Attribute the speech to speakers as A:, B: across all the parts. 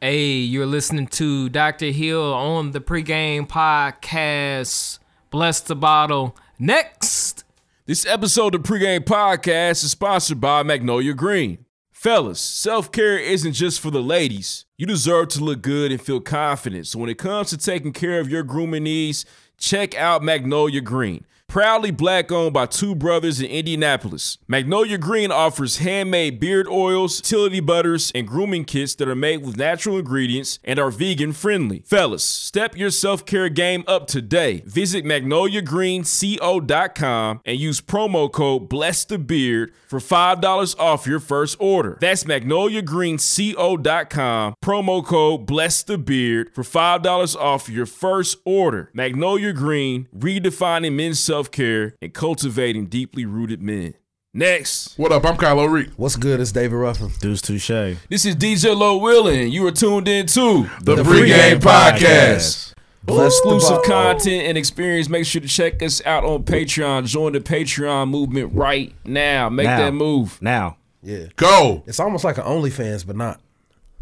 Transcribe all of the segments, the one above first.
A: Hey, you're listening to Dr. Hill on the pregame podcast. Bless the bottle. Next.
B: This episode of the Pregame Podcast is sponsored by Magnolia Green. Fellas, self care isn't just for the ladies. You deserve to look good and feel confident. So when it comes to taking care of your grooming needs, check out Magnolia Green. Proudly black owned by two brothers in Indianapolis, Magnolia Green offers handmade beard oils, utility butters, and grooming kits that are made with natural ingredients and are vegan friendly. Fellas, step your self care game up today. Visit magnoliagreenco.com and use promo code BlessTheBeard for $5 off your first order. That's magnoliagreenco.com, promo code BlessTheBeard for $5 off your first order. Magnolia Green, redefining men's self care and cultivating deeply rooted men. Next,
C: What up? I'm Kylo Reed.
D: What's good? It's David Ruffin.
E: Deuce Touche.
B: this is DJ Low Willin. You are tuned in to
C: The, Pregame Podcast.
D: Bless the
B: exclusive
D: bottle.
B: content and experience. Make sure to check us out on Patreon. Join the Patreon movement right now. Make
E: Now.
B: that move.
E: Now.
D: Yeah.
C: Go.
D: It's almost like an OnlyFans, but not.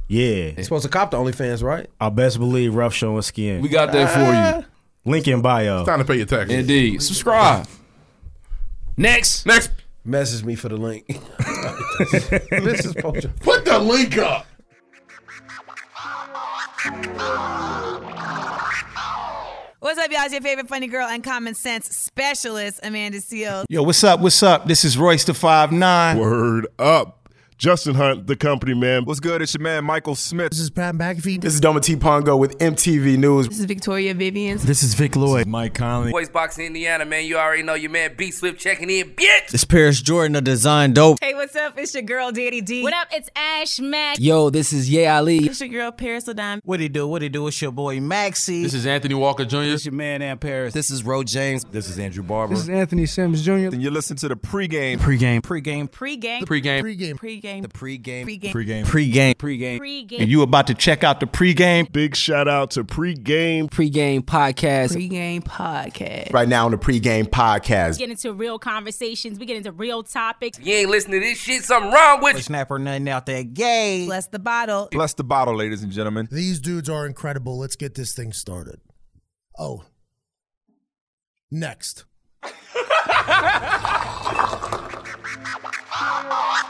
E: Yeah.
D: You're supposed to cop the OnlyFans, right?
E: I best believe rough showing skin.
B: We got that
D: Ah.
B: for
E: Link in bio.
C: Time to pay your
B: you.
C: taxes.
B: Indeed. Subscribe. Next.
C: Next,
D: Message me for the link. this is Pojo.
C: put the link up.
F: What's up, y'all? It's your favorite funny girl and common sense specialist, Amanda Seals.
G: Yo, what's up? What's up? This is Royce the Five Nine.
H: Word up. Justin Hunt, the company man.
I: What's good? It's your man Michael Smith.
G: This is Pat McAfee.
J: This is Doma T. Pongo with MTV News.
F: This is Victoria Vivian.
G: This is Vic Lloyd. Mike Conley.
K: Boys Boxing Indiana, man. You already know your man B Swift checking in, bitch.
J: This Paris Jordan of Design Dope.
F: Hey, what's up? It's your girl, Daddy D. What up? It's Ash Mack.
A: Yo, this is Ye Ali.
F: It's your girl, Paris Ladon.
G: What it do? What it do? It's your boy Maxie. This
I: is Anthony Walker Jr.
G: your man Aunt Paris.
J: This is Ro James.
I: This is Andrew Barber.
G: is Anthony Sims Jr.
I: and you listen to the pregame.
G: Pre-game. Pre-game.
F: Pre-game.
I: Pregame.
J: Pre-game.
F: Pre-game. Pre-game.
G: Pre-game.
J: Pre-game.
G: Pre-game. And
F: Pre-game.
G: you about to check out the pre-game.
H: Big shout out to pregame.
A: Pregame podcast.
F: Pre-game podcast.
J: Right now on the pre-game podcast.
F: Get into real conversations. We get into real topics.
K: If you ain't listening to this shit, something wrong with you.
G: Snap or nothing out there. Yay.
F: Bless the bottle.
I: Bless the bottle, ladies and gentlemen.
H: These dudes are incredible. Let's get this thing started. Oh. Next.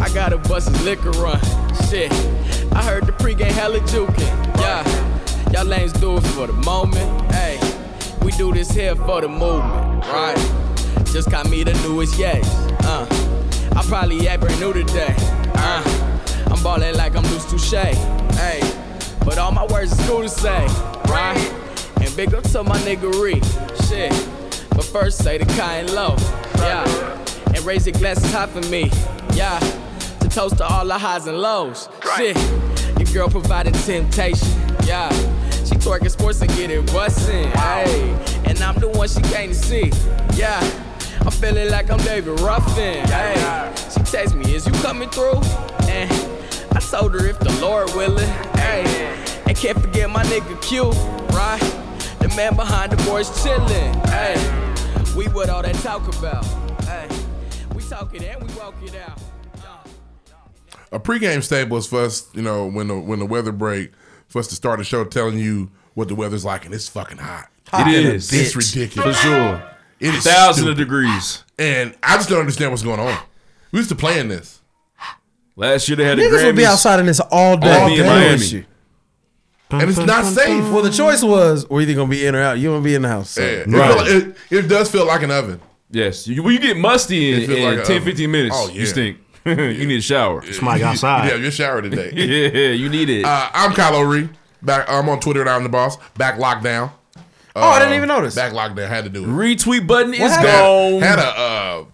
K: I got a bus's liquor run. Shit. I heard the pregame hella jukin'. Yeah. Y'all lanes do it for the moment. Hey, we do this here for the movement. Right. Just got me the newest yes. Uh, I probably act brand new today. Uh, I'm ballin' like I'm loose touche. Hey, but all my words is cool to say, right? And big up to my niggery, shit. But first say the kind low, yeah. And raise your glasses high for me, yeah. To toast to all the highs and lows, shit. Your girl providing temptation, yeah. She twerking sports and getting bustin', hey. And I'm the one she came to see, yeah. I'm feeling like I'm David Ruffin. Hey, she text me, is you coming through? And I told her if the Lord willing. Hey, and can't forget my nigga Q, right? The man behind the boys chillin'. Hey, we what all that talk about. Hey, we talk it and we walk it out.
C: A pregame staple is for us, you know, when the when the weather break, for us to start a show telling you what the weather's like, and it's fucking hot.
B: It is.
C: It's
B: For
C: ridiculous.
B: sure.
C: It is
B: Thousands of
C: stupid.
B: degrees.
C: And I just don't understand what's going on. We used to playing this.
B: Last year they had the
D: Niggas
B: Grammys.
D: would be outside in this all day.
B: All day in
D: Damn.
B: Miami.
C: And it's not safe.
D: Well, the choice was were either gonna be in or out. You wanna be in the house. so.
C: Yeah, it,
B: Right.
C: feel like- it, it does feel like an oven.
B: Yes. You, well, you get musty
C: It
B: in,
C: feels
B: in
C: like a
B: 10,
C: oven.
B: 15 minutes.
C: Oh,
B: You
C: yeah.
B: stink. you need a shower.
E: It's Mike
C: You
E: outside.
C: have your shower today.
B: Yeah, you need it.
C: Uh, I'm Kylo Ree. Back, I'm on Twitter and I'm the boss. Back Um, lockdown.
D: Oh, I didn't even notice.
C: Back lockdown had to do it.
B: Retweet button is
D: happened?
B: gone.
C: Had, had a uh,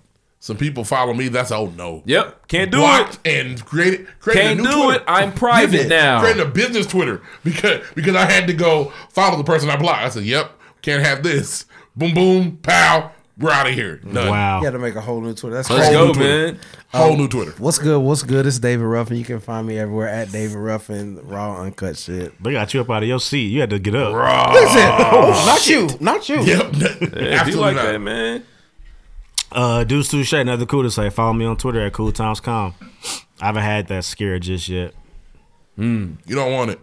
C: Some people follow me. That's oh no.
B: Yep, can't do
C: Blocked And created created
B: Can't
C: a new
B: do
C: Twitter.
B: it. I'm private
C: Did it.
B: now.
C: Created a business Twitter because because I had to go follow the person I blocked. I said, "Yep, can't have this." Boom, boom, pow. We're out of here. Done.
D: You got to make a whole new Twitter. That's
C: Let's
D: crazy.
C: go, Whole new Twitter. man. Whole new Twitter.
D: What's good? What's good? It's David Ruffin. You can find me everywhere at David Ruffin, raw, uncut shit.
E: They got you up out of your seat. You had to get up.
D: Listen, oh, not you, not you.
B: If you like that, man.
E: Uh, Deuce Touche, another cool to say. Follow me on Twitter at cooltimes.com. I haven't had that scare just yet.
C: You don't want it.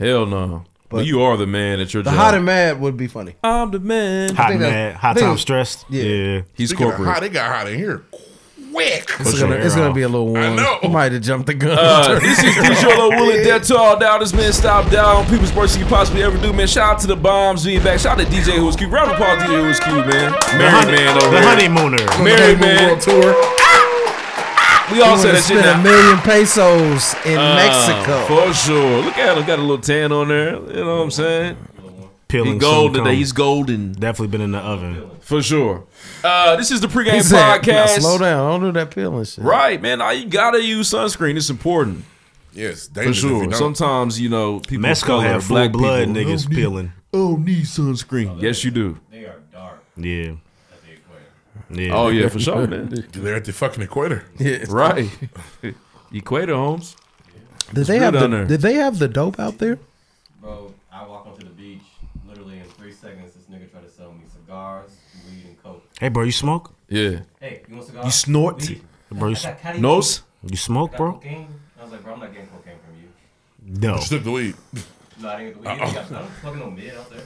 B: Hell no. But
E: But-
B: you are the man at your
D: The
B: job.
D: hot and mad would be funny.
B: I'm the man.
E: Hot
D: think
E: and
D: that-
E: mad,
D: I
E: hot
D: think-
E: time stressed. Yeah,
D: yeah.
B: He's
C: Speaking of
B: corporate.
C: hot, it got hot in here quick.
D: It's, gonna, it's gonna be a little warm. I know. Might have jumped the gun.
B: Uh, this is DJ Low Willie, Dead to All Doubters, man. Stop down. People's worst you could possibly ever do, man. Shout out to the bombs being back. Shout out to DJ Who's Cute. Round of applause, DJ Who's Cute, man. Merry
E: honey-
B: man over
E: the
B: here.
E: honeymooner.
B: Merry man.
C: World tour.
B: We all
D: He
B: said
D: would've
B: that shit now.
D: spent a million pesos in
B: Uh,
D: Mexico.
B: For sure. Look at him. Got a little tan on there. You know what I'm saying?
E: peeling.
B: He gold
E: some
B: today.
E: cum.
B: He's golden.
E: definitely been in the oven.
B: For sure. Uh, this is the
D: He
B: pregame
D: said, "Now
B: podcast.
D: slow down. Don't do that peeling shit.
B: Right, man. I, you gotta use sunscreen. It's important.
C: Yes,
B: For
C: dangerous if you
B: sure.
C: don't.
B: Sometimes, you know, people of
E: Mexico
B: color,
E: have full
B: black
E: blood
B: people-
E: niggas peeling.
B: Oh, need sunscreen. yes, you do.
E: Yeah. Yeah.
B: Oh yeah, for sure, man.
C: They're at the fucking equator.
B: right. Equator Holmes.
D: Did they
B: good
D: have
B: on there.
D: the, Did they have the dope out there?
L: Oh,
K: Bro, I walk onto the beach, literally in three seconds, this nigga try to sell me cigars, weed, and coke.
E: Hey, bro, you smoke?
B: Yeah.
K: Hey, you want cigars?
E: You snort?
K: Weed?
E: Bro, you, s-
K: I got cotton
B: Nose.
E: you smoke,
K: candy, I got
E: bro?
K: cocaine. I was like, bro, I'm not getting cocaine from you.
E: No.
B: Oh,
C: Just took the weed.
K: No, I didn't get the weed. I got- I don't fucking no mid out there.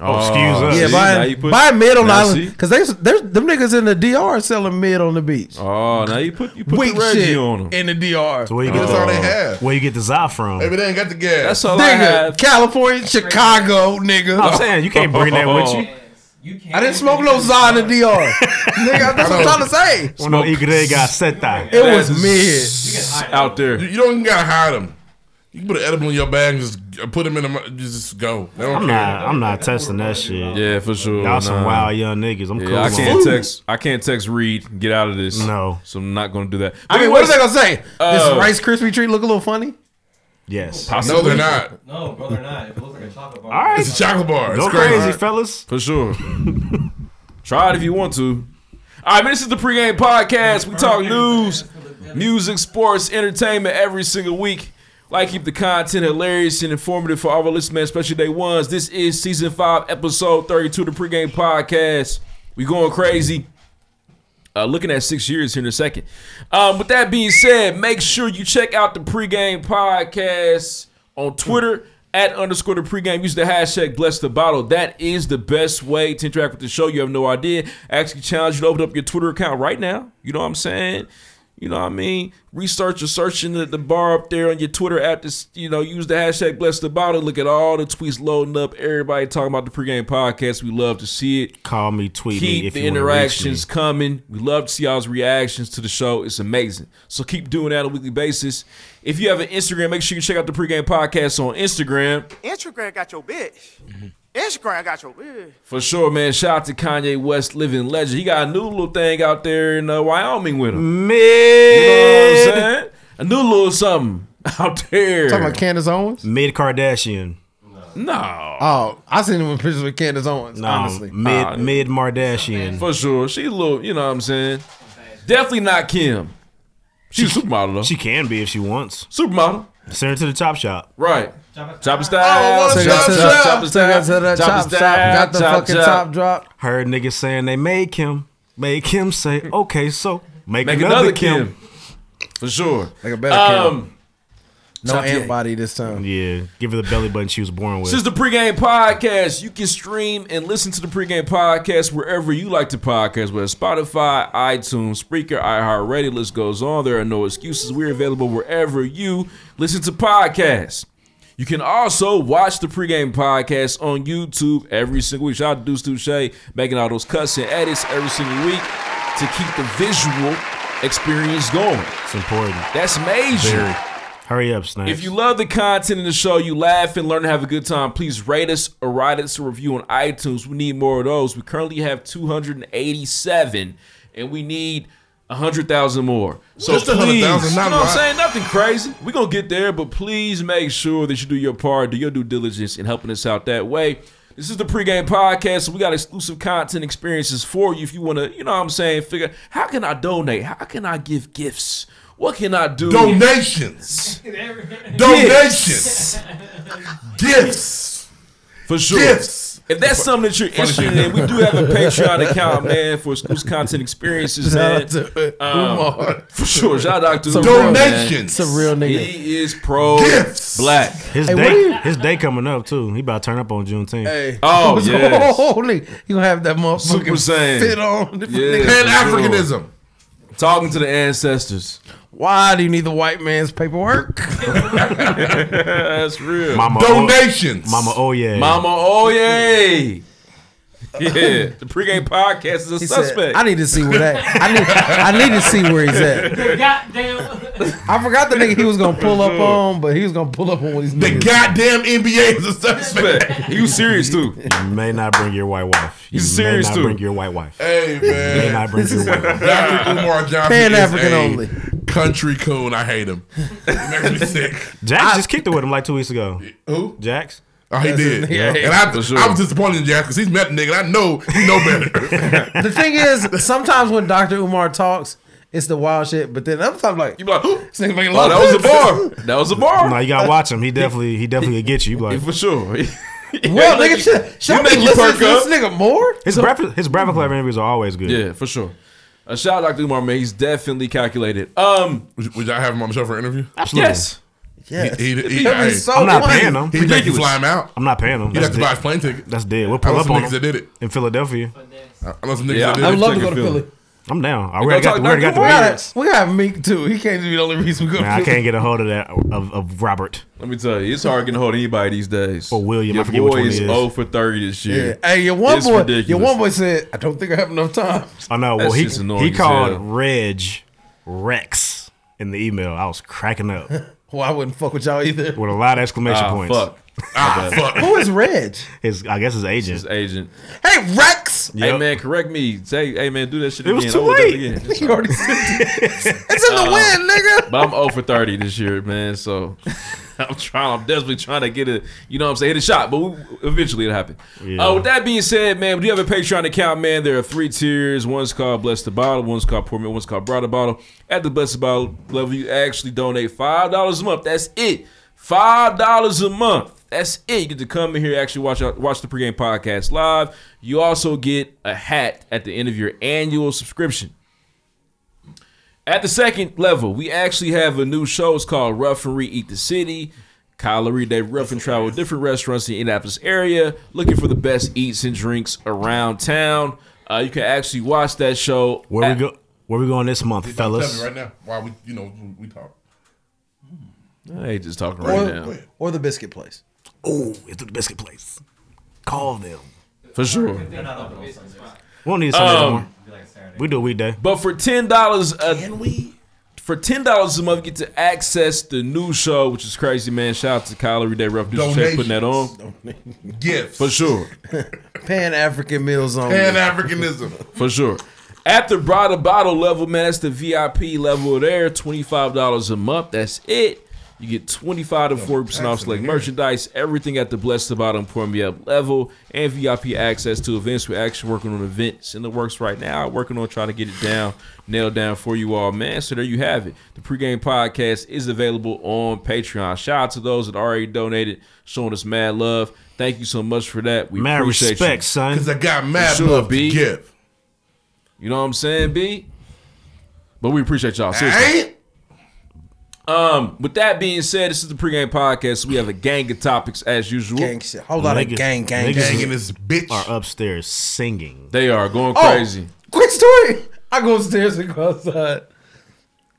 E: Oh, excuse us.
D: Yeah,
B: See, now
D: by,
B: you put-
D: by mid on
B: now
D: island
B: see?
D: because they there's them niggas in the DR selling mid on the beach.
B: Oh, now you put you put
D: Wait,
B: the Reggie
D: shit.
B: on him.
C: In the DR.
E: So where you get
C: That's
E: the,
C: all they have.
E: where you get the za from?
C: Maybe they ain't got the gas.
B: Oh. That's all I
D: Nigga,
B: have.
D: California, Chicago, nigga.
E: I'm saying you can't bring that with you.
K: You can't.
D: I didn't smoke no Zon in the DR. nigga, that's what I'm trying to say.
E: Well, no, Igre got set that.
D: It was mid.
B: out there.
C: You, you don't even gotta hide them. You can put an edible in your bag and just g- put them in the. mu- Just go. They don't
E: I'm
C: care.
E: not. I'm not testing that shit.
B: Yeah, for sure.
E: Y'all some
B: Nah.
E: wild young niggas. I'm cool.
B: Yeah, I
E: on
B: can't
E: it.
B: text. I can't text. Reed, get out of this.
E: No.
B: so I'm not gonna do that.
D: I mean, what is they gonna say?
B: Uh,
D: this Rice Krispie treat look a little funny?
E: Yes.
C: No, they're not.
K: No, bro, they're not. If it looks like a chocolate bar.
E: All right.
C: It's a chocolate bar. It's
E: Go
C: crazy.
E: crazy, fellas.
B: For sure. Try it if you want to. All right, man, this is the pregame podcast. We talk news, music, sports, entertainment every single week. Like, keep the content hilarious and informative for all of our listeners, man, especially day ones. This is season five, episode 32 of the pregame podcast. We going crazy. Uh, looking at six years here in a second. Um, with that being said, make sure you check out the pregame podcast on Twitter at underscore the pregame. Use the hashtag bless the bottle. That is the best way to interact with the show. You have no idea. I actually challenge you to open up your Twitter account right now. You know what I'm saying? You know what I mean? Research or search in the, the bar up there on your Twitter app. This, you know, use the hashtag bless the bottle. Look at all the tweets loading up. Everybody talking about the pregame podcast. We love to see it
E: Call me, tweet
B: keep
E: me if
B: the
E: you want
B: interactions
E: interactions.
B: coming. We love to see y'all's reactions to the show. It's amazing. So keep doing that on a weekly basis. If you have an Instagram, make sure you check out the pregame podcast on Instagram.
M: Instagram got your bitch.
K: Mm-hmm.
M: Instagram got your bitch.
B: For sure, man. Shout out to Kanye West, living legend. He got a new little thing out there in uh, Wyoming with him. You know what I'm
E: Mid
B: saying? A new little something out there.
D: Talking about Candace Owens?
E: Mid Kardashian.
B: no,
D: Oh, I seen him in pictures with Candace Owens,
E: No,
D: honestly.
E: Um, mid mid Mardashian.
B: for sure. She a little, you know what I'm saying? Definitely not Kim. She's a supermodel though.
E: She can be if she wants.
B: supermodel,
E: Send her to the chop shop.
B: right? Chopper
C: I
B: style.
C: wanna
D: Take her to
C: Chop
D: the-
C: shop,
D: take her to the chop shop. Got the fucking top drop.
E: Heard niggas saying they make him. Make him say, okay, so make,
B: Make
E: another, Kim.
B: For sure.
D: Like a better Kim.
B: Um,
D: No
B: Chop- yeah.
D: ant body this time.
E: Yeah, give her the belly button she was born with.
B: this is the pregame podcast. You can stream and listen to the pregame podcast wherever you like to podcast, whether it's Spotify, iTunes, Spreaker, iHeartRadio. List goes on. There are no excuses. We're available wherever you listen to podcasts. You can also watch the pregame podcast on YouTube every single week. Shout out to Deuce Touche making all those cuts and edits every single week to keep the visual experience going.
E: It's important.
B: That's major.
E: Very. Hurry up, Snipes.
B: If you love the content in the show, you laugh and learn to have a good time, please rate us or write us a review on iTunes. We need more of those. We currently have 287 and we need a hundred thousand more. So
C: Just a hundred
B: please,
C: thousand, not
B: you know what
C: a
B: I'm
C: lot.
B: saying? Nothing crazy. We're gonna get there, but please make sure that you do your part, do your due diligence in helping us out that way. This is the pregame podcast, so we got exclusive content experiences for you if you wanna, you know what I'm saying, figure how can I donate? How can I give gifts? What can I do?
C: Donations. Donations. Gifts.
B: For sure.
C: Gifts.
B: If that's something that you're
C: Funny
B: interested
C: thing.
B: in, we do have a Patreon account, man, for exclusive content experiences,
D: Shout
B: man.
D: out to
C: Um,
D: Umar.
B: for sure. Shout out to
D: It's a
B: Umar,
D: real-
B: man.
D: it's a real nigga.
B: He is pro black.
E: His
D: Hey, what
E: day,
D: do you-
E: his day coming up too. He about to turn up on Juneteenth.
D: Hey.
B: Oh, yes.
D: holy! You gonna have that
B: Super
D: motherfucking
B: Saiyan.
D: fit on?
B: Yeah, for sure. Talking to the ancestors.
D: Why do you need the white man's paperwork?
B: That's real.
E: Mama
C: Donations.
E: Oh, Mama, oh yeah.
B: Mama, oh yay. Yeah, the pregame podcast is a
D: He said,
B: suspect.
D: I need to see where that. I need. I need to see where he's at. I forgot the nigga he was gonna pull up on, but he was gonna pull up on these niggas.
C: Goddamn NBA is a suspect.
B: You serious too?
E: You may not bring your white wife. You
B: He's
E: may
B: serious,
E: not
B: too.
E: bring your white wife.
C: Hey
E: You may not
C: man,
E: bring your white wife.
C: Dr. Umar Johnson
E: Pan
C: is
E: African
C: a
E: only.
C: country coon. I hate him. It makes me sick.
E: Jax just kicked it with him like two weeks ago.
C: Who?
E: Jax.
C: Oh, he did.
E: Yeah.
C: And I,
E: For sure.
C: I was disappointed in Jazz because he's met a nigga. and I know he know better.
D: The thing is, sometimes when Dr. Umar talks, it's the wild shit, but then other times like you
B: like,
D: this nigga making
B: Oh, that was a bar. That was a bar.
E: No, you gotta watch him. He definitely, he definitely will get you. You be Like
B: for sure.
D: Well, nigga, should, should I be listening to this nigga more?
E: His breakfast, his breakfast club interviews are always good.
B: Yeah, for sure. A shout out to Umar, man. He's definitely calculated. Um,
C: would, y'all have him on the show for an interview?
E: Absolutely.
B: Yes.
D: Yeah.
C: He, he, he,
D: That'd
C: hey,
D: be so
E: I'm not
D: funny.
E: paying him.
C: He'd make you fly him out.
E: I'm not paying him.
C: He'd have to
E: dead.
C: buy his plane ticket.
E: That's dead. We'll
C: I
E: pull
C: know
E: up
C: some
E: on
C: niggas
E: him
C: that did it.
E: in Philadelphia.
C: I know some niggas
B: Yeah,
C: that did
B: I
C: it.
B: would love to go to Philly.
E: I'm down. I
B: You
E: already
B: go
E: got the,
B: talk
E: we already
B: Dr.
E: got the
D: We
E: beard.
D: gotta, we gotta have Meek too. He can't be the only reason we go.
E: Man, I can't get a hold of that of, of Robert.
B: Let me tell you, it's hard getting a hold of anybody these days. Or
E: William,
B: your
E: I forget
B: boy
E: which one
B: is
E: he is.
B: 0 for 30 this
D: Yeah.
B: year.
D: Hey, your one
B: It's
D: boy, your
B: ridiculous.
D: one boy said, "I don't think I have enough time."
E: I know.
B: That
E: Well, he
B: shit's annoying
E: he
B: as
E: called
B: hell.
E: Reg Rex in the email. I was cracking up with
D: Well, I wouldn't fuck with y'all either.
E: a lot of exclamation
B: Ah,
E: points.
B: fuck. Ah, fuck.
D: Who is Reg?
E: His, I guess his agent.
B: His agent.
D: Hey, Rex.
B: Hey, man, correct me. Say, hey, man, do that shit
E: It
B: again.
E: was
B: I
E: too
B: would've done it
E: late.
B: again.
D: He already said it. It's in
C: Uh,
D: the wind, nigga.
B: But I'm 0 for 30 this year, man. So I'm trying. I'm desperately trying to get a, you know what I'm saying, hit a shot. But we, eventually it'll happen.
E: Yeah.
B: Uh, with that being said, man, we do have a Patreon account, man. There are three tiers. One's called Bless the Bottle. One's called Pour Me. One's called Brought a Bottle. At the Bless the Bottle level, you actually donate $5 a month. That's it. $5 a month. That's it. You get to come in here, actually watch out, watch the pregame podcast live. You also get a hat at the end of your annual subscription. At the second level, we actually have a new show. It's called Rough and Re Eat the City. Kylery, they rough and travel different restaurants in the Indianapolis area, looking for the best eats and drinks around town. Uh, you can actually watch that show.
E: Where
B: at-
E: we go? Where we going this month,
C: Tell
E: fellas?
C: me right now why we, you know, we talk.
B: I ain't just talking right now.
D: Or, or the biscuit place.
E: Oh, it's the biscuit place. Call them.
B: For sure.
E: We don't need Sunday no
B: Um,
E: more. We do a weekday.
B: But for ten dollars a can we? For ten dollars a month, you get to access the new show, which is crazy, man. Shout out to Kylery, they rough dudes for putting that on.
C: Gifts.
B: For sure.
D: Pan African meals on.
C: Pan Africanism.
B: For sure. At the broader bottle level, man, that's the VIP level there. $25 a month. That's it. You get 25 to 40% off select merchandise, everything at the Bless the Bottom Pour Me Up level, and VIP access to events. We're actually working on events in the works right now, working on trying to get it down, nailed down for you all, man. So there you have it. The pregame podcast is available on Patreon. Shout out to those that already donated, showing us mad love. Thank you so much for that. We
E: Mad
B: appreciate
E: respect,
B: you.
E: son.
C: Because I got mad
B: Sure,
C: love
B: B.
C: to give.
B: You know what I'm saying, B? But we appreciate y'all. Seriously.
C: Ain't?
B: Um, with that being said, this is the pregame podcast. We have a gang of topics as usual.
D: Gang shit. Whole lot of
E: Niggas-
D: gang, gang,
E: niggas
D: gang.
E: is-
C: And this Uh-uh. bitch.
E: Are upstairs singing.
B: They are going
D: Oh.
B: crazy.
D: Quick story. I go upstairs and go outside.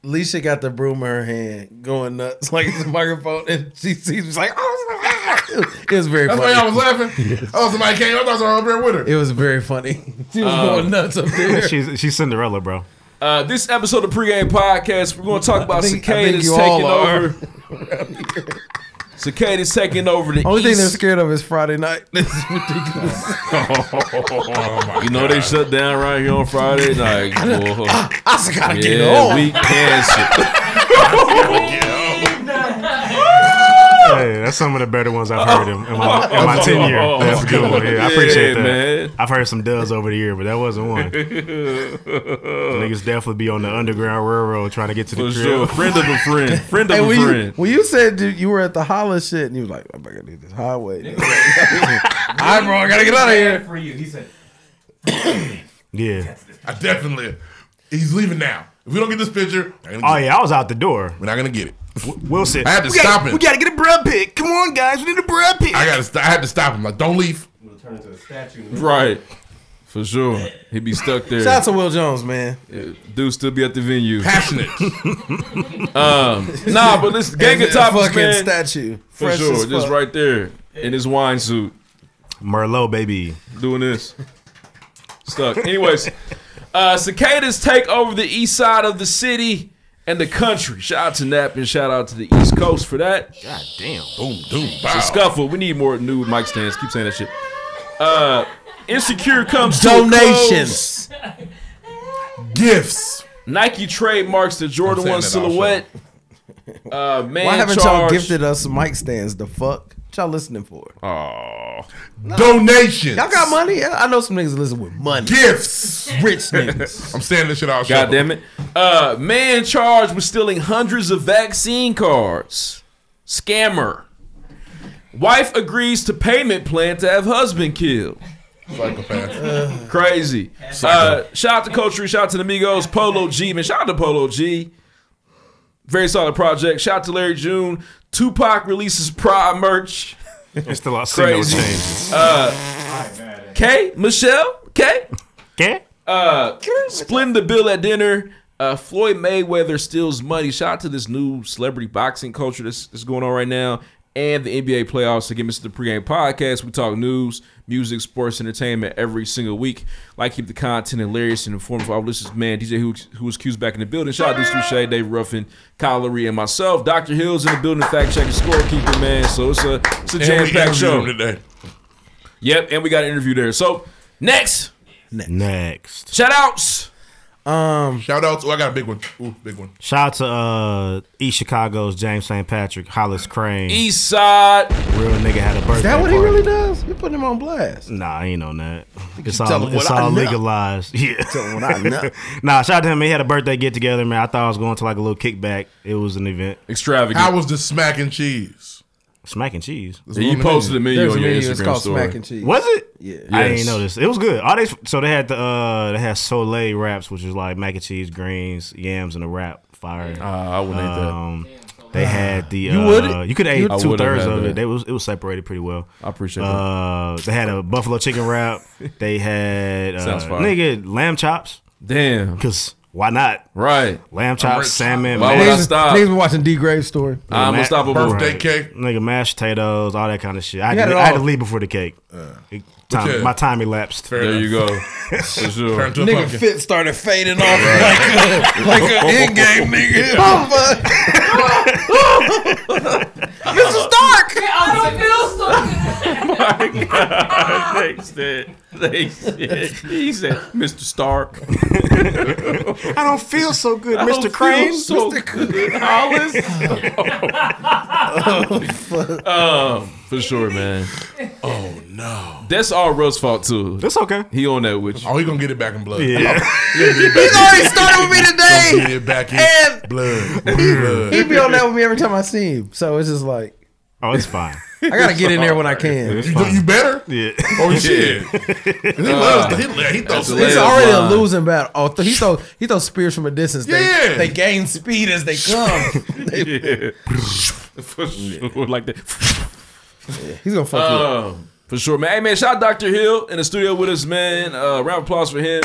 D: Leisha got the broom in her hand, going nuts like it's a microphone, and she sees like, oh, it was very
C: That's
D: funny.
C: why y'all was laughing. Oh, somebody came. I thought I was over there with her.
D: It was very funny. She
B: Um,
D: was going nuts up there.
E: she's she's Cinderella, bro.
B: Uh, this episode of pregame podcast, we're going to talk about
D: I think- I think
B: cicadas
D: you
B: taking
D: all are.
B: over. Cicada's taking over the
D: Only thing they're
B: east.
D: scared of is Friday night. This is ridiculous.
C: Oh,
B: you know they shut down right here on Friday night. boy.
D: I Ah, just gotta
B: yeah,
D: get on.
B: we canceled.
E: Hey, that's some of the better ones I've heard in, in my, in my tenure. That's a good one. Yeah, I appreciate
B: Yeah,
E: that.
B: man.
E: I've heard some dubs over the year, but that wasn't one. Niggas definitely be on the underground railroad trying to get to the
B: For
E: crib.
B: sure. Friend of a friend. Friend
D: Hey, when, you, when you said dude, you were at the holla shit, and you was like, I'm gonna do this highway. I bro, I gotta get out of here.
N: For you, he said.
E: Yeah.
C: I definitely. He's leaving now. If we don't get this picture, I'm
E: Oh yeah, I was out the door.
C: We're not gonna get it.
E: Wilson,
C: I had to stop him.
O: gotta get a bread pick. Come on, guys, we need a bread pick.
C: I gotta. St- I had to stop him. Like, don't leave.
N: Turn into a statue.
B: Right. For sure. He'd be stuck there.
D: Shout out to Will Jones, man.
B: Yeah, Dude still be at the venue.
C: Passionate.
B: um, nah, but listen, gang of
D: And a
B: topics,
D: fucking
B: man.
D: statue.
B: For
D: Fresh
B: sure.
D: as
B: Just
D: fuck.
B: right there in his wine suit.
E: Merlot, baby.
B: Doing this. Stuck. Anyways, uh, cicadas take over the east side of the city and the country. Shout out to Nap and shout out to the East Coast for that. God damn.
C: Boom, boom,
B: It's a scuffle. We need more new mic stands. Keep saying that shit. Uh, Insecure comes to a
D: Donations.
B: close.
C: gifts.
B: Nike trademarks the
D: I'm
B: Jordan
D: saying
B: One
D: that
B: silhouette. Uh, man,
D: Why haven't y'all
B: charged-
D: gifted us mic stands? The fuck? What y'all listening for?
B: Oh,
C: donations.
D: Y'all got money? Yeah, I know some niggas listen with money.
C: Gifts.
D: Rich niggas.
C: I'm saying this shit all.
B: God damn it. Uh, man charged with stealing hundreds of vaccine cards. Scammer. Wife agrees to payment plan to have husband killed.
C: Psychopath.
B: Crazy. Uh, shout out to Coach Ree, shout out to the Amigos, Polo G, man. Shout out to Polo G. Very solid project. Shout out to Larry June. Tupac releases Pride merch.
E: It's still I see no changes.
B: Uh, K, Michelle, K,
E: K.
B: Uh, splitting the bill at dinner. Uh, Floyd Mayweather steals money. Shout out to this new celebrity boxing culture that's, that's going on right now, and the NBA playoffs. Again, this is the pregame podcast. We talk news, music, sports, entertainment every single week. Like keep the content hilarious and informative for our listeners. Man, DJ who, who was Q's back in the building. Shout out to Suchet, Dave Ruffin, Kyle Lurie, and myself. Dr. Hill's in the building. Fact checker, scorekeeper, man. So it's a it's a
C: And we
B: jam packed
C: interviewed
B: show
C: him today.
B: Yep, and we got an interview there. So next,
E: next,
B: shout outs.
D: Um,
C: shout outs. Oh, I got a big one. Ooh, big one.
E: Shout out to uh, East Chicago's James St. Patrick, Hollis Crane.
B: East Side.
E: Real nigga had a birthday.
D: Is that what he
E: party.
D: really does? You putting him on blast.
E: Nah, I ain't on that. It's
D: you tell
E: all,
D: him
E: it's
D: what I
E: all
D: know.
E: legalized. Yeah.
D: Tell him what I know.
E: nah, shout out to him. He had a birthday get together, man. I thought I was going to like a little kickback. It was an event.
B: Extravagant.
C: How was the smack and cheese?
E: Smack and cheese.
C: There's Yeah, you one menu. posted a menu
D: There's on a your menu, it's Instagram called story. Smack and Cheese.
E: Was it?
D: Yeah.
E: I
D: Yes.
E: didn't know this. It was good. All they so they had the uh they had Soleil wraps, which is like mac and cheese, greens, yams, and a wrap. Fire. I
B: Uh, wouldn't eat that.
E: Um, that. They had the
B: You
E: uh,
B: would?
E: you could
B: You
E: ate
B: would? I
E: two
B: wouldn't
E: thirds
B: have
E: of
B: that.
E: it. They was it was separated pretty well. I
B: appreciate that.
E: uh, They had a buffalo chicken wrap. they had uh,
B: Sounds fire.
E: nigga lamb chops.
B: Damn.
E: Cause why not?
B: Right.
E: Lamb
B: rich.
E: chops, salmon.
B: Why
E: mashed-
B: would I stop?
D: Niggas been watching D Grave story.
E: Ma-
C: Birthday cake.
E: Nigga, mashed potatoes, all that kind of shit. I
D: You
E: had,
D: had
E: to,
D: it
E: I had
D: all.
E: to leave before the cake.
B: Uh,
E: It- time-
D: Okay.
E: My time elapsed.
B: There you go. For sure.
D: nigga fit started fading off like a, like a in game nigga. Mr. Stark!
B: I don't feel so good. they said, they said, he said, Mr. Stark.
E: I don't feel so good,
B: I don't
E: Mr. Crane.
B: feel so good, Hollis. um, for sure, man.
C: Oh no.
B: That's all Russ' fault too.
E: That's okay.
B: He on that with you.
C: Oh, he gonna get it back in blood.
B: Yeah.
D: He's already started with me
C: Gonna get
D: today.
C: it back in
D: And-
C: blood.
D: He
C: blood.
D: be on that with me every time I see him. So it's just like
E: Oh, it's fine.
D: I gotta get in there when I
C: You,
D: can.
C: you better?
E: Yeah.
C: Oh shit. He loves. He, he throws.
D: It's already a losing battle. Oh, th- he throw he throw spears from a distance. They,
C: Yeah.
D: they gain speed as they come.
B: yeah. For sure. Like that.
D: He's gonna fuck you up.
B: Um, For sure, man. Hey, man, shout out Dr. Hill in the studio with us, man. Uh, round of applause for him.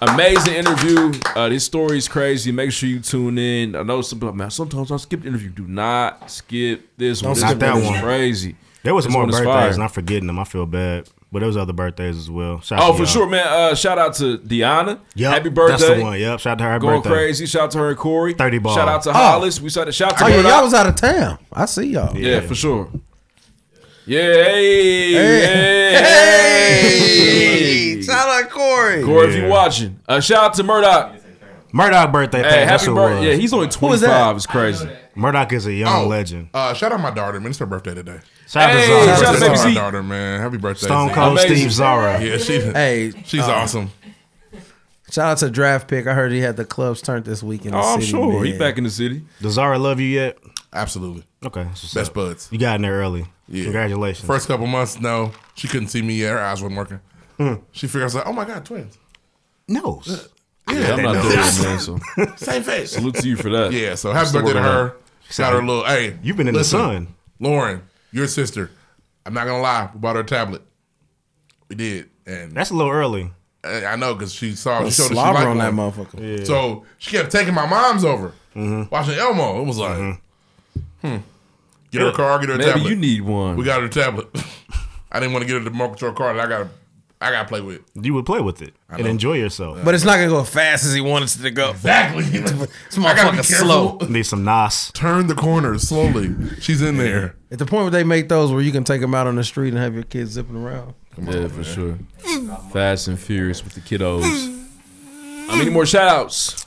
B: Amazing interview. Uh, this story is crazy. Make sure you tune in. I know some, man, sometimes I skip the interview. Do not skip this
E: Don't
B: one.
E: skip
B: this
E: that
B: is
E: one.
B: crazy.
E: There was
B: This
E: more
B: one is
E: birthdays,
B: fire.
E: and I'm forgetting them. I feel bad, but there was other birthdays as well. Shout out
B: Oh,
E: to
B: for
E: y'all.
B: sure, man. Uh, shout out to Deanna.
E: Yep,
B: Happy birthday.
E: that's the one. Yep, shout out to her
B: Going
E: birthday.
B: crazy. Shout out to her and Corey. 30
E: ball.
B: Shout out to
E: Oh.
B: Hollis. We saw the shout out to
D: Oh yeah,
B: Rhode
D: y'all
B: Island.
D: was out of town. I see y'all.
B: Yeah, for sure. Yeah, hey, hey,
D: Shout out Corey.
B: Corey, if you watching, uh, shout out to Murdoch.
E: Murdoch birthday.
B: Hey,
E: pack, that's
B: happy
E: what it
B: birth-
E: was.
B: yeah, he's only
C: Who is that?
B: 25. It's crazy.
E: Murdoch is a young
C: Oh,
E: legend.
C: Uh, shout out my daughter, man. It's her birthday today.
E: Shout out to Hey, Zara. shout out
C: Shout
E: to Baby
C: out to my
E: Z.
C: daughter, man. Happy birthday,
E: Stone
C: Z.
E: Cold Amazing. Steve Zara.
C: Yeah, she,
D: Hey,
C: she's
D: uh,
C: awesome.
D: Shout out to draft pick. I heard he had the clubs turned this week in the
B: Oh, I'm
D: city,
B: sure.
D: man.
B: He's back in the city.
E: Does Zara love you yet?
C: Absolutely.
E: Okay, that's what's
C: Best
E: up.
C: buds.
E: You got in there early. Congratulations.
C: First couple months, no, she couldn't see me yet. Her eyes weren't working.
E: Hmm.
C: She figures out, oh my god, twins.
E: No. Yeah,
B: Yeah, I'm not doing it, man. So.
C: Same face.
B: Salute to you for that.
C: Yeah, so happy birthday to her. Got her a little. Hey,
E: You've been in the sun.
C: Lauren, your sister. I'm not gonna lie. We bought her a tablet. We did, and
E: That's a little early.
C: I I know because she saw
D: Well,
C: she showed that she
D: slobber
C: liked
D: on that
C: one.
D: motherfucker. Yeah.
C: So she kept taking my mom's over,
E: Mm-hmm.
C: watching Elmo. It was like, hmm. Get her a car, get her a
B: Maybe
C: tablet.
B: you need one.
C: We got her a tablet. I didn't want to get her the remote control car that I got. I got to play with.
E: You would play with it and
C: know.
E: enjoy yourself.
D: But it's not gonna go as fast as he wanted it to go.
C: Exactly.
D: this
C: I gotta be
D: motherfucker slow.
C: careful.
E: Need some Nas.
C: Turn the corner slowly. She's in there.
D: At the point where they make those where you can take them out on the street and have your kids zipping around.
B: Yeah, for sure. Fast and furious with the kiddos. How many more shout outs?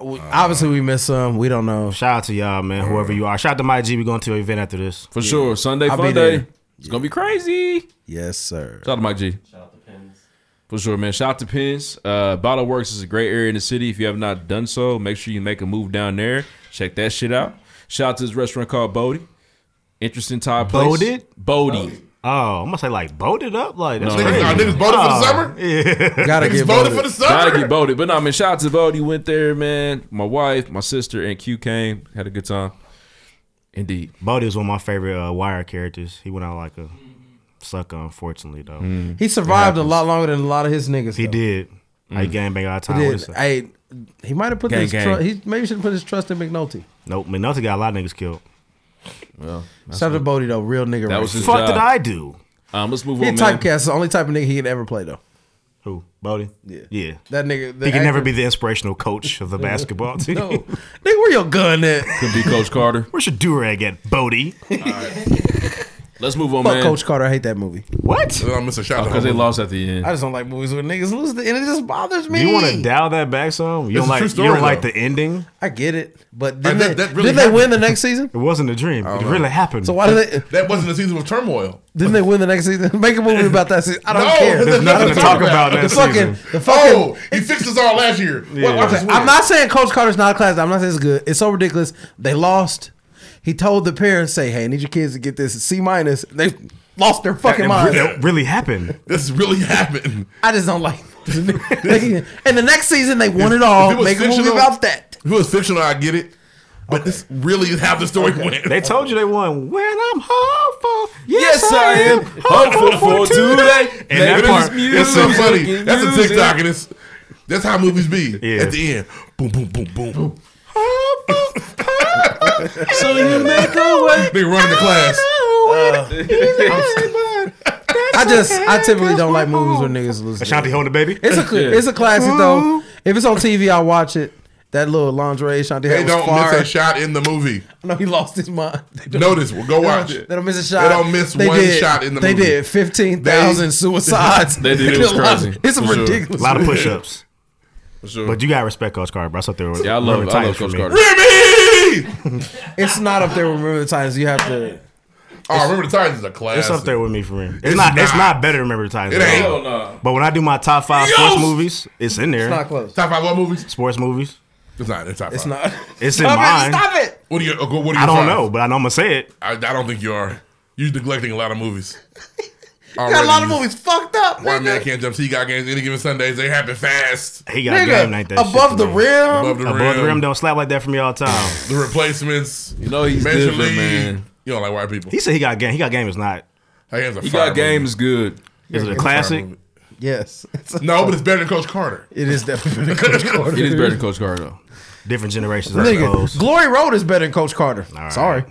D: Obviously, we missed some. We don't know.
E: Shout out to y'all, man. Whoever you are. Shout out to my G. We going to an event after this.
B: For sure. Sunday
E: I'll be
B: fun
E: there.
B: day. It's gonna be crazy.
D: Yes, sir.
B: Shout out to Mike G. Shout out to Pins. For sure, man. Shout out to Pins. Uh, Bottle Works is a great area in the city. If you have not done so, make sure you make a move down there. Check that shit out. Shout out to this restaurant called Bodie. Interesting Thai place.
E: Bodie?
B: Bodie.
E: Oh, I'm gonna say like boated up, like that's
B: No,
E: crazy.
B: no,
C: niggas boated for the
E: Oh,
C: summer?
E: Yeah,
D: Gotta Niggas get
C: voted voted. for the summer?
B: Gotta get voted. But no, I mean, shout out to Bodie. Went there, man. My wife, my sister, and Q came. Had a good time. Indeed.
E: Bodie was one of my favorite uh, Wire characters. He went out like a sucker, unfortunately though.
C: Mm,
D: He survived a lot longer than a lot of his niggas.
E: He
D: though.
E: did. I gang bang all the
D: He
E: time. What
D: did.
E: is that?
D: Hey, he might have put
E: Gang,
D: his
E: gang.
D: trust. He maybe should have put his trust in McNulty.
E: Nope, McNulty got a lot of niggas killed.
B: Well,
D: Shout out to Bodie though, real nigga.
E: That
D: right
E: was
D: there.
E: his Fuck job. did I do?
B: Um, let's move
D: He a
B: on, man.
D: typecast. The only type of nigga he could ever play though.
E: Who? Bodie?
D: Yeah.
E: Yeah.
D: That nigga- the
E: he can never
D: actor-
E: be the inspirational coach of the basketball team.
D: No. Nigga, where your gun at?
B: Could be Coach Carter.
E: Where's your durag at, Bodie?
B: Let's move on,
D: Fuck
B: man.
D: Coach Carter. I hate that movie.
E: What?
C: Oh, I'm missing shout out
B: Because they lost at the
D: I
B: end.
D: just don't like movies where niggas lose, the, and it just bothers me.
E: you want to dial that back some? You
D: It's
E: don't
D: a
E: like
D: true
E: you
D: story,
E: don't like
D: though.
E: the ending?
D: I get it, but
C: Like,
D: didn't
C: that-
D: they,
C: that really
D: did they win
C: happened.
D: the next season?
E: It wasn't a dream.
C: know.
E: It really happened.
D: So why did they?
C: That wasn't a season of turmoil.
D: Didn't they win the next season? Make a movie about that season. I don't
C: No,
D: care.
C: there's
D: I
C: nothing
D: don't
C: to
D: care.
C: talk about
D: the
C: next
D: fucking,
C: season.
D: the fucking.
C: Oh, he fixed us all last year. What-
D: Okay,
C: what's this
D: I'm
C: weird?
D: not saying Coach Carter's not a class. I'm not saying it's good. It's so ridiculous. They lost. He told the parents, "Say, hey, I need your kids to get this C minus." They lost their fucking
E: that,
D: minds.
E: that really happened.
C: This really happened.
D: I just don't like. and the next season, they won it all.
C: If it was
D: Make a movie
C: fictional-
D: about that.
C: If it was fictional, I get it. But this really is how the story went.
E: They told you they won. When I'm hopeful,
B: yes, I am hopeful for today.
C: And that part, it's so funny. That's a
B: music.
C: TikTok, and it's that's how movies be. At the end, boom, boom, boom, boom, boom.
B: so you make a way.
C: They running the class.
D: I just I typically don't like movies where niggas lose.
E: Ashanti holding the baby.
D: It's a
E: Yeah.
D: it's a classic though. If it's on TV, I watch it. That little lingerie Ashanti
C: They
D: had was
C: don't
D: fire.
C: miss a shot in the movie.
D: No, he lost his mind. They don't-
C: Notice, well, go
D: They
C: watch
D: don't-
C: it.
D: They don't miss a shot.
C: They don't miss
D: They
C: one
D: did-
C: shot in the
D: they
C: movie.
D: did fifteen thousand suicides.
B: They did. It was crazy.
D: It's a
B: For sure.
D: ridiculous.
E: A lot of
D: movie.
E: push ups. But you gotta respect Coach Carter, bro. That's up there.
B: Yeah, I love-
E: Remember
B: I love
E: Titans for
B: Coach
E: me.
B: Carter.
D: It's not up there. with Remember the Titans. You have to.
C: Oh, Remember the Titans is a classic.
E: It's up there with me for me. It's,
C: It's
E: not, It's
C: not.
E: not better than Remember the Titans.
C: It
E: at
C: ain't. Hell
E: all.
C: no.
E: But when I do my top five
C: Yo!
E: sports movies, it's in there.
D: It's not close.
C: Top five what movies?
E: sports movies.
C: It's not. It's top
D: It's
C: five.
D: not.
E: It's in
D: Okay,
E: mine.
D: Stop it.
C: What do you? What do you?
E: I don't know, but I know I'm gonna say it.
C: I, I don't think you are. You're neglecting a lot of movies.
D: You got a lot of movies fucked up,
C: One man
D: nigga.
C: can't jump. He got games any given Sundays. They happen fast.
E: He got game night
D: Nigga,
E: that
D: above
E: shit
D: the
E: to me.
D: rim.
C: Above the
E: Above the
C: rim.
E: rim don't slap like that for me all the time.
C: The replacements. You
B: know he's different, man.
C: You don't like white people.
E: he said he got game. He got game is not.
C: That game's a
B: He
C: fire
B: got games good.
E: Is it a
C: It's a
E: classic?
C: fire movie.
D: Yes. It's a-
C: Movie. No, but it's better than Coach Carter.
D: It is definitely better than Coach Carter.
B: It is better than Coach Carter, though.
E: Different generations, I
D: Nigga,
E: suppose.
D: Glory Road is better than Coach Carter. Sorry.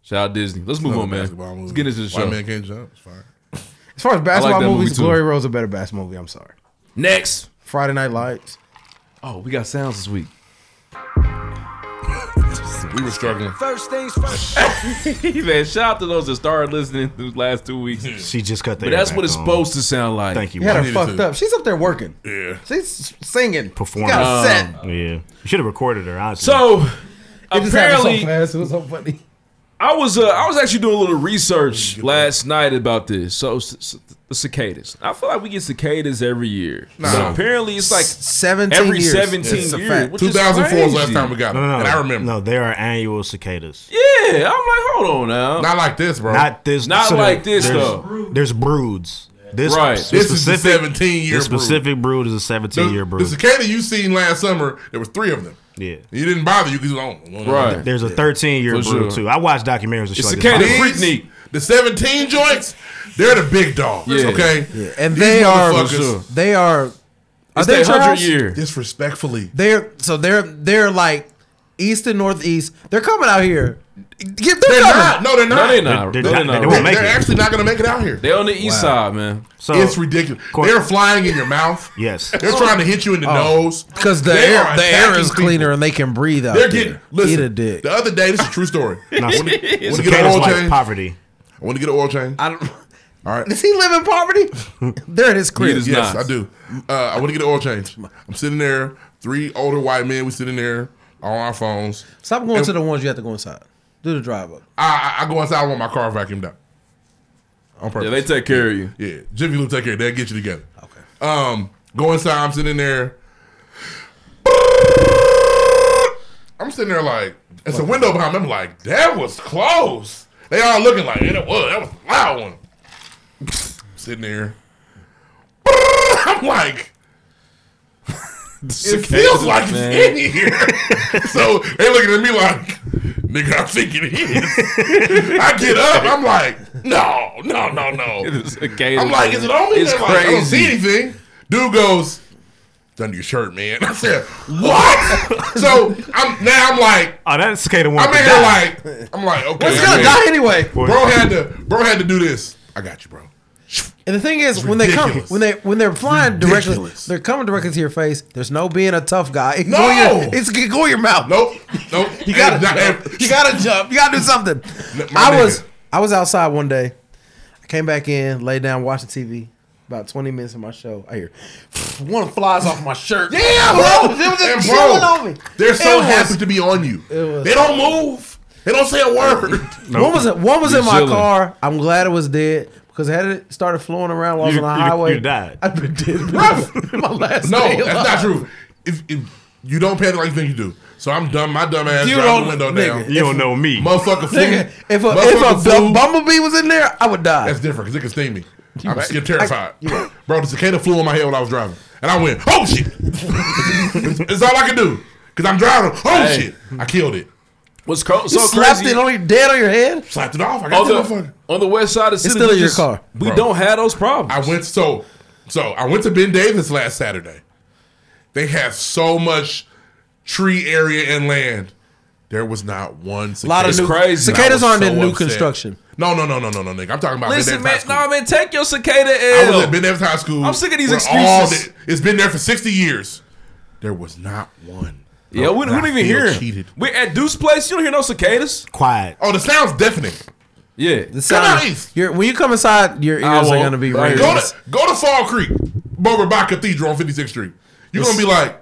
B: Shout out Disney. Let's move
C: Another
B: on, man.
C: basketball
B: Let's
C: movie.
B: get into the
C: White
B: show.
C: Man Can't Jump. It's fire.
D: As far as
B: I
D: basketball
B: like that
D: movies,
B: movie, too.
D: Glory Road's a better basketball movie. I'm sorry.
B: Next,
D: Friday Night Lights.
B: Oh, we got sounds this week.
C: we were struggling.
P: First things first.
B: man, shout out to those that started listening these last two weeks. She
E: just cut the
B: But
E: air
B: that's
E: back
B: what it's
E: on.
B: supposed to sound like.
E: Thank you.
D: You had
E: Wes.
D: her fucked up. She's up there working.
B: Yeah.
D: She's singing,
E: Performing.
D: She's got a set.
E: Um, yeah, you should have recorded her. Honestly.
B: So
D: It just happened
B: apparently,
D: so fast. It was so funny.
B: I was uh, I was actually doing a little research last night about this. So c- c- the cicadas. I feel like we get cicadas every year.
C: Nah.
B: But apparently, it's like
D: seventeen
B: every
E: years.
B: seventeen
E: It's a
B: years.
E: fact.
B: which is crazy.
E: and I remember. No, there are annual cicadas.
B: Yeah, I'm like, hold on now.
C: Not like this, bro.
E: Not this.
B: Not
E: so
B: like this
E: there's-
B: though.
E: There's broods. This
B: Right.
C: This is the 17 year
E: This
C: brood.
E: specific brood is a 17 year
C: The
E: brood.
C: cicada you seen last summer, there was three of them.
E: Yeah.
C: You didn't bother you because you don't.
E: There's a 13 year
C: For
E: brood
C: sure.
E: too. I watch documentaries and shit like
C: cicada
E: this.
C: freaknik. The 17 joints, they're the big dogs.
E: Yeah.
C: Okay?
E: Yeah.
D: and
C: These
D: they are
C: motherfuckers-
D: they are are
C: It's
D: they
C: their 100
D: trials?
C: year. Disrespectfully.
D: They're so they're they're like east and northeast. They're coming out here. Get they're,
C: They're
D: coming.
C: not. No, they're not.
B: No, they're not. They're,
E: not-
B: not.
E: they won't make
C: They're actually not going to make it out here.
B: They on the east side, man.
E: So
C: it's ridiculous. they're flying in your mouth.
E: Yes.
C: They're trying to hit you in
D: Oh.
C: the nose
D: because the
C: They
D: air
C: are
D: the air
C: attacking
D: is
C: people.
D: cleaner and they can breathe out.
C: They're
D: there.
C: getting listen.
D: Eat a dick.
C: The other day, this is a true story. I
E: No,
C: want to get
E: Cicadas
C: an oil
E: like
C: change. I
E: poverty.
C: want to get an oil change.
D: I don't.
C: All right.
D: Does he live in poverty? there it is, crib.
C: Yes, yes, I do. Uh, I want to get an oil change. I'm sitting there. Three older white men. We sitting there on our phones.
D: Stop going
C: And-
D: to the ones you have to go inside. Do the drive up.
C: I, I I go outside. I want my car vacuumed up. On purpose.
B: Yeah, they take care of you.
C: Yeah, Jiffy Lube take care. of it. They'll get you together. Okay. Um, go inside. I'm sitting there. I'm sitting there like it's a window behind me. I'm like that was close. They all looking like "Yeah, that was that was a loud one. sitting there. I'm like. It feels like it's in here. so they looking at me like, nigga, I think it is. I get up, I'm like, no, no, no, no. I'm like, is it on me?
B: It's
C: They're Like, I don't
B: crazy.
C: see anything. Dude goes, it's under your shirt, man. I said, what? so I'm now I'm like,
E: Oh, that's cicada one.
C: I'm in here like, I'm like, okay.
D: Well, it's
C: I'm
D: gonna
C: in.
D: die anyway.
C: Bro had to, bro had to do this. I got you, bro.
D: And the thing is, when they come,
C: ridiculous.
D: when they when they're flying
C: Ridiculous.
D: directly, they're coming directly to your face. There's no being a tough guy. It can
C: No!
D: go in your, it's it can go in your mouth.
C: Nope, nope.
D: You gotta
C: Ain't
D: jump. You gotta jump. You gotta do something.
C: My
D: I
C: nigga.
D: was I was outside one day. I came back in, laid down, watching TV. About 20 minutes of my show, I hear one flies off my shirt.
C: Yeah, bro.
D: It was
C: And
D: just
C: bro,
D: chilling on me.
C: They're so
D: It was-
C: happy to be on you.
D: was-
C: They don't move. They don't say a word.
D: One was one was
C: You're
D: in my
C: chilling.
D: car. I'm glad it was dead because had it started flowing around while I was
E: You-
D: on the
E: you-
D: highway,
E: you died.
D: I'd been dead. my last
C: no,
D: day
C: that's
D: alive.
C: not true. If, if you don't pay the like you think you do, so I'm dumb. My dumb ass
D: You
C: drive the
D: don't-
C: window
D: nigga,
C: down.
E: You don't know me.
C: Motherfucker, flew.
D: Nigga, if a,
C: Motherfucker
D: if a
C: flew.
D: bu- bumblebee was in there, I would die.
C: That's different because it can sting me. I'm
D: right.
C: scared, terrified.
D: I- you right.
C: Bro, the cicada flew on my head when I was driving, and I went, "Oh shit!" it's, it's all I can do because I'm driving. Oh
B: Hey.
C: shit! I killed it.
B: What's co-
D: You
B: so
D: slapped
B: crazy?
D: it on your dead on your head.
C: Slapped it off. I got
B: on
C: that
B: the,
C: motherfucker.
B: on the west side of the city,
D: still
B: we
D: in your
B: just-
D: car.
B: We
C: Bro.
B: don't have those problems.
C: I went so so I went to Ben Davis last Saturday. They have so much tree area and land. There was not one cicada.
D: Lot of new- It's crazy. cicadas
C: I was
D: aren't in new construction.
C: No, no, no, no, no, no, nigga. I'm talking about
B: Listen,
C: Ben
B: man,
C: Davis High
B: nah, man, take your cicada
C: School.
B: L.
C: I was at Ben Davis High School.
B: I'm sick of these
C: where all
B: excuses.
C: the- it's been there for 60 years. There was not one.
B: yeah, we, we
C: And I
B: don't even
C: feel
B: hear. 'em.
C: cheated.
B: We're at Deuce Place. You don't hear no cicadas.
E: Quiet.
C: Oh, the sound's deafening.
B: Yeah,
D: The
C: Come
D: sound.
C: on, East.
D: Your, when you come inside, your
B: I
D: ears are
B: won't.
D: gonna be
B: Like,
D: ringing.
C: Go to go to Fall Creek, over by Cathedral on 56th Street. You're gonna be like,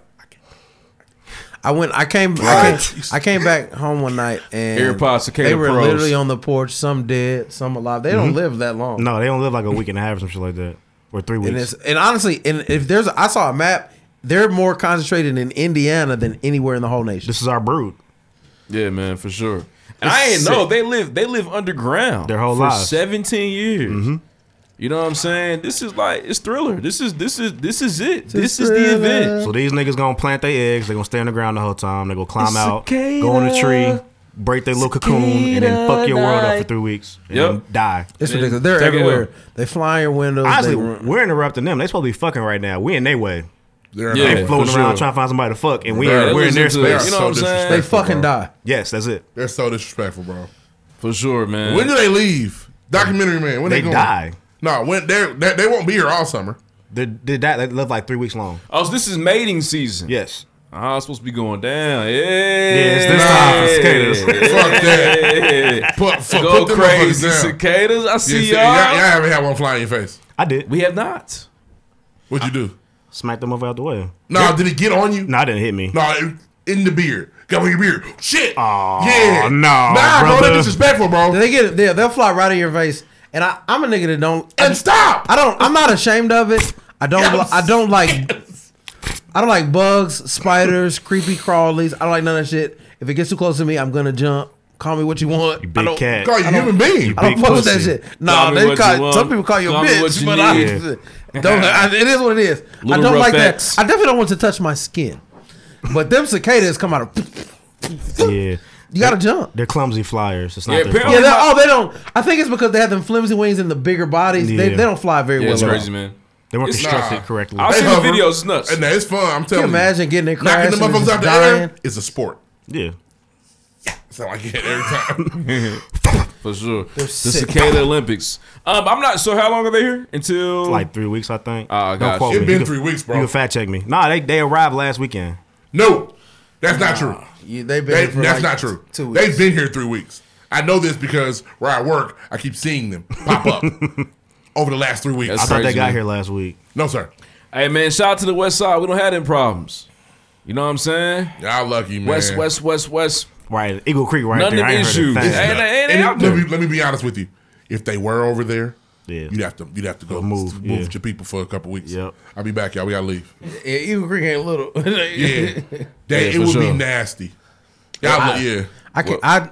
D: I went. I came. I came, I came back home one night and
B: AirPods cicada
D: they were
B: pros. Mm-hmm.
D: literally on the porch. Some dead, some alive. They don't
E: Mhm.
D: live that long.
E: No, they don't live like a week and a half or some shit like that, or three
D: And
E: weeks.
D: it's and honestly, and if there's, I saw a map. They're more concentrated in Indiana than anywhere in the whole nation.
E: This is our brood.
B: yeah, man, for sure. And
D: It's
B: I ain't
D: sick.
B: know they live. They live underground
E: Their whole
B: for
E: lives.
B: 17 years. You know what I'm saying? This is like it's thriller. This is this is this is it. This is the event.
E: So these niggas gonna plant their eggs. They gonna stay on the ground the whole time. They gonna climb
B: The
E: out, go in a tree, break their little cocoon, and then fuck your world up for three weeks. And
B: Yep.
E: then die.
D: It's ridiculous. They're
B: Check it
D: everywhere. They fly in your windows.
E: Honestly,
D: they run-
E: we're interrupting them. They supposed to be fucking right now. We in their way.
C: they're
E: They
C: not-
E: floating
B: for
E: around
B: sure.
E: trying to find somebody to fuck, and we
B: They're-
E: we're in their
B: listen to
E: space.
B: this. You know what I'm saying?
D: they fucking
C: bro.
D: die.
E: Yes, that's it.
C: They're so disrespectful, bro.
E: For
B: For sure, man.
C: When do they leave? Documentary man. When they,
E: They
C: going?
E: die.
C: No, when they, they they won't be here all summer.
E: They they, die, they live like three weeks long.
B: Oh, so this is mating season.
E: Yes.
B: Ah, it's supposed to be going down. Yeah.
E: it's this time for cicadas.
C: Fuck that. Put, fuck,
B: Go
C: put them
B: crazy,
C: motherfuckers down.
B: cicadas. I
C: Yeah,
B: see
C: see,
B: y'all.
C: y'all- y'all haven't had one fly in your face.
E: I did.
B: We have not.
C: What'd you do?
E: Smacked them over out the way.
C: No, did it get on you?
E: No, it didn't hit me.
C: No, it- in the beard. Got on your beard. Shit.
E: Oh,
C: yeah.
E: no,
C: Nah, bro,
E: brother.
C: that disrespectful, bro.
D: They get they, they'll fly right in your face, and I, I'm a nigga that don't
C: and stop.
D: I don't. I'm not ashamed of it. I don't. li- I don't like. I don't like bugs, spiders, creepy crawlies. I don't like none of that shit. If it gets too close to me, I'm gonna jump. Call me what you want.
E: big
D: I don't,
E: cat.
C: Call you
D: I
C: a
D: don't-
C: human being.
D: I don't
E: big
D: fuck with that
E: pussy.
D: shit.
B: Call
D: No,
B: me
D: they
B: what you
D: call
B: want.
D: some people call you a
B: Call me what
D: bitch,
B: you
D: but
B: need.
D: I don't. I, it is what it is. I
B: Little
D: don't like that.
B: rough-ex.
D: I definitely don't want to touch my skin. But them cicadas come out of.
E: Yeah.
D: You gotta jump.
E: They're clumsy flyers. It's not
B: Yeah,
E: their
B: apparently-
E: fault.
D: Yeah, they, oh, they don't. I think it's because they have them flimsy wings and the bigger bodies. They,
E: Yeah.
D: they don't fly very
B: Yeah,
D: well.
B: it's
D: at all.
B: crazy, man.
E: They weren't
B: It's-
E: constructed
C: nah.
E: correctly.
B: I've
C: They
B: seen
C: hover.
B: the videos. It's nuts.
C: And that it's fun. I'm
D: Can you
C: telling
D: imagine getting in crash
C: Knocking
D: and
C: the motherfuckers
D: it's just
C: out the
D: dying?
C: air is a sport.
E: yeah.
C: Sound like it every time.
B: For sure. the
D: sick.
B: Cicada Olympics. Um, I'm not. So how long are they here until?
E: Like three weeks, I think.
B: Ah,
E: Don't
B: gotcha.
E: quote
B: It
E: me.
C: been
E: You can-
C: three weeks, bro.
E: You can fact check me. Nah, they they arrived last weekend.
C: no, that's not true.
D: Yeah, they've been
C: They,
D: here for
C: that's
D: like
C: not true.
D: Two weeks.
C: They've been here three weeks. I know this because where I work, I keep seeing them pop up over the last three weeks.
E: I
B: That's-
E: thought they
B: Crazy,
E: got
B: man.
E: here last week.
C: No, sir.
B: hey man, shout out to the West Side. We don't have them problems. You know what I'm saying?
C: Y'all lucky, man.
B: West, West, West, West.
E: Right, Eagle Creek, right
B: None
E: there.
B: of
E: I
B: the
E: ain't
B: issues.
E: Heard a thing.
B: Ain't- ain't- ain't
C: And
B: out
C: it- let,
B: there.
C: me, let me be honest with you. If they were over there,
E: Yeah.
C: you'd have to you'd have to go
E: Move,
C: move, move
E: yeah.
C: your people for a couple weeks.
E: Yep.
C: I'll be back, y'all. We gotta leave.
D: Yeah, Eagle Creek ain't little.
C: Yeah,
B: Yeah,
C: they, it
B: for
C: would
B: sure.
C: be nasty. Y'all,
D: I-
C: yeah.
D: I can I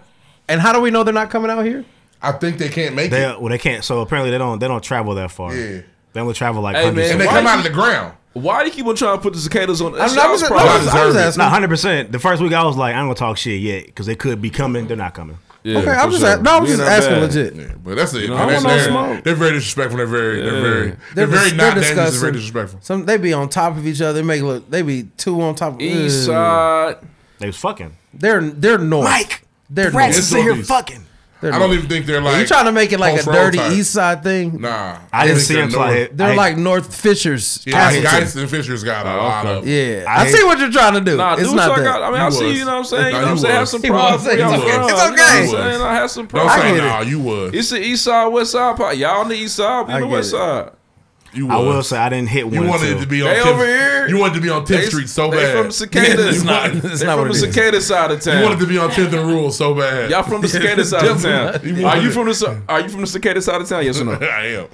D: and how do we know they're not coming out here?
C: I think they can't make
E: They
C: it,
E: well, they can't. So apparently they don't they don't travel that far.
C: Yeah.
E: They only travel like
B: Hey,
E: hundreds.
B: man,
C: and they
E: of-
B: why
C: come
B: you-
C: out of the ground.
B: Why do you keep on trying to put the cicadas on? That's
D: I'm not-
B: y'all's
D: I'm
B: problem.
D: not- I was
C: Deserve it.
D: asking.
E: Not hundred percent. The first week I was like, I'm gonna talk shit yet because they could be coming. They're not coming.
B: Yeah,
D: okay,
B: for
D: I'm just
B: sure.
D: a- no, I'm
B: We
D: just
B: not
D: asking
B: bad.
D: legit.
C: Yeah, but that's it.
B: know,
C: man.
B: I want
C: That's-
B: no
C: they're,
B: smoke.
C: they're very disrespectful. They're very,
B: Yeah.
C: they're very, they're,
D: dis-
C: very not
D: they're
C: dangerous. They're very
D: discussing-
C: disrespectful.
D: Some they be on top of each other. Make look they be two on top. of
B: East
D: Ugh.
B: Side.
E: They was fucking.
D: They're they're north.
Q: Mike,
D: they're
Q: Rats
D: north.
Q: is in here
C: Northeast.
Q: fucking.
D: They're
C: I don't
D: north.
C: even think they're like.
D: you trying to make it like a
C: post-roll
D: dirty
C: type.
D: East Side thing?
C: Nah,
E: I didn't
C: think
E: see
C: they're
E: him fly
C: north.
E: it.
D: They're
E: I-
D: like North Fishers.
C: Yeah,
D: Castleton.
C: Geist and Fisher's got
E: Oh,
C: a lot
B: okay.
C: of.
D: Yeah,
E: I
D: I,
E: hate-
D: see what you're trying to do.
B: Nah,
D: it's
B: dudes,
D: not
B: I
D: that.
B: got. I mean, I
C: You
B: see.
C: was.
B: You know what I'm saying. You
C: Nah,
B: know what I'm
C: you
B: saying. I have
C: was.
B: some
D: He was.
B: problems.
D: He
B: Yeah, I'm
D: was.
B: from.
D: It's
B: You know what I'm
D: okay.
B: saying? I have some
C: Don't
B: problems.
C: say
D: get
C: nah. You was.
B: It's the East Side, West Side. Part. Y'all on the East Side. We
D: I
B: on the
D: get
B: West
D: it.
B: Side.
C: You
E: I
C: was.
E: will say I didn't hit
C: You
E: one.
C: wanted
E: until-
C: it to be on.
B: They
C: 10th
B: over here.
C: You wanted to be on
B: They-
C: Tenth Street so
B: They
C: bad.
B: from Cicada. They
C: You wanted-
D: not
B: from
D: what
B: the
D: it is.
B: Cicada side of
C: You
B: town.
C: wanted to be on Tenth and Rule so bad.
B: Y'all from the Cicada side of town. Are
C: You wanted
B: you
C: it.
B: from the ci- Are you from the Cicada side of town? Yes or no?
C: I am.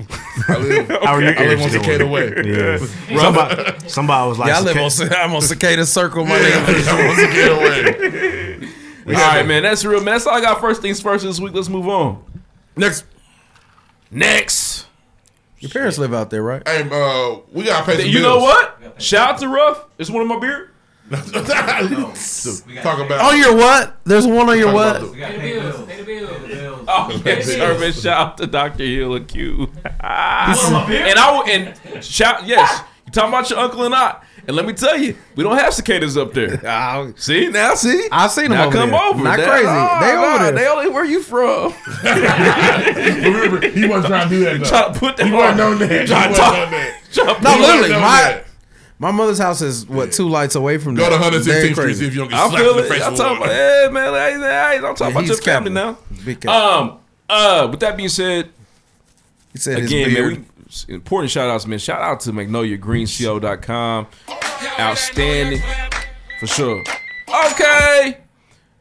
C: I live,
E: How are your
C: I live
E: ears
C: on
E: doing?
C: Cicada Way.
E: Yeah. somebody, somebody was like,
D: Yeah, I live
E: "Okay,
D: on. I'm on Cicada Circle, my nigga.
C: I'm on Cicada Way.
B: All right, man. That's real, man. That's all I got. First things first this week. Let's move on.
C: Next,
B: Next.
D: Your parents live out there, right?
C: hey, uh, we gotta pay. Some
B: You know
C: bills.
B: what? Shout out to Ruff. It's one of my beer.
C: Talk about.
D: Oh, your what? There's one on your
C: talk
D: what?
C: about the-
R: Pay the bills. Pay the bills.
B: Oh, man, service. Shout out to Dr. Hill and Q. and I will, and shout, yes. You talking about your uncle and I. And let me tell you, we don't have cicadas up there.
D: I,
B: See, now see?
D: I've seen them
B: Now
D: over
B: come
D: there.
B: over.
D: Not
B: That-
D: crazy.
B: nah,
D: they over
B: nah,
D: there.
B: They only where you from.
C: Remember, he wasn't trying to do that.
B: Try
C: Though.
B: to put
C: He
B: them
C: wasn't
B: on.
C: on that. He wasn't
B: Try
C: on
B: to talk.
C: that.
B: Try to
D: No,
B: put-
C: He wasn't
D: literally,
C: on
D: my
C: that.
D: my mother's house is what two lights away from
C: Go to
D: that.
C: 116th
D: They're
C: Street
D: crazy.
C: see if you don't get
B: I
C: slapped in
B: feel
C: the
B: it.
C: face.
B: I'm
C: with a
B: talking about,
C: wand.
B: hey, man, hey, hey, I'm talking about
D: he's
B: your family
D: capping.
B: now.
D: Big cap.
B: Um, uh, with that being said,
D: He said his
B: again,
D: beard.
B: man, we, important shout outs, man. Shout out to magnoliagreenshow.com. Outstanding. For sure. Okay.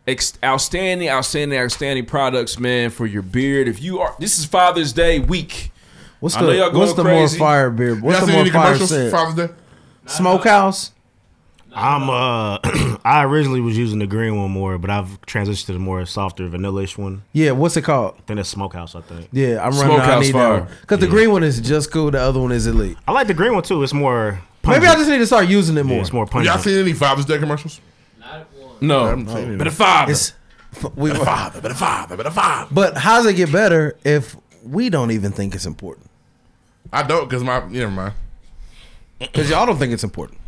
B: Ex- outstanding, outstanding, outstanding products, man, for your beard. If you are, this is Father's Day week.
D: what's
B: I know
D: the
B: y'all
D: what's
B: going
D: the more
B: crazy.
D: fire beer? What's
C: Y'all
D: the
C: seen
D: more
C: any
D: fire
C: commercials for
D: scent?
C: Father's Day?
D: Smokehouse.
E: I'm uh, I originally was using the green one more, but I've transitioned to the more softer vanilla-ish one.
D: Yeah, what's it called?
E: I think that's Smokehouse. I think.
D: Yeah, I'm running. out. I
B: Smokehouse
D: need
B: fire.
D: that one because the green one is just cool. The other one is elite.
E: I like the green one too. It's more. Pungent.
D: Maybe I just need to start using it
E: Yeah,
D: more.
E: it's more
C: Y'all
E: pungent.
C: seen any Father's Day commercials?
B: No, but a father.
D: It's- we-
C: Father, but a father, but a father.
D: but how does it get better if we don't even think it's important?
C: I don't because my never mind.
D: Because y'all don't think it's important.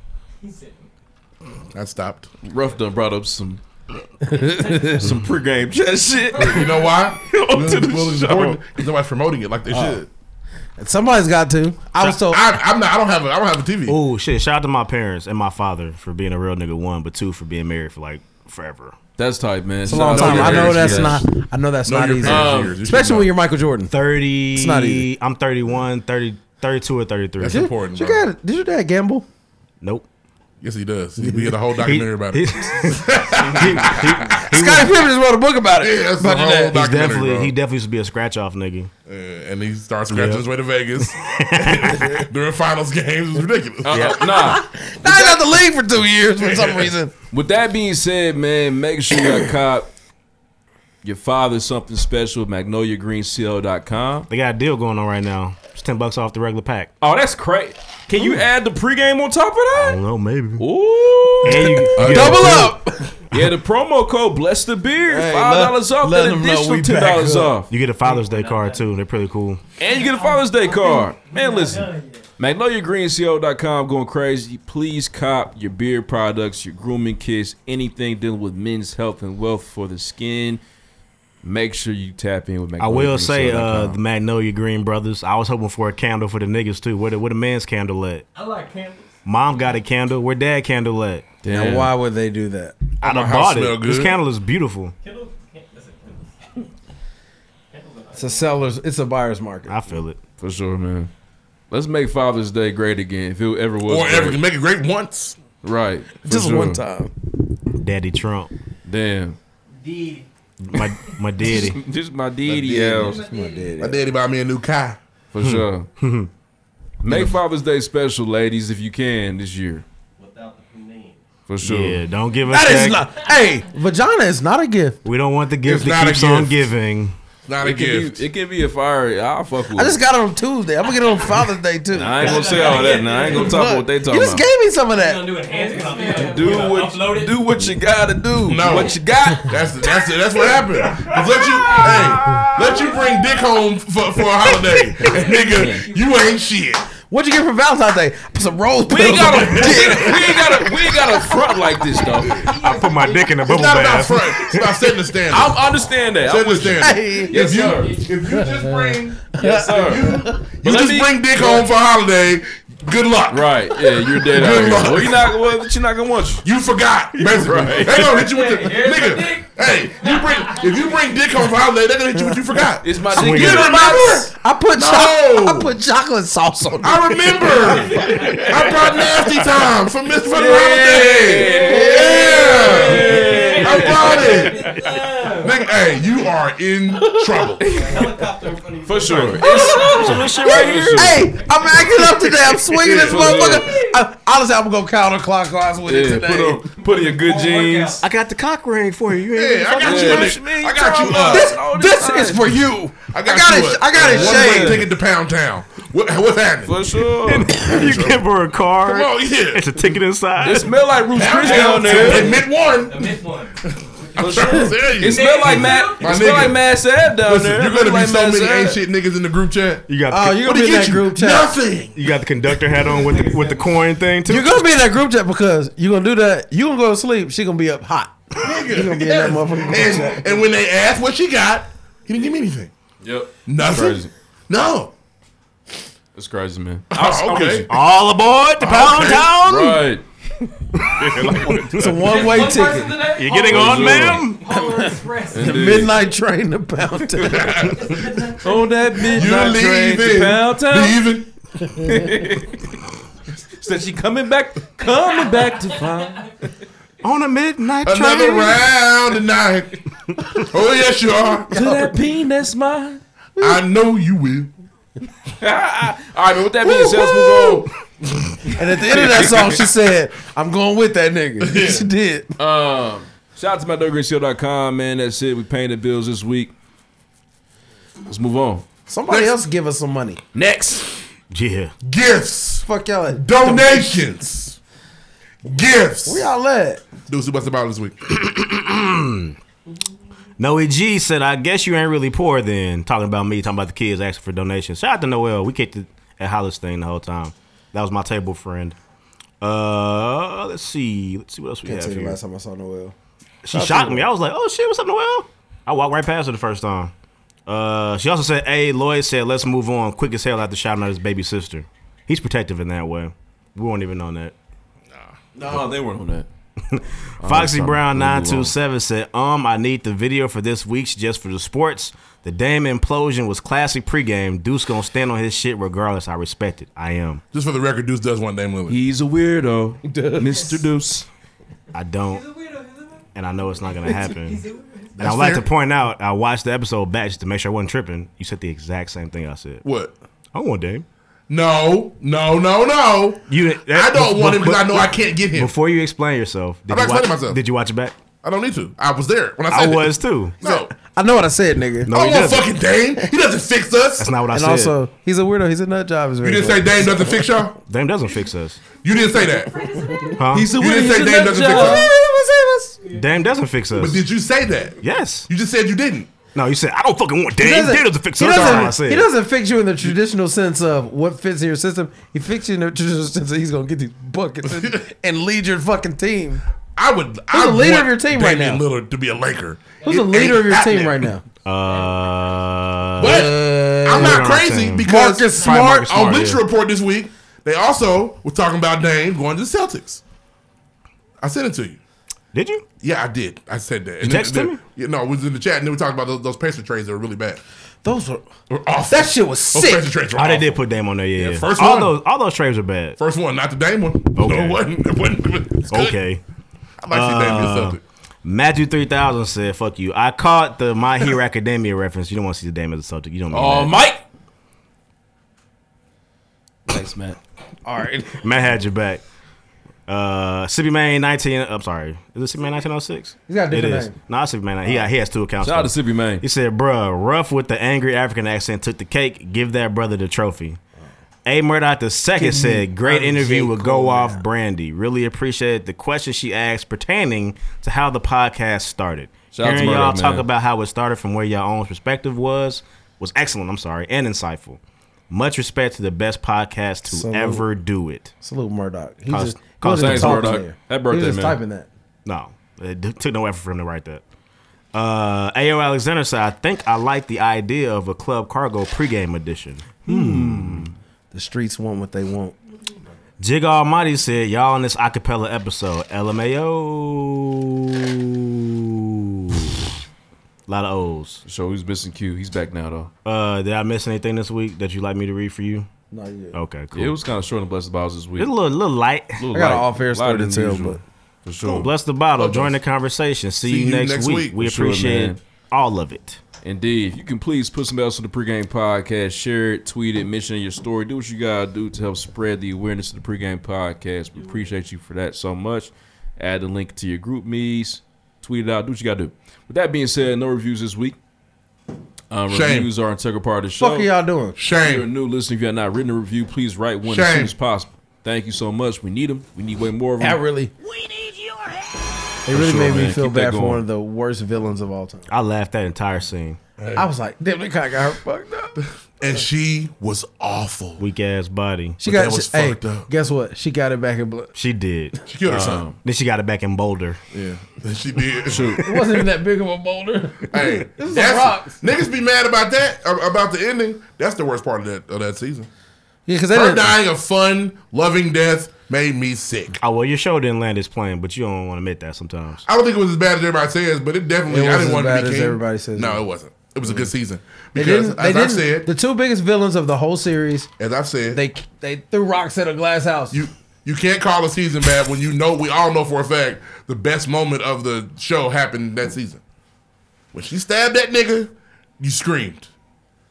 C: I stopped.
B: Ruff done brought up some
C: Some
S: pregame chess shit.
C: You know why?
S: On to the
C: Willie's
S: show.
C: important because nobody's promoting it like they
D: Oh.
C: should.
D: Somebody's got to. I was told.
C: I, I'm not. I don't have. A, I don't have a TV.
E: Oh shit! Shout out to my parents and my father for being a real nigga. One, but two for being married for like forever.
B: That's tight, man.
D: It's a long time. I know that's not. I know that's not easy.
B: Um,
D: Especially when you're Michael Jordan.
E: Thirty.
D: It's not easy.
E: I'm 31, 30, 32 or thirty three.
D: Did- Did your, dad, did your dad gamble?
E: Nope.
C: Yes, he does. He- We had a whole documentary about it.
D: Scottie Pippen just wrote a book about it.
C: Yeah, that's
D: About
C: a
D: your
C: whole
D: dad.
C: documentary,
E: definitely
C: bro.
E: he definitely used to be a scratch off nigga.
C: Uh, and he starts scratching
E: Yep.
C: his way to Vegas during finals games. It was ridiculous.
B: Uh, nah.
D: Now I got the league for two years for some reason.
B: With that being said, man, make sure you got cop your father something special at magnoliagreencl.com.
E: They got a deal going on right now. It's ten bucks off the regular pack.
B: Oh, that's crazy. Can you add the pregame on top of that?
E: I don't know, maybe.
B: Ooh.
E: And you, you get a
B: Double
E: free-
B: up. yeah, the promo code bless the beard.
E: Hey,
B: Five
E: let-
B: dollars off,
E: let
B: an
E: them know
B: additional
E: we
B: ten
E: back
B: dollars
E: up.
B: off.
E: You get a Father's Day card too. They're pretty cool.
B: And you get a Father's Day card. Man, listen. MagnoliaGreenCO.com going crazy. Please cop your beard products, your grooming kits, anything dealing with men's health and wealth for the skin. Make sure you tap in with
E: I will say,
B: MagnoliaGreenCL.com.
E: uh, the Magnolia Green Brothers. I was hoping for a candle for the niggas too. Where the, where the man's candle at?
T: I like candles.
E: Mom got a candle. Where dad candle at?
D: Now, why would they do that?
E: I
D: My
E: done
D: house
E: bought it.
D: smell
E: This
D: good.
E: candle is beautiful.
T: Candles? can- That's a
D: It's a seller's. It's a buyer's market.
E: I feel it
B: for sure, man. Let's make Father's Day great again, if it ever was.
C: Or ever
B: great.
C: can make it great once.
B: Right. for
E: Just
B: sure.
E: one time. Daddy Trump.
B: Damn.
T: Deed.
E: My my daddy.
B: Just, just my deity, L's.
C: My daddy. My daddy bought me a new car.
B: For
D: Hmm.
B: sure. Make Father's Day special, ladies, if you can this year. For sure.
E: Yeah, don't give us
D: That is
E: that.
D: not. Hey, vagina is not a gift.
E: we don't want the gift
D: It's
E: that
D: not a
E: keeps on
D: gift.
E: giving.
C: Not
B: it Can be, it can be a fire. I'll fuck with.
D: I just
B: it.
D: got it on Tuesday. I'm gonna get it on Father's Day too.
B: Nah, I ain't gonna say all that. Nah, I ain't gonna talk about what they talking
D: You just
B: about.
D: gave me some of that.
B: do what do what you gotta do.
C: No.
B: What you got?
C: That's that's that's what happened. 'Cause Let you hey, let you bring dick home for, for a holiday, And nigga. You ain't shit.
D: What'd you get for Valentine's Day? Some rose
B: We ain't gotta we ain't gotta we ain't gotta front like this though.
E: I put my dick in a
C: It's
E: bubble
C: not about
E: bath.
C: front. It's about setting the standard.
B: I understand that.
C: Setting
B: I'm
C: the
B: with you.
C: standard.
B: Yes,
C: if you
B: sir.
C: if you just bring
B: Yes, sir.
C: you just bring dick home for a holiday, good luck.
B: Right. Yeah, you're dead out
C: Good
B: here.
C: luck.
B: Well, you're not well, you're not gonna want
C: You forgot, basically.
B: Right.
C: They gonna hit you with the nigga. Hey, you bring if you bring dick home for holiday, they gonna hit you with you forgot.
B: It's my
C: You
B: dick in the
C: remember?
B: box.
D: I put
C: No.
D: chocolate. I put chocolate sauce on. it.
C: I remember. I brought nasty time for Mr. for the holiday. Yeah. I brought it. Nigga, hey, you are in trouble.
B: For sure. It's, so this shit right here.
D: Hey, I'm acting up today. I'm swinging this
B: Yeah,
D: motherfucker. I, honestly, I'm gonna go counterclockwise with it
B: Yeah,
D: today.
B: put on put on your good jeans.
E: I got the cock ring for you. You
C: Yeah, I got you. in it. I got you up.
D: This, this is for you.
C: I got,
D: I got
C: you
D: it-
C: up.
D: I got it
C: One way
D: shaved.
C: ticket to Pound Town. What, what's happening?
B: For sure.
E: you give her a card.
C: Come on, yeah.
E: It's a ticket inside.
B: It smell like Ruth's
C: Pound
B: Chris down
C: Town
B: there.
C: Admit one.
T: This one.
C: I'm trying to tell you.
B: It smell like Matt.
C: My
B: It smell
C: nigga.
B: like Matt Sab down
C: Listen,
B: there.
C: you're
B: It
C: gonna
B: look
C: be
B: like
C: so
B: Matt
C: many
B: Sab.
C: ain't shit niggas in the group chat.
E: You got
D: Oh,
E: the,
D: you're
C: What
D: gonna
C: did
D: be in that
C: you?
D: group chat.
C: Nothing.
E: you got the conductor hat on with the, with the coin thing too.
D: You're gonna be in that group chat because you're gonna do that. You gonna go to sleep. She gonna be up hot. You gonna be in that motherfucking group chat.
C: And, and when they asked what she got, he didn't give me anything.
B: Yep.
C: Nothing.
B: Crazy.
C: No.
B: That's crazy, man.
C: Oh, okay.
E: All aboard the pound
C: Okay.
E: town.
B: Right.
D: It's a one-way ticket.
E: You're getting on, ma'am.
T: Polar Express.
D: The
B: Indeed.
D: midnight train to pound town.
B: On that
C: You
B: midnight train to Pound Town.
C: leaving. Leaving.
B: Said she coming back, coming back to find.
E: On a midnight
C: Another
E: train.
C: round tonight. oh, yes, you are.
B: To that penis, mine.
C: I know you will.
B: All right, man. With that being said, let's move on.
D: And at the end of that song, she said, "I'm going with that nigga." She did.
B: Um, shout out to MyDogGreenShield.com, man. That's it. We paying the bills this week. Let's move on.
D: Somebody else give us some money.
B: Next.
E: Yeah.
C: Gifts.
D: Fuck y'all. at-
C: Donations. Gifts.
D: Where y'all at?
C: Dudes, what's the bottom this week?
E: Noe G said, I guess you ain't really poor then. Talking about me, talking about the kids asking for donations. Shout out to Noel. We kicked it at Hollis thing the whole time. That was my table friend. Uh, let's see. Let's see what else we
D: Can't
E: have
D: tell you the
E: here.
D: last time I saw Noel.
E: she shocked me. I was like, oh shit, what's up, Noel? I walked right past her the first time. Uh, she also said, hey, Lloyd said, let's move on quick as hell after shouting at his baby sister. He's protective in that way. We weren't even on that.
B: No, they weren't on that.
E: Foxy Brown nine
B: Alright,
E: two seven said, "Um, I need the video for this week's just for the sports. The Dame implosion was classic pregame. Deuce gonna stand on his shit regardless. I respect it. I am.
C: Just for the record, Deuce does want Dame Lillard.
E: He's a weirdo, Mr. Deuce. I don't, and I know it's not gonna happen. And I'd
C: That's
E: like to
C: fair.
E: point out, I watched the episode back just to make sure I wasn't tripping. You said the exact same thing I said.
C: What?
E: I want Dame.
C: No, no, no, no.
E: You,
C: I don't want him because I know I can't get him.
E: Before you explain yourself, did
C: I'm
E: you
C: not explaining
E: watch-
C: myself.
E: Did you watch it back?
C: I don't need to. I was there when I
E: I
C: said it.
E: was too.
C: No,
D: I know what I said, nigga.
E: No,
C: I
E: he
C: don't want
E: doesn't.
C: fucking Dame. He doesn't fix us.
E: That's not what I
D: and
E: said.
D: also, he's a weirdo. He's a nut job.
C: You didn't say Dame doesn't fix y'all.
E: Dame doesn't fix us.
C: You didn't say that.
E: Huh?
C: He's a You didn't weirdo, say he's a Dame nut doesn't fix job. us.
E: Dame doesn't fix us.
C: But did you say that?
E: Yes.
C: You just said you didn't.
E: No, you said I don't fucking want
D: He
E: Dame.
D: doesn't,
E: Dame doesn't fix
D: he
E: us. That's all I
D: doesn't,
E: said.
D: he doesn't fix you in the traditional sense of what fits in your system. He fixes you in the traditional sense that he's going to get these buckets and, and lead your fucking team.
C: I would.
D: Who's
C: I
D: the leader
C: want
D: of your team right
C: Damian
D: now?
C: Lillard to be a Laker.
D: Who's
C: It
D: the leader
C: ain't
D: of your team
C: happening.
D: right now?
E: Uh,
C: But I'm not crazy because
D: Marcus
C: Smart,
D: Smart.
C: on
D: Marcus
C: Bleacher
D: Smart, yeah.
C: Report this week, they also were talking about Dame going to the Celtics. I sent it to you.
E: Did you?
C: Yeah, I did. I said that.
D: You
C: then-
D: texted
C: then-
D: me?
C: Yeah, no, it was in the chat, and then we talked about those, those Pacer trades that were really bad.
D: Those were,
C: awful.
D: That shit was
C: Those
D: sick.
C: Pacer trades were
E: oh, they
C: awful.
E: did put Dame on there. Yeah,
C: Yeah, first
E: all
C: one.
E: those all those trades are bad.
C: First one, not the Dame one. No,
E: Okay.
C: it wasn't. It wasn't. It was good.
E: Okay.
C: I might see Dame
E: Uh,
C: get something.
E: Matthew three thousand said, "Fuck you." I caught the My Hero Academia reference. You don't want to see the Dame as a Celtic. You don't.
D: Uh,
E: Mean
B: Oh,
E: that.
B: Mike.
E: Thanks, Matt.
D: All right.
E: Matt had your back. Uh, Sippy Man nineteen. I'm sorry. Is it Sippy Man nineteen oh six?
D: He's got a different
E: It is.
D: name.
E: Nah, it's Sippy Man. He got, he has two accounts.
B: Shout out
E: though.
B: to Sippy Man.
E: He said, "Bruh, rough with the angry African accent took the cake. Give that brother the trophy." A Murdoch the second
B: Give me
E: said, "Great
B: J.
E: interview with Go
B: Cole
E: Off Brandy. Really appreciated the question she asked pertaining to how the podcast started.
B: Shout out to
E: Hearing y'all
B: Murdoch,
E: talk
B: man.
E: about how it started from where your own perspective was was excellent. I'm sorry, and insightful. Much respect to the best podcast to
D: Salute.
E: ever do it.
D: Salute Murdoch. He
E: Const-
D: just, he wasn't
E: Constance
D: talking
E: Murdoch.
D: there.
E: That birthday,
D: he was just
E: man.
D: typing that.
E: No, it d- took no effort for him to write that. Uh, A.O. Alexander said, I think I like the idea of a Club Cargo pregame edition.
D: Hmm. The streets want what they want.
E: Jig Almighty said, Y'all on this acapella episode. LMAO. A lot of O's.
B: So he's missing Q. He's back now though.
E: Uh, did I miss anything this week that you'd like me to read for you?
D: Not yet.
E: Okay, cool.
B: Yeah, it was kind of short and blessed about this week.
E: It's a little, little light.
B: Little I got an light. off-air Lighter story to than tell, usual. but- For sure.
E: Bless the bottle. Join the conversation. See, you next, week. We
B: For sure,
E: appreciate
B: man.
E: all of it.
B: Indeed. If you can please put some else on the pregame podcast, share it, tweet it, mention your story. Do what you gotta do to help spread the awareness of the pregame podcast. We appreciate you for that so much. Add the link to your group me's, tweet it out, do what you gotta do. With that being said, no reviews this week. Um,
C: Shame.
B: reviews are an integral part of the show.
D: Fuck are y'all doing?
B: If
C: Shame.
B: you're a new listener, if you have not written a review, please write one as
C: Shame.
B: soon as possible. Thank you so much. We need them. We need way more of them.
D: I really. It
B: Hmm. For
D: really
B: sure,
D: made me
B: man.
D: feel
B: Keep that
D: bad for
B: going.
D: one of the worst villains of all time.
E: I laughed that entire scene.
D: I was like, damn, they kind of got her fucked up.
C: And she was awful.
E: Weak ass body.
D: She got hey, Guess what? She got it back in blood.
E: She did.
C: She killed herself.
E: Then she got it back in Boulder.
C: Yeah, she did. Shoot.
D: It wasn't even that big of a boulder.
C: Hey,
D: this is a
C: that's-
D: rock.
C: Niggas be mad about that ab- about the ending. That's the worst part of that of that season.
D: Yeah, 'cause they
C: her
D: didn't-
C: dying a fun, loving death made me sick.
E: Oh well, your show didn't land its plane, but you don't want to admit that sometimes.
C: I don't think it was as bad as everybody says, but it definitely.
D: It
C: I
D: wasn't
C: didn't want
D: as
C: to
D: bad
C: be
D: as
C: king.
D: everybody says
C: No,
D: it.
C: it wasn't. It was a good season
D: They
C: because,
D: didn't-
C: as
D: they
C: I
D: didn't-
C: said,
D: the two biggest villains of the whole series.
C: As I've said,
D: they they threw rocks at a glass house.
C: You you can't call a season bad when you know we all know for a fact the best moment of the show happened that season. When she stabbed that nigga, you screamed.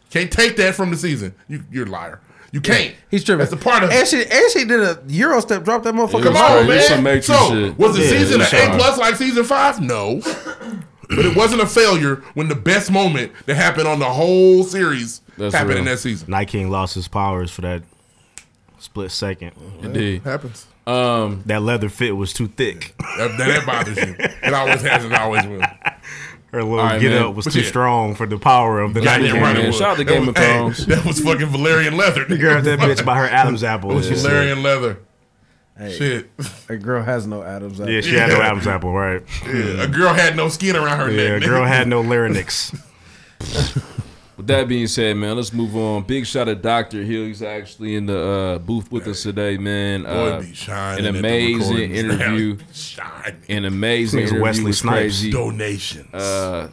C: Can't take that from the season. You you're a liar. You can't.
D: He's tripping.
C: That's a part of
D: and she and she did a euro step, drop that motherfucker.
C: Come on, man. So, was the
D: Yeah,
C: season an
D: it's
C: A
D: hard.
C: plus like season five? No, but it wasn't a failure when the best moment that happened on the whole series happened in that season.
E: Night King lost his powers for that split second.
C: Indeed. Happens.
E: Um, that leather fit was too thick.
C: That, that bothers you. It always has and always will.
E: Her little
C: All right,
E: get
C: man.
E: up was
C: But
E: too
C: yeah.
E: strong for the power of the Night
C: Goddamn
E: King.
C: right it was. That was- hey, That was fucking Valerian leather.
E: You grabbed that bitch by her Adam's apple.
C: It was
E: Yeah.
C: Valerian leather.
D: Hey,
C: Shit.
D: A girl has no Adam's apple.
E: Yeah, she had no Adam's apple, right?
C: Yeah, a girl had no skin around her
E: Yeah,
C: neck.
E: a girl had no larynx.
B: With that being said, man, let's move on. Big shout out to Dr. Hill. He's actually in the uh, booth with us today, man. Uh,
C: be shining
B: an
C: at the
B: amazing
C: recordings now.
B: interview.
C: Shining.
B: An amazing
E: Nigga's
B: interview.
E: Wesley
B: Wesley
E: Snipes.
B: Snipes.
C: Donations.
B: Uh,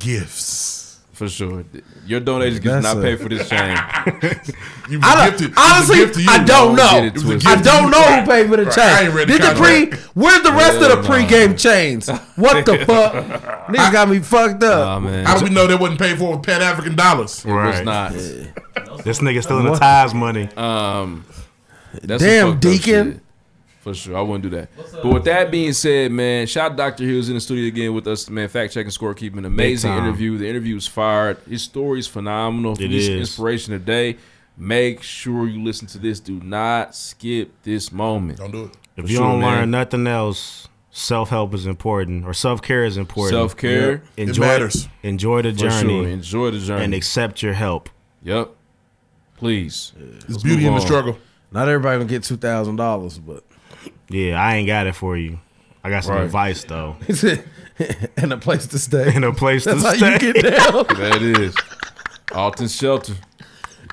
C: Gifts.
B: For sure. Your donations gets not
C: That's a-
B: paid for this shame.
C: You
D: I don't-
C: gifted- it was a
D: honestly,
C: gift to you,
D: I
B: bro.
D: don't know.
B: Get it It was a twisted.
D: I
B: gift to
D: don't
B: you.
D: know
B: Right,
D: who paid for the
B: right. I
D: chain.
B: ain't read the
D: Did the pre?
B: contract.
D: Where's the rest
B: Hell
D: of the pregame chains? What the fuck? Niggas got me fucked up.
C: How do we know they wasn't paid for with Pan African dollars?
E: Right.
B: not.
E: This nigga stealing the ties money.
B: Um, that's
E: Damn,
B: some fucked up
E: Deacon.
B: shit. For sure, I wouldn't do that. But with that being said, man, shout out Dr. Hill's in the studio again with us, man. Fact checking, scorekeeping, an amazing
E: time.
B: interview. The interview was fired. His story is phenomenal. If
E: It
B: you need some
E: is.
B: inspiration today. Make sure you listen to this. Do not skip this moment.
C: Don't do it.
E: If you don't learn nothing else, self help is important or self care is important.
B: Self-care.
E: Yep.
B: It
E: Enjoy,
B: matters.
E: Enjoy the
B: For sure.
E: journey.
B: Enjoy the journey.
E: and accept your help.
B: Yep. Please.
C: It's beauty in the struggle.
D: Not everybody gonna get two thousand dollars, but
E: yeah, I ain't got it for you. I got some
D: Right.
E: advice though.
D: and a place to stay.
E: And a place to
D: That's how
E: stay.
D: You get down.
B: that is. Alton Shelter.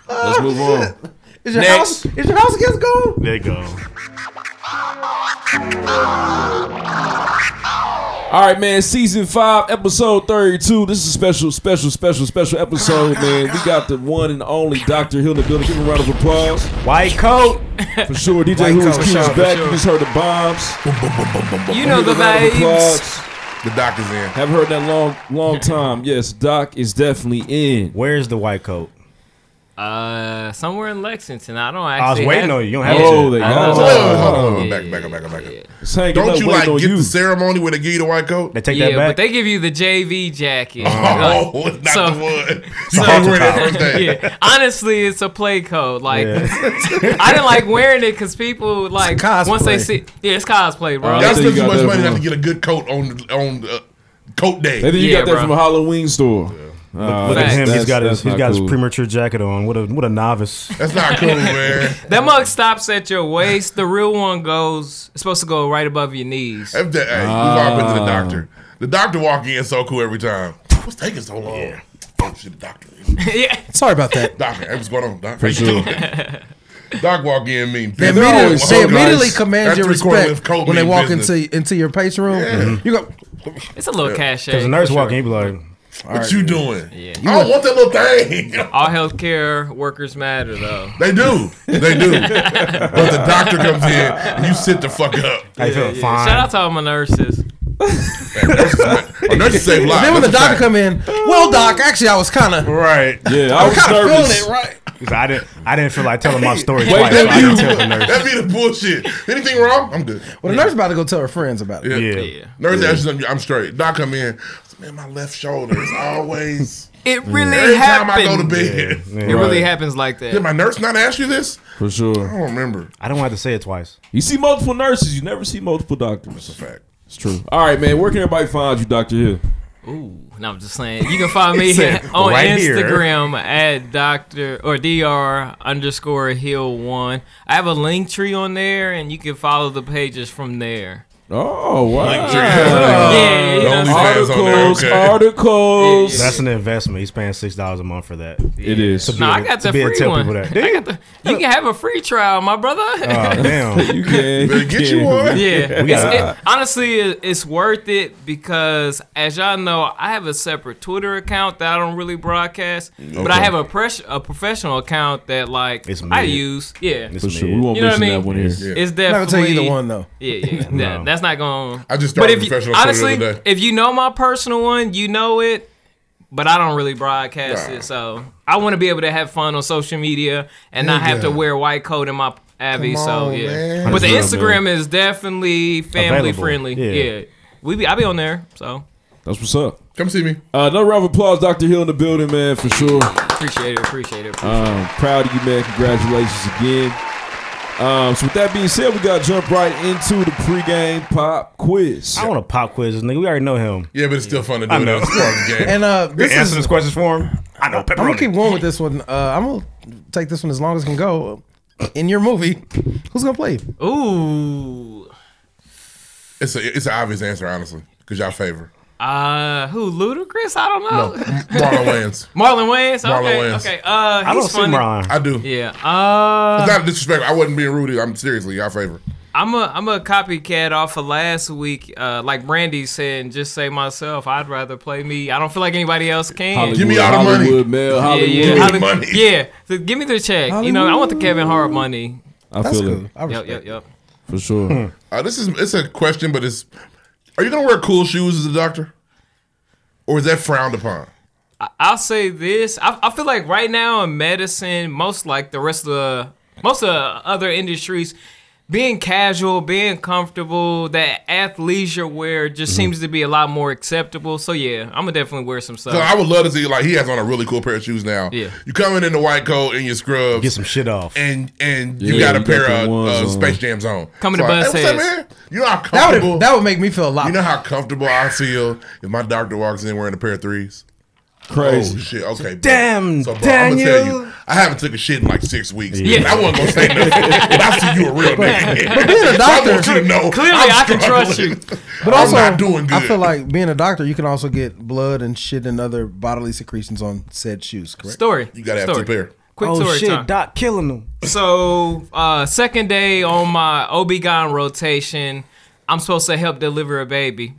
E: Ah,
B: Let's move on.
D: Is your
B: Next.
D: house? Is your house against gold?
E: There you go.
B: All right, man. Season five, episode thirty-two. This is a special, special, special, special episode, man. We got the one and only Doctor Hill in the building. Give him a round of applause.
E: White coat,
B: for sure. DJ
A: White
B: Who's
A: coat,
B: Q is
A: for
B: back.
A: sure.
B: You just heard the bombs.
A: You know the vibes.
B: The doc is in. Haven't heard that long, long time. Yes, doc is definitely in.
E: Where's the white coat?
A: Uh, somewhere in Lexington. I don't
E: I was
A: actually.
E: waiting
A: have-
E: on you. You don't have
B: Oh,
E: it.
B: they
E: yet.
B: got
C: Hold
B: it.
C: on, hold on, hold on.
B: Yeah.
C: Oh, Back, back up, back up, back up.
B: It's hanging
C: Don't
B: up,
C: you
B: waiting
C: like
B: on
C: get
B: you.
C: the ceremony where they give you the white coat?
E: They
A: yeah, but they give you the JV jacket.
C: Oh, it's not
A: so,
C: the one.
A: so-
C: You can't wear that first day.
A: yeah. Honestly, it's a play code. Like,
C: Yeah.
A: I didn't like wearing it because people like once they
C: cosplay.
A: see, yeah, it's cosplay, bro.
C: Y'all spend too much money not to get a good coat on on uh, coat day.
B: They think you
A: Yeah,
B: got that
A: bro.
B: from a Halloween store. Uh,
E: Look at
B: that's-
E: him. He's
B: that's-
E: got his
B: that's
E: he's
B: not
E: got
B: cool.
E: his premature jacket on. What a what a novice.
C: That's not cool, man.
A: That mug stops at your waist. The real one goes. It's supposed to go right above your knees.
C: If that- hey, we've all been to the doctor. The doctor walk in so cool every time. What's taking so long? Oh shit, the doctor.
A: yeah.
D: Sorry about that.
C: Doc, hey, what's going on, Doc?
D: For sure.
C: Doc walk in mean
D: They
C: business.
D: immediately,
C: Oh,
D: they
C: guys,
D: immediately command
C: that
D: your
C: three-quarter lift
D: respect
C: coat
D: when they
C: mean
D: walk
C: business.
D: into into your patient room. You go.
A: It's a little cachet.
E: Because the nurse walking, he be like,
C: What you doing?
A: Yeah.
C: I don't want that little thing.
A: All healthcare workers matter, though.
C: They do. They do. but the doctor comes in and you sit the fuck up.
E: I feel
A: Shout out to all my nurses.
C: Our nurses save lives.
D: Then when the
C: Mm-hmm. That's a
D: doctor come in, well, doc, actually, I was kind of
E: right.
B: Yeah,
D: I was kind of feeling it, right?
E: He's like, I didn't I didn't feel like telling my story
D: Wait,
E: twice.
D: that
E: so I
D: you-
E: didn't tell the nurse.
C: That'd be the bullshit. Anything wrong? I'm good.
D: Well, the nurse about to go tell her friends about it.
E: Yeah.
C: Nurse asks you, I'm straight. Doc come in. Man, my left shoulder is always.
A: It really
C: Every
A: happened.
C: time I go to bed.
A: It really happens like that.
C: Did my nurse not ask you this?
B: For sure.
C: I don't remember.
E: I don't want to say it twice.
B: You see multiple nurses. You never see multiple doctors. That's a
C: fact.
B: It's true. All right, man. Where can everybody find you, Doctor Hill?
A: Ooh, no, I'm just saying. You can find me
B: He said,
A: on
B: "Right here."
A: Instagram at doctor or dr underscore hill one. I have a link tree on there, and you can follow the pages from there.
B: Oh wow!
A: Like,
C: Uh,
A: yeah. Yeah, you know what I'm
B: articles,
A: saying?
B: articles.
E: That's an investment. He's paying six dollars a month for that.
B: It is.
E: To be
A: No, I
E: able-
A: got
E: to
A: the
E: be able to
A: free
E: tell
A: one.
E: people
A: I
E: that.
A: got the, you can have a free trial, my brother.
E: Oh damn!
B: you can.
C: Better get you one.
A: Yeah,
E: We
A: It's-
E: got-
A: it- honestly, it- it's worth it because, as y'all know, I have a separate Twitter account that I don't really broadcast, but I
B: Okay.
A: have a pres- a professional account that like
E: It's
A: I
E: mid.
A: use. Yeah,
E: It's
B: For sure. We
E: mid.
B: won't
A: you know what I
B: mention
A: mean?
B: that one here.
A: It's, it's
D: I'm
A: definitely
D: not gonna tell you either one, though.
A: Yeah, yeah,
E: No.
A: that- that's not going.
C: I just
A: But
C: started
A: if you,
C: professional Twitter the
A: honestly,
C: other day.
A: if you know my personal one, you know it. But I don't really broadcast it, so I want to be able to have fun on social media and not have to
C: Nigga.
A: wear white coat in my Abby.
C: Come
A: so
C: on,
A: yeah,
C: man.
A: but the
B: That's right,
A: Instagram is definitely family
B: Available.
A: friendly.
B: Yeah.
A: Yeah. we be I be on there, so
B: That's what's up.
C: Come see me.
B: Uh, another round of applause, Doctor Hill in the building, man, for sure.
A: appreciate it, appreciate it.
C: Uh,
B: Um, proud of you, man. Congratulations again. Um, so with that being said, we got to jump right into the pregame pop quiz.
E: I want to pop quiz this nigga. We already know him.
C: Yeah, but it's still fun to do
E: I
C: it.
E: know.
C: It's part of the game.
D: And uh, this
E: answer
D: is
E: this questions for him. I
D: I'm
E: know
D: gonna
E: pepperoni.
D: keep going with this one. Uh, I'm gonna take this one as long as it can go. in your movie, who's gonna play? him?
A: Ooh.
C: It's a it's an obvious answer, honestly, because y'all favor.
A: Uh, who? Ludacris? I don't
C: No,
A: know.
C: Marlon Wayans.
A: Marlon Wayans.
C: Marlon
A: okay,
C: Wayans.
A: okay. Uh, I he's funny.
C: I do.
A: Yeah. Uh,
C: it's not disrespectful. I wasn't being rude. I'm seriously y'all favor.
A: I'm a I'm a copycat off of last week. Uh, like Brandy said, and just say myself. I'd rather play me. I don't feel like anybody else can.
U: Hollywood, Hollywood, Mel, Hollywood.
A: Yeah, yeah. Holly- yeah. So give me the check. You know, I want the Kevin Hart money.
U: I That's feel it. cool. I
A: Yep, yep, yep.
U: For
A: Hmm.
U: sure.
C: Uh, this is it's a question, but it's are you gonna wear cool shoes as a doctor, or is that frowned upon?
A: I- I'll say this. I, I feel like right now in medicine, most like the rest of the most of the other industries, being casual, being comfortable, that athleisure wear just
U: Mm-hmm.
A: seems to be a lot more acceptable. So yeah, I'm gonna definitely wear some stuff.
C: So I would love to see like he has on a really cool pair of shoes now.
A: Yeah.
C: you coming in the white coat and your scrubs, get some
E: shit off,
C: and and you
U: Yeah,
C: got a
U: you got
C: pair
U: the
C: of
U: ones
C: uh,
U: on.
C: Space Jams on.
A: Coming
C: So,
A: to
C: hey,
A: Buzz
C: what's up,
A: says-
C: man? You know how
D: That
C: comfortable
D: would that would make me feel a lot.
C: you know how comfortable I feel if my doctor walks in wearing a pair of threes.
U: Crazy.
C: Oh, shit. Okay. bro.
U: Damn,
C: I'ma
U: Daniel.
C: you, I haven't took a shit in like six weeks.
U: Yeah.
C: Yeah. I wasn't gonna say nothing. but I see you a real nigga.
D: But
C: So
D: being a
C: I want you to
D: doctor-
C: know.
D: Clearly
C: I'm
D: I can trust
C: struggling.
D: you. But also,
C: I'm not doing good.
D: I feel like being a doctor, you can also get blood and shit and other bodily secretions on said shoes. Correct.
A: Story. story.
U: Oh,
A: Quick story time.
E: Doc killing them.
A: So, uh, second day on my OB-GYN rotation, I'm supposed to help deliver a baby.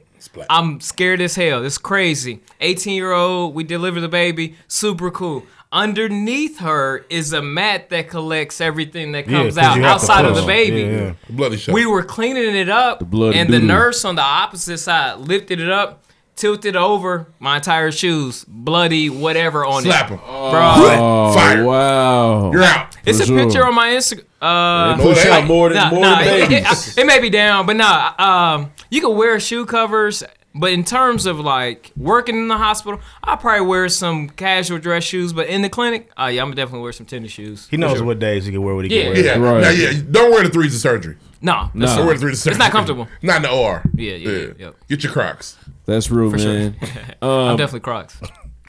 A: I'm scared as hell. It's crazy. 18 year old, we deliver the baby. Super cool. Underneath her is a mat that collects everything that
U: Yeah,
A: comes
U: 'cause
A: out
U: you have to
A: outside of
U: push.
A: the baby.
U: Yeah, yeah.
C: The bloody shot.
A: We were cleaning it up,
U: The bloody
A: and the
U: doodle.
A: nurse on the opposite side lifted it up, tilted over my entire shoes, bloody whatever on
C: Slap
A: it.
C: him.
A: Bro.
U: Oh,
C: Fire.
U: wow.
C: You're out.
A: It's
U: For
A: a
U: sure.
A: picture on my Instagram. Uh,
U: They push out more than-
A: nah,
U: more
A: nah,
U: than
A: it- it,
U: babies.
A: it may be down, but nah. Um, you can wear shoe covers, but in terms of like working in the hospital, I probably wear some casual dress shoes. But in the clinic, uh, yeah, I'm gonna definitely wear some tennis shoes.
E: He knows what days he can wear what he
A: Yeah.
E: can wear.
C: Yeah.
U: Right.
C: Now, yeah. Don't wear the threes to surgery.
A: No,
U: No.
C: Don't wear the threes to
A: it's
C: surgery.
A: not comfortable.
C: Not in the OR.
A: Yeah, yeah, yeah, yeah.
C: Get your Crocs.
U: That's real,
A: For sure.
U: man.
A: I'm
U: Um,
A: definitely Crocs.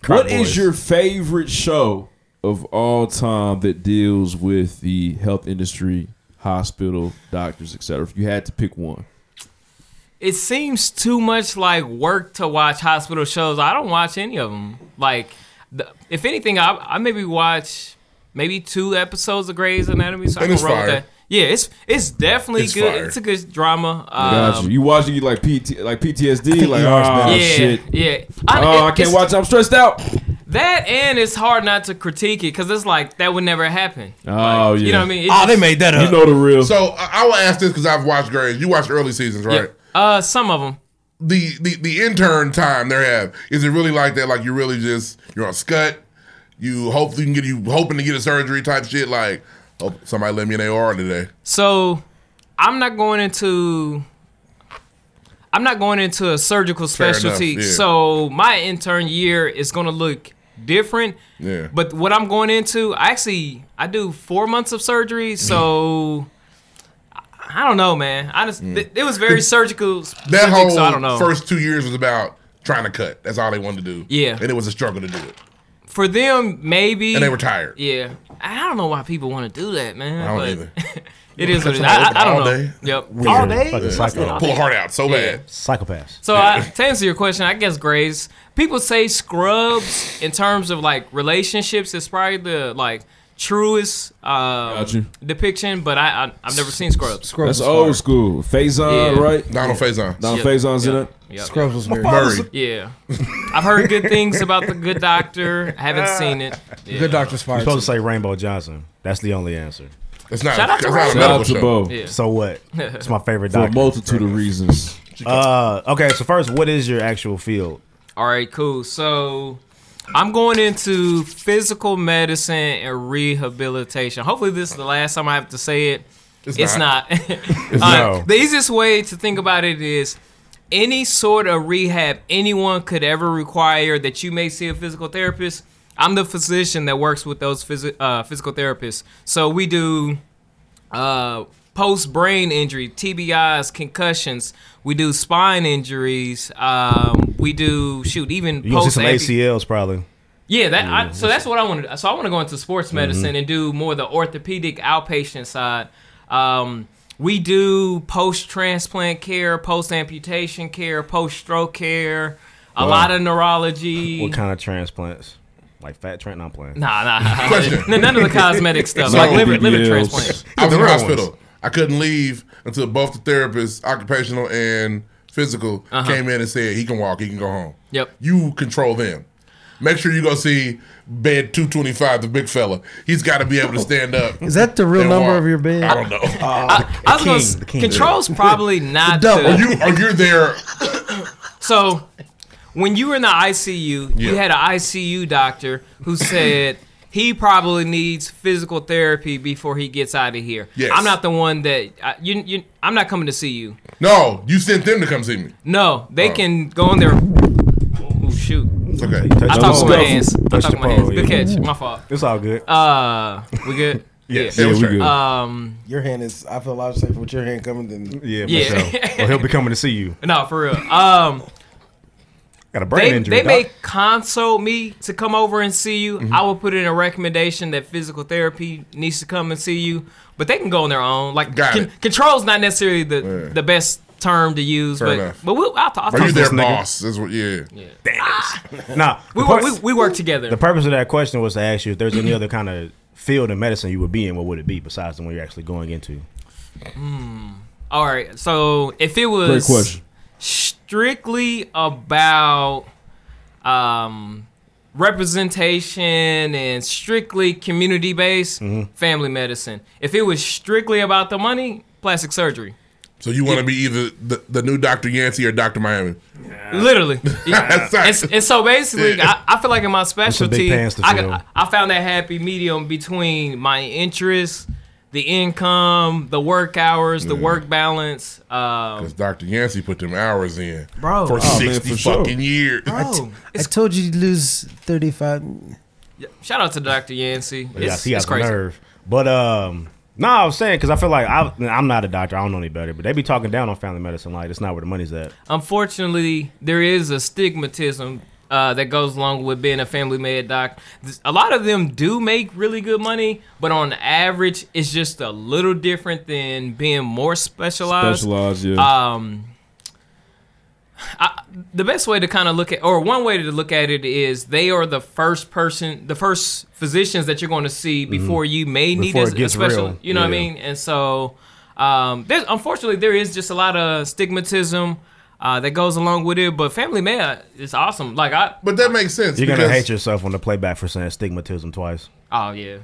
U: What is your favorite show of all time that deals with the health industry, hospital, doctors, etc.? If you had to pick one,
A: It seems too much like work to watch hospital shows. I don't watch any of them. Like, the, if anything, I, I maybe watch maybe two episodes of Grey's Anatomy. So I
U: And
A: can
U: it's
A: roll with
U: fire.
A: that. Yeah, it's it's definitely
U: It's
A: good.
U: fire.
A: It's a good drama.
U: gotcha.
A: Um,
U: you watching you like PT, like PTSD,
D: think
U: like
D: you are,
U: oh
A: yeah,
U: shit,
A: yeah.
U: oh I
A: it-
U: can't
A: it's-
U: watch. I'm stressed out.
A: that, and it's hard not to critique it because it's like that would never happen.
U: Oh yeah,
A: You know what I mean? It
G: Ah,
U: Oh,
A: just-
U: You know the real.
C: So I, I will ask this because I've watched Grays. You watched early seasons, right?
A: Uh, some of them.
C: The, the the intern time they have is it really like that? Like you really just you're on scut. You hopefully you can get you hoping to get a surgery type shit. Like oh, somebody let me an AR today.
A: So I'm not going into I'm not going into a surgical
C: Fair enough,
A: specialty.
C: yeah.
A: So my intern year is gonna look different.
C: Yeah.
A: But what I'm going into, I actually I do four months of surgery,
U: Mm.
A: so I- I don't know, man. I
U: Mm.
A: just th- it was very surgical.
C: That
A: specific,
C: whole
A: so I don't know.
C: first two years was about trying to cut. That's all they wanted to do.
A: Yeah.
C: and it was a struggle to do it.
A: for them, maybe.
C: And they were tired.
A: Yeah, I don't know why people want to do that, man.
C: I don't
A: but
C: either.
A: it is what it is.
C: Somebody
A: I, I,
C: open
A: I don't
C: all
A: know.
C: day?
A: Yep.
C: Weird. All day?
E: Fucking
C: Yeah.
E: psycho.
C: Pull a heart out so bad.
E: Psychopaths.
A: So I, to answer your question, I guess Grays. People say scrubs in terms of like relationships is probably the like truest um,
U: you.
A: depiction, but I, I I've never seen scrubs.
U: That's old school. Faison,
A: Yeah.
U: right?
C: Donald Faison.
U: Donald
A: Yep.
U: Faison's in it.
A: Yep.
D: Scrubs was very
U: Murray.
A: Yeah, I've heard good things about the Good Doctor. I haven't seen it. Yeah.
D: doctor's
E: You're supposed to say Rainbow Johnson. That's the only answer.
C: It's not.
A: Shout out to
C: it's
A: Ryan.
C: not a
U: Shout
C: medical
U: out to
C: show.
U: Bo
A: Yeah.
E: So what? It's my favorite
U: for a
E: doctor.
U: multitude of reasons.
E: Uh, okay, so first, what is your actual field?
A: All right, cool. So I'm going into physical medicine and rehabilitation. Hopefully, this is the last time I have to say it.
C: It's
A: It's,
C: not.
A: not.
E: It's
A: All right,
E: not.
A: The easiest way to think about it is any sort of rehab anyone could ever require that you may see a physical therapist. I'm the physician that works with those phys- uh, physical therapists. So we do uh, post brain injury, TBIs, concussions. We do spine injuries. Um, we do shoot even
E: You gonna see
A: post
E: some ACLs probably.
A: Yeah, that. I, so that's what I want to. So I want to go into sports medicine and do more the orthopedic outpatient side. Um, we do post transplant care, post amputation care, post stroke care, a
E: Wow.
A: lot of neurology.
E: What kind of transplants? Like fat transplant? I'm playing.
A: Nah, nah. Question. N- none of the cosmetic stuff.
E: It's
A: No, Like liver- liver BBLs. transplant.
C: I was
A: The
C: in the
A: real
C: hospital.
A: ones.
C: I couldn't leave until both the therapists, occupational and physical,
A: Uh-huh.
C: came in and said he can walk, he can go home.
A: Yep.
C: You control them. Make sure you go see bed two twenty five, the big fella. He's got to be able to stand up.
D: Is that the real
C: and
D: number
C: walk.
D: of your bed? Uh,
C: I don't know.
A: I, I was gonna s- control's probably not.
C: double.
A: the-
C: Are you are you there?
A: So when you were in the ICU, you
C: Yeah.
A: had an ICU doctor who said he probably needs physical therapy before he gets out of here.
C: Yes.
A: I'm not the one that I, you, you. I'm not coming to see you.
C: No, you sent them to come see me.
A: No, they
C: Oh.
A: can go in there. Oh shoot!
C: It's okay.
A: I talk
E: Touch the
A: with my
E: pole.
A: hands. I
E: Touch
A: talk
E: the
A: with my hands.
E: pole,
A: Good
E: yeah.
A: catch. My fault.
E: It's all good.
A: Uh, we good.
E: Yes. Yeah, we good.
A: Um,
D: your hand is. I feel a lot safer with your hand coming than.
E: Yeah, for
A: Yeah.
E: sure. Or he'll be coming to see you.
A: no, for real. Um,
E: Got a brain
A: they,
E: injury.
A: They
E: doc.
A: may consult me to come over and see you.
C: Mm-hmm.
A: I will put in a recommendation that physical therapy needs to come and see you, but they can go on their own. Like
C: Got
A: con-
C: it.
A: control's not necessarily the the best term to use,
C: Fair
A: but
C: enough.
A: but we'll, I'll, t- I'll
C: Are
A: talk
C: you
A: to
C: their
A: this nigga.
C: boss? That's what. Yeah.
E: Nah,
A: Ah. we,
E: the
A: work, we,
E: purpose-
A: we work together.
E: The purpose of that question was to ask you if there's any other kind of field in medicine you would be in, what would it be besides the one you're actually going into?
A: Hmm. All right. So if it was
E: Great question.
A: strictly about um, representation and strictly community based
C: Mhm.
A: family medicine, if it was strictly about the money, plastic surgery.
C: So you want to be either the, the new Doctor Yancey or Doctor Miami?
A: Literally. and, and so basically, I, I feel like in my
C: some big
A: specialty, I,
C: pants to fill.
A: got- I found that happy medium between my interests, the income, the work hours, the
C: Yeah.
A: work balance. Um,
C: Because Doctor Yancey put them hours in,
A: Bro.
C: for
A: Oh,
C: sixty
A: man, for sure.
C: fucking years.
A: Bro.
D: I told you you'd lose thirty-five.
A: Shout out to Dr. Yancey.
E: But yeah,
A: It's,
E: he got
A: it's
E: the
A: crazy.
E: nerve. But um, no, I was saying because I feel like I, I'm not a doctor. I don't know any better. But they be talking down on family medicine like it's not where the money's at.
A: Unfortunately, there is a stigmatism uh, that goes along with being a family med doc. This- A lot of them do make really good money, but on average, it's just a little different than being more specialized.
B: Specialized, yeah.
A: Um, I, the best way to kind of look at, or one way to look at it is they are the first person, the first physicians that you're going to see before you may need
E: Mm-hmm. Before
A: a,
E: it
A: a
E: gets
A: special.
E: real,
A: You know what I
E: yeah.
A: mean? And so, um, there's unfortunately there is just a lot of stigmatism uh, that goes along with it. But family man is awesome. Like I,
C: but that makes sense.
E: You're gonna
A: because-
E: hate yourself on the playback for saying stigmatism twice.
A: Oh yeah,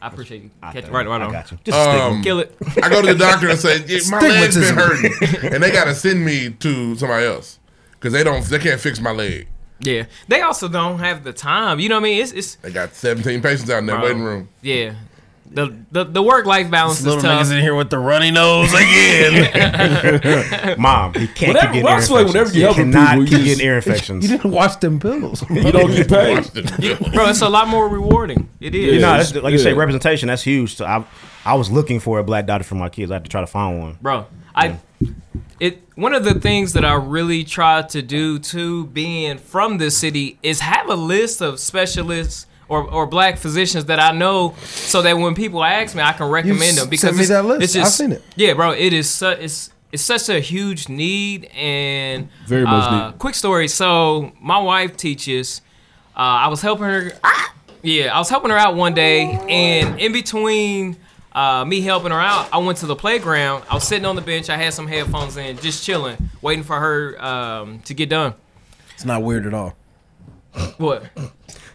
A: I appreciate you. Catch,
E: thought-
A: right, right
E: I
A: on.
E: got you.
A: Just
C: Um,
A: kill it.
C: I go to the doctor and say "Yeah, my leg's
A: Stigmatism.
C: been hurting, and they gotta send me to somebody else because they don't they can't fix my leg.
A: Yeah, they also don't have the time. You know what I mean? It's it's
C: they got seventeen patients out in that
A: Bro.
C: waiting room.
A: Yeah. The the, the work life balance
D: Little
A: is tough.
D: niggas in here with the runny nose again.
E: Mom, he can't
D: Whenever-
E: keep getting
D: well,
E: ear
D: I feel like
E: infections.
D: whenever you
E: He
D: help
E: cannot
D: people, you
E: keep
D: just-
E: getting ear infections.
D: you didn't wash them pills.
B: You don't get
C: paid.
A: Bro, it's a lot more rewarding. It is.
E: You know, that's, like you say, representation. That's huge. So I, I was looking for a black doctor for my kids. I had to try to find one.
A: bro. I it one of the things that I really try to do too, being from this city, is have a list of specialists or, or black physicians that I know, so that when people ask me, I can recommend
D: You've
A: them because
D: sent me
A: it's,
D: that list.
A: it's just
D: I've seen it.
A: Yeah, bro, it is su- it's it's such a huge need and
B: Very much
A: uh, Quick story. So my wife teaches. Uh, I was helping her. Yeah, I was helping her out one day, and in between uh, me helping her out, I went to the playground. I was sitting on the bench. I had some headphones in, just chilling, waiting for her um, to get done.
D: It's not weird at all.
A: What?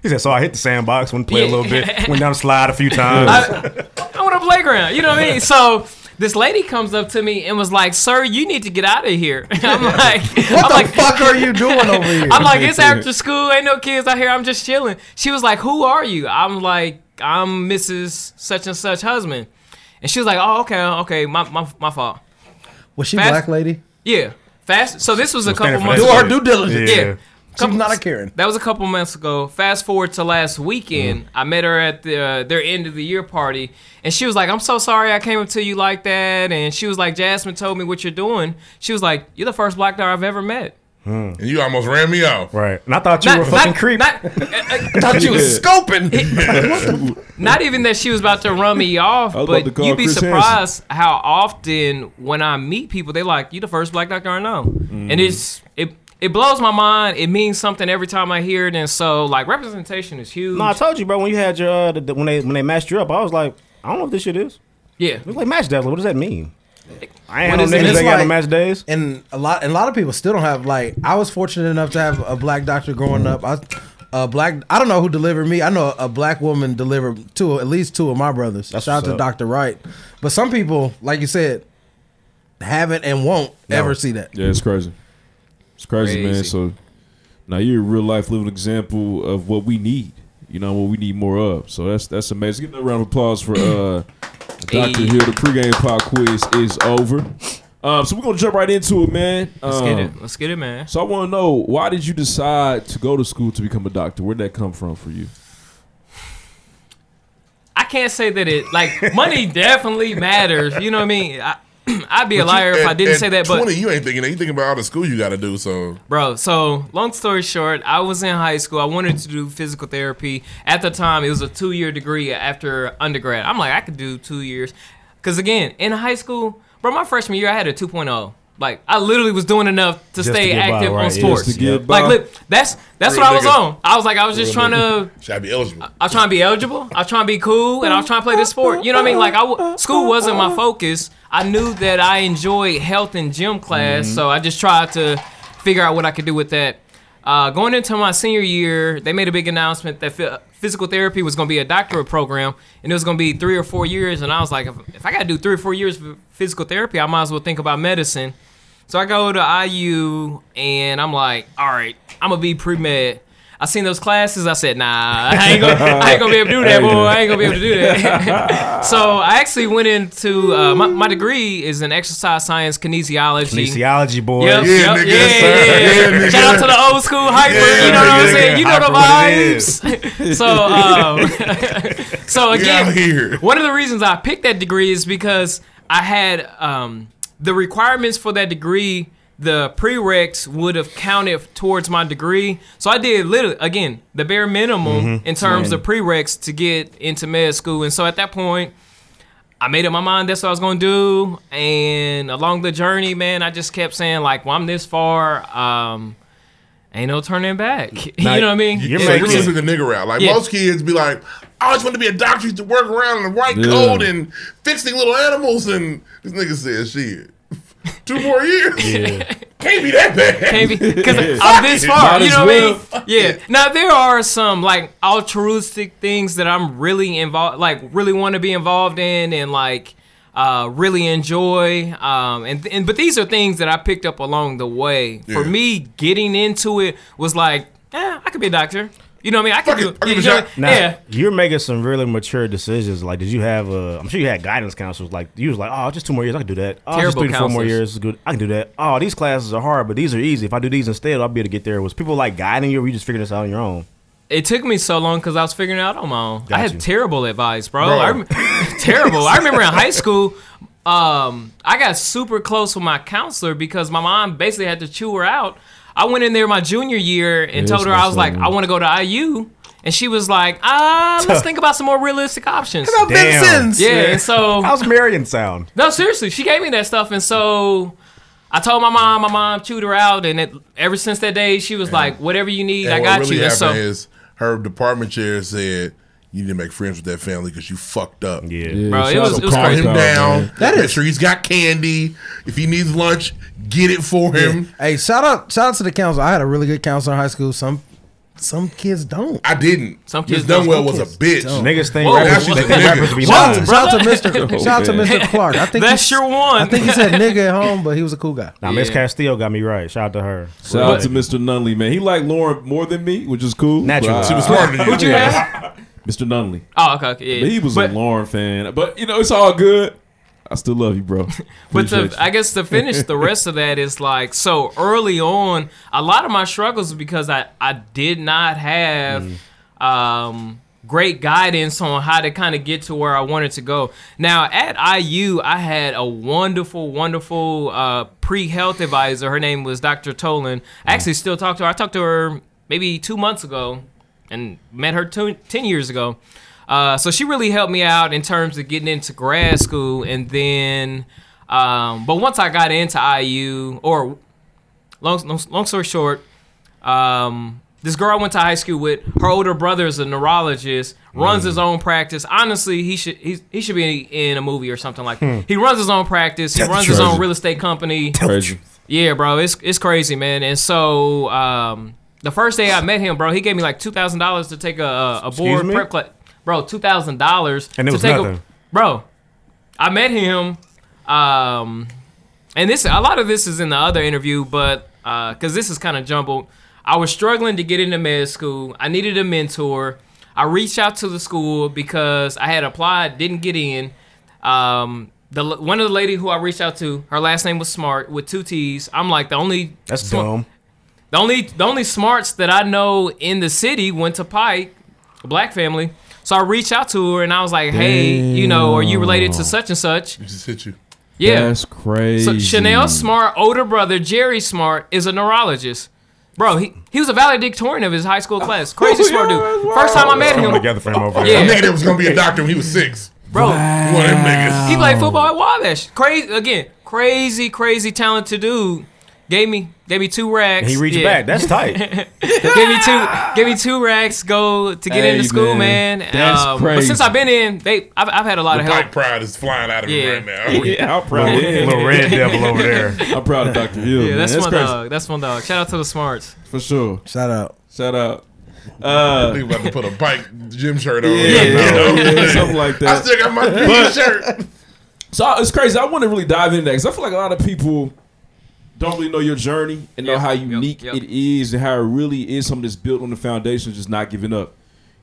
E: He said, "So I hit the sandbox, went to play
A: Yeah.
E: a little bit, went down the slide a few times."
A: I'm on a playground. You know what I mean? So this lady comes up to me and was like, "Sir, you need to get out of here." I'm like, "What the
D: fuck are you doing over here?
A: I'm like, "It's after school. Ain't no kids out here. I'm just chilling." She was like, "Who are you?" I'm like, "I'm Mrs. Such and Such husband," and she was like, "Oh, okay, okay, my my, my fault."
D: Was she
A: Fast-
D: black lady?
A: Yeah, fast. So this was a
D: We're
A: couple
D: standing for
A: months.
D: that. Do our
A: ago.
D: due diligence.
A: Yeah.
D: Yeah. She's not a Karen.
A: That was a couple months ago. Fast forward to last weekend,
D: Mm.
A: I met her at the uh, their end of the year party, and she was like, "I'm so sorry I came up to you like that," and she was like, "Jasmine told me what you're doing." She was like, "You're the first black guy I've ever met."
C: And you almost ran me off.
E: Right. And I thought you were a fucking creep.
A: uh, I thought you was scoping. Not even that she was about to run me off,
U: I was about to
A: but
U: call
A: you'd be
U: Chris
A: surprised how often when I meet people, they like, you the first black doctor I know.
U: Mm.
A: And it's it it blows my mind. It means something every time I hear it. And so like representation is huge.
E: No, I told you, bro. When you had your uh, the, the- when they when they matched you up, I was like, I don't know what this shit is.
A: Yeah,
E: we like match dazzler. What does that mean? I ain't
D: What
E: had
D: is
E: no
D: it?
E: niggas
D: It's
E: that got no
D: like-
E: match days.
D: And a lot and a lot of people still don't have like I was fortunate enough to have a black doctor growing up. I a black I don't know who delivered me. I know a black woman delivered two at least two of my brothers. Shout out to
E: what's up.
D: Dr. Wright. But some people, like you said, haven't and won't
B: No.
D: ever see that.
B: Yeah, it's crazy. It's crazy, man.
D: Crazy.
B: So now you're a real life living example of what we need. You know what we need more of. So that's that's amazing. Give another round of applause for uh, Doctor
U: Hey.
B: Hill. The pregame pop quiz is over. Um, so we're gonna jump right into it, man.
A: Let's
U: Oh.
A: get it.
B: Um,
A: Let's get it, man.
B: So I want to know why did you decide to go to school to become a doctor? Where'd that come from for you?
A: I can't say that it like money definitely matters. You know what I mean? I, I'd be a
C: But you-
A: liar if
C: at-
A: I didn't
C: at
A: say that.
C: 20,
A: But
C: you ain't thinking that. You thinking about all the school you got to do. So
A: Bro, so long story short, I was in high school. I wanted to do physical therapy. At the time, it was a two year degree after undergrad. I'm like, I could do two years. Because again, in high school, bro, my freshman year, I had a 2.0. Like, I literally was doing enough to
U: Just
A: stay
U: to get by,
A: active
U: right,
A: on
U: yeah.
A: sports.
U: Just to get by.
A: like, look, that's that's
U: Real
A: what I was
U: nigga.
A: on. I was like, I was just
U: Real
A: trying
U: nigga.
A: to.
C: Should I be eligible?
A: I was trying to be eligible. I was trying to be cool, and I was trying to play this sport. You know what I mean? Like, I w- school wasn't my focus. I knew that I enjoyed health and gym class, so I just tried to figure out what I could do with that. Uh, going into my senior year, they made a big announcement that phy- physical therapy was going to be a doctorate program, and it was going to be three or four years. And I was like, if, if I got to do three or four years of physical therapy, I might as well think about medicine. So I go to IU and I'm like, all right, I'm gonna be pre med. I seen those classes. I said, nah, I ain't gonna, I ain't gonna be able to do that, boy. I ain't gonna be able to do that. so I actually went into uh, my, my degree is in exercise science kinesiology.
E: Kinesiology, boy.
A: Yep,
E: Yeah,
A: yep,
E: nigga,
A: yeah,
E: yes, sir.
A: yeah,
E: Yeah,
A: yeah.
E: nigga.
A: Shout out to the old school hyper.
E: Yeah,
A: you know what I'm
E: nigga.
A: saying? You know the
E: Hyper what it
A: vibes.
E: is.
A: so, um, so again,
E: Yeah, here.
A: one of the reasons I picked that degree is because I had um, the requirements for that degree. The prereqs would have counted towards my degree, so I did literally again the bare minimum
U: Mhm.
E: Mm-hmm.
A: in terms
U: Man.
A: of prereqs to get into med school. And so at that point, I made up my mind that's what I was gonna do, and along the journey, man, I just kept saying like, "Well, I'm this far, um, ain't no turning back." you know what I mean?
C: You're so you took the nigga route. Like
A: Yeah.
C: most kids be like, I always wanted to be a doctor used to work around in a white
A: Yeah.
C: coat and fixing little animals. And this nigga said, shit, two more years. Can't be that bad.
A: Can't be because
C: Yeah.
A: I'm this
C: Fuck it.
A: far.
C: Might
A: You
C: as
A: know
C: well.
A: what I mean? Yeah. Now there are some like altruistic things that I'm really involved, like really want to be involved in, and like uh, really enjoy. Um, and and but these are things that I picked up along the way. For
U: Yeah.
A: me, getting into it was like, eh, I could be a doctor. You know what I mean? I could do. you know-
E: Now,
A: yeah.
E: you're making some really mature decisions. Like, did you have a? I'm sure you had guidance counselors. Like, you was like, oh, just two more years, I can do that. Oh, just
A: Terrible
E: three to four more
A: counselors.
E: years, is good. I can do that. Oh, these classes are hard, but these are easy. If I do these instead, I'll be able to get there. Was people like guiding you, or were you just figuring this out on your own?
A: It took me so long because I was figuring it out on my own. I
E: Got
A: had
E: you.
A: terrible advice, bro.
E: Bro.
A: I rem- terrible. I remember in high school, um, I got super close with my counselor because my mom basically had to chew her out. I went in there my junior year and
U: Yes,
A: told her I was
U: my
A: like,
U: son.
A: I want to go to IU. And she was like, ah, let's think about some more realistic options. How Yeah, and so
E: how's Marion sound?
A: no, seriously, she gave me that stuff, and so I told my mom. My mom chewed her out, and it, ever since that day, she was like, "Whatever you need, I
C: And
A: got
C: what really
A: you." And so,
C: happened is her department chair said, you need to make friends with that family because you fucked up. Yeah,
A: Bro, it was- it was
C: calm
A: crazy.
C: him down.
A: Man.
C: That is make sure he's got candy. If he needs lunch, get it for him.
D: Hey, shout out shout out to the counselor. I had a really good counselor in high school. Some some kids don't.
C: I didn't.
A: Some
C: Miss Dunwell was a bitch.
E: Niggas think
C: Whoa,
E: rappers,
C: now she's
E: they
C: a
E: think
C: nigga.
E: rappers be
D: Shout,
E: lying.
D: out- shout out to Mr. shout out to Mr. Clark. I think
A: Oh, That's
D: he-
A: your one.
D: I think he said nigga at home, but he was a cool guy.
E: Now, Miss
D: Yeah.
E: Castillo got me right. Shout out to her.
B: Shout out to Mr. Nunley, man. He liked Lauren more than me, which is cool.
E: Naturally.
B: But
E: She was smarter than you. Who'd you
A: have?
B: Mr. Nunley.
A: Oh, okay, okay, yeah.
B: But he was
A: But-
B: a Lauren fan. But you know, it's all good. I still love you, bro.
A: but
B: Appreciate
A: to,
B: you.
A: I guess to finish the rest of that is like so early on.
B: Mm.
A: A lot of my struggles because I I did not have um great guidance on how to kind of get to where I wanted to go. Now at IU, I had a wonderful, wonderful uh, pre-health advisor. Her name was Dr. Tolan.
B: Mm.
A: I actually still talk to her. I talked to her maybe two months ago, and met her two, ten years ago. Uh, so she really helped me out in terms of getting into grad school, and then. Um, but once I got into IU, or long, long, long story short, um, this girl I went to high school with, her older brother is a neurologist, runs his own practice. Honestly, he should he's, he should be in a movie or something like
B: Hmm.
A: that. He runs his own practice. He
B: Tell the
A: runs his
B: truth.
A: own real estate company.
B: Crazy.
A: Yeah, bro, it's it's crazy, man. And so um, the first day I met him, bro, he gave me like two thousand dollars to take a a, a
E: Excuse
A: board
E: me?
A: prep class. Bro, two thousand dollars
E: And it
A: to
E: was
A: take
E: nothing.
A: a bro. I met him, um, and this a lot of this is in the other interview, but because this is kind of jumbled, I was struggling to get into med school. I needed a mentor. I reached out to the school because I had applied, didn't get in. Um, the l- one of the lady who I reached out to, her last name was Smart with two T's. I'm like the only
E: That's
A: sma-
E: dumb.
A: the only the only smarts that I know in the city went to Pike, a black family. So I reached out to her and I was like, "Hey, you know, are you related to such and such?"
C: Just hit you.
A: Yeah.
B: That's
A: So
B: crazy.
A: Chanel Smart, older brother Jerry Smart, is a neurologist. Bro, he, he was a valedictorian of his high school class. Crazy
B: Oh,
A: smart dude. First time I met
C: Coming
A: him,
C: together
E: for him
C: over
A: here.
C: That nigga was gonna be a doctor when he was six.
A: Bro,
C: one of them niggas.
A: He played football at Wabash. Crazy again, crazy, crazy talented dude. Gave me gave me two racks.
E: He reached back. That's tight.
A: give me two give me two racks. Go to get
C: Hey,
A: into school,
C: man.
A: man. Um,
C: That's
A: But
C: crazy.
A: since I've been in, they I've, I've had a lot of
C: The
A: help.
C: black pride is flying out of
A: Yeah.
C: him right now.
A: Yeah, I'm proud.
E: Little red devil over there.
B: I'm proud of Dr. Hill.
A: Yeah,
B: man.
A: that's,
B: that's
A: one uh,
B: crazy.
A: dog. That's one dog. Shout out to the smarts.
B: For sure.
D: Shout out.
B: Shout out.
C: Uh,
B: Uh,
C: Think about to put a bike gym shirt on.
B: Yeah,
C: You know?
B: yeah, something like that.
C: I still got my
B: But-
C: shirt.
B: So I- it's crazy. I want to really dive into that because I feel like a lot of people don't really know your journey and know how unique it is and how it really is something that's built on the foundation of just not giving up.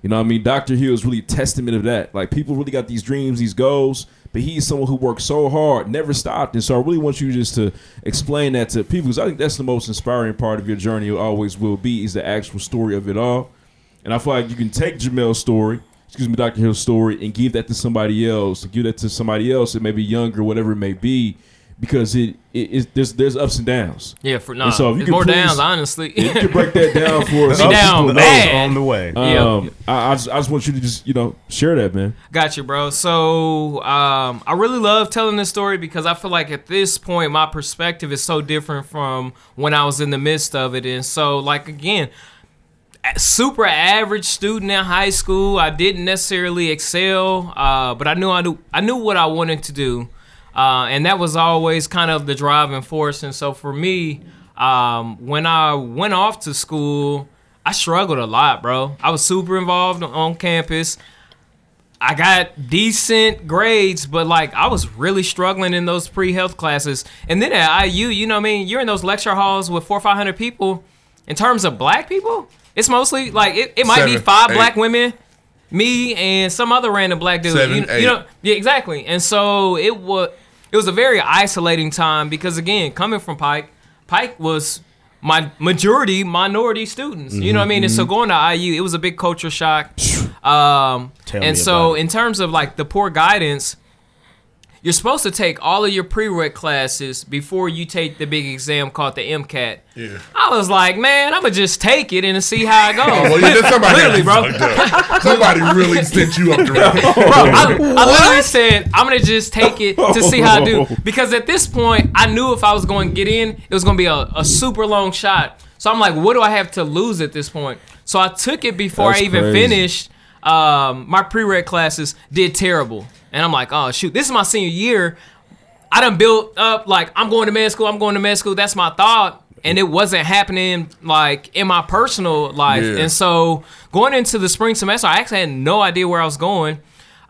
B: You know what I mean? Dr. Hill is really a testament of that. Like people really got these dreams, these goals, but he's someone who worked so hard, never stopped. And so I really want you just to explain that to people because I think that's the most inspiring part of your journey. It always will be is the actual story of it all. And I feel like you can take Jamel's story, excuse me, Dr. Hill's story, and give that to somebody else, give that to somebody else that may be younger, whatever it may be, because it, it is there's there's ups and downs.
A: Yeah, for
B: And
A: nah,
B: so if you
A: it's
B: could
A: more
B: please-
A: downs, honestly.
B: if you can break that down for us.
A: Be down bad.
B: Um, I, I, just, I just want you to just you know share that, man.
A: Got you, bro. So um, I really love telling this story because I feel like at this point my perspective is so different from when I was in the midst of it, and so like again, a- super average student in high school. I didn't necessarily excel, uh, but I knew I knew I knew what I wanted to do, uh, and that was always kind of the driving force. And so for me, um, when I went off to school, I struggled a lot, bro. I was super involved on campus. I got decent grades, but like I was really struggling in those pre-health classes. And then at IU, you know what I mean? You're in those lecture halls with four, five hundred people. In terms of black people, it's mostly like it, it might be
V: Seven,
A: five
V: eight.
A: black women, me and some other random black dude.
V: Seven,
A: you,
V: eight.
A: you know, yeah, exactly. And so it was it was a very isolating time because again, coming from Pike, Pike was my majority minority students. You know what I mean? And so
V: Mhm.
A: going to IU, it was a big culture shock. Um,
V: Tell
A: and
V: me
A: so in terms of like the poor guidance, you're supposed to take all of your prereq classes before you take the big exam called the MCAT.
C: Yeah.
A: I was like, man, I'm gonna just take it and see how it goes.
C: Oh, well, yeah, then somebody had
A: literally,
C: you
A: bro.
C: fucked up. Somebody really sent you up the
A: Bro, I,
C: road.
A: I literally said I'm gonna just take it to see how I do because at this point I knew if I was going to get in, it was gonna be a, a super long shot. So I'm like, what do I have to lose at this point? So I took it before
V: That's
A: I even
V: crazy.
A: finished. Um, my prereq classes did terrible, and I'm like, oh shoot, this is my senior year. I done built up like I'm going to med school. I'm going to med school. That's my thought, and it wasn't happening like in my personal life.
V: Yeah.
A: And so going into the spring semester, I actually had no idea where I was going,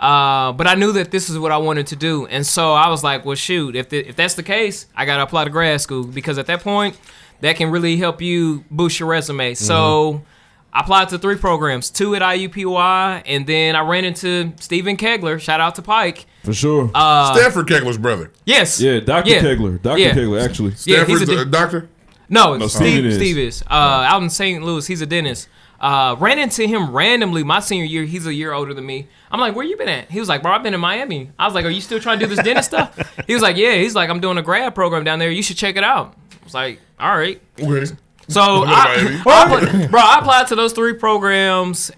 A: uh, but I knew that this is what I wanted to do. And so I was like, well, shoot, if the, if that's the case, I gotta apply to grad school because at that point, that can really help you boost your resume. So. I applied to three programs, two at IUPUI, and then I ran into Stephen Kegler. Shout out to Pike.
B: For sure.
A: Uh,
C: Stanford Kegler's brother.
A: Yes.
B: Yeah, Dr.
A: Yeah.
B: Kegler. Dr.
A: Yeah.
B: Kegler, actually.
A: Yeah, he's a Stanford's a di-
C: uh, doctor?
A: No,
B: No,
A: Steve,
B: Steve
A: Steve
B: is.
A: is. Uh, Out in St. Louis, he's a dentist. Uh, ran into him randomly my senior year. He's a year older than me. I'm like, where you been at? He was like, bro, I've been in Miami. I was like, are you still trying to do this dentist stuff? He was like, yeah. He's like, I'm doing a grad program down there. You should check it out. I was like, all right. So, I, I put- bro, I applied to those three programs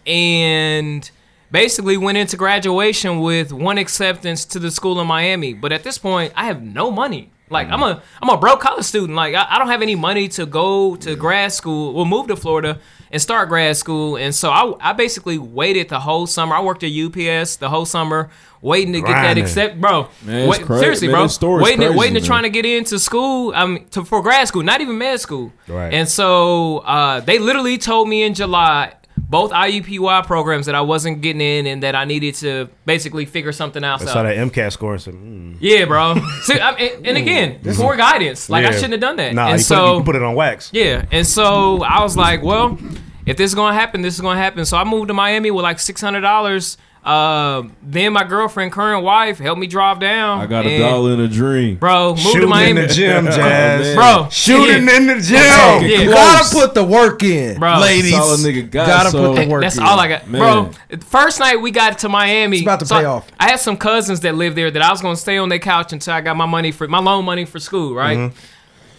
A: and basically went into graduation with one acceptance to the school in Miami. But at this point, I have no money. Like I'm a I'm a broke college student. Like I, I don't have any money to go to grad school. We'll move to Florida and start grad school. And so I, I basically waited the whole summer. I worked at UPS the whole summer waiting to get that
B: Grinding.
A: accept, bro.
B: Man, it's
A: wait-
B: cra-
A: seriously,
B: man,
A: bro.
B: that story's
A: waiting to,
B: crazy,
A: waiting to
B: man.
A: trying to get into school. Um, to, for grad school, not even med school.
B: Right.
A: And so uh, they literally told me in July both IUPUI programs that I wasn't getting in and that I needed to basically figure something else
E: I
A: out.
E: saw that MCAT score and said, mm.
A: Yeah, bro. See, I, and, and again, poor guidance. Like I
E: Yeah.
A: shouldn't have done that.
E: Nah,
A: and
E: you,
A: so
E: put, it- you put it on wax.
A: yeah, and so I was like, well, if this is gonna happen, this is gonna happen. So I moved to Miami with like six hundred dollars. Uh, then my girlfriend, current wife, helped me drive down.
B: I got a
A: and-
B: dollar and a dream.
A: Bro, move to
B: Shooting
A: Miami.
B: in the gym, Jazz.
A: Bro,
B: Shooting
A: yeah.
B: in the gym.
A: Yeah.
B: Fucking
A: Yeah.
B: close. Gotta
D: put the work in,
A: Bro.
D: ladies.
B: Solid nigga got,
D: gotta
B: so-
D: put the work
A: That's
D: in.
A: all I got,
B: Man.
A: bro. First night we got to Miami,
D: It's about to
A: so
D: pay
A: I-
D: off.
A: I had some cousins that lived there that I was gonna stay on their couch until I got my money for my loan money for school, right?
B: Mhm.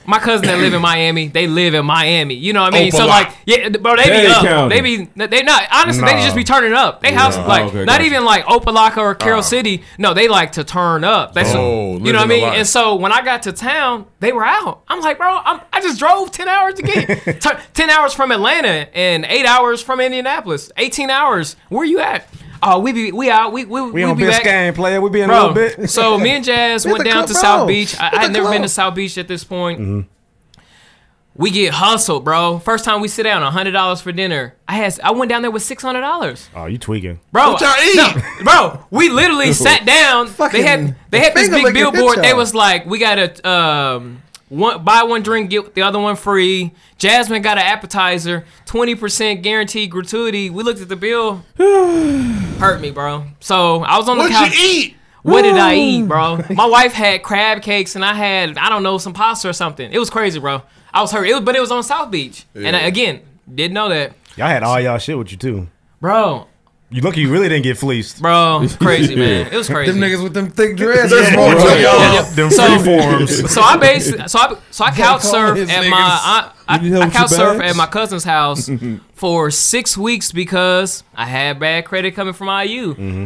A: My cousin that live in Miami, they live in Miami. You know what I mean?
B: Opa
A: so
B: lot.
A: like, yeah, bro, they
B: Dade
A: be up.
B: County.
A: They be they not honestly. They
B: Nah.
A: just be turning up. They house
B: Yeah.
A: like
B: Oh, okay,
A: not
B: gotcha.
A: even like Opalaka or Carroll City. No, they like to turn up. That's
B: Oh,
A: you know what I
B: living
A: mean.
B: the life.
A: And so when I got to town, they were out. I'm like, bro, I'm, I just drove ten hours to get t- ten hours from Atlanta and eight hours from Indianapolis. Eighteen hours. Where you at? Oh, we be we out. We we
E: We,
A: we
E: on
A: be back.
E: Biscayne, player. We be in
A: Bro,
E: a little bit.
A: so me and Jazz
E: Hit
A: went
E: the
A: down
E: club,
A: to
E: bro.
A: South Beach. I,
E: Hit
A: I had
E: the
A: never been to
E: club. Mm-hmm.
A: South Beach at this point. We get hustled, bro. First time we sit down, hundred dollars for dinner. I had I went down there with six hundred dollars.
E: Oh, you tweaking.
A: Bro,
E: What y'all
A: I- no, bro, we literally sat down. they had they had this
D: finger
A: big
D: licking hit
A: billboard. They
D: y'all.
A: was like, we gotta um one buy one drink, get the other one free. Jasmine got an appetizer, twenty percent guaranteed gratuity. We looked at the bill, hurt me, bro. So I was on
C: What'd
A: the couch.
C: you eat?
A: What did I
C: Woo.
A: eat, bro? My wife had crab cakes and I had I don't know some pasta or something. It was crazy, bro. I was hurt. It was, but it was on South Beach, and I,
E: Yeah.
A: again, didn't know that,
E: Y'all had all y'all shit with you too,
A: bro.
E: You lucky you really didn't get fleeced,
A: bro. Crazy man, it was crazy.
D: Them niggas with them thick dresses.
E: There's more to
D: bro.
E: y'all. Them freeforms.
A: So I basically, so I, so I couch
D: call
A: surf
D: his
A: at
D: niggas.
A: my, I, I,
D: You need help
A: I
D: with
A: couch
D: your
A: surf
D: bags?
A: at my cousin's house for six weeks because I had bad credit coming from IU.
D: Mm-hmm.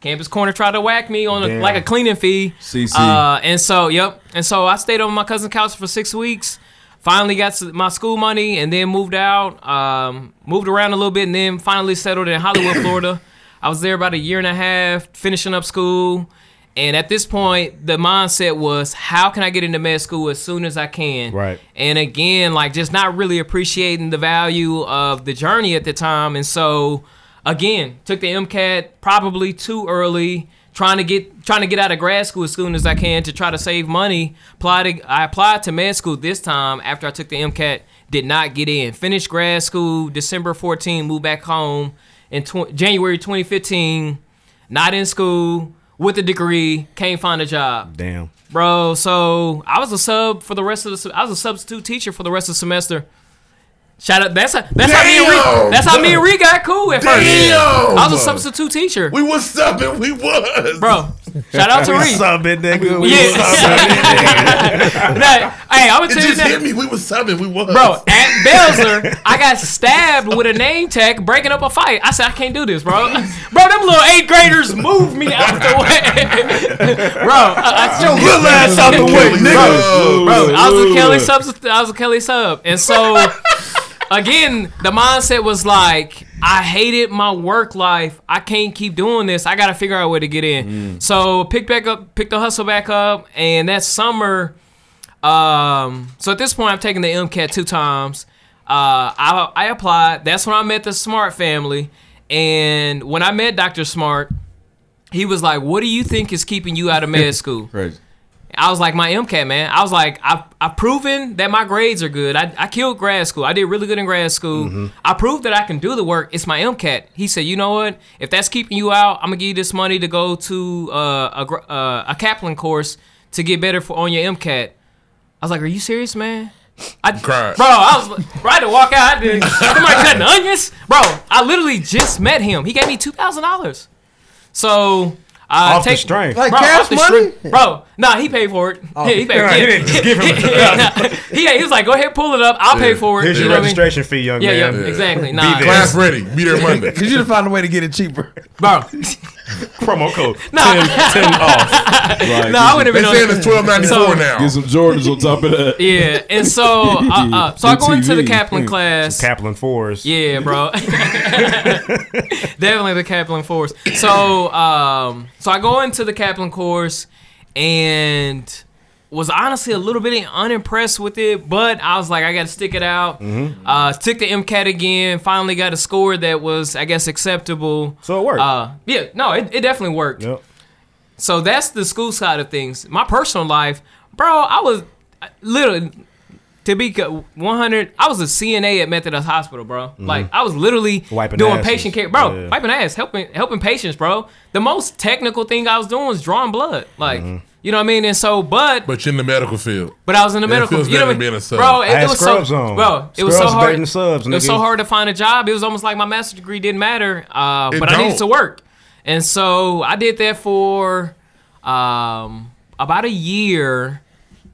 A: Campus Corner tried to whack me on a,
B: Damn.
A: like a cleaning fee.
B: CC.
A: Uh, and so, yep. And so I stayed on my cousin's couch for six weeks. Finally got s- my school money and then moved out. Um, moved around a little bit and then finally settled in Hollywood, Florida. I was there about a year and a half, finishing up school. And at this point, the mindset was, how can I get into med school as soon as I can?
E: right?
A: and again like just not really appreciating the value of the journey at the time and so again took the mcat probably too early trying to get trying to get out of grad school as soon as i can to try to save money applied to, i applied to med school this time after i took the mcat did not get in finished grad school december 14 moved back home in tw- january 2015 not in school with a degree can't find a job
E: Damn.
A: Bro, so I was a sub for the rest of the. se- I was a substitute teacher for the rest of the semester. Shout out. That's how. That's how me and
C: Damn!
A: Ree. That's how me and Ree got cool at first.
C: Damn!
A: I was a substitute teacher. We
C: was subbing. We was.
A: Bro, shout out to
E: We
A: Ree.
E: Subbing, nigga. We
A: Yeah. Nah, hey, I'm gonna
C: It
A: tell you
C: just
A: that.
C: hit me. We was subbing. We was.
A: Bro, at Belzer, I got stabbed with a name tag breaking up a fight. I said, I can't do this, bro. bro, them little eighth graders moved me out the way. bro, I, I
E: Your little ass out the way, nigga.
A: Bro, bro, I was a Kelly
E: Ooh.
A: sub. I was a Kelly sub. And so, again, the mindset was like, I hated my work life. I can't keep doing this. I got to figure out a way to get in. So, picked back up, picked the hustle back up. And that summer, um, so at this point, I've taken the MCAT two times. Uh, I, I applied. That's when I met the Smart family. And when I met Dr. Smart, he was like, What do you think is keeping you out of med school?
B: Crazy.
A: I was like, My MCAT, man. I was like, I've, I've proven that my grades are good. I, I killed grad school. I did really good in grad school. I proved that I can do the work. It's my MCAT. He said, You know what? If that's keeping you out, I'm going to give you this money to go to uh, a, gr- uh, a Kaplan course to get better for on your MCAT. I was like, "Are you serious, man?" I
C: cried.
A: Bro, I was like, bro, I had to walk out. I did somebody cutting onions, bro. I literally just met him. He gave me two thousand dollars. So I
E: Off the
A: take
E: strength.
A: bro,
E: Like
A: off
E: cash
A: the
E: money?
A: strength- bro. No, he paid for it.
E: Oh,
A: yeah, he paid.
E: yeah,
A: for it.
E: he didn't just give him the $2,000.
A: Yeah, he was like, "Go ahead, pull it up. I'll pay for it."
E: Here's
A: You
E: your
A: know what I mean?
E: registration fee, young
A: yeah,
E: man.
A: Yeah, exactly. Nah,
D: Class
C: ready. Be there Monday.
D: Cause you'd find a way to get it cheaper,
A: bro.
E: Promo code.
A: No.
E: 10, 10 off.
A: No, I wouldn't have been on- So-
B: Get some Jordans on top of that.
A: Yeah, and so uh, uh, so I go into the Kaplan class.
E: Kaplan fours.
A: Yeah, bro. Definitely the Kaplan course. So, um, so I go into the Kaplan course and was honestly a little bit unimpressed with it, but I was like, I got to stick it out.
E: Mhm.
A: Uh, took the MCAT again. Finally got a score that was, I guess, acceptable.
E: So it worked.
A: Uh, yeah, no, it, it definitely worked.
E: Yep.
A: So that's the school side of things. My personal life, bro, I was I- literally to be co- 100. I was a CNA at Methodist Hospital, bro.
C: Mm-hmm.
E: Mhm.
A: Like I was literally
E: Wiping
A: doing
E: asses.
A: patient care, bro.
E: Yeah.
A: Wiping ass, helping helping patients, bro. The most technical thing I was doing was drawing blood, like. You know what I mean? And so, but
C: Mm-hmm. but you're in the medical field.
A: But I was in the
C: Yeah, it
A: medical.
C: feels
A: you know
C: better
A: what I mean?
C: than being a sub.
A: Bro,
C: I
A: it,
C: had
A: it was so
C: scrubs on.
A: bro. It was so
E: Scrubs better
A: hard.
E: than subs,
A: it was
E: nigga.
A: so hard to find a job. It was almost like my master's degree didn't matter, uh,
E: It
A: but I needed
E: don't.
A: to work, and so I did that for um, about a year.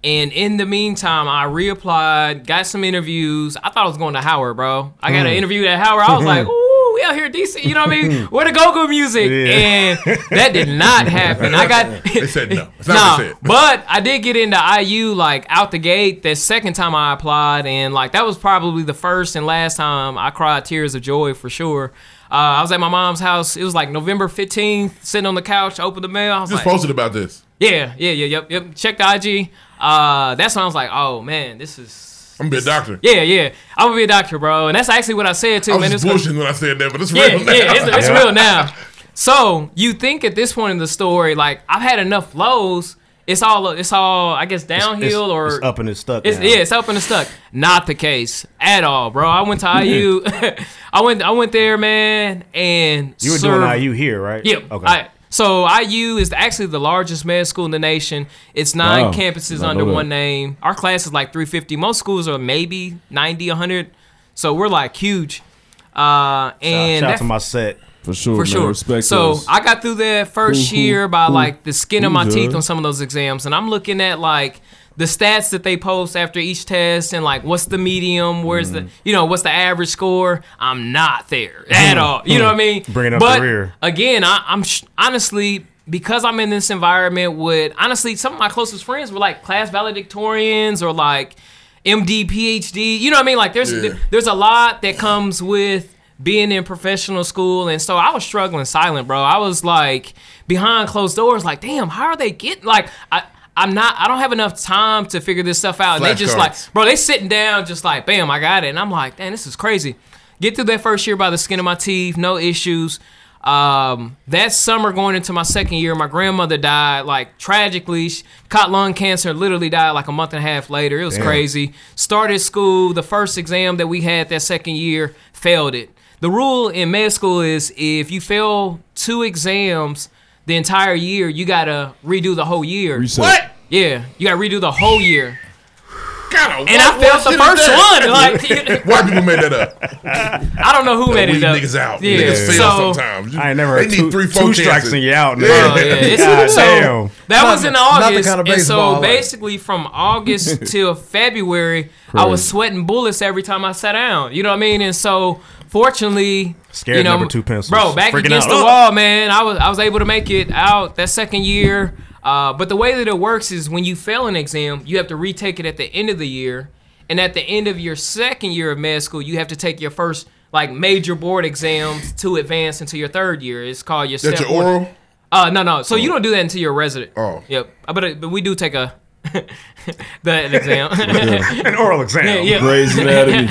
A: And in the meantime, I reapplied, got some interviews. I thought I was going to Howard, bro. I got an
E: Mm.
A: interview at Howard. I was like, ooh, we out here decent. You know what I mean? Where the go-go music? And that did not happen. I got
C: They said no. It's
A: Nah,
C: not what they said.
A: but I did get into IU like out the gate the second time I applied, and like that was probably the first and last time I cried tears of joy for sure. Uh, I was at my mom's house. It was like November fifteenth, sitting on the couch, opened the mail. I was
C: Just
A: like,
C: posted about this.
A: yeah, yeah, yeah, yep, yep. Check the IG. Uh, that's when I was like, oh man, this is.
C: I'm gonna be a doctor.
A: Yeah, yeah. I'm gonna be a doctor, bro, and that's actually what I said too.
C: I was
A: man,
C: just
A: It was-
C: bullshitting when I said that, but it's
A: yeah,
C: real now.
A: yeah, it's, it's real now. So you think at this point in the story, like I've had enough lows. It's all it's all I guess downhill
E: it's,
A: or
E: it's up and it's stuck.
A: it's,
E: now.
A: yeah, it's up and it's stuck. Not the case at all, bro. I went to IU. I went I went there, man, and
E: You were
A: served-
E: doing IU here, right?
A: Yeah.
E: Okay.
A: I- so IU is actually the largest med school in the nation. It's nine
E: Wow.
A: campuses
E: Not
A: under
E: know that.
A: one name. Our class is like 350. Most schools are maybe 90, 100. So we're like huge. Uh, and
E: Shout out
A: that-
E: to my set.
B: For sure.
A: for sure. so I got through that first
E: Who- who-
A: year by
E: who-
A: like the skin of my
E: who's
A: teeth
E: that?
A: on some of those exams, and I'm looking at like the stats that they post after each test, and like what's the medium, where's the
E: Mm-hmm.
A: you know what's the average score. I'm not there at all. You know what I mean?
E: Bringing up
A: but
E: the rear.
A: Again, I, I'm sh- honestly because I'm in this environment with honestly some of my closest friends were like class valedictorians or like MD, PhD. You know what I mean? Like there's
E: Yeah.
A: there's a lot that comes with being in professional school, and so I was struggling silent, bro. I was like behind closed doors, like damn, how are they getting like I. I'm not. I don't have enough time to figure this stuff out. And they just like,
E: Flashcards.
A: bro, they sitting down, just like, bam, I got it. And I'm like, damn, this is crazy. Get through that first year by the skin of my teeth, no issues. Um, that summer going into my second year, my grandmother died, like tragically. She caught lung cancer, literally died like a month and a half later. It was
E: Damn.
A: crazy. Started school, the first exam that we had that second year, failed it. The rule in med school is if you fail two exams the entire year, you gotta redo the whole year.
B: What?
A: Yeah, you gotta redo the whole year.
C: God,
A: And I
C: what-
A: failed
C: what
A: the
C: shit is
A: first
C: that?
A: one, like-
C: white people made that up.
A: I don't know who made
C: Leave
A: it up.
C: niggas out.
A: Yeah,
C: Niggas fail
A: so-
C: sometimes. You-
E: I ain't never
C: They
E: heard
C: need
E: two,
C: three, four
E: two strikes
C: chances.
E: and you out.
C: Yeah.
E: Man.
A: Oh, yeah. It's-
E: God
A: so,
E: damn.
A: That was in
D: not the
A: August.
D: kind of
A: and
D: baseball I
A: so
D: like.
A: basically from August till February, I
E: Crazy.
A: was sweating bullets every time I sat down. You know what I mean? And so fortunately
E: Scared
A: you know,
E: number two pencils.
A: Bro, back
E: Freaking
A: against
E: out. Oh.
A: the
E: Ugh.
A: wall, man. I was I was able to make it out that second year. Uh, but the way that it works is when you fail an exam, you have to retake it at the end of the year. And at the end of your second year of med school, you have to take your first like major board exams to advance into your third year. It's called your
C: That's
A: step
C: your
A: one.
C: oral?
A: Uh, no, no. So you don't do that until you're a resident.
C: Oh.
A: Yep. Uh, But uh, but we do take a the an exam,
E: Yeah. An oral exam.
A: Yeah, yeah.
E: Grey's Anatomy.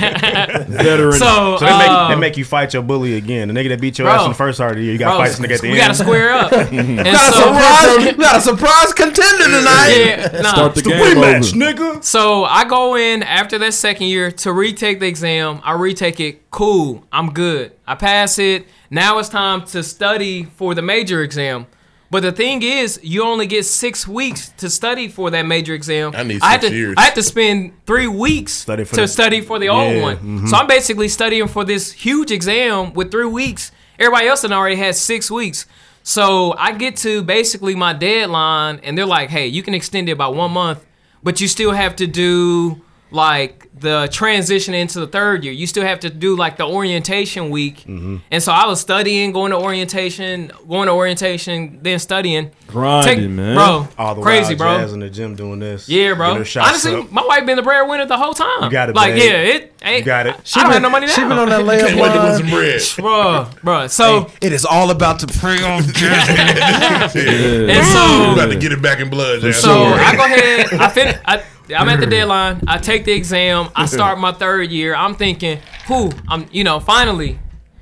A: Veteran. So,
E: they, make,
A: um,
E: they make you fight your bully again. The nigga that beat your
A: Bro.
E: ass in the first part of the year, you got to
A: Bro,
E: fight this nigga at the
A: uh, we
E: end.
A: gotta square up.
E: Mhm.
A: And so-
D: we got a surprise contender tonight.
A: Yeah, nah.
E: Start the It's the game rematch, over.
A: nigga. So I go in after that second year to retake the exam. I retake it. Cool. I'm good. I pass it. Now it's time to study for the major exam. But the thing is, you only get six weeks to study for that major exam.
C: I need
A: I have
C: six
A: to,
C: years.
A: I have to spend three weeks
C: Study for
A: to
C: the-
A: study for the old
C: Yeah,
A: one.
C: mhm.
A: So I'm basically studying for this huge exam with three weeks. Everybody else had already had six weeks. So I get to basically my deadline, and they're like, "Hey, you can extend it by one month, but you still have to do like the transition into the third year. You still have to do like the orientation week."
B: Mm-hmm.
A: And so I was studying, going to orientation, going to orientation, then studying.
B: Grinding,
A: Take-
B: man.
A: Bro,
E: All the
A: crazy,
E: while
A: bro.
E: Jazz in the gym doing this.
A: Yeah, bro.
E: Getting her shots
A: Honestly,
E: up.
A: my wife been the breadwinner the whole time.
E: You got it,
A: Like,
E: babe.
A: yeah, it ain't.
E: You got it.
A: I don't have no money now.
D: she been on that layup Can't wait to win some bread.
A: bro, bro. So
J: it is all about the pre on
A: And so-
C: you about to get it back in blood. Jazz.
A: So I go ahead. I fin- I, I'm at the deadline. I take the exam. I start my third year. I'm thinking, who? I'm, you know, finally,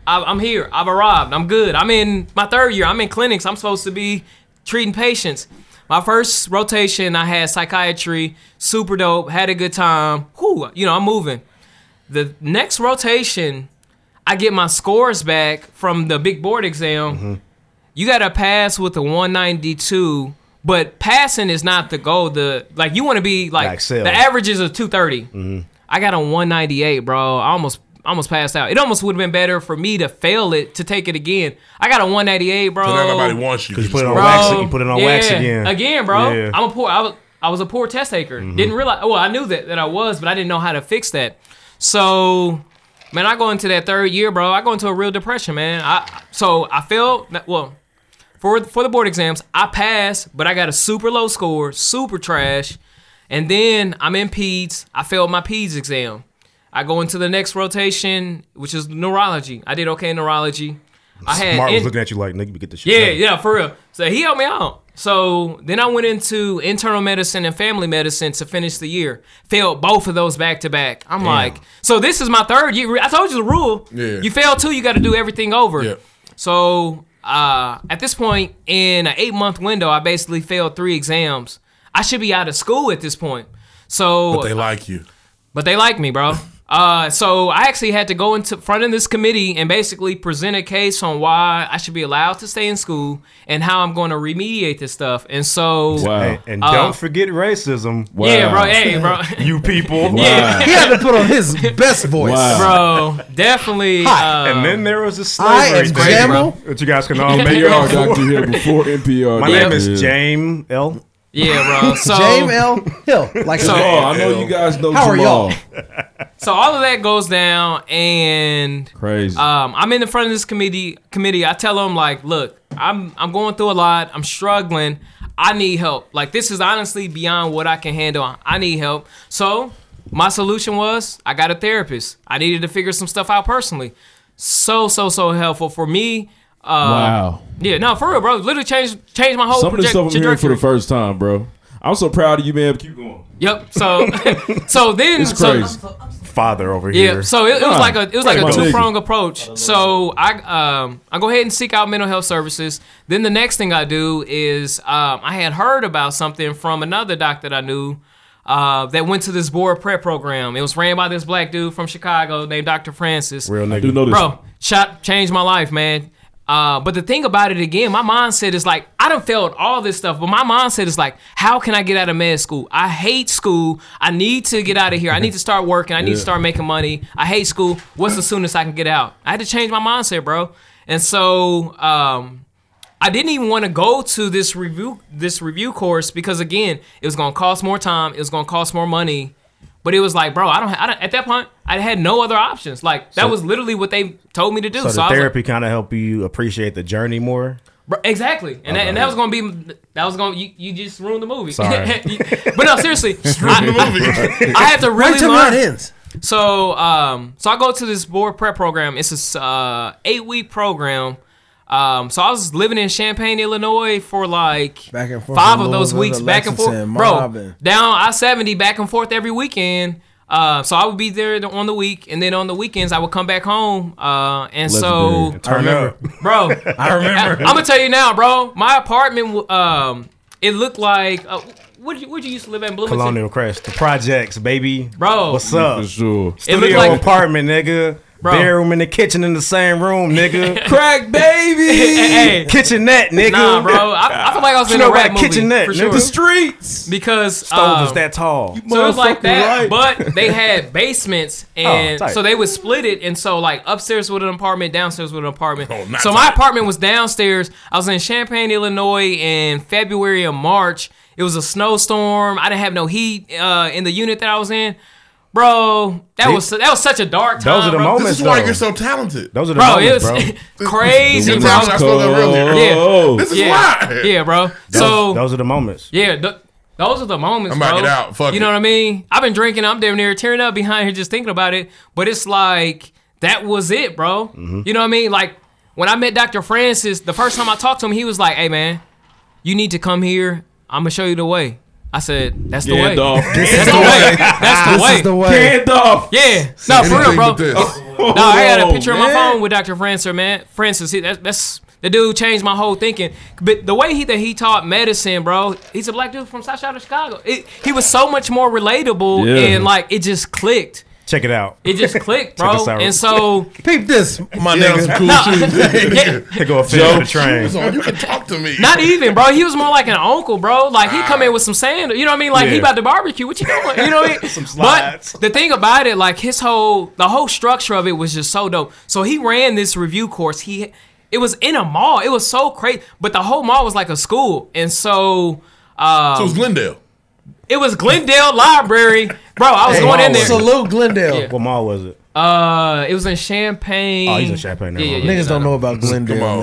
A: I, I'm here. I've arrived. I'm good. I'm in my third year. I'm in clinics. I'm supposed to be treating patients. My first rotation, I had psychiatry. Super dope. Had a good time. Who? You know, I'm moving. The next rotation, I get my scores back from the big board exam. You gotta pass with a 192, but passing is not the goal. The like you want to be like,
E: Like sales.
A: the averages are 230. I got a 198, bro. I almost almost passed out. It almost would have been better for me to fail it to take it again. I got a 198, bro.
C: now nobody wants you.
E: 'Cause you put it on
A: Bro,
E: wax. You put it on wax again.
A: Again, bro.
E: Yeah. Mm-hmm.
A: I'm a poor. I was, I was a poor test taker. Didn't realize. Well, I knew that that I was, but I didn't know how to fix that. So, man, I go into that third year, bro. I go into a real depression, man. I so I failed. that- Well, for for the board exams, I passed, but I got a super low score, super trash. And then I'm in peds. I failed my peds exam. I go into the next rotation, which is neurology. I did okay in neurology. I had
E: Mark was
A: in-
E: looking at you like, nigga, get the shit.
A: yeah,
E: done."
A: yeah, for real. So he helped me out. So then I went into internal medicine and family medicine to finish the year. Failed both of those back to back. I'm
E: Damn.
A: like, so this is my third year. I told you the rule.
C: Yeah.
A: You fail two, you got to do everything over. So uh, at this point, in an eight month window, I basically failed three exams. I should be out of school at this point. So
C: but they like you.
A: but they like me, bro. Uh, so I actually had to go into front of this committee and basically present a case on why I should be allowed to stay in school and how I'm going to remediate this stuff. And so,
E: And, and
A: uh,
E: don't forget racism.
A: yeah, bro, hey, bro,
E: you people.
A: Yeah. Wow. He had to put on his
D: best voice.
A: bro, definitely.
E: Hi.
A: uh,
E: and then there was a slavery
A: am
E: thing
A: Jamal.
E: that you guys can all make
A: NPR
E: your own
A: Dr.
B: Hill before NPR.
E: My name
B: Dr.
E: is
B: Hill.
E: James L.
A: Yeah, bro. So
D: James L. Hill. Like
A: So- uh,
B: Jamal, Oh, I know you guys know
D: How are
B: Jamal.
A: so all of that goes down, and
B: Crazy.
A: Um, I'm in the front of this committee. Committee, I tell them like, look, I'm I'm going through a lot. I'm struggling. I need help. Like this is honestly beyond what I can handle. I need help. So my solution was I got a therapist. I needed to figure some stuff out personally. So so so helpful for me. Uh,
B: Wow.
A: Yeah, no, for real, bro. Literally changed changed my whole.
B: Some of this
A: project-
B: stuff I'm hearing for
A: trajectory.
B: the first time, bro. I'm so proud of you, man. Keep going.
A: Yep. So, so then
B: It's
A: so-
B: crazy.
E: Father over
A: Yeah. So it, it was
E: Nah,
A: like a it was like
E: right,
A: a
E: my
A: two
E: nigga.
A: prong approach. So I um I go ahead and seek out mental health services. Then the next thing I do is um I had heard about something from another doctor that I knew. Uh, that went to this board prep program. It was ran by this black dude from Chicago named Dr. Francis.
E: Real nigga. I
B: do know this.
A: Bro, shot changed my life, man. Uh, but the thing about it again, my mindset is like, I done failed all this stuff, but my mindset is like, how can I get out of med school? I hate school. I need to get out of here. I need to start working. I need
B: Yeah.
A: to start making money. I hate school. What's the soonest I can get out? I had to change my mindset, bro. And so, um, I didn't even want to go to this review this review course because again, it was gonna cost more time. It was gonna cost more money. But it was like, bro, I don't, I don't- At that point, I had no other options. Like that
E: So-
A: was literally what they told me to do.
E: So
A: So,
E: the
A: I was like,
E: therapy kind of help you appreciate the journey more.
A: bro, exactly. And that, and that was gonna be that was gonna you, you just ruined the movie.
E: Sorry.
A: but no, seriously, I, I had to really
D: Wait till
A: learn.
D: mine ends.
A: So, um, so I go to this board prep program. It's a s- uh, eight week program. Um, so I was living in Champaign, Illinois for like
D: Back and forth
A: five
D: from
A: of those
D: Louisville
A: weeks,
D: to
A: back and forth,
D: Lexington,
A: bro.
D: mobbing.
A: Down I seventy, back and forth every weekend. Uh, so I would be there th- on the week, and then on the weekends I would come back home. Uh, and so
E: Legendary. Turn I remember.
A: bro.
E: I remember.
A: I'm gonna tell you now, bro. My apartment, w- um, it looked like uh, what you, where'd you used to live in Bloomington?
E: Colonial Crest, the projects, baby.
A: Bro.
E: what's up?
B: For sure.
A: It
E: Studio
A: looked like-
E: apartment, nigga. bedroom and the kitchen in the same room, nigga.
B: Crack baby.
A: Hey.
E: kitchenette, nigga.
A: Nah, bro. I, I feel like I was
E: You
A: in
E: know
A: a
E: about
A: rap movie.
E: kitchenette,
A: for
E: nigga.
A: sure.
E: The
B: streets.
A: Because
E: Stove
A: um,
E: was that tall.
A: So it's like that,
E: Motherfucking right. Oh,
A: but they had basements, and
E: tight.
A: so they would split it. And so like upstairs with an apartment, downstairs with an apartment.
E: Oh, not
A: so my
E: tight.
A: apartment was downstairs. I was in Champaign, Illinois, in February and March. It was a snowstorm. I didn't have no heat uh, in the unit that I was in, bro. That
E: See?
A: was that was such a dark time.
E: Those are the
A: bro.
E: moments. though.
C: talented.
E: Those are the
A: Bro,
E: moments,
A: it
E: bro.
A: was crazy,
E: The
A: bro.
E: wind was cold.
A: Yeah. yeah. Yeah, bro.
E: Those-
A: so
E: those are the moments.
A: yeah, th- those are the moments.
E: I'm about
A: bro.
E: to get out. Fuck
A: you
E: it.
A: know what I mean? I've been drinking. I'm damn near tearing up behind here just thinking about it. But it's like that was it, bro.
E: Mm-hmm.
A: You know what I mean? Like when I met Dr. Francis, the first time I talked to him, he was like, "Hey, man, you need to come here. I'm gonna show you the way." I said, "That's the way.
B: Gandalf.
A: That's
B: This
A: the
B: is the
A: way.
B: way.
A: That's the
B: This
A: way.
B: is the way. Gandalf.
A: Yeah. No, for real,
B: Anything
A: bro. Oh.
B: but this.
A: No, I got a picture on my
B: man.
A: phone with Dr. Francis, man. Francis, he, that, that's the dude changed my whole thinking. But the way he that he taught medicine, bro, he's a black dude from South Side of Chicago. It, he was so much more relatable,
E: Yeah.
A: and like it just clicked.
E: Check it out.
A: It just clicked,
E: Check
A: bro.
E: this out.
A: And so
D: peep this, my
A: Yeah,
D: niggas.
A: some cool shoes. Yeah.
E: They go a fit
D: Joe.
E: for the train.
D: So
C: you can talk to me.
A: Not even, bro. He was more like an uncle, bro. Like he come in with some sandals. You know what I mean? Like he
E: Yeah.
A: about to barbecue. What you doing? You know what I mean?
E: Some slides.
A: But the thing about it, like his whole the whole structure of it was just so dope. So he ran this review course. He it was in a mall. It was so crazy. But the whole mall was like a school. And so um,
C: So it was Glendale.
A: It was Glendale Library. Bro, I was
E: Hey,
A: going in there.
E: mall was it?
D: Salute Glendale.
E: What mall was it?
A: Uh, it was in Champagne.
E: Oh, he's in Champagne.
A: Yeah, yeah, yeah,
D: niggas don't know about Glendale.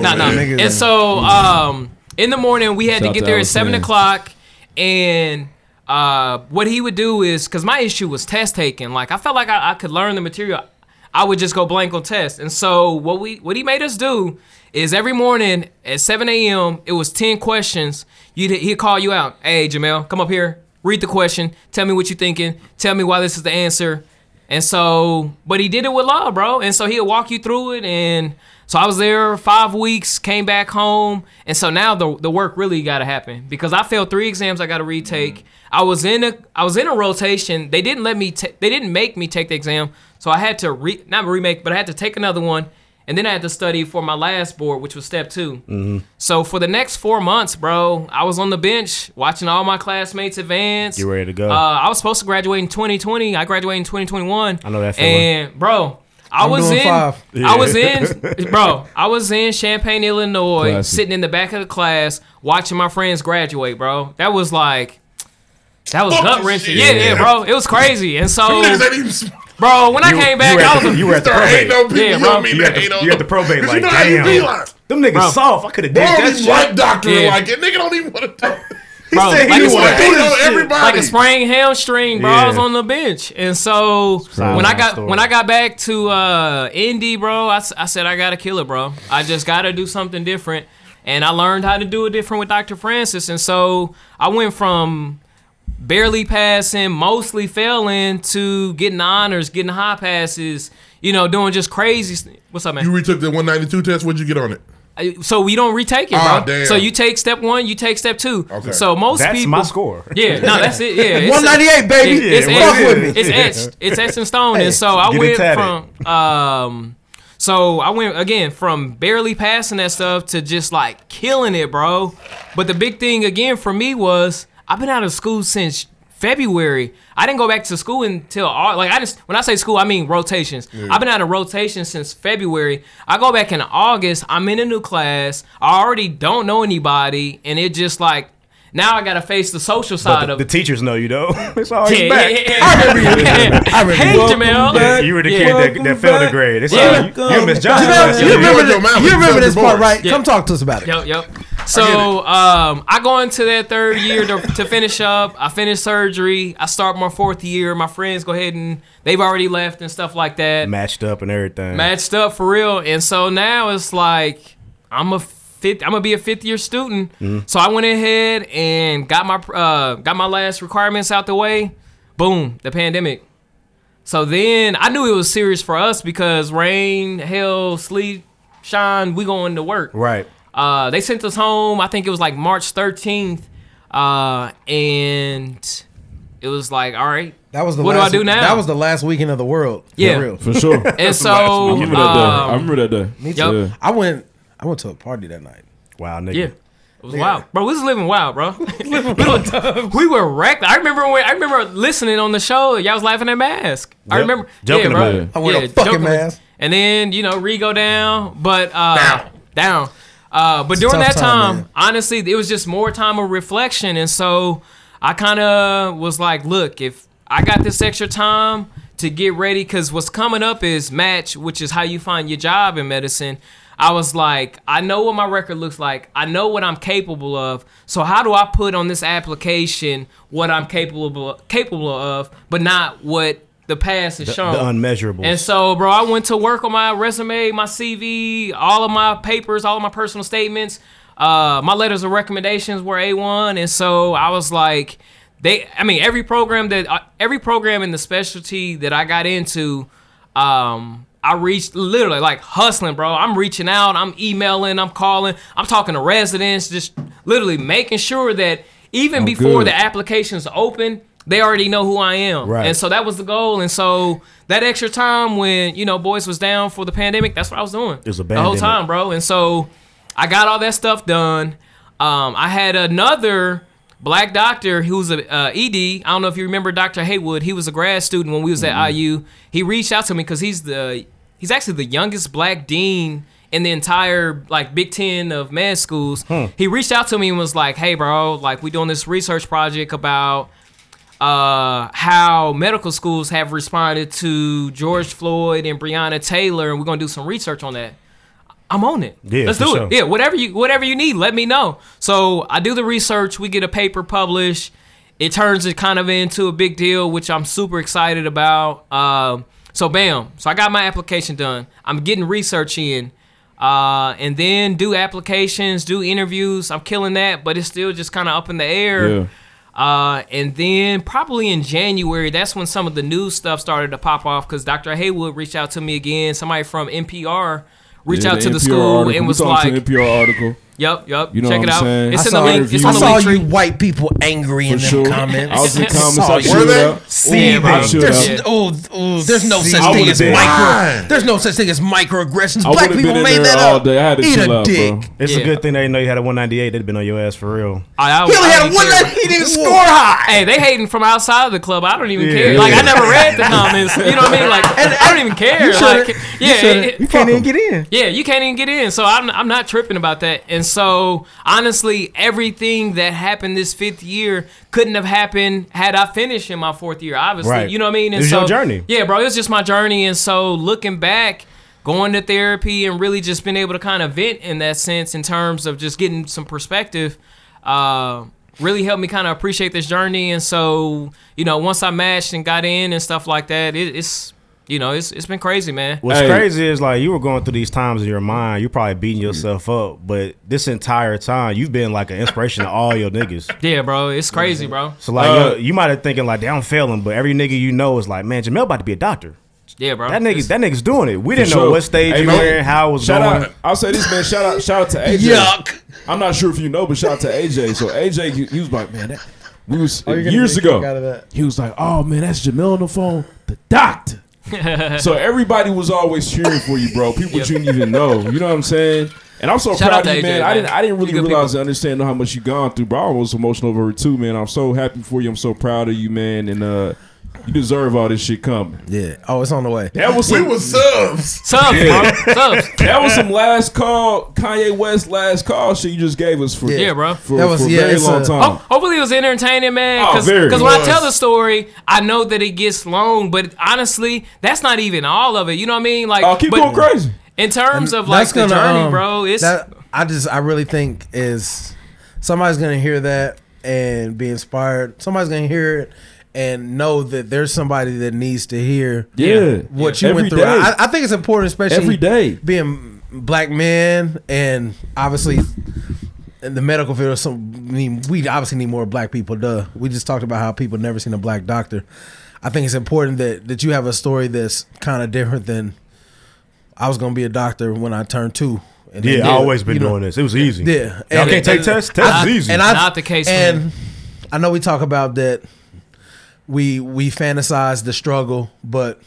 A: No, no.
D: Niggas
A: And
D: ain't-
A: so um, in the morning we had
D: Shout
A: to get
D: to
A: there at
D: Alex
A: seven
D: Smith.
A: o'clock, and uh, what he would do is because my issue was test taking. Like I felt like I, I could learn the material. I would just go blank on tests. And so what we what he made us do is every morning at seven a.m. It was ten questions. You'd, he'd call you out. Hey, Jamel, come up here. Read the question. Tell me what you're thinking. Tell me why this is the answer. And so, but he did it with love, bro. And so he'll walk you through it. And so I was there five weeks, came back home. And so now the, the work really got to happen because I failed three exams I got to retake. I was in a I was in a rotation. They didn't let me ta- they didn't make me take the exam. So I had to re not remake, but I had to take another one. And then I had to study for my last board, which was step two.
E: Mhm.
A: So for the next four months, bro, I was on the bench watching all my classmates advance.
E: Get ready to go.
A: Uh, I was supposed to graduate in 2020. I graduated in 2021. I
E: know that feeling.
A: And bro, I
E: I'm
A: was
E: doing
A: in.
E: five.
A: I was
E: Yeah.
A: in, bro. I was in Champaign, Illinois,
E: Classic.
A: sitting in the back of the class watching my friends graduate, bro. That was like, that was
E: Fuck
A: gut wrenching.
E: this
A: Yeah,
E: shit.
A: yeah, bro. It was crazy. And so,
E: Them niggas ain't
A: bro, when
E: You-
A: I came
E: you
A: back,
E: were at
A: I was
E: the- you were at the
A: Start
E: probate.
A: hating on people.
E: Yeah,
A: You
E: bro.
A: don't mean
E: You
A: to
E: at the-
A: hate on
E: you at the
A: them.
E: probate,
A: Because
E: like,
A: you know how you
E: damn.
A: feel, like-
E: Them niggas
A: Bro.
E: soft. I coulda did
A: Bro,
E: that
A: these
E: shit.
A: white doctors Yeah. like it.
C: Nigga don't even want to talk.
A: Bro,
E: said he
A: like, a
E: was
A: sprained-
E: doing
A: like
E: everybody.
A: a sprained hamstring, bro. I was
E: Yeah.
A: on the bench, and so
E: Silent
A: when I got
E: story.
A: when I got back to uh, Indy, bro, I, s- I said I gotta kill it, bro. I just gotta do something different, and I learned how to do it different with Dr. Francis, and so I went from barely passing, mostly failing, to getting honors, getting high passes. You know, doing just crazy. s- What's up, man?
C: You retook the 192 test. What'd you get on it?
A: I- So we don't retake it, bro.
C: Ah, damn.
A: So you take step one, you take step two.
C: Okay.
A: So most
E: That's
A: people,
E: my score.
A: Yeah, no, that's it. Yeah, it's-
E: 198, baby.
A: It's,
E: Yeah,
A: etched,
E: fuck with me.
A: it's etched. It's etched in stone.
E: Hey,
A: and so I
E: get it
A: went
E: tatted.
A: from, um, so I went again from barely passing that stuff to just like killing it, bro. But the big thing again for me was I've been out of school since. February. I didn't go back to school until Au- like I just when I say school I mean rotations.
E: Yeah.
A: I've been out of rotation since February. I go back in August. I'm in a new class. I already don't know anybody, and it just like now I gotta face the social
E: But
A: side
E: the,
A: of
E: the teachers know you though. it's all
A: Yeah,
E: he's back.
A: yeah, yeah, yeah. I remember you. I remember Hey, you. Welcome Jamel. back.
E: you were the
A: Yeah.
E: kid that,
A: Welcome
E: that failed the
A: back.
E: grade. It's
A: Yeah.
E: all you. You and Miss Johnson.
D: Jamel,
E: was-
D: you remember,
E: Yo,
D: this-
E: Jamel,
D: you
E: we
D: remember
E: felt
D: this
E: the
D: part,
E: boys.
D: right?
A: Yeah.
D: Come talk to us about it.
A: Yep, yep. So um, I go into that third year to, to finish up. I finish surgery. I start my fourth year. My friends go ahead and they've already left and stuff like that.
E: Matched up and everything.
A: Matched up for real. And so now it's like I'm a fifth. I'm gonna be a fifth year student.
E: Mhm.
A: So I went ahead and got my uh, got my last requirements out the way. Boom, the pandemic. So then I knew it was serious for us because rain, hell, sleet, shine, we going to work.
E: Right.
A: Uh, they sent us home. I think it was like March 13th, uh, and it was like, all right,
D: That was the
A: what
D: last,
A: do I do now?
D: That was the last weekend of the world. for
A: Yeah.
D: real.
A: For sure. And um, That's the last so,
B: I remember that day. I remember that day.
D: Me
B: Yup.
D: too. I went. I went to a party that night.
E: Wow, nigga.
A: Yeah. It was wild, bro. We was living wild, bro. we, were, we were wrecked. I remember when I remember listening on the show. Y'all was laughing at mask. I
E: Yep.
A: remember
E: Joking
A: yeah, bro.
E: about it.
D: I wear a
A: Yeah,
D: fucking
A: joking.
D: mask.
A: And then you know Re go down, but uh, down, down. Uh, but
D: It's a
A: during
D: tough
A: that
D: time,
A: time,
D: man.
A: honestly, it was just more time of reflection, and so I kind of was like, look, if I got this extra time to get ready, because what's coming up is match, which is how you find your job in medicine. I was like, I know what my record looks like. I know what I'm capable of. So how do I put on this application what I'm capable capable of, but not what the past has
E: The-
A: shown?
E: the unmeasurables.
A: And so, bro, I went to work on my resume, my CV, all of my papers, all of my personal statements. Uh, my letters of recommendations were A1, and so I was like, they. I mean, every program that uh, every program in the specialty that I got into, um, I reached literally like hustling, bro. I'm reaching out, I'm emailing, I'm calling, I'm talking to residents, just literally making sure that even
B: Oh,
A: before
B: good.
A: the applications open, they already know who I am.
B: Right.
A: And so that was the goal. And so that extra time when, you know, boys was down for the pandemic, that's what I was doing.
E: It was a
A: The whole
E: pandemic.
A: time, bro. And so I got all that stuff done. Um, I had another black doctor who was a uh, ED. I don't know if you remember Dr. Haywood. He was a grad student when we was at IU. He reached out to me because he's the he's actually the youngest black dean in the entire like Big Ten of med schools. He reached out to me and was like, "Hey, bro, like we doing this research project about." uh, how medical schools have responded to George Floyd and Breonna Taylor, and we're gonna do some research on that. I'm on it.
E: Yeah,
A: let's
E: for
A: do
E: sure.
A: it. Yeah, whatever you whatever you need, let me know. So I do the research. We get a paper published. It turns it kind of into a big deal, which I'm super excited about. Um, so bam. So I got my application done. I'm getting research in. Uh, and then do applications, do interviews. I'm killing that, but it's still just kind of up in the air.
B: Yeah.
A: Uh, and then probably in January, that's when some of the news stuff started to pop off because Dr. Haywood reached out to me again. Somebody from NPR reached
B: Yeah,
A: out to the
B: NPR
A: school
B: article.
A: and
B: We
A: was
B: talked to
A: like,
B: the NPR article.
A: "Yep, yep,
B: You know
A: check
B: what
A: it
B: I'm
A: out.
B: saying?
A: It's in
B: I
A: the
B: saw
A: link. It's on
B: interviews.
A: the
B: I
A: link
B: saw
A: tree."
B: you
H: white people angry in
B: For
H: them
B: sure.
H: comments.
B: I was in
H: I
B: comments,
H: saw
B: I
H: you.
B: chewed it up.
H: Seething.
B: Yeah, I chewed it
H: There's,
B: up.
H: oh, oh, there's no such
B: I
H: thing
B: would've
H: as
B: been-
H: micro. There's no such thing as microaggressions. Black
B: would've
H: people
B: been in
H: made
B: there
H: that
B: all
H: up.
B: day. I had to
H: Eat
B: chill
H: a
B: out, bro.
H: dick.
E: It's
A: Yeah.
E: a good thing they didn't know you had a 198. They'd been on your ass for real.
A: I, I,
H: He only
A: I
H: had
A: didn't
H: one
A: care.
H: that he didn't score high.
A: Hey, they hating from outside the club. I don't even
E: Yeah.
A: care. Like
E: Yeah.
A: I never read the comments. You know what I mean? Like I don't even care.
H: You
A: like,
H: should've. You
A: yeah,
H: should've.
A: it-
H: You can't even get in.
A: Yeah, you can't even get in. So I'm I'm not tripping about that. And so honestly, everything that happened this fifth year couldn't have happened had I finished in my fourth year. Obviously,
E: Right.
A: you know what I mean.
E: It
A: And
E: was
A: so,
E: your journey.
A: Yeah, bro, it was just my journey. And so looking back. Going to therapy and really just being able to kind of vent in that sense, in terms of just getting some perspective, uh, really helped me kind of appreciate this journey. And so, you know, once I matched and got in and stuff like that, it, it's you know, it's it's been crazy, man.
E: What's
B: Hey.
E: crazy is like you were going through these times in your mind. You're probably beating yourself up, but this entire time you've been like an inspiration to all your niggas.
A: Yeah, bro, it's crazy, bro.
E: So like
B: Uh,
E: you, you might have thinking like, "Damn, I'm failing," but every nigga you know is like, "Man, Jamel about to be a doctor."
A: Yeah, bro.
E: That nigga, that nigga's doing it. We
B: For
E: didn't know
B: sure.
E: what stage
B: Hey,
E: you
B: man,
E: were in, how it was
B: shout
E: going.
B: Out, I'll say this, man. Shout out, shout out to AJ.
H: Yuck.
B: I'm not sure if you know, but shout out to AJ. So AJ, he, he was like, man, that, we was
D: you're gonna
B: years
D: get a kick
B: ago.
D: out of that.
B: He was like, oh man, that's Jamel on the phone, the doctor. so everybody was always cheering for you, bro. People that you didn't even know. You know what I'm saying? And I'm so
A: Shout
B: proud
A: out
B: of you,
A: to
B: man.
A: AJ,
B: I didn't,
A: man.
B: I didn't
A: You
B: really
A: good
B: realize
A: people.
B: and understand how much you gone through, but I was emotional over it too, man. I'm so happy for you. I'm so proud of you, man. And uh, you deserve all this shit coming.
D: Yeah. Oh, it's on the way.
B: That was
C: We
B: some-
C: was subs.
A: Subs, bro. Subs.
B: that was some last call, Kanye West last call shit you just gave us for
A: Yeah, bro. Oh,
B: for,
D: That was-
B: for a
D: yeah,
B: very
D: it's
B: long
D: a-
B: time.
A: Ho- hopefully it was entertaining, man.
B: Oh,
A: Because
B: very.
A: when I
C: Was.
A: tell the story, I know that it gets long, but honestly, that's not even all of it. You know what I mean? Like,
B: Oh, keep
A: but
B: going crazy.
A: In terms of like
D: That's
A: the
D: gonna,
A: journey,
D: um,
A: bro, it's
D: that- I just I really think is somebody's gonna hear that and be inspired. Somebody's gonna hear it and know that there's somebody that needs to hear
B: Yeah,
D: what
B: Yeah.
D: you
B: Every
D: went through.
B: day.
D: I, I think it's important, especially
B: Every day.
D: being black men and obviously in the medical field. Some I mean, we obviously need more black people. Duh, we just talked about how people never seen a black doctor. I think it's important that that you have a story that's kind of different than I was gonna be a doctor when I turned two. And
E: Yeah,
D: then-
E: I always been
D: you know,
E: doing this. It was easy.
D: Yeah,
E: Y'all can't take
D: and-
E: tests. Tests
D: I-
E: is easy.
D: And I,
A: Not the case,
D: And
A: man.
D: I know we talk about that we we fantasize the struggle, but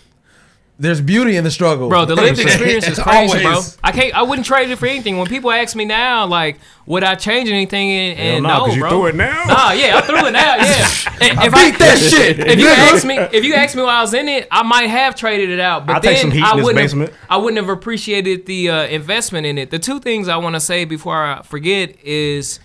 D: there's beauty in the struggle.
A: Bro, the lived
D: 100%.
A: experience is crazy, bro.
D: Always.
A: I can't. I wouldn't trade it for anything. When people ask me now, like, would I change anything? And,
E: Hell
A: and
E: nah,
A: no,
E: 'cause you
A: bro.
E: threw it now?
A: Nah, yeah, I threw it now. Yeah. And
E: I beat that shit,
A: If you
E: nigga.
A: ask me, if you ask me while I was in it, I might have traded it out. But
E: I'll
A: then
E: take some heat
A: I
E: in this
A: wouldn't.
E: basement.
A: Have, I wouldn't have appreciated the uh, investment in it. The two things I want to say before I forget is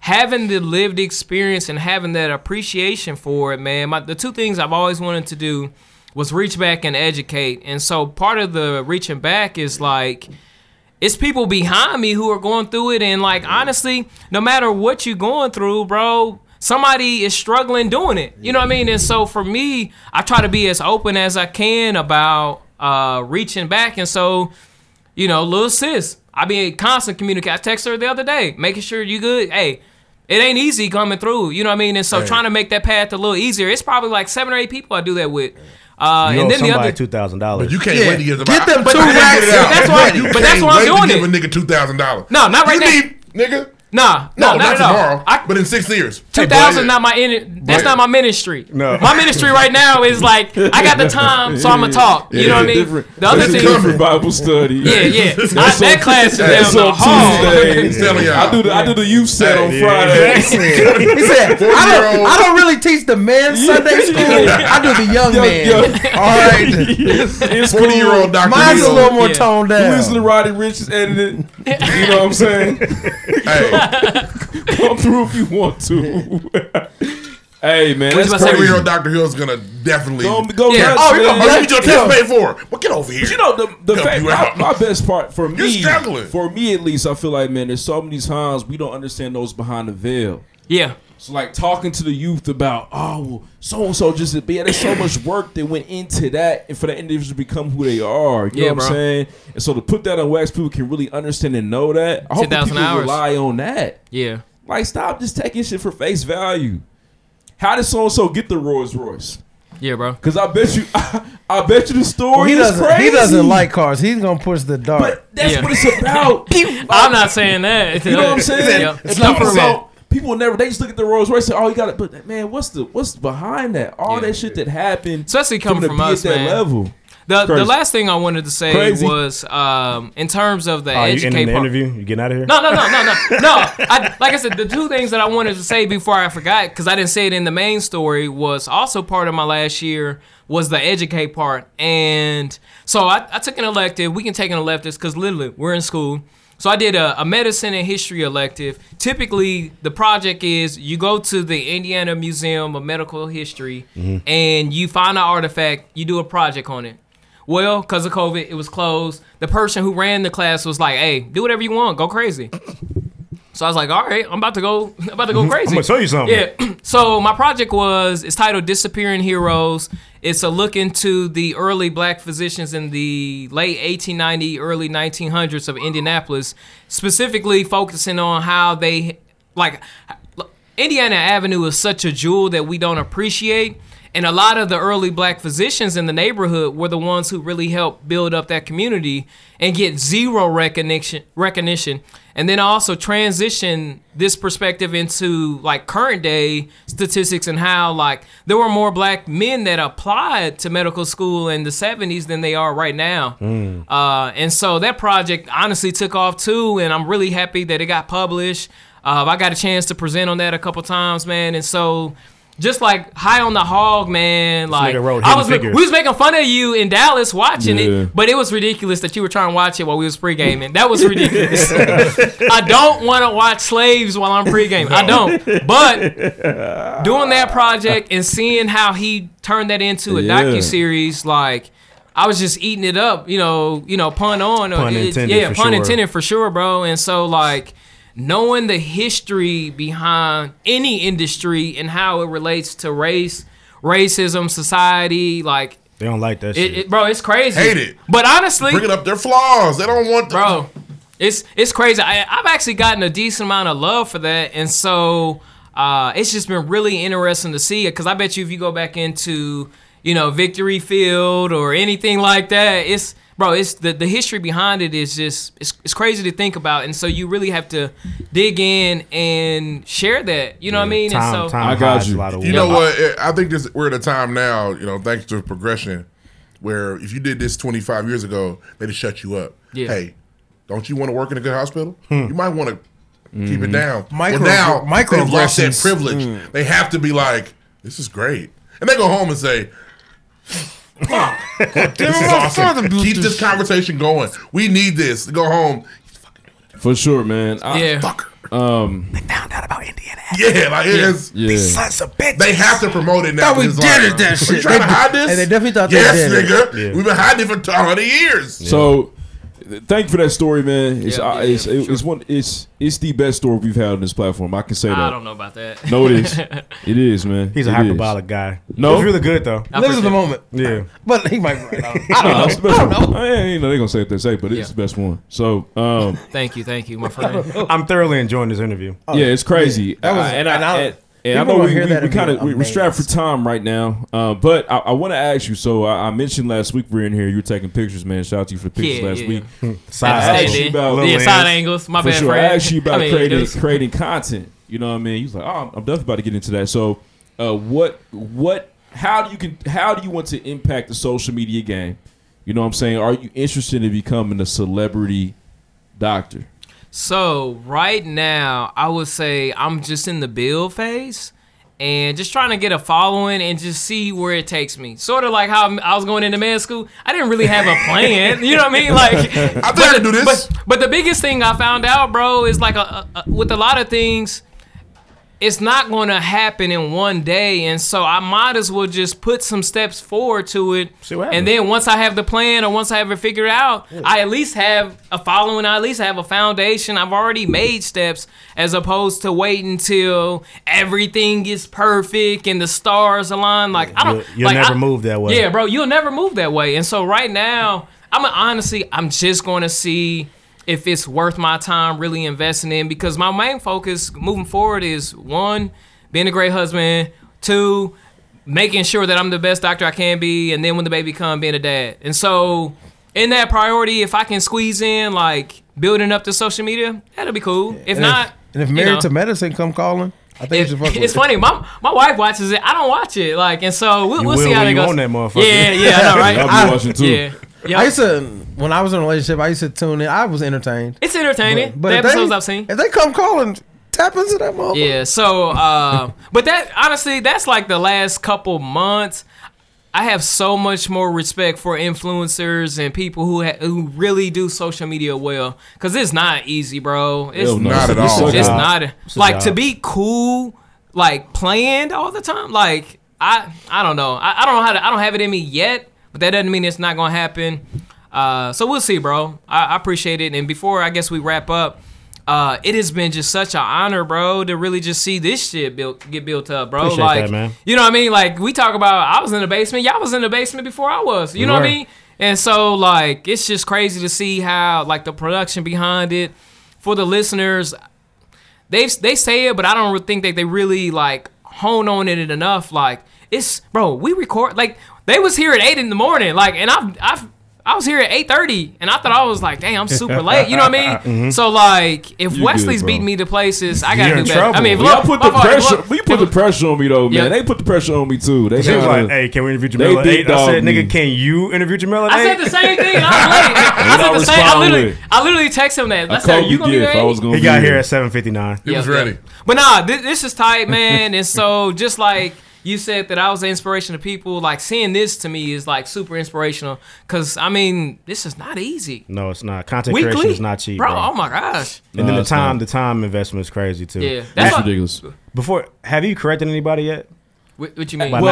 A: having the lived experience and having that appreciation for it, man. My, the two things I've always wanted to do was reach back and educate. And so part of the reaching back is like it's people behind me who are going through it and like honestly, no matter what you're going through, bro, somebody is struggling doing it. You know what I mean? And so for me, I try to be as open as I can about uh reaching back and so you know, little sis. I be in constant communication. I text her the other day, making sure you good. Hey, it ain't easy coming through. You know what I mean? And so
E: Hey.
A: trying to make that path a little easier. It's probably like seven or eight people I do that with. Uh,
E: you
A: and
E: owe
A: then the
E: somebody
A: other
E: two thousand dollars.
C: But you can't wait to get them.
A: Get them
C: but
A: two
C: I didn't
A: racks.
C: get it out.
A: That's why-
C: You
A: but
C: can't
A: that's why I'm
C: wait to
A: doing
C: give a nigga two thousand dollars.
A: No, not right
C: you
A: now.
C: Need, nigga.
A: Nah, nah,
C: No, not
A: no, no, no.
C: tomorrow. but in six years.
A: Two thousand not my in, that's
C: Blair.
A: not my ministry.
C: No.
A: My ministry right now is like I got the time, so I'm gonna talk. You
B: Yeah,
A: know what I
B: it's
A: mean?
B: different.
A: The other
B: It's a
A: thing,
B: different Bible study.
A: Yeah, yeah.
B: That's
A: I- that
B: on-
A: class is
B: that's
A: down the
B: on
A: hall.
B: Tuesdays.
A: Telling y'all.
B: I do the I do the youth set on
D: Hey, yeah.
B: Friday.
D: he said, I don't, I don't really teach the man Sunday school. I do the young man. All right.
B: It's
D: 40 year old Dr. Mine's a little more
B: Yeah.
D: toned down.
B: You listen to Roddy Rich is edited. You know what I'm saying? Come through if you want to. hey man,
C: This
B: that's crazy.
C: forty year old Dr. Hill's gonna definitely
B: Go- go nuts,
C: Oh, you're
B: man.
C: gonna get your test
B: Yeah.
C: paid for. Well, get over here.
B: But you know the the
C: Help
B: fact
C: you
B: my,
C: out.
B: my best part for me
C: You're struggling.
B: for me at least I feel like man there's so many times we don't understand those behind the veil.
A: Yeah.
B: So like talking to the youth about oh well so and so just did- but yeah there's so much work that went into that and for the individual to become who they are. You
A: Yeah,
B: know what
A: bro.
B: I'm saying? And so to put that on wax, people can really understand and know that. I hope that
A: 10,000
B: people
A: hours.
B: rely on that.
A: Yeah.
B: Like stop just taking shit for face value. How did so and so get the Rolls Royce?
A: yeah, bro.
B: Because I bet you, I, bet you the story
D: he
B: is
D: doesn't.
B: crazy.
D: He doesn't like cars. He's gonna push the dart.
B: That's what it's about.
A: I'm not saying that.
B: You know what I'm saying?
A: Yeah.
B: It's not for so, people never. They just look at the Rolls Royce and oh, you got it. But man, what's the what's behind that? All that shit that happened,
A: especially coming
B: to
A: from
B: be at
A: us,
B: that
A: man.
B: level.
A: The, the
B: Crazy.
A: last thing I wanted to say
B: Crazy. Oh,
A: was um, in terms of the
E: Are you
A: educate
E: ending the
A: part.
E: interview? You getting out of here?
A: No, no, no, no, no, no. I, like I said, the two things that I wanted to say before I forgot, because I didn't say it in the main story, was also part of my last year was the educate part, and so I, I took an elective. We can take an elective because literally we're in school. So I did a, a medicine and history elective. Typically, the project is you go to the Indiana Museum of Medical History
V: Mhm.
A: and you find an artifact, you do a project on it. Well, because of COVID, it was closed. The person who ran the class was like, "Hey, do whatever you want, go crazy." So I was like, "All right, I'm about to go, I'm about to go
E: I'm
A: crazy."
E: gonna tell Mm-hmm. you something.
A: Yeah. so my project was it's titled "Disappearing Heroes." It's a look into the early black physicians in the late 1890, early 1900s of Indianapolis, specifically focusing on how they like Indiana Avenue is such a jewel that we don't appreciate. And a lot of the early black physicians in the neighborhood were the ones who really helped build up that community and get zero recognition recognition. And then I also transition this perspective into like current day statistics and how like there were more black men that applied to medical school in the 70s than they are right now. Uh, and so that project honestly took off too, and I'm really happy that it got published. Uh, I got a chance to present on that a couple times, man, and so just like high on the hog, man. Like
E: nigga wrote
A: I
E: Hidden
A: was,
E: Figures.
A: we was making fun of you in Dallas watching
E: Yeah.
A: it, but it was ridiculous that you were trying to watch it while we was pre-gaming. That was ridiculous. I don't want to watch slaves while I'm pre-gaming. I don't, but doing that project and seeing how he turned that into a
E: Yeah.
A: docuseries, docu series, like I was just eating it up, you know, you know, pun on, or
E: Pun
A: it-
E: intended
A: yeah,
E: for
A: pun
E: sure.
A: intended for sure, bro. And so like knowing the history behind any industry and how it relates to race, racism, society, like
E: They don't like that shit.
A: it, it- bro, it's crazy.
E: Hate it.
A: But honestly,
E: Bringing
A: up their flaws. They don't want, bro. It's it's crazy. I, I've actually gotten a decent amount of love for that, and so uh, it's just been really interesting to see it. Because I bet you, if you go back into you know Victory Field or anything like that, it's bro, it's the, the history behind it is just it's, it's crazy to think about, and so you really have to dig in and share that. You know what I mean?
E: time-
A: and so
E: time
C: I got
E: hides a
C: you.
E: lot of
C: You know
E: work.
C: what? I think this, we're at a time now. You know, thanks to progression, where if you did this 25 years ago, they'd have shut you up.
D: Yeah.
C: Hey, don't you want to work in a good hospital?
D: Hmm.
C: You might want to keep it
D: Mhm.
C: down.
D: Micro-
C: well, now they've lost that
D: microaggressions.
C: privilege.
D: Mm.
C: They have to be like, "This is great," and they go home and say. this is awesome. Keep this conversation going. We need this. Go home.
B: For sure, man. I,
C: Yeah.
B: Um, they
C: found out about Indiana. Yeah, like it is.
B: Yeah. These sons
C: of bitches. They have to promote it now.
B: Thought we
C: because
B: did
C: like,
B: it, that
C: "Are you
B: shit."
C: Trying
B: They
C: to
B: did-
C: hide this?
B: and they definitely thought they
C: yes,
B: did it.
C: nigga.
B: Yeah.
C: We've been hiding it for 20 years.
B: So, th- thank you for that story, man. It's I it's, it's one it's it's the best story we've had on this platform. I can say
A: I
B: that.
A: don't know about that.
B: No, it is. it is, man.
E: He's a
B: It is.
E: hyperbolic guy.
B: No,
E: He's really good, though. I
D: Lives in the
E: appreciate
D: moment.
E: Yeah.
D: But he might be right. I don't know.
B: I don't know. It's the best one. I ain't- you know, they gonna say what they say, but it's the best one. So, um,
A: Thank you, thank you, my friend.
E: I'm thoroughly enjoying this interview.
B: yeah, it's crazy.
E: Oh, That was-
B: Uh, and I,
E: and I-
B: and, and I
E: people
B: know
E: will
B: we,
E: hear
B: we,
E: that
B: we
E: and be
B: kind of we, we're
E: amazed.
B: strapped for time right now. Uh, but I, I want to ask you. So I, I mentioned last week we were in here. You were taking pictures, man. Shout out to you for the pictures
A: Yeah,
B: last
A: yeah.
B: week.
A: Side
B: I asked
A: angles.
B: you about-
A: Yeah, Little side lens. angles. My
B: for
A: bad,
B: sure.
A: Fred.
B: I asked you about
A: I mean,
B: creating
A: dudes.
B: creating content. You know what I mean? You was like, oh, I'm definitely about to get into that. So, uh, what what how do you can how do you want to impact the social media game? You know what I'm saying? Are you interested in becoming a celebrity doctor?
A: So right now, I would say I'm just in the build phase and just trying to get a following and just see where it takes me. Sort of like how I'm- I was going into med school. I didn't really have a plan. you know what I mean? Like I
C: think I can do this.
A: But, but the biggest thing I found out, bro, is like a, a, a- with a lot of things. It's not going to happen in one day, and so I might as well just put some steps forward to it. and then once I have the plan, or once I have it figured out, I at least have a following. I at least have a foundation. I've already made steps, as opposed to waiting till everything is perfect and the stars align. Like I don't.
E: You'll, you'll
A: like,
E: never
A: I-
E: move that way.
A: yeah, bro, you'll never move that way. And so right now, I'm honestly, I'm just going to see if it's worth my time really investing in because my main focus moving forward is one, being a great husband, two, making sure that I'm the best doctor I can be, and then when the baby come, being a dad. And so in that priority, if I can squeeze in like building up the social media, that'll be cool. If
D: And
A: not,
D: and if
A: you
D: married
A: know.
D: to medicine come calling, I think you should fuck with
A: It's
D: it.
A: funny. My my wife watches it. I don't watch it. Like, and so we'll,
D: You
A: we'll see
D: will
A: how
D: when
A: it
D: you
A: goes.
D: own that motherfucker.
A: Yeah, yeah, I know, right?
D: I-
A: Yeah, yeah.
D: I used to when I was in a relationship. I used to tune in. I was entertained.
A: It's entertaining. The
D: if they-
A: episodes I've seen.
D: If they come calling, tap into that motherfucker.
A: Yeah. So, uh, but that honestly, that's like the last couple months. I have so much more respect for influencers and people who ha- who really do social media well because it's not easy, bro. It's
C: Hell no. Not at all.
A: It's,
C: It's a job.
A: not
C: It's a
A: like to
C: job.
A: be cool, like planned all the time. Like I, I don't know. I, I don't know how to. I don't have it in me yet, but that doesn't mean it's not gonna happen. Uh, so we'll see, bro. I, I appreciate it. And before I guess we wrap up, uh, it has been just such an honor, bro, to really just see this shit built get built up, bro.
E: Appreciate
A: like,
E: that, man.
A: you know what I mean? Like we talk about I was in the basement, y'all was in the basement before I was. You
E: We
A: know what I
E: were.
A: mean? And so like it's just crazy to see how like the production behind it for the listeners they they say it, but I don't re- think that they really like hone on it enough. Like it's bro, we record like they was here at eight in the morning, like, and I've I've I was here at eight thirty, and I thought I was like, damn, I'm super late. You know what I mean?
B: Mhm.
A: So like, if
B: You good,
A: Wesley's
B: bro.
A: beating me to places, I gotta
B: You're
A: do
B: in
A: better. I
B: trouble.
A: mean, if
B: y'all
A: Lo-
B: put
A: my
B: the
A: fault, if Lo-
B: pressure. We put the pressure on me though, man.
A: Yeah.
B: They put the pressure on me too. They
E: She was
B: kinda-
E: like, "Hey, can we interview
B: they
E: Jamel?" at
B: big
E: eight?" I said,
B: dogged me.
E: "Nigga, can you interview Jamel?" at
A: I
E: eight?"
A: said the same thing. and I was late. I said
E: And I
A: the same. I
E: respond
A: literally,
E: with-
A: I literally texted him that.
E: I
A: Let's say
E: called
A: you gonna be
E: gift.
A: ready.
E: I was gonna He be got here. here at 7:59. He was ready.
A: But nah, thi- this is tight, man. and so just like you said that I was an inspiration to people, like seeing this to me is like super inspirational. Cause I mean, this is not easy.
E: No, it's not. Content
A: Weekly?
E: creation is not cheap, bro.
A: Oh my gosh.
E: And then
A: Nah,
E: the
A: it's
E: time, the time investment is crazy too.
A: Yeah, that's That's why- ridiculous.
E: Before, have you corrected anybody yet?
A: What, what you mean?
E: By not-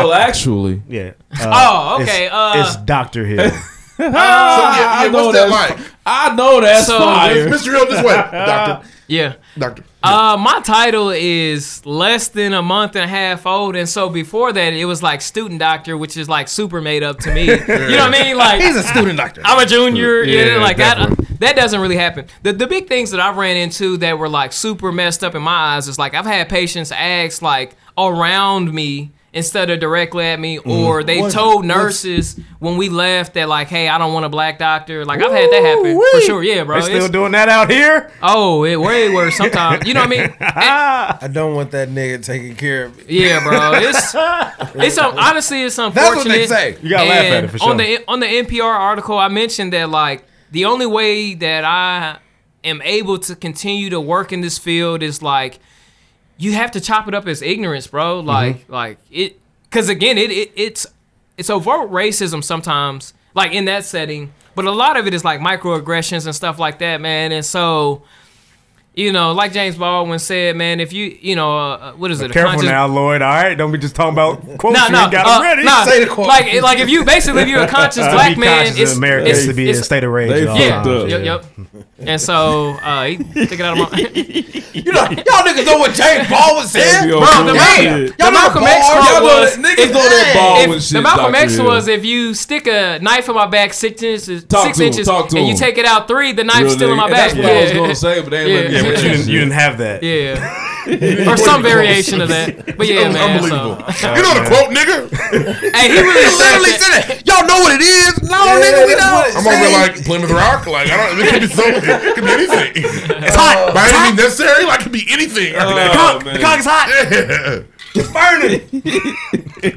E: yeah.
A: Oh, okay,
E: It's,
A: uh,
E: it's Doctor Hill.
B: Ah,
C: yeah, yeah, what's that like?
B: I know
A: that's So- fire.
C: Mr. Hill, this way, doctor.
A: Yeah.
C: Doctor.
A: Uh, my title is less than a month and a half old, and so before that, it was like student doctor, which is like super made up to me. you know what I mean? Like
D: he's a student doctor.
A: I'm a junior. Yeah,
D: Yeah,
A: like that. That doesn't really happen. The the big things that I've ran into that were like super messed up in my eyes is like I've had patients ask like around me instead of directly at
E: Mm-hmm.
A: me, or
V: Mhm.
A: they
V: What-
A: told
V: what's-
A: nurses when we left that like, hey, I don't want a black doctor. Like I've had that happen for sure. Yeah, bro.
E: They still
A: It's-
E: doing that out here?
A: Oh, it way worse sometimes. You know what I mean?
D: I don't want that nigga taking care of me.
A: Yeah, bro. It's it's un- honestly it's unfortunate.
D: That's what they say. You gotta laugh at
A: And
D: it, for
A: On
D: sure.
A: the on the NPR article, I mentioned that like the only way that I am able to continue to work in this field is like you have to chop it up as ignorance, bro.
D: Mm-hmm.
A: Like like it because again it, it it's it's overt racism sometimes like in that setting, but a lot of it is like microaggressions and stuff like that, man. And so. You know, like James Baldwin said, man, if you, you know, uh, what is it? a
E: Careful
A: conscious-
E: now, Lloyd. All right, don't be just talking about quotes.
A: no,
E: you
A: no,
E: ain't got
A: uh,
E: 'em ready.
A: no. Like, like if you basically if you're a conscious
E: To
A: black
E: be
A: man,
E: conscious
A: it's
E: in America
A: it's,
E: is to be
A: it's-
E: in a state of rage
A: Yeah,
E: at all times,
A: yep,
E: yeah.
A: yep. And so uh, he took it out of my.
D: You know, y'all niggas know what James Baldwin said,
A: Bro,
B: Oh,
A: the, Malcolm, the Malcolm X quote was if- if- The Malcolm X was if you stick a knife in my back six inches,
B: Talk
A: six
B: to him,
A: inches,
B: talk to
A: and you
B: him.
A: take it out three, the knife's
B: Real
A: still in
B: nigga.
A: my
B: And
A: back.
B: that's what I was gonna say, but they ain't let me get
E: but you didn't, you didn't have that.
A: Yeah, or some variation of that. But yeah, man. Unbelievable.
E: You know the
C: quote, nigga.
A: Hey, he really literally said
D: it. Y'all know what it is. No, nigga, we know.
C: I'm over like Plymouth Rock. Like I don't. It could be so. It could be anything. It's hot. By any means necessary. Like it could be anything.
A: Uh,
C: after that.
A: cock- the cock is hot.
C: Yeah.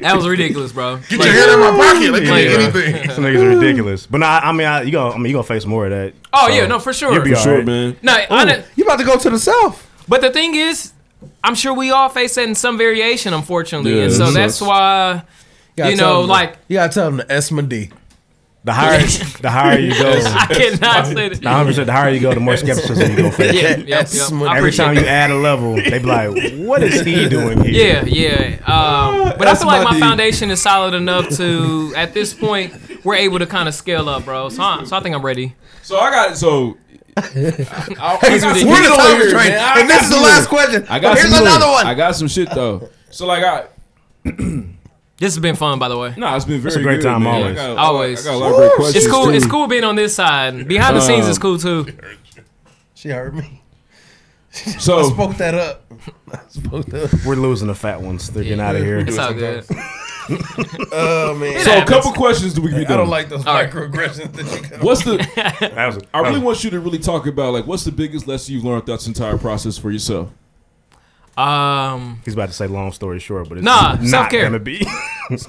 A: That was ridiculous, bro. Get
C: your hand in my pocket. That could be anything.
E: Some niggas are ridiculous. But no, I, I mean, I, you go. I mean, you gonna face more of that.
A: Oh, yeah, no, for sure.
E: You'll be
A: For
E: all
A: sure,
E: right.
A: man. No, honest,
D: You about to go to the south?
A: But the thing is, I'm sure we all face that in some variation, unfortunately.
D: Yeah,
A: and so
D: that
A: that's
D: sucks.
A: why, you, know, like,
D: you gotta tell them the S M D.
E: The higher, the higher you go,
A: I cannot say that.
E: The higher, the higher you go, the more skepticism you go face.
A: Yeah, yep, yep. I
E: Every
A: appreciate
E: time you
A: that.
E: add a level, they be like, "What is he doing here?"
A: yeah, yeah. Um, but I
E: That's
A: feel like
E: my
A: my
E: D.
A: foundation is solid enough to, at this point, we're able to kind of scale up, bro. So I, so I think I'm ready.
B: So I got so. I,
A: Hey,
B: got
A: we're
B: some
A: the
B: shit
A: time
B: over here,
A: train,
B: man. I
A: and this
B: got
A: is the
B: some
A: last
B: shit.
A: question.
B: I got
A: Here's
B: some
A: another
B: shit.
A: one.
B: I got some shit though. So like I,
A: This has been fun, by the way.
B: No, it's been
E: It's a very great good, time, man. I always. got a lot-
A: always.
E: I got a lot of great
A: It's
E: questions,
A: cool.
E: too.
A: It's cool being on this side. Behind the scenes is
B: Um,
A: cool too.
D: She heard me.
B: So-
D: I spoke that up. I spoke that up.
E: We're losing the fat ones. They're getting out of here.
D: It's all
A: good.
D: oh man.
B: So a couple questions that we can be
D: I don't
B: done.
D: like those
B: All right.
D: microaggressions that you got.
B: What's the?
E: That was a-
B: I really
E: that was-
B: want you to really talk about like what's the biggest lesson you've learned throughout this entire process for yourself.
A: Um,
E: He's about to say long story short, but it's
A: Nah,
E: not
A: self-care.
E: gonna be.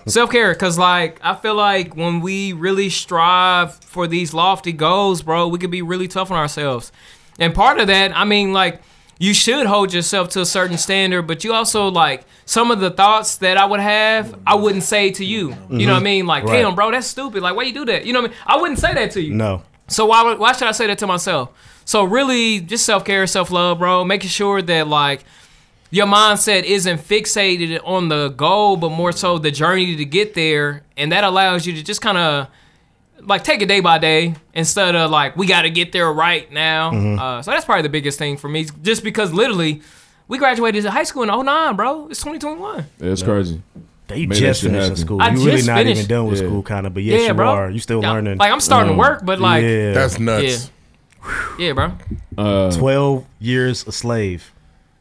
A: self care, cause like I feel like when we really strive for these lofty goals, bro, we could be really tough on ourselves. And part of that, I mean, like you should hold yourself to a certain standard, but you also like some of the thoughts that I would have, I wouldn't say to you. You know what I
E: Mhm.
A: mean? Like,
E: Right.
A: damn, bro, that's stupid. Like, why you do that? You know what I mean? I wouldn't say that to you.
E: no.
A: So why would- why should I say that to myself? So really, just self care, self love, bro. Making sure that like your mindset isn't fixated on the goal, but more so the journey to get there, and that allows you to just kind of like take it day by day instead of like we got to get there right now.
V: Mhm.
A: Uh, so that's probably the biggest thing for me, just because literally we graduated high school in 09, bro. It's 2021.
B: Yeah, it's crazy.
E: They
B: Made that
E: just
B: shit
E: finishing
B: happen.
E: school.
A: I
E: you really
A: just
E: not even
A: finished.
E: done with
A: Yeah.
E: school, kind of. But yes,
A: Yeah,
E: you
A: bro.
E: are. You still
A: Yeah,
E: learning.
A: like, I'm starting to work, but, like- That's
B: nuts.
A: Yeah, bro.
B: Uh,
E: Twelve years a slave.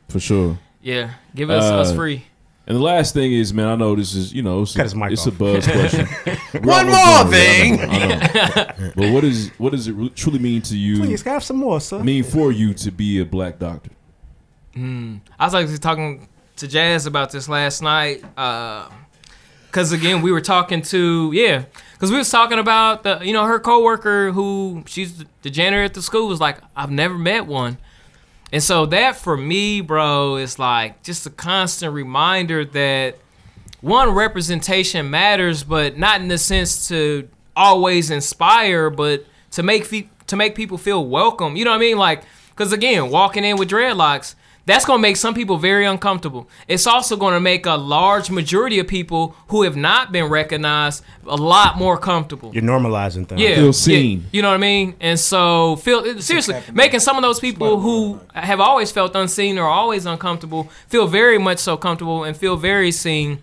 B: For sure.
A: Yeah, give us us
B: Uh,
A: free.
B: And the last thing is, man, I know this is, you know, it's, a, it's a buzz question. We're
A: One
B: almost
A: more
B: done, yeah,
A: thing.
B: I know, I know. but what is what does it re- truly mean to you?
E: Please have some more, sir.
B: Mean for you to be a black doctor?
A: Mm. I was actually talking to Jazz about this last night. Uh, Cause again, we were talking to yeah. Cause we was talking about the you know her coworker who she's the janitor at the school was like I've never met one, and so that for me, bro, is like just a constant reminder that one representation matters, but not in the sense to always inspire, but to make fe- to make people feel welcome. You know what I mean? Like, cause again, walking in with dreadlocks, that's gonna make some people very uncomfortable. It's also gonna make a large majority of people who have not been recognized a lot more comfortable.
E: You're normalizing things.
A: Yeah, yeah, you know what I mean. And so, feel seriously making some of those people who have always felt unseen or always uncomfortable feel very much so comfortable and feel very seen.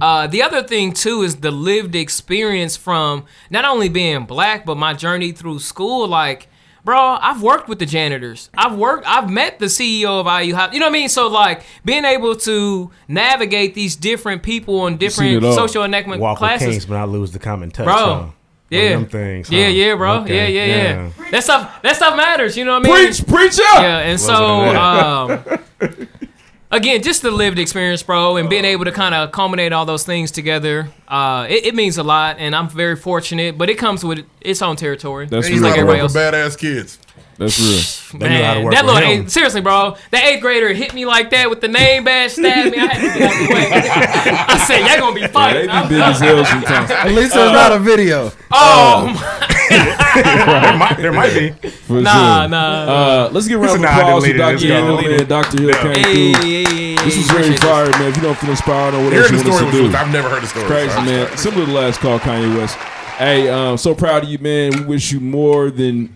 A: Uh, the other thing too is the lived experience from not only being black, but my journey through school. Like, Bro, I've worked with the janitors. I've worked. I've met the CEO of IU High. You know what I mean? So like being able to navigate these different people on different social and economic
E: Walk with
A: classes.
E: Kings, but I lose the common touch.
A: Bro.
E: huh? One of
A: Yeah.
E: them things, huh?
A: Yeah,
B: Oh,
A: yeah, bro.
E: Okay,
A: Yeah, yeah, yeah, That stuff that stuff matters, you know what I mean?
E: Preach, preach up!
A: Yeah, and so
E: Love
A: um again, just the lived experience, bro, and being able to kind of culminate all those things together, uh, it, it means a lot, and I'm very fortunate. But it comes with its own territory.
C: That's
A: It's
C: real.
A: like
C: How to work
A: everybody
C: with
A: else.
C: badass kids.
B: That's
C: real.
A: Man, that little eight, seriously, bro. That eighth grader hit me like that with the name badge, stabbed me. I had to get out the way. I said, "Y'all gonna be fighting."
B: They be big as hell sometimes.
D: At least there's not a video.
A: Oh,
E: there, might, there might be.
B: For
A: Nah,
B: sure.
A: nah.
B: Uh, let's give a
E: It's
B: round of
E: a nah,
B: applause to
E: deleted.
B: Dr.
E: It's
B: Hill,
E: gone.
B: man. Dr. Hill
E: Yeah.
B: came
E: Hey,
B: through.
E: yeah, yeah,
B: this
E: yeah,
B: is very
E: appreciate this.
B: inspiring, man. If you don't feel inspired, on what
C: Hearing
B: else you
C: the
B: want us
C: story
B: to
C: was-
B: do.
C: I've never heard the story,
B: Crazy,
C: so I-
B: man. Similar to the last call, Kanye West. Hey, um, so proud of you, man. We wish you more than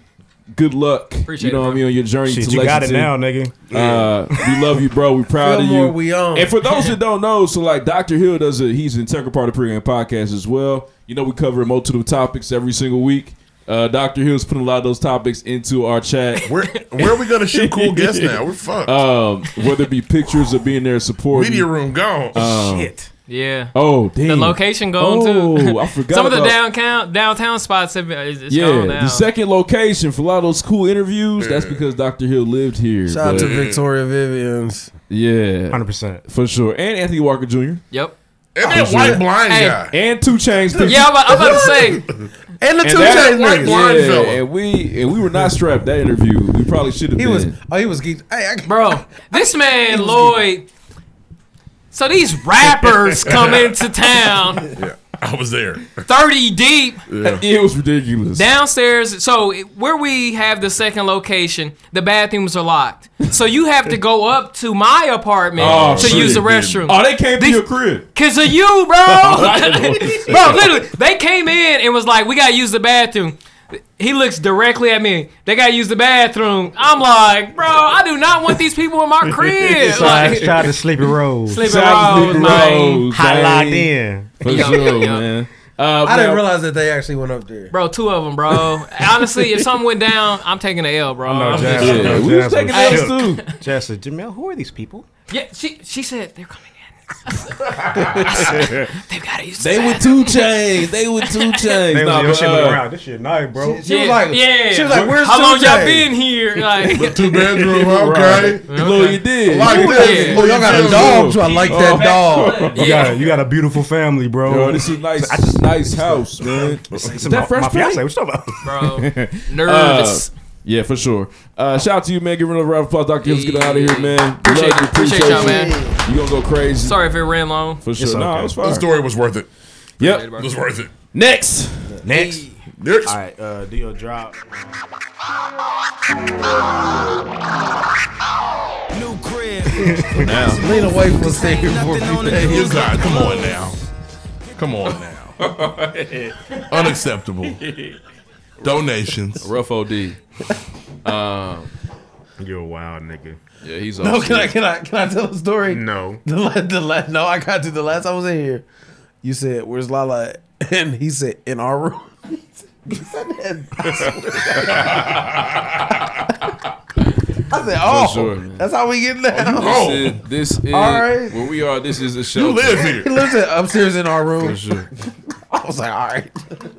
B: good luck.
E: Appreciate
B: you know
E: it,
B: what I
E: bro.
B: mean on your journey
E: Shit,
B: to
E: you got it
B: Lexington.
E: now, nigga.
B: Uh, we love you, bro. We proud of
D: Fillmore,
B: you.
D: we own.
B: And for those that don't know, so like Dr. Hill does a he's an integral part of the pregame podcast as well. You know, we cover a multitude of topics every single week. Uh, Dr. Hill's putting a lot of those topics into our chat.
C: Where where are we gonna shoot cool guests now? We're fucked.
B: Um, whether it be pictures of being there supporting
C: Media room gone.
E: Um,
C: Shit.
A: Yeah.
B: Oh, damn.
A: The location gone
B: oh,
A: too.
B: I forgot.
A: Some of the
B: about-
A: downtown downtown spots have been. It's, it's
B: yeah,
A: gone
B: the
A: now.
B: second location for a lot of those cool interviews. That's because Dr. Hill lived here.
D: Shout out to
B: but-
D: Victoria Vivian's.
B: Yeah,
E: 100%.
B: for sure. And Anthony Walker Jr.
A: Yep.
C: And
B: that white blind Hey.
C: guy.
B: and two chains.
A: Yeah, I'm about, I'm about to say.
D: And the two
B: that-
D: chains niggas.
B: yeah, and we and we were not strapped that interview. We probably should have
D: He
B: been.
D: was oh he was geeked. Hey, I,
A: bro, this man Lloyd. So these rappers come into town,
C: Yeah, I was there.
A: thirty deep.
C: Yeah.
B: It was ridiculous.
A: Downstairs, so where we have the second location, the bathrooms are locked. So you have to go up to my apartment
B: Oh,
A: to
B: shit.
A: use the restroom.
B: Oh, they came to your crib.
A: Cause of you, bro. bro, literally, they came in and was like, "We gotta use the bathroom." He looks directly at me. They gotta use the bathroom. I'm like, bro, I do not want these people in my crib.
E: So I tried to sleep it roll.
A: Sleep it
B: Shout out to
A: roll,
B: Sleepy
A: man.
B: Rose,
E: Hot
B: dang.
E: locked in.
B: For
A: Yeah,
B: sure,
A: yeah.
B: man. Uh,
D: I didn't
B: now-
D: realize that they actually went up there.
A: Bro, two of them, bro. Honestly, if something went down, I'm taking the L, bro. I'm
E: Jazz-
A: just-
E: I know
B: we
E: Jazz
B: was taking
E: shook.
B: L's too.
E: Jazz said, Jamel, who are these people?
A: yeah, she she said they're coming in. I said, They've gotta use. the
B: They were
A: bathroom."
B: two chains. They were two chains.
E: They was
B: Nah,
E: like, yo,
B: but,
E: shit look
B: uh,
E: around. This shit nice, bro.
D: She was like,
A: yeah.
D: she was like, "Where's
A: how long
D: Two
A: y'all
D: Chainz?"
A: been here? Like,
C: Two bedroom.
B: Right.
C: Okay.
B: Lil, you did.
C: Like
B: You
C: this.
A: Yeah.
C: Lil,
D: Oh, Y'all got a
C: feeling
D: dog
C: good.
D: too. I like
B: Oh.
D: that dog.
E: You got a, you got a beautiful family, bro.
B: Yo, this is nice.
E: I just-
B: nice house, man.
E: It's
B: Is
E: my,
B: that fresh
E: my
B: paint?
E: fiance. What you talking about?
A: bro,
B: Uh,
A: nervous.
B: yeah, for sure. Uh, shout out to you, man. Give another round of applause, Doctor. Let's get out of here, man. We
A: Appreciate
B: Love you.
A: it. Appreciate
B: Appreciate
A: y'all,
B: you,
A: man.
B: You gonna go crazy?
A: Sorry if it ran long.
B: for sure.
E: It's
B: No,
E: okay.
B: it was fine.
C: The story was worth it.
B: Yep.
C: It was worth it.
B: Next.
E: Next.
C: Next.
E: All right, uh, do your drop.
G: New crib.
B: Now.
D: Lean away from the stage before we pay.
C: Your God, come on now. Come on now. Unacceptable. Donations.
B: Rough OD. Um,
E: You're a wild nigga.
B: yeah, he's awesome.
D: No, Oh, can I can I can I tell a story?
E: No.
D: The la- the last no, I got to the last I was in here. You said, "Where's Lala?" at?" And he said, "In our room." He said that. I swear. I said, "Oh,
B: sure, man.
D: that's how we get down."
C: Oh.
B: This is, this is
D: All right.
B: where we are. This is a show.
C: You live
D: he
C: here.
D: lives in- upstairs in our room.
B: For sure.
D: I was like, "All right."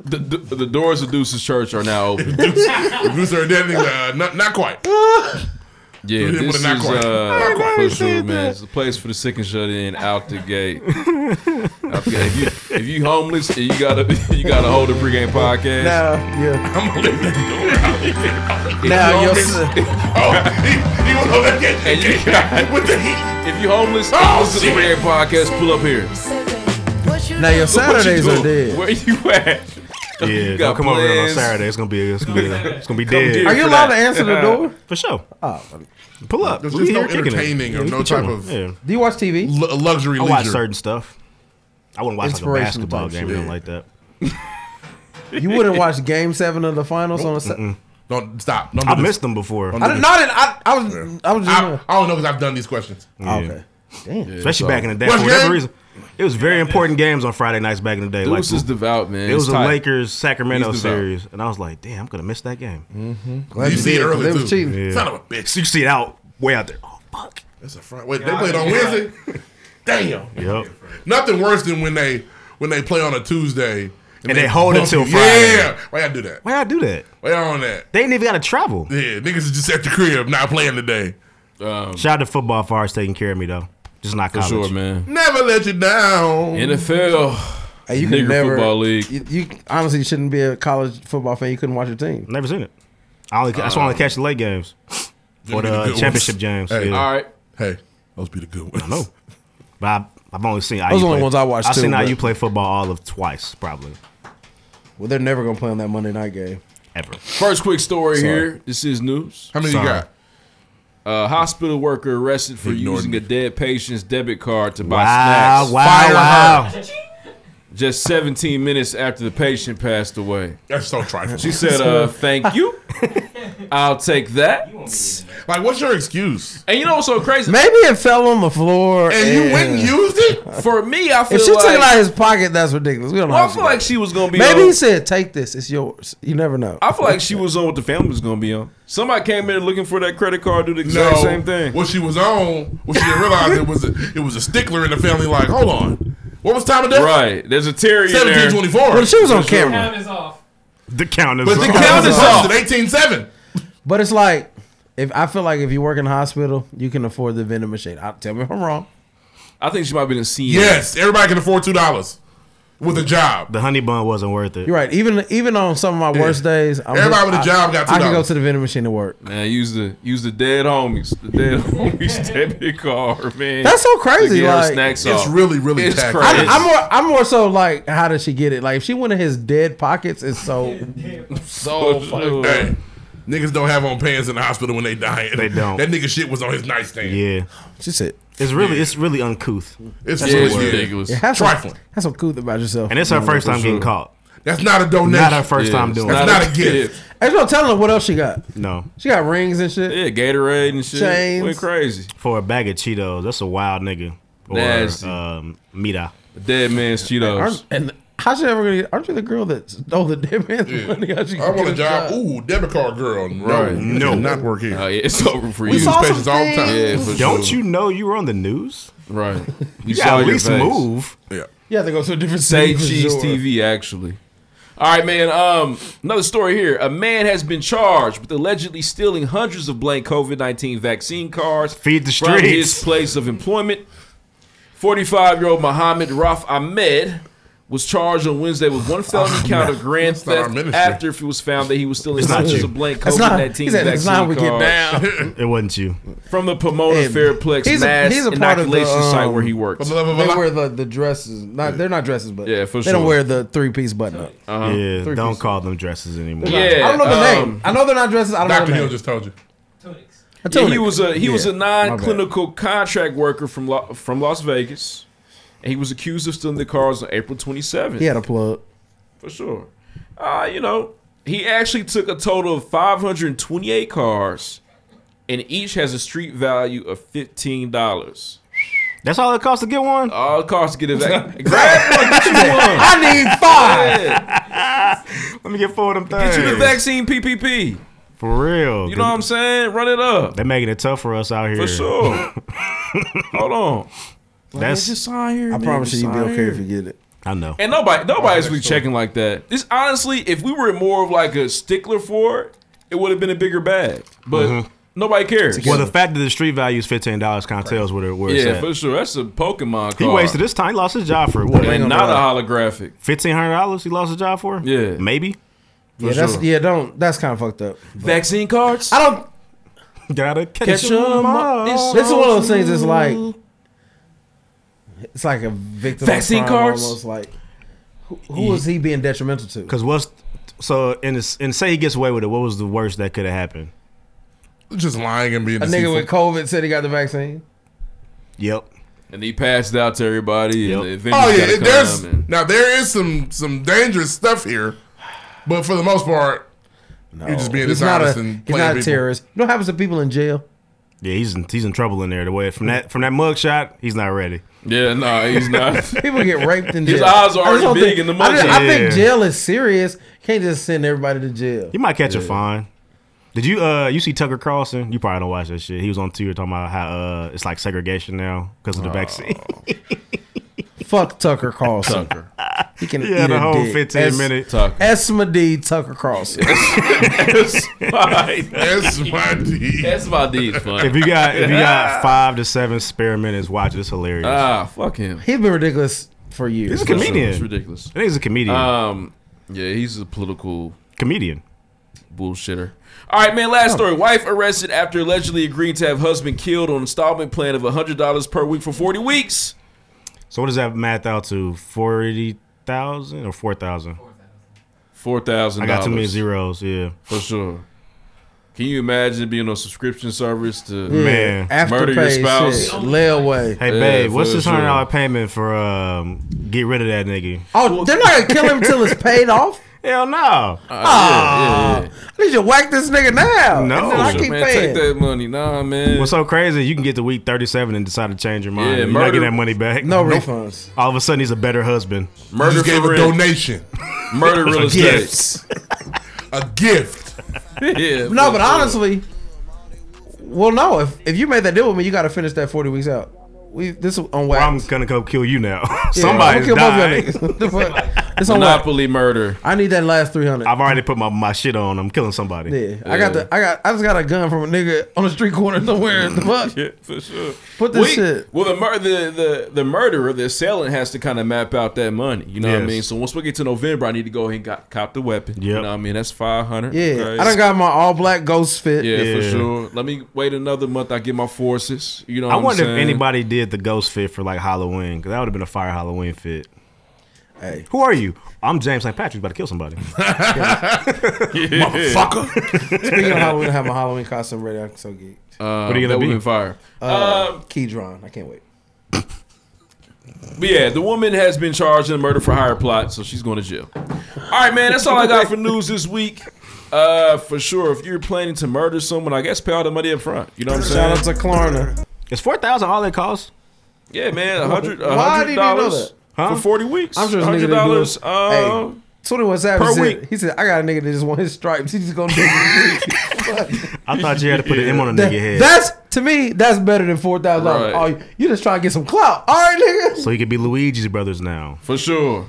B: The, the, the doors of Deuce's Church are now open.
C: Producer identity, uh, not, not quite.
B: Yeah,
C: But
B: this is
C: not quite.
B: uh, for sure, man. It's a place for the sick and shut in out the gate. Out the gate. If you if you homeless, and you gotta you gotta hold a pregame podcast.
D: Now, yeah.
C: I'm gonna leave that door out.
D: Now, your
B: homeless.
D: son-
C: Oh, he, he went over there get-
B: And you-
C: get- with the heat.
B: If you homeless,
C: Oh,
B: listen to the
C: shit.
B: pregame podcast. Pull up here.
D: now
B: What
D: your
B: you
D: Saturdays
B: doing?
D: are dead.
B: Where you at?
E: Yeah,
B: got
E: don't come over here on
B: plans.
E: Saturday. It's gonna be it's gonna be it's gonna be
B: get
E: dead
D: Are you
B: for
D: allowed
B: that.
D: to answer the door?
E: for sure. Pull up.
C: There's
E: We
C: just no
E: here kicking it.
C: entertaining or
E: we
C: no
E: can chill.
C: type of-
E: Yeah.
D: Do you watch TV?
C: L- luxury
E: I watch
C: leisure.
E: certain stuff. I wouldn't watch like a
D: Inspirational
E: basketball
D: type
E: game or nothing like that.
D: You wouldn't watch Game Seven of the Finals on a. Sa-
C: Don't stop. Don't do
E: I
C: this.
E: missed them before,
D: I did not. I, I was. I was just.
C: I, I don't know because I've done these questions.
D: Okay.
E: especially
B: so-
E: back in the day.
C: What
E: For whatever
C: game?
E: reason, It was very important games on Friday nights back in the day.
B: Deuce is devout, man.
E: It was
B: It's
E: a
B: tight.
E: Lakers Sacramento
B: He's devout.
E: series, and I was like, damn, I'm gonna miss that game. Mm-hmm.
C: Glad You you see did, it 'cause early, they was too. cheating. Son of a bitch.
E: So you see it out way out there. Oh,
C: That's a front. Wait, they played on Wednesday. Damn.
E: Yep.
C: Nothing worse than when they when they play on a Tuesday and,
E: And they hold it
C: bump
E: till
C: you.
E: Friday.
C: Yeah. Why y'all do that?
E: Why y'all do that?
C: Why y'all on that?
E: They ain't even gotta travel.
C: Yeah, niggas is just at the crib not playing today.
B: Um,
E: Shout out to football for always taking care of me though. Just not
C: For
E: college.
C: sure,
B: man.
C: Never let you down.
D: Hey, you can never
B: league.
D: You, you honestly shouldn't be a college football fan. You couldn't watch your team.
E: Never seen it. I only that's why I only catch the late games
C: Them be the
E: or the
C: good
E: uh,
C: ones.
E: championship games.
C: Hey.
E: yeah.
C: All right. Hey, those be the good ones.
E: I know, but I, I've only seen
D: Those
E: IU
D: are the only
E: play-
D: ones I watched,
E: I've
D: too,
E: seen
D: but-
E: IU play football all of twice probably.
D: Well, they're never gonna play on that Monday night game.
E: Ever.
B: First quick story
D: Sorry.
B: here. This is news.
D: How many you Sorry. got?
B: Uh, hospital worker arrested for
C: Ignored
B: using
C: me.
B: a dead patient's debit card to buy
E: Wow,
B: snacks.
E: wow,
B: Fire
E: wow.
B: her. Just 17 minutes after the patient passed away.
C: That's so trifling.
B: She said, uh, thank you. I'll take that.
C: Like, what's your excuse?
B: And you know what's so crazy?
D: Maybe it fell on the floor.
B: And you wouldn't
C: used it?
B: For me, I feel
D: If she
B: like...
D: took it out of his pocket, that's ridiculous. We don't know.
B: Well, I
D: how
B: feel like she was going to be
D: Maybe
B: on-
D: he said, "Take this. It's yours." You never know.
B: I feel like she was on what the family was going to be on. Somebody came in looking for that credit card, do the
C: No,
B: exact same thing.
C: What she was on, what she didn't realize it was a, it was a stickler in the family. Like, hold on, what was time of death?
B: Right. There's a Terry in there.
C: Seventeen twenty four.
B: Well, she was on
A: The
B: camera.
A: count is off.
E: The count is
C: But the
E: off.
C: count is off. Eighteen seven.
D: But it's like if I feel like if you work in a hospital, you can afford the vending machine. I, tell me if I'm wrong.
B: I think she might be E in senior.
C: Yes, everybody can afford two dollars with a job.
E: The honey bun wasn't worth it.
D: You're right. Even even on some of my
C: Yeah.
D: worst days, I'm
C: Everybody with a
D: I-
C: job got
D: I can go
C: $2.
D: to the vending machine to work.
B: Man, use the use the dead homies, the dead homies debit card, man.
D: That's so crazy,
B: To get her
D: like-
B: snacks
C: It's
B: off.
C: really, really
B: it's
C: tacky.
B: crazy.
D: I'm, I'm more I'm more so like, how did she get it? Like if she went in his dead pockets, it's so
B: Oh,
C: So fucking hey, niggas don't have on pants in the hospital when they dying.
E: They don't.
C: That nigga shit was on his nightstand.
E: Yeah,
D: just it.
E: It's really it's really uncouth.
C: It's
E: That's the
C: really
E: word.
C: ridiculous.
D: Yeah, have
C: Trifling.
D: Some, have some cool about yourself.
E: And it's her
D: Yeah,
E: first
D: for
E: time getting
D: sure.
E: caught.
C: That's not a donation.
E: Not her first time doing
C: That's
E: it.
C: not, a gift.
D: There's no telling her what else she got.
E: No.
D: She got rings and shit.
B: Yeah, Gatorade and shit.
D: Chains.
B: Went crazy.
E: For a bag of Cheetos, that's a wild nigga. Or
B: Nasty.
E: um Mita.
B: Dead man's Cheetos.
D: Aren't, and how's she ever gonna? get- Aren't you the girl that stole the dead man's money? How's she
C: I
D: gonna
C: want a
D: get
C: job. Ooh, debit card girl. No,
B: Right.
C: no, not work here.
B: Oh, yeah, it's over for
C: We
B: you.
C: use saw patients some all the time.
B: Yeah,
C: things.
B: for
E: Don't
B: sure.
E: you know you were on the news?
B: Right.
E: You gotta at least move.
C: Yeah.
D: You have to go to a different
B: Say
D: city. for
B: Cheese
D: sure.
B: TV, actually. All right, man. Um, another story here. A man has been charged with allegedly stealing hundreds of blank COVID nineteen vaccine cards
E: Feed the
B: from his
E: streets.
B: place of employment. Forty five year old Mohammed Raf Ahmed was charged on Wednesday with one felony count of grand
C: That's not our
B: theft
C: ministry.
B: after it was found that he was stealing
E: It's not
B: hundreds
E: you.
B: of blank
D: That's
B: COVID
D: not-
B: nineteen
D: he said, "That's
B: vaccine
D: not how we
B: cards
D: get down."
E: It wasn't you.
B: from the Pomona
D: And
B: Fairplex
D: he's a-
B: mass
D: he's a part of the,
B: inoculation site
D: um,
B: where he works.
D: They wear the, the dresses. Not they're not dresses, but
B: Yeah, for
D: they don't
B: sure.
D: wear the three piece button up.
B: Uh-huh.
E: Yeah,
D: Three
E: don't
D: pieces.
E: call them dresses anymore.
B: Yeah,
D: I don't know the
B: um,
D: name. I know they're not dresses. I don't know
C: Doctor
D: the
C: Hill
D: name.
C: just told you.
D: A
B: Yeah, he
D: tunic.
B: was a he was
D: Yeah,
B: a
D: my bad.
B: non-clinical contract worker from La, from Las Vegas, and he was accused of stealing the cars on April 27th.
D: He had a plug.
B: for sure. Uh, you know, he actually took a total of 528 cars, and each has a street value of fifteen dollars.
E: That's all it costs to get one?
B: All it costs to get a vac- grab one, get you one.
D: I need five.
B: Yeah,
E: Let me get four of them things.
B: Get you the vaccine PPP.
E: For real.
B: You know what I'm saying? Run it up
E: They're making it tough for us out here.
B: for sure. Hold on,
E: That's-
B: just on here.
D: I
B: man,
D: promise
B: just
D: you, you'd be
B: on
D: okay
B: here.
D: if you get it.
E: I know.
B: And nobody, nobody's really checking like that. This honestly, if we were more of like a stickler for it, it would have been a bigger bag. But
E: Uh-huh.
B: nobody cares.
E: Well, the fact that the street value is fifteen dollars kind of tells where, it- where it's
B: yeah,
E: at.
B: for sure. That's a Pokemon card.
E: He wasted his time. He lost his job for it. what?
B: and not a holographic.
E: Fifteen hundred dollars. He lost his job for.
B: Yeah.
E: maybe.
D: Yeah, that's yeah. Don't. That's kind of fucked up.
B: Vaccine cards.
D: I don't.
E: Gotta catch,
B: Catch 'em
E: him
B: all.
D: This is one of those things that's like it's like a victim
B: Vaccine
D: of crime
B: cards?
D: almost like who, who is he being detrimental to?
E: Because what's so in this, and say he gets away with it. What was the worst that could have happened?
C: Just lying and being
D: A nigga with COVID said he got the vaccine.
E: Yep.
B: And he passed out to everybody.
E: Yep.
B: And the
C: Oh
B: Avengers
C: yeah,
B: gotta
C: it-
B: come
C: there's
B: out, man.
C: now there is some some dangerous stuff here, but for the most part, you're just being
D: he's not a
C: dishonest and
D: he's
C: playing
D: not a
C: people.
D: terrorist. You know what happens to people in jail?
E: Yeah, he's in, he's in trouble in there. The way from that from that mug shot, he's not ready.
B: Yeah, no, he's not.
D: People get raped in jail.
E: His eyes are
D: I just
E: already
D: don't
E: big
D: think-
E: in the
D: I, just-
E: mugshot.
D: I think
E: Yeah.
D: jail is serious. You can't just send everybody to jail.
E: You might catch a
D: Yeah.
E: fine. Did you uh you see Tucker Carlson? You probably don't watch that shit. He was on Twitter talking about how uh it's like segregation now because of the vaccine.
D: Fuck Tucker Carlson.
E: Tucker.
D: He can
E: Yeah,
D: eat
E: the
D: a
E: whole
D: dick.
E: 15
D: Es-
E: minute- Tucker.
D: Esmadi Tucker Carlson.
C: That's my D.
B: That's my D. Fuck.
E: if you got if you got five to seven spare minutes, watch it. It's hilarious.
B: Ah, fuck him.
D: He's been ridiculous for years.
E: He's a comedian.
B: It's ridiculous.
E: I think he's a comedian.
B: Um, yeah, he's a political
E: comedian.
B: Bullshitter. All right, man. Last story. Wife arrested after allegedly agreeing to have husband killed on installment plan of hundred dollars per week for forty weeks.
E: So what does that math out to? Forty thousand or four thousand?
B: Four thousand.
E: I got too many zeros. Yeah,
B: for sure. Can you imagine being on a subscription service to
E: Yeah, Man. after
B: murder your
E: pay
B: spouse?
E: shit,
D: layaway.
E: Hey
B: Yeah,
E: babe, what's
B: for
E: this hundred
B: sure.
E: dollar payment for? Um, get rid of that nigga.
D: Oh, they're not gonna kill him till it's paid off.
E: Hell no.
B: Uh,
D: Ah, I need you to whack this nigga now.
E: No.
D: And then I
E: Sure,
D: keep
E: man, take
D: paying.
B: that money, nah, man.
E: What's so crazy? You can get to week thirty-seven and decide to change your mind.
B: Yeah,
E: You're not
B: murder-
E: getting that money back.
D: No Nope. refunds.
E: All of a sudden, he's a better husband.
B: Murder You just gave for a rent. donation. Murder real estate.
E: Gifts.
C: a gift.
B: yeah.
D: no, but
C: for sure.
D: honestly, well, no. If if you made that deal with me, you got to finish that forty weeks out. We this is on wax.
E: I'm gonna go kill you now.
D: Yeah,
E: Somebody's
D: I'm gonna
E: dying.
D: kill both y'all niggas. The fuck? it's on wax.
B: Monopoly murder.
D: I need that last three hundred.
E: I've already put my, my shit on. I'm killing somebody.
D: Yeah, I got the I got I just got a gun from a nigga on the street corner somewhere. the fuck.
B: Yeah, for sure.
D: Put this
B: We-
D: shit.
B: Well, the, mur- the the the murderer, the assailant, has to kind of map out that money. You know what I
D: Yes.
B: mean? So once we get to November, I need to go ahead and got, cop the weapon. You know what I mean? That's five hundred.
D: Yeah, I done got my all black ghost fit.
B: Yeah, for sure. Let me wait another month. I get my forces. You know.
E: I
B: what
E: wonder
B: I'm
E: if
B: saying?
E: anybody did the ghost fit for like Halloween because that would have been a fire Halloween fit. Hey, who are you? I'm James St. Patrick. About to kill somebody.
D: Motherfucker. Speaking of Halloween, I have my Halloween costume ready. I'm so geeked.
B: Uh, What are you gonna that be? would've been fire.
D: Uh, Keydron. I can't wait.
B: But yeah, the woman has been charged in a murder for hire plot, so she's going to jail. All right, man, that's all I got for news this week. Uh, for sure, if you're planning to murder someone, I guess pay all the money up front. You know what I'm saying?
D: Shout out to Klarna.
E: It's four thousand all it costs.
B: Yeah, man, a hundred a
D: Why did
B: hundred
D: he know that?
B: dollars for forty weeks.
D: I'm sure this nigga
B: hundred
D: didn't do
B: dollars.
D: it. Hey,
B: Um,
D: 21 Savage
B: per
D: said,
B: week.
D: He said, I got a nigga that just want his stripes. He just gonna do it.
E: I thought you had to put an M on a
D: That-
E: nigga head.
D: That's to me, that's better than four thousand
E: Right.
D: dollars. Oh, you just trying to get some clout. All right, nigga.
E: so he could be Luigi's brothers now.
B: For sure.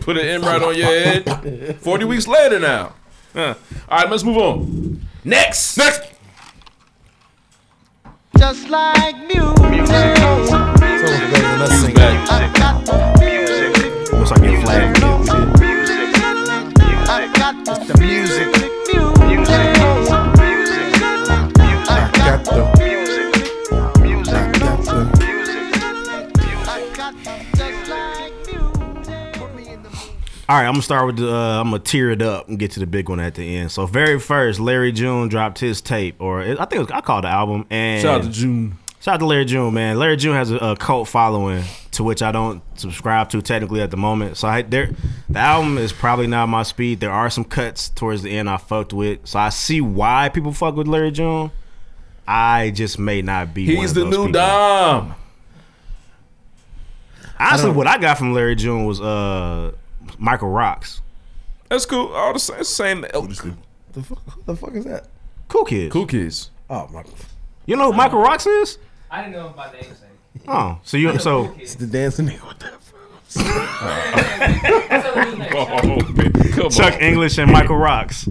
B: Put an M right on your head. Forty weeks later now. Huh. All right, let's move on. Next, next.
V: Just like music.
B: He's back.
E: Looks like you're flagged.
V: I got the music. Music. I got the music. Music. I got the
E: All right, I'm gonna start with the. Uh, I'm gonna tear it up and get to the big one at the end. So very first, Larry June dropped his tape, or it, I think it was, I called the album. And
B: Shout out to June.
E: Shout out to Larry June, man. Larry June has a, a cult following to which I don't subscribe to technically at the moment. So I there, the album is probably not my speed. There are some cuts towards the end I fucked with, so I see why people fuck with Larry June. I just may not be. one
B: He's
E: of
B: the
E: those
B: new
E: people.
B: Dom.
E: Honestly,
B: don't-
E: what I got from Larry June was uh Michael Rocks.
B: That's cool. All the same, same elk.
D: The fuck, who the fuck is that?
E: Cool Kids.
B: Cool Kids.
D: Oh, Michael.
E: You know who Michael Rocks is?
A: I didn't know about namesake.
E: Oh, so you so
D: it's the dancing nigga with that.
B: Oh, Come
E: Chuck
B: on.
E: English and Michael Rocks.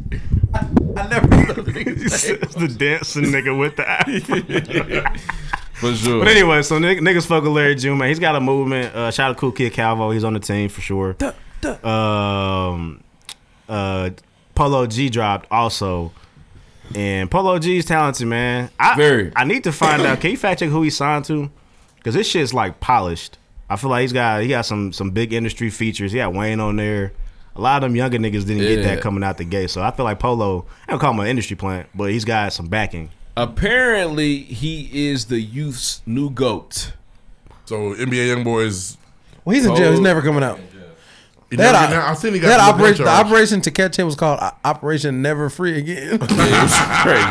D: I never
E: the dancing nigga with the afro.
B: For sure.
E: But anyway, so nigg- niggas fuck with Larry June, man. He's got a movement. Uh, shout out to Cool Kid Calvo. He's on the team for sure. Um, uh, Polo G dropped also. And Polo G's talented, man. I, Very. I need to find out. Can you fact check who he signed to? Because this shit's like polished. I feel like he's got he got some some big industry features. He got Wayne on there. A lot of them younger niggas didn't get
B: Yeah.
E: that coming out the gate. So I feel like Polo, I don't call him an industry plant, but he's got some backing.
B: Apparently, he is the youth's new goat.
C: So NBA young boys.
B: Oh.
D: Well, he's in jail. He's never coming out.
C: You
D: that
C: never
D: I-
C: know. I seen he got
D: that
C: the
D: operation, the
C: charge.
D: operation to catch him was called O- Operation Never Free Again.
B: crazy.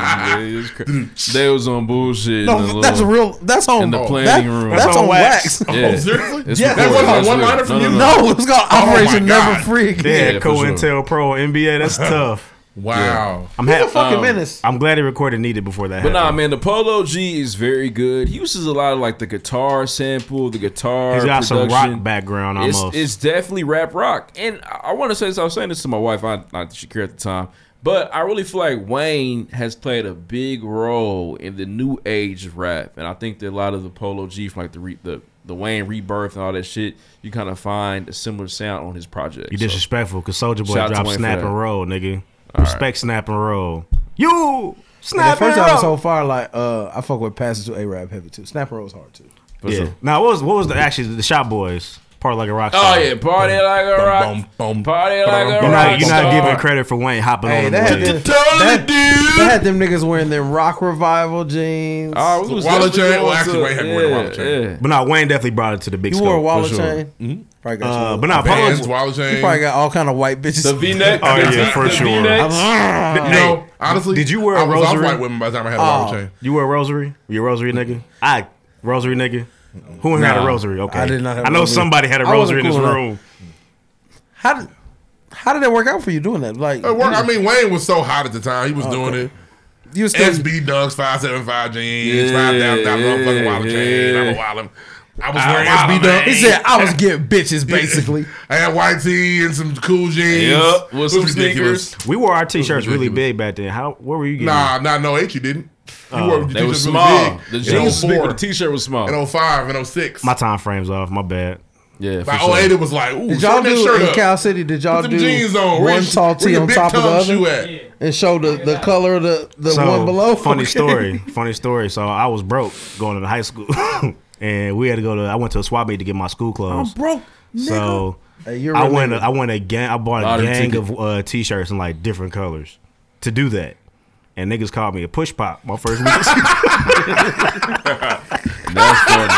B: It's crazy. They was on bullshit.
D: No,
B: in the
D: that's
B: little-
D: real- that's on-
B: in the
D: oh,
B: planning
D: that-
B: room.
D: that's That's on on wax. wax.
B: Yeah.
D: Oh, seriously?
B: It's
D: Yeah. That
B: recorded. That's
D: wasn't on one
B: real.
D: liner from you? No, it's called Oh my Operation God. Never Free Again.
E: Yeah,
B: Yeah, for
E: COINTELPRO, Pro NBA. That's tough.
C: Wow.
E: I'm
B: He's
E: happy.
B: a fucking menace.
E: I'm glad he recorded Needed before that
B: But
E: happened.
B: nah, man, the Polo G is very good. He uses a lot of like the guitar sample, the guitar.
E: He's got some
B: production.
E: rock background
B: It's-
E: almost.
B: It's, definitely rap rock. And I, want to say this. I was saying this to my wife. I not that she cared at the time, but I really feel like Wayne has played a big role in the new age of rap. And I think that a lot of the Polo G from like the re, the the Wayne rebirth and all that shit, you kind of find a similar sound on his project.
E: you disrespectful because Soldier Boy
B: Shout out to
E: dropped
B: Wayne for
E: Snap
B: that.
E: and Roll, nigga.
B: All
E: Respect Snap and Roll. You
D: And at
E: snap
D: first
E: and
D: I was
E: roll.
D: so far like uh, I fuck with passes to A Rap heavy too. Snap and roll's hard too.
E: yeah. Now what was what was the actually the Shop Boys part like a rock?
B: Oh
E: star.
B: yeah, party like a rock, party like a rock.
E: You're not, you're not
B: star.
E: giving credit for Wayne hopping
D: Hey,
E: on
D: that
E: the
D: had, them,
E: wave.
D: that, that had them niggas wearing their rock revival jeans.
C: Ah,
B: Oh, we was Walla definitely chain? going Well, actually, to- Wayne had more than Walla yeah, chain. yeah.
E: But no, Wayne definitely brought it to the big.
D: You wore a
E: scope,
D: wallet
E: for sure.
D: chain.
C: Mm-hmm.
D: Probably got
E: Uh,
D: you.
E: but not Polo.
C: Bands, wallet chain.
D: You probably got all kind of white bitches.
B: The V-neck?
E: Oh yeah, for
C: The
E: sure.
C: V-necks?
E: Hey,
C: You know, honestly,
E: did you wear a
C: I was off
E: rosary?
C: white women by the time I had a
D: Oh.
C: wallet chain.
E: You wear a rosary? You a rosary nigga? I rosary nigga. Who had a
B: Nah.
E: rosary? Okay,
D: I did not have
E: I
D: a
E: know
D: rosary.
E: somebody had a
D: I wasn't
E: rosary in this
D: cool enough.
E: room.
D: How did how did that work out for you doing that? Like
C: It worked.
D: you-
C: I mean, Wayne was so hot at the time.
D: Oh,
C: He was doing it.
D: You still-
C: SB Dunks, 575 jeans,
B: Yeah,
C: 5,000 motherfucking wallet chain. I'm
B: yeah.
C: a wallet. I was
B: I'm
C: wearing
B: a
C: SB
B: wild
C: Dunks.
D: He said I was getting bitches basically.
C: I had white tee and some cool jeans.
B: Yup, with
C: It was
B: some
C: ridiculous.
B: sneakers.
E: We wore our t-shirts really big back then. How? Where were you getting?
C: Nah, nah, no, H, you didn't. You
E: Hmm. Oh.
C: wore the
B: It
E: They
B: was
C: t-shirts really
B: small.
C: big
B: The
C: in
B: jeans was big,
C: 04,
B: but the t-shirt was small.
C: in 05 and 06.
E: My time frame's off. My bad.
B: Yeah,
C: By
B: for sure.
C: 08, oh, it was like, ooh,
D: Did y'all
C: shorten that
D: do
C: shirt
D: in
C: up.
D: Cal City? Did y'all
C: Put
D: do
C: them jeans on. Where
D: one
C: your-
D: tall
C: where
D: tee
C: your
D: on
C: big
D: top of the
C: tongue
D: other
C: shoe at?
D: and show the, the color of the, the
E: So,
D: one below?
E: Funny
D: Okay.
E: story. Funny story. So I was broke going to high school, and we had to go to. I went to a swap meet to get my school
D: I'm
E: clothes.
D: broke. Nigga.
E: So
D: Hey, you're
E: I
D: a
E: went.
D: nigga.
E: I went a gang. I bought a
B: Lottery
E: gang
B: ticket.
E: of uh, t-shirts in like different colors to do that. And niggas called me a push pop my first week.
B: That's funny.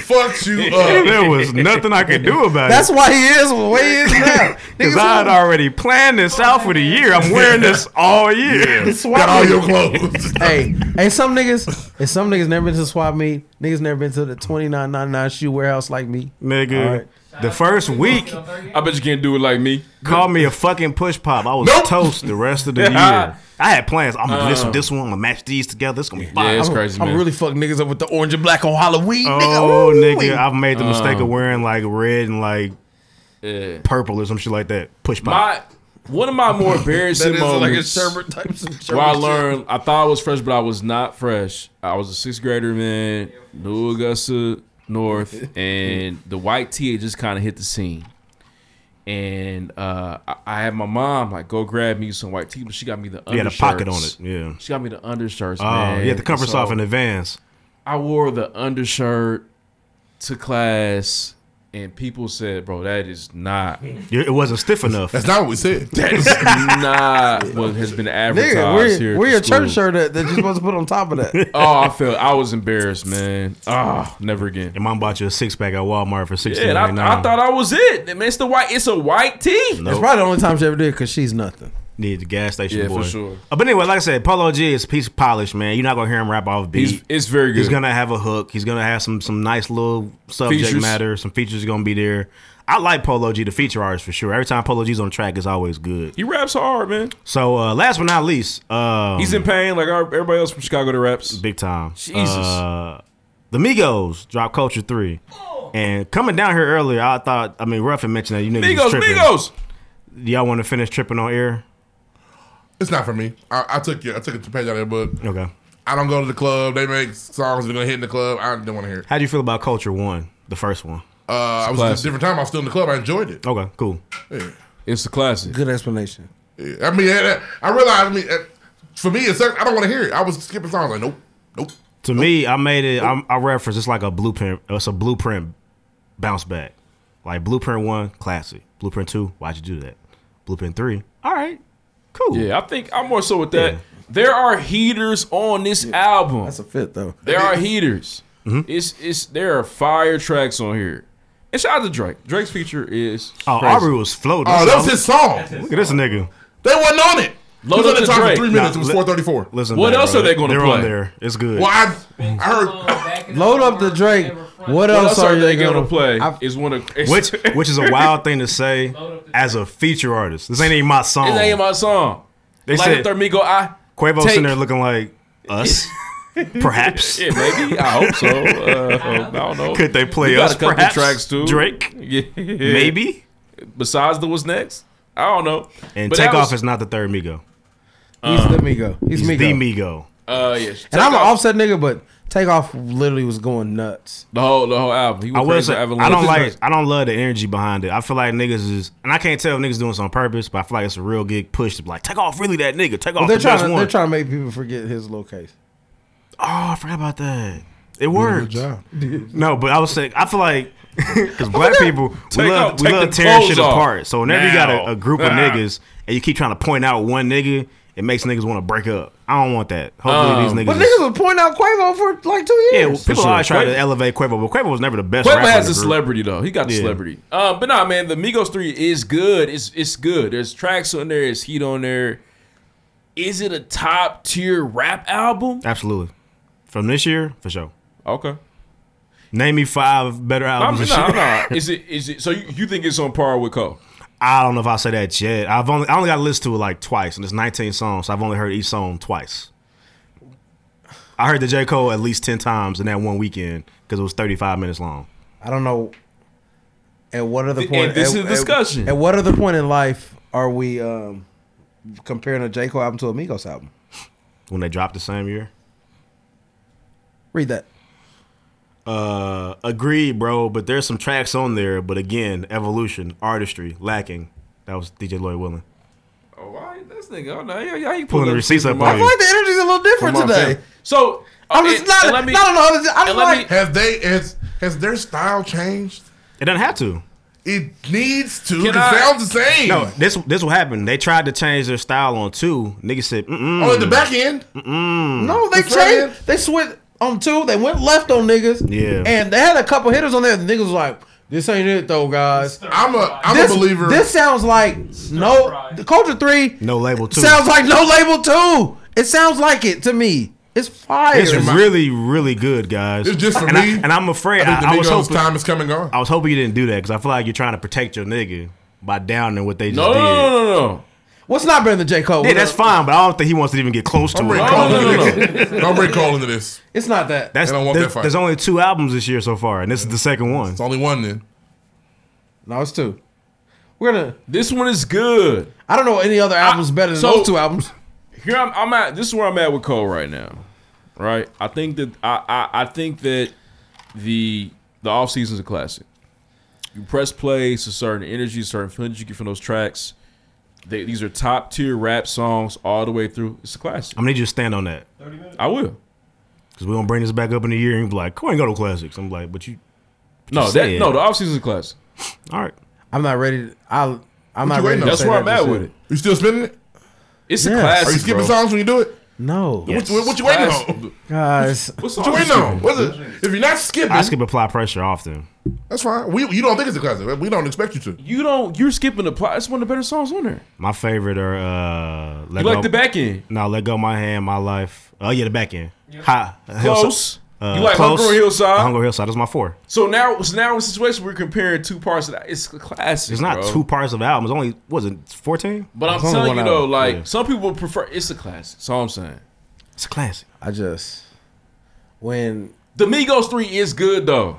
C: Fucked you up.
E: there was nothing I could do
D: Oh.
E: about
D: That's
E: it.
D: why he is the way he is now.
E: Because I had already planned this out for the year. I'm wearing this all year.
D: It's swap
C: Got all
D: meet.
C: your clothes.
D: hey, hey, some niggas, and some niggas never been to the swap meet. Niggas never been to the twenty nine ninety nine shoe warehouse like me. All
E: Nigga. The first week,
B: I bet you can't do it like me.
E: called me a fucking push pop. I was
C: Nope.
E: toast the rest of the year. I had plans. I'm gonna listen to this one. I'm gonna match these together. It's gonna be fire.
B: Uh. Yeah, it's
D: I'm,
B: crazy,
D: I'm
B: man.
D: really fucking niggas up with the orange and black on Halloween.
E: Oh,
D: nigga,
E: nigga, I've made the mistake
B: Um,
E: of wearing like red and like
B: Yeah.
E: purple or some shit like that. Push pop.
B: My one of my more embarrassing
D: that is like a
B: moments
D: sherbet type of
B: where I learned I thought I was fresh, but I was not fresh. I was a sixth grader, man, New Augusta North, and the white tee had just kind of hit the scene. And uh, I, I had my mom like go grab me some white tee, but she got me the
E: You had a
B: undershirts.
E: pocket on it. Yeah.
B: She got me the undershirts.
E: Oh,
B: man.
E: you had the comforts
B: So-
E: off in advance.
B: I wore the undershirt to class, and people said, "Bro, that is not,
E: You- It wasn't stiff enough.
C: That's not what we said.
B: that's not what has been advertised
D: Nigga, where,
B: here." at
D: where
B: the
D: your church
B: school."
D: shirt at that you're supposed to put on top of that?
B: Oh, I felt I was embarrassed, man. Ah, never again.
E: Your mom bought you a six pack at Walmart for sixteen
B: Yeah, and I,
E: ninety
B: I
E: nine.
B: thought I was it. Man, it's the white. It's a white tee.
D: It's probably the only time she ever did because she's nothing.
E: Need the gas station
B: Yeah,
E: boy.
B: for sure.
E: Uh, but anyway, like I said, Polo G is a piece of polish, man. You're not gonna hear him rap off beat.
B: He's, it's very good.
E: He's gonna have a hook. He's gonna have some some nice little subject
B: Features.
E: matter. Some features are gonna be there. I like Polo G, the feature artist for sure. Every time Polo G's on the track, it's always good.
B: he raps hard, man.
E: So uh, last but not least, um,
B: He's in pain, like our, everybody else from Chicago that raps.
E: big time.
B: Jesus.
E: Uh, the Migos drop Culture Three, and coming down here earlier, I thought. I mean, Ruff had mentioned that you niggas
B: Migos,
E: was tripping.
B: Migos.
E: Do y'all want to finish tripping on air?
C: It's not for me. I, I took your, I took a page out of that book.
E: Okay.
C: I don't go to the club. They make songs that are gonna hit in the club. I don't want to hear. It.
E: How do you feel about Culture One, the first one?
C: Uh, I was
B: classic.
C: at a different time. I was still in the club. I enjoyed it.
E: Okay, cool.
C: Yeah.
B: It's a classic.
D: Good explanation.
C: Yeah. I mean, I, I realized. I mean, uh, for me, it's I don't want to hear it. I was skipping songs like nope, nope.
E: To me, I made it. I'm, I reference it's like a blueprint. It's a blueprint bounce back. Like blueprint one, classic. Blueprint two, why'd you do that? Blueprint three, all right, cool.
B: Yeah, I think I'm more so with that.
E: Yeah.
B: There are heaters on this album.
D: That's a fit though.
E: Mm-hmm.
B: There are heaters. It's it's there are fire tracks on here, And shout out to Drake. Drake's feature is
E: Oh,
B: crazy.
E: Aubrey was floating.
C: Oh, that was his song.
E: Look at this nigga.
C: They wasn't on it. Load
E: Load up
C: up the
E: to
C: top for
E: Drake.
C: three minutes.
E: Nah,
C: it was
E: li-
C: four thirty four.
E: listen What back, else bro. are they gonna They're play? on there. It's good.
C: Well, I, I heard.
D: Load up the Drake. What
B: What
D: else are they
B: gonna,
D: gonna
B: play? is one of
E: Which which is a wild thing to say as a feature artist. This ain't even my song.
B: It ain't my song.
E: They
B: Like
E: said
B: the Thermigo, I
E: Quavo's
B: take-
E: sitting there looking like us. Perhaps.
B: Yeah, maybe. I hope so. Uh, I don't know.
E: Could they play
B: We got
E: us,
B: a couple
E: perhaps?
B: tracks too.
E: Drake?
B: Yeah.
E: Maybe?
B: Besides the what's next? I don't know.
E: And
B: But that
E: Takeoff
B: was-
E: is not the third Migo.
D: He's the Migo. He's Migo.
E: the Migo.
B: Uh, yeah.
D: And I'm an
B: Takeoff-
D: offset nigga, but Takeoff literally was going nuts.
B: The whole the whole album. He
E: I
B: went
E: will
B: crazy
E: say,
B: for
E: I
B: Avalanche.
E: don't like I don't love the energy behind it. I feel like niggas is and I can't tell if niggas doing this on purpose, but I feel like it's a real gig push to be like, take off really that nigga, take
D: Well,
E: off
D: they're
E: the
D: trying.
E: best
D: To,
E: one.
D: they're trying to make people forget his little case.
E: Oh, I forgot about that. It worked.
D: job.
E: No, but I was saying, I feel like because black people we
B: Take
E: love,
B: off-
E: we
B: take
E: love
B: the
E: tearing shit
B: clothes off.
E: apart. So whenever you got
B: Now.
E: a, a group of
B: Ah.
E: niggas and you keep trying to point out one nigga, it makes niggas want to break up. I don't want that. Hopefully
B: Um,
E: these
D: But
E: niggas. is-
D: niggas would point out Quavo for like two
E: yeah, well,
D: years.
E: people always try
B: Quavo-
E: to elevate Quavo, but Quavo was never the best.
B: Quavo
E: rapper in
B: has
E: the
B: a
E: group.
B: celebrity though. He got the
E: Yeah.
B: celebrity. Uh, but nah, man, the Migos three is good. It's it's good. There's tracks on there. There's heat on there. Is it a top tier rap album?
E: Absolutely. From this year, for sure.
B: Okay.
E: Name me five better
B: I'm,
E: albums.
B: no,
E: this year.
B: no. Is it is it? So you, you think it's on par with Cole?
E: I don't know if I say that yet. I've only I only got to listen to it like twice, and it's 19 songs. So I've only heard each song twice. I heard the J Cole at least 10 times in that one weekend because it was 35 minutes long.
D: I don't know. At what other
B: Th-
D: point?
B: and this
D: at,
B: is discussion.
D: At, at what other point in life are we um, comparing a J Cole album to a Migos album?
E: When they dropped the same year,
D: Read that.
E: uh, agreed, bro. But there's some tracks on there. But again, evolution, artistry, lacking. That was DJ Lloyd Willing.
B: Oh, why this nigga? Oh, no, yeah, yeah, he
E: Pulling the receipts
B: Oh,
E: up on
D: I feel
E: you.
D: like the energy's a little different
B: From my
D: today.
B: family. So
D: I'm
B: uh,
D: just
B: and-
D: not.
B: and let me-
D: not on the other. I
B: and
D: don't
B: let
D: like.
B: me-
C: Have they? Has has their style changed?
E: It doesn't have to.
C: It needs to. 'cause
B: Can I-
C: It sounds the same.
E: No, this this will happen. They tried to change their style on two. Niggas said, mm-mm.
C: Oh, at the back end.
E: mm-mm.
D: No, they
C: The front
D: changed. They switched on two. They went left on niggas.
E: Yeah.
D: And they had a couple hitters on there. The niggas was like, this ain't it though, guys.
C: I'm a I'm
D: this,
C: a believer.
D: This sounds like no the culture three
E: no label two.
D: sounds like no label two. It sounds like it to me. It's fire.
E: It's really, really good, guys.
C: It's just for
E: and
C: me.
E: I, and I'm afraid.
C: I think the
E: I, I was
C: Migos'
E: hoping.
C: time is coming on.
E: I was hoping you didn't do that because I feel like you're trying to protect your nigga by downing what they just
B: No,
E: did.
B: no, no, no, no.
D: What's not better than J Cole?
E: Yeah, that's fine, but I don't think he wants to even get close to
C: Don't
E: it.
C: bring
B: No,
C: Cole
B: no,
C: into
B: no, no.
C: this. Don't bring Cole into this.
D: It's not that.
E: That's
C: They don't want
E: there-
C: that fight.
E: there's only two albums this year so far, and this is the second one.
C: It's only one then.
D: no, it's two. We're gonna.
B: This one is good.
D: I don't know any other albums better than
B: so-
D: those two albums.
B: Here I'm, I'm at. This is where I'm at with Cole right now. Right. I think that I I, I think that the the off season's a classic. You press play, it's a certain energy, certain feelings you get from those tracks. They, these are top tier rap songs all the way through. It's a classic.
E: I'm gonna need you to stand on that
B: I will.
E: because we're gonna bring this back up in a year and be like, "Cole ain't go to classics." I'm like, "But you,
B: No, that
E: said-
B: no, the off season's a classic.
E: all right."
D: I'm not ready. To, I I'm not
C: you waiting
D: ready. To
C: on?
B: That's
D: say
B: where
D: that
B: I'm at
D: just
B: with
D: yet.
B: it.
C: You still spinning it?
B: It's a
D: Yes.
B: classic.
C: Are you skipping
B: bro.
C: songs when you do it?
D: No,
E: Yes.
C: What, what you waiting
B: Classic.
C: on?
D: guys.
B: What
C: What you
B: songs
C: waiting
B: you
C: on? What's it? If you're not skipping,
E: I skip apply pressure often.
C: that's fine. We you don't think it's a classic. We don't expect you to.
B: You don't. You're skipping the plot. It's one of the better songs on there.
E: My favorite are uh,
B: You
E: let
B: like the back end.
E: No, let go my hand, my life. Oh yeah, the back end. Hi,
B: Close.
E: Uh,
B: You like
E: close. Uh,
B: Hunger Hillside?
E: Hunger Hillside. That's my four.
B: So now, so now it's a situation where we're comparing two parts of that. It's a classic.
E: It's not
B: bro.
E: two parts of the album. It's only was it fourteen?
B: But I'm
D: It's only
B: telling
D: one
B: you though,
D: album.
B: like
E: Yeah.
B: some people prefer. It's a classic. That's all I'm saying.
E: It's a classic.
D: I just when
B: The Migos three is good though.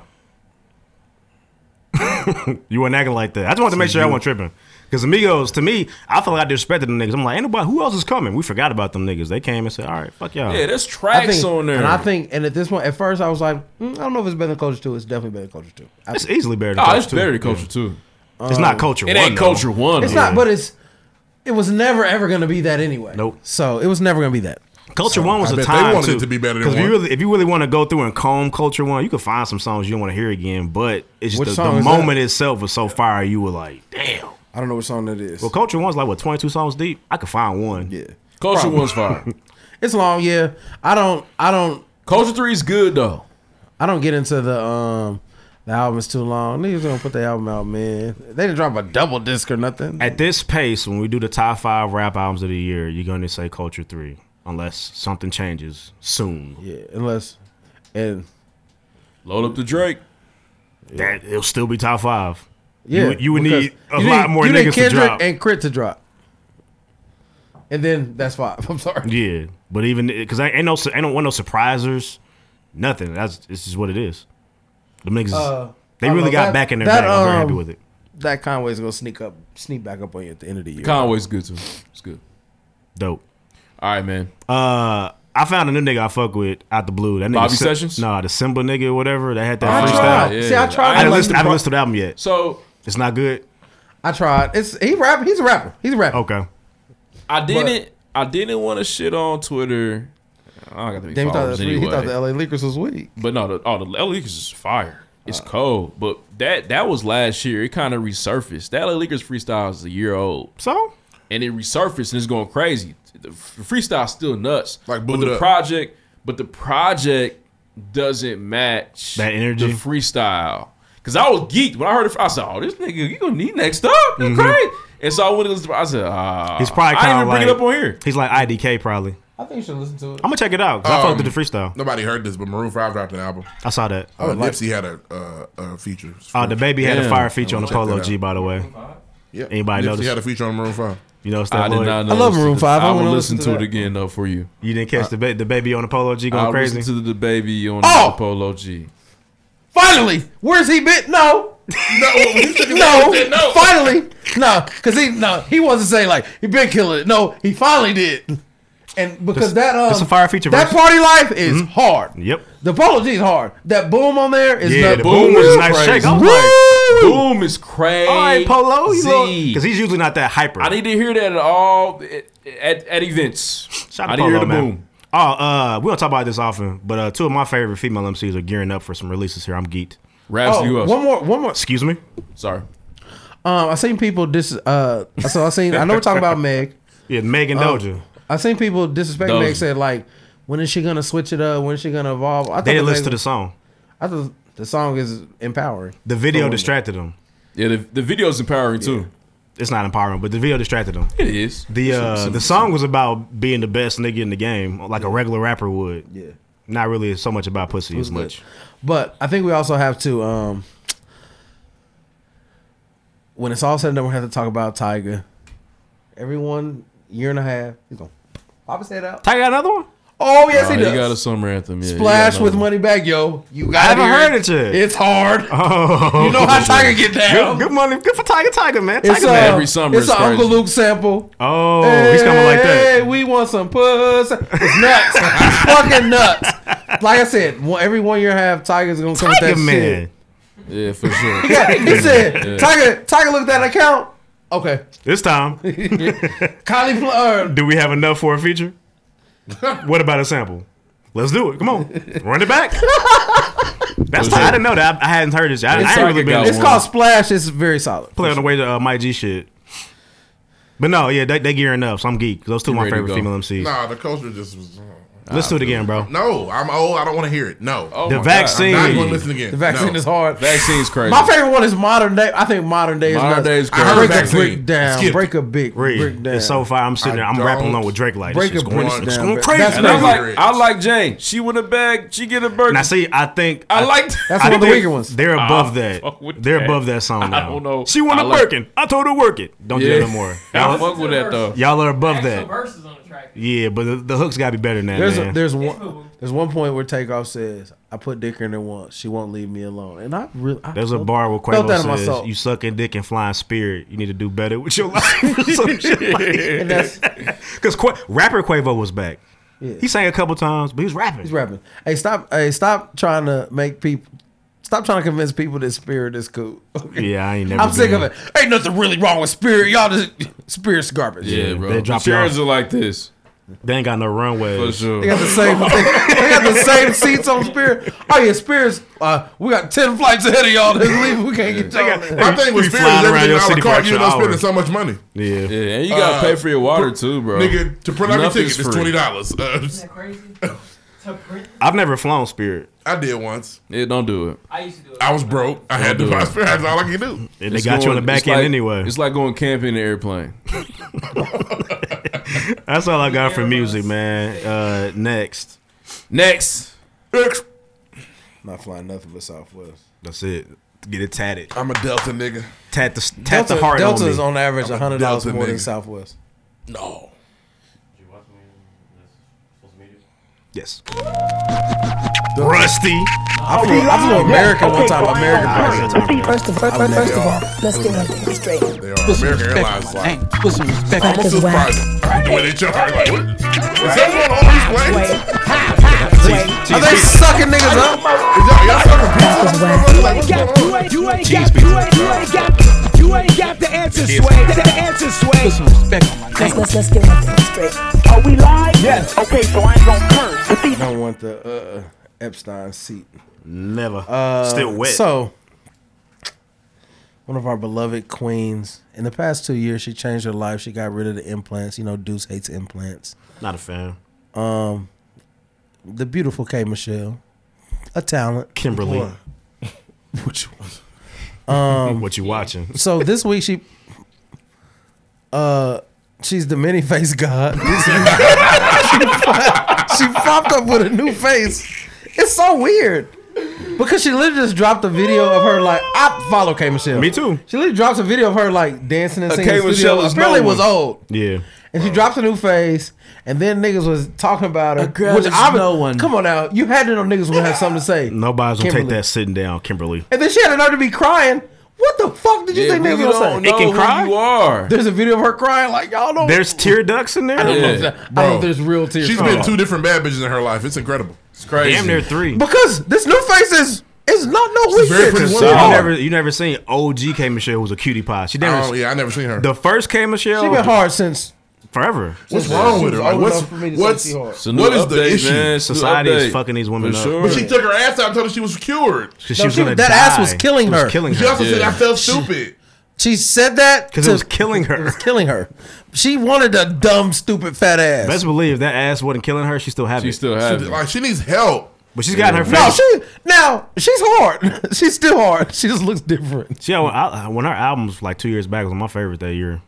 E: You weren't acting like that. I just wanted to make sure I wasn't tripping. Because Amigos, to me, I feel like I disrespected them niggas. I'm like, ain't nobody. Who else is coming? We forgot about them niggas. They came and said, all right, fuck y'all.
B: Yeah, there's tracks
D: I think,
B: on there.
D: And I think, and at this point, at first, I was like, mm, I don't know if it's better than Culture Two. It's definitely better than Culture Two. I-
E: it's easily better. Than
B: oh,
E: culture
B: it's
E: Two.
B: very culture too.
E: Yeah. It's not culture.
B: It
E: One,
B: ain't
E: though.
B: culture one.
D: it's
B: though.
D: not, but it's it was never ever going to be that anyway.
E: Nope.
D: So it was never going to be that.
E: Culture one was
C: I
E: the
C: bet they
E: time
C: wanted
E: too.
C: it to be better than
E: Because if you
C: one.
E: really, if you really want to go through and comb culture one, you can find some songs you don't want to hear again. But it's
D: Which
E: just the,
D: song
E: the
D: is
E: moment itself was so fire. You were like, damn.
D: I don't know what song that is.
E: Well, culture one's like what twenty two songs deep. I could find one.
D: yeah,
B: culture
D: Probably.
B: one's fire.
D: it's long. Yeah, I don't, I don't,
B: culture three is good though.
D: I don't get into the um. The album is too long. Niggas gonna put the album out, man. They didn't drop a double disc or nothing.
E: At this pace, when we do the top five rap albums of the year, you're gonna say Culture Three, unless something changes soon.
D: Yeah, unless and
B: load up the Drake.
E: That it'll still be top five.
D: Yeah,
E: you, you would
D: because
E: need a
D: you
E: lot more
D: you
E: niggas to
D: Kendrick
E: drop.
D: and Crit to drop, and then that's five. I'm sorry.
E: yeah, but even because ain't no, su- ain't no, want no surprisers, nothing. That's it's just what it is. The niggas,
D: Uh,
E: they
D: I
E: really
D: don't know.
E: got
D: That-
E: back in their
D: that,
E: bag. I'm very
D: um,
E: happy with it.
D: That Conway's gonna sneak up, sneak back up on you at the end of the year.
B: Conway's good too. It's good.
E: Dope.
B: All right, man.
E: Uh, I found a new nigga I fuck with out the blue. That nigga
B: Bobby
E: Se-
B: Sessions?
E: Nah, the Simba nigga or whatever. That had
D: I
E: that
D: tried.
E: freestyle.
D: See, I tried
E: I
D: to
E: haven't
D: like
E: listened,
D: the
E: I haven't
D: pro-
E: listened to the album yet.
B: So
E: it's not good.
D: I tried. It's he rapping. He's a rapper. He's a rapper.
E: Okay.
B: I didn't. I didn't want to shit on Twitter. I don't got to
D: Damn, he thought,
B: followers
D: that's weak.
B: anyway.
D: he thought the LA Leakers was weak.
B: But no, the, oh, the LA Leakers is fire. It's cold, but that that was last year. It kind of resurfaced. That LA Leakers freestyle is a year old.
E: So,
B: and it resurfaced and it's going crazy. The f- freestyle's still nuts. Like, but
C: booed
B: the
C: up.
B: project, but the project doesn't match
E: That energy?
B: The freestyle, because I was geeked when I heard it. I said, "Oh, this nigga, you gonna need next up? You crazy?" And so I went to listen. to- I said, "Ah,
E: He's probably
B: I
E: kind
B: didn't
E: of
B: even
E: like,
B: bring it up on here."
E: He's like IDK probably.
D: I think you should listen to it.
E: I'm gonna check it out 'cause I fucked with the
B: Um,
E: freestyle.
C: Nobody heard this, but Maroon Five dropped an album.
E: I saw that.
C: Oh, Nipsey had a, uh, a feature.
E: Oh, the baby had a
C: Yeah.
E: fire feature on the
C: Check that
E: Polo
C: out.
E: G, by the way.
C: Yeah.
E: Anybody
C: Nipsey
E: notice?
C: had a feature on Maroon Five.
E: You notice that?
B: I did
E: Lloyd?
B: not. Know
D: I love Maroon
B: this.
D: five. I
B: I will
D: wanna
B: listen,
D: listen to
B: to it
D: that.
B: again though for you.
E: You didn't catch the, ba- the baby on the Polo G going
B: Uh, I
E: crazy.
B: listened Uh, to the baby on
D: Oh!
B: the Polo G.
D: Finally, where's he been? No,
C: No, he took it back
D: no,
C: and said no.
D: finally, no, because he no, he wasn't saying like he been killing it. No, he finally did, and because
E: That's-
D: that um,
E: that's a fire feature
D: That
E: verse. Mm-hmm.
D: party life is hard.
E: Yep.
D: The Polo G is hard. That boom on there is
E: Yeah,
D: not-
E: the boom was a nice shake. I was like,
B: Boom is crazy.
E: all right, Polo, you because he's usually not that hyper.
B: I need to hear that at all at, at, at events.
E: Shout out
B: I
E: to
B: need to hear
E: Polo,
B: the
E: man.
B: boom.
E: Oh, uh, we don't talk about this often, but uh, two of my favorite female MCs are gearing up for some releases here. I'm geeked.
B: Raps you
D: Oh,
B: up.
D: one more, one more.
E: Excuse me.
B: Sorry.
D: Um, I seen people dis. Uh, so I seen. I know we're talking about Meg.
E: Yeah, Megan
B: Oh.
D: Um,
E: Doja.
D: I seen people disrespect
B: Doja.
D: Meg. Said like, when is she gonna switch it up? When is she gonna evolve? I
E: They
D: thought
E: didn't listen to
D: Meg-
E: the song.
D: I thought the song is empowering.
E: The video
D: Someone-
E: distracted them.
B: Yeah, the, the video's empowering too.
E: It's not empowering, but the video distracted them.
B: It is.
E: The
B: It's
E: uh,
B: some-
E: the song was about being the best nigga in the game, like a regular rapper would.
D: Yeah.
E: Not really so much about pussy as
D: good.
E: much.
D: But I think we also have to, um, when it's all said and done, we have to talk about Tiger. Everyone, year and a half, he's gonna pop his head out.
E: Tiger got another one?
D: Oh yes,
B: Oh,
D: he
B: you got a
D: does.
B: summer anthem. Yeah, you
D: Splash
B: got
D: with
B: another one.
D: money back, yo. You
E: I
D: got
E: haven't heard
D: it.
E: it yet.
D: It's hard.
E: oh.
D: You know how Tiger get down.
E: Good, good money. Good for Tiger Tiger, man. Tiger
D: It's uh, a,
E: man.
B: every summer
D: It's
B: is
D: an Uncle
B: crazy.
D: Luke sample.
E: Oh, he's coming like
D: Hey,
E: that.
D: we want some puss. It's nuts. it's fucking nuts. Like I said, one- every one year and a half, Tiger's gonna come
E: Tiger
D: with that shit.
E: man.
B: Yeah, for sure.
D: Yeah, he said, Tiger, Tiger looked at that account. Okay.
E: This time,
D: Kylie, Pl- uh,
E: do we have enough for a feature? what about a sample? Let's do it. Come on, run it back. That's I didn't know that. I, I hadn't heard this. I, I
B: It's
E: ain't really
B: Tiger
E: been
B: got
D: it's
B: one.
D: called Splash. It's very solid.
E: playing on the way to uh, Mike G shit. But no, yeah, they, they gearing up. So I'm geek. Those two are my
B: ready to
E: favorite
B: go.
E: female MCs.
C: Nah, the culture just was. uh,
E: Let's do it again, bro.
C: No, I'm old. I don't want to hear it. No,
B: Oh
E: The
B: my God.
E: vaccine.
C: I'm not going to listen again.
D: The vaccine
C: No.
D: is hard.
B: Vaccine's crazy.
D: My favorite one is modern day. I think modern day is
B: Modern
D: nuts.
B: Day is
D: I
C: crazy.
D: heard break a
C: Vaccine.
D: brick down.
C: Skip.
D: Break a big
E: Read.
D: brick down.
E: It's so far. I'm sitting there. I'm
C: I
E: rapping along
C: don't-
E: with Drake. Like
D: Break
E: this
D: a
E: shit's going,
D: bridge
E: it's
D: down,
E: going
D: bro.
E: crazy.
D: That's
B: And I
D: crazy.
B: like I like Jane. She win a bag. She get a burger.
E: And I see. I think.
B: I like.
D: That's
E: I
D: one of the
E: think
D: weaker ones.
E: They're above
B: Ah, fuck
E: that.
B: with
E: They're
B: that.
E: above that song.
B: I
E: now.
B: don't know.
E: She wanna
B: I like-
E: work it. I told her work it. Don't do that no more.
B: I
E: Y'all,
B: fuck with that though.
E: y'all are above
W: Actual
E: that.
W: verses on the track.
E: Yeah, but the, the hooks gotta be better than that.
D: There's
E: man.
D: a, there's
W: moving.
D: one there's one point where Takeoff says, "I put dick in her once. She won't leave me alone." And I really I
E: There's a
D: felt-
E: bar where
D: felt that in my
E: Quavo says,
D: soul.
E: "You sucking dick and flying spirit. You need to do better with your life." Or some shit like
D: And that's
E: Because Qua- rapper Quavo was back.
D: Yeah.
E: He sang a couple times, but he was rapping.
D: he's rapping. Hey, stop! Hey, stop trying to make people. Stop trying to convince people that spirit is cool.
E: Yeah, I ain't never.
D: I'm sick
E: been-
D: of it. Ain't nothing really wrong with spirit. Y'all just spirit's garbage.
B: Yeah,
E: They
B: bro. The
E: drop
B: chairs
E: y'all.
B: are like this
E: They ain't got no
B: for
E: runways.
D: They
B: sure.
D: got the same. They, they got the same seats on Spirit. Oh yeah, Spirit's. Uh, we got ten flights ahead of y'all. Let's leave. We can't get y'all. there.
C: My thing was
E: You
C: fear
E: flying
C: is
E: around
C: everything
E: your
C: out
E: city
C: of
E: for
C: cart.
E: extra
C: You know, spending
E: hours.
C: so much money,
E: Yeah.
B: Yeah, and you gotta
C: Uh,
B: pay for your water too, bro.
C: nigga. To print out your
B: Nothing's
C: ticket, it's
B: free.
C: twenty dollars.
W: Isn't that crazy?
E: I've never flown Spirit.
C: I did once.
B: Yeah, don't do it.
A: I used to do it.
C: I was broke. I had to
B: do
C: buy
B: it.
C: Spirit. That's all I could do.
E: And they got you on the back
B: it's
E: end
B: like-
E: anyway.
B: It's like going camping in an airplane.
E: That's all I got for music, man. Uh, next.
B: Next.
C: Next.
D: Not flying nothing but Southwest.
E: That's it. Get it tatted.
C: I'm a Delta nigga.
E: Tat the tat the
D: Delta-
E: heart
D: Delta
E: on me.
D: is on average
C: I'm a
D: hundred dollars
C: Delta
D: more than
C: nigga.
D: Southwest.
C: No.
E: Yes. Rusty.
D: I flew, I
E: Oh,
D: flew American one time. American prices.
X: First of, first, first of all, let's get one thing straight.
C: They are American Airlines. Like,
X: Put some respect
C: I'm
X: Cause
C: so
X: why?
C: surprised at the way they charge. Like, what? Is that one on these planes?
D: Are they sucking niggas up?
L: You ain't got, you ain't, you ain't got, you ain't, you ain't got, you ain't got the answer, Sway. The answer, Sway.
X: Let's, let's, let's get one thing straight.
L: Are we live? Yes. Okay, so I ain't gonna curse.
D: I don't want the uh, Epstein seat.
E: Never.
D: Uh,
E: Still wet.
D: So, one of our beloved queens. In the past two years, she changed her life. She got rid of the implants. You know, Deuce hates implants.
E: Not a fan.
D: Um, the beautiful K Michelle, a talent.
E: Kimberly.
D: Which one? Um,
E: what you watching?
D: so this week she, uh, she's the many face god. she popped up with a new face. It's so weird. Because she literally just dropped a video of her like I follow K Michelle. Me
E: too.
D: She literally drops a video of her like dancing and
B: Uh,
D: singing.
B: K.
D: in the
B: Michelle
D: studio.
B: is
D: apparently
B: known.
D: was old.
E: Yeah.
D: And she dropped a new face, and then niggas was talking about her.
B: girl
D: which
B: is
D: I
B: no
D: one. Come on now, you had to know niggas would have something to say.
E: Nobody's gonna take
D: Kimberly.
E: that sitting down, Kimberly.
D: And then she had another to be crying. What the fuck did you
B: Yeah,
D: think
B: we
D: niggas was
B: don't
D: gonna
B: know
D: say?
B: It can who cry? you are.
D: There's a video of her crying like y'all don't.
E: There's tear ducts in there.
D: I don't know if that- I don't know if there's real tears.
C: She's been two different bad bitches in her life. It's incredible. It's
E: crazy. Damn near three.
D: because this new face is is not no weak.
C: very pretty
D: bitch.
C: woman.
E: You never, you never seen OG K Michelle who's a cutie pie. She never.
C: Oh, yeah, I never seen her.
E: The first K Michelle.
D: She been hard since
E: forever.
C: What's wrong with her? Like,
D: old
C: what's
D: enough for me to say
C: what's
D: she hard.
C: what is the issue?
E: Society is fucking these women
B: For
E: up.
B: sure.
C: But she took her ass out and told her she was cured.
E: 'Cause she No, was she- gonna that ass die. was killing It was her. killing
C: she
E: her.
C: also said,
E: Yeah.
C: "I felt stupid."
D: She said that
E: 'Cause it
D: to-
E: was killing her.
D: It was killing her. She wanted a dumb, stupid, fat ass.
E: Best believe if that ass wasn't killing her. She still have it. She
B: still
C: She, like she needs help.
E: But she's got her face.
D: no, she now she's hard. she's still hard. She just looks different.
E: She, when, I, when her albums like two years back was my favorite that year.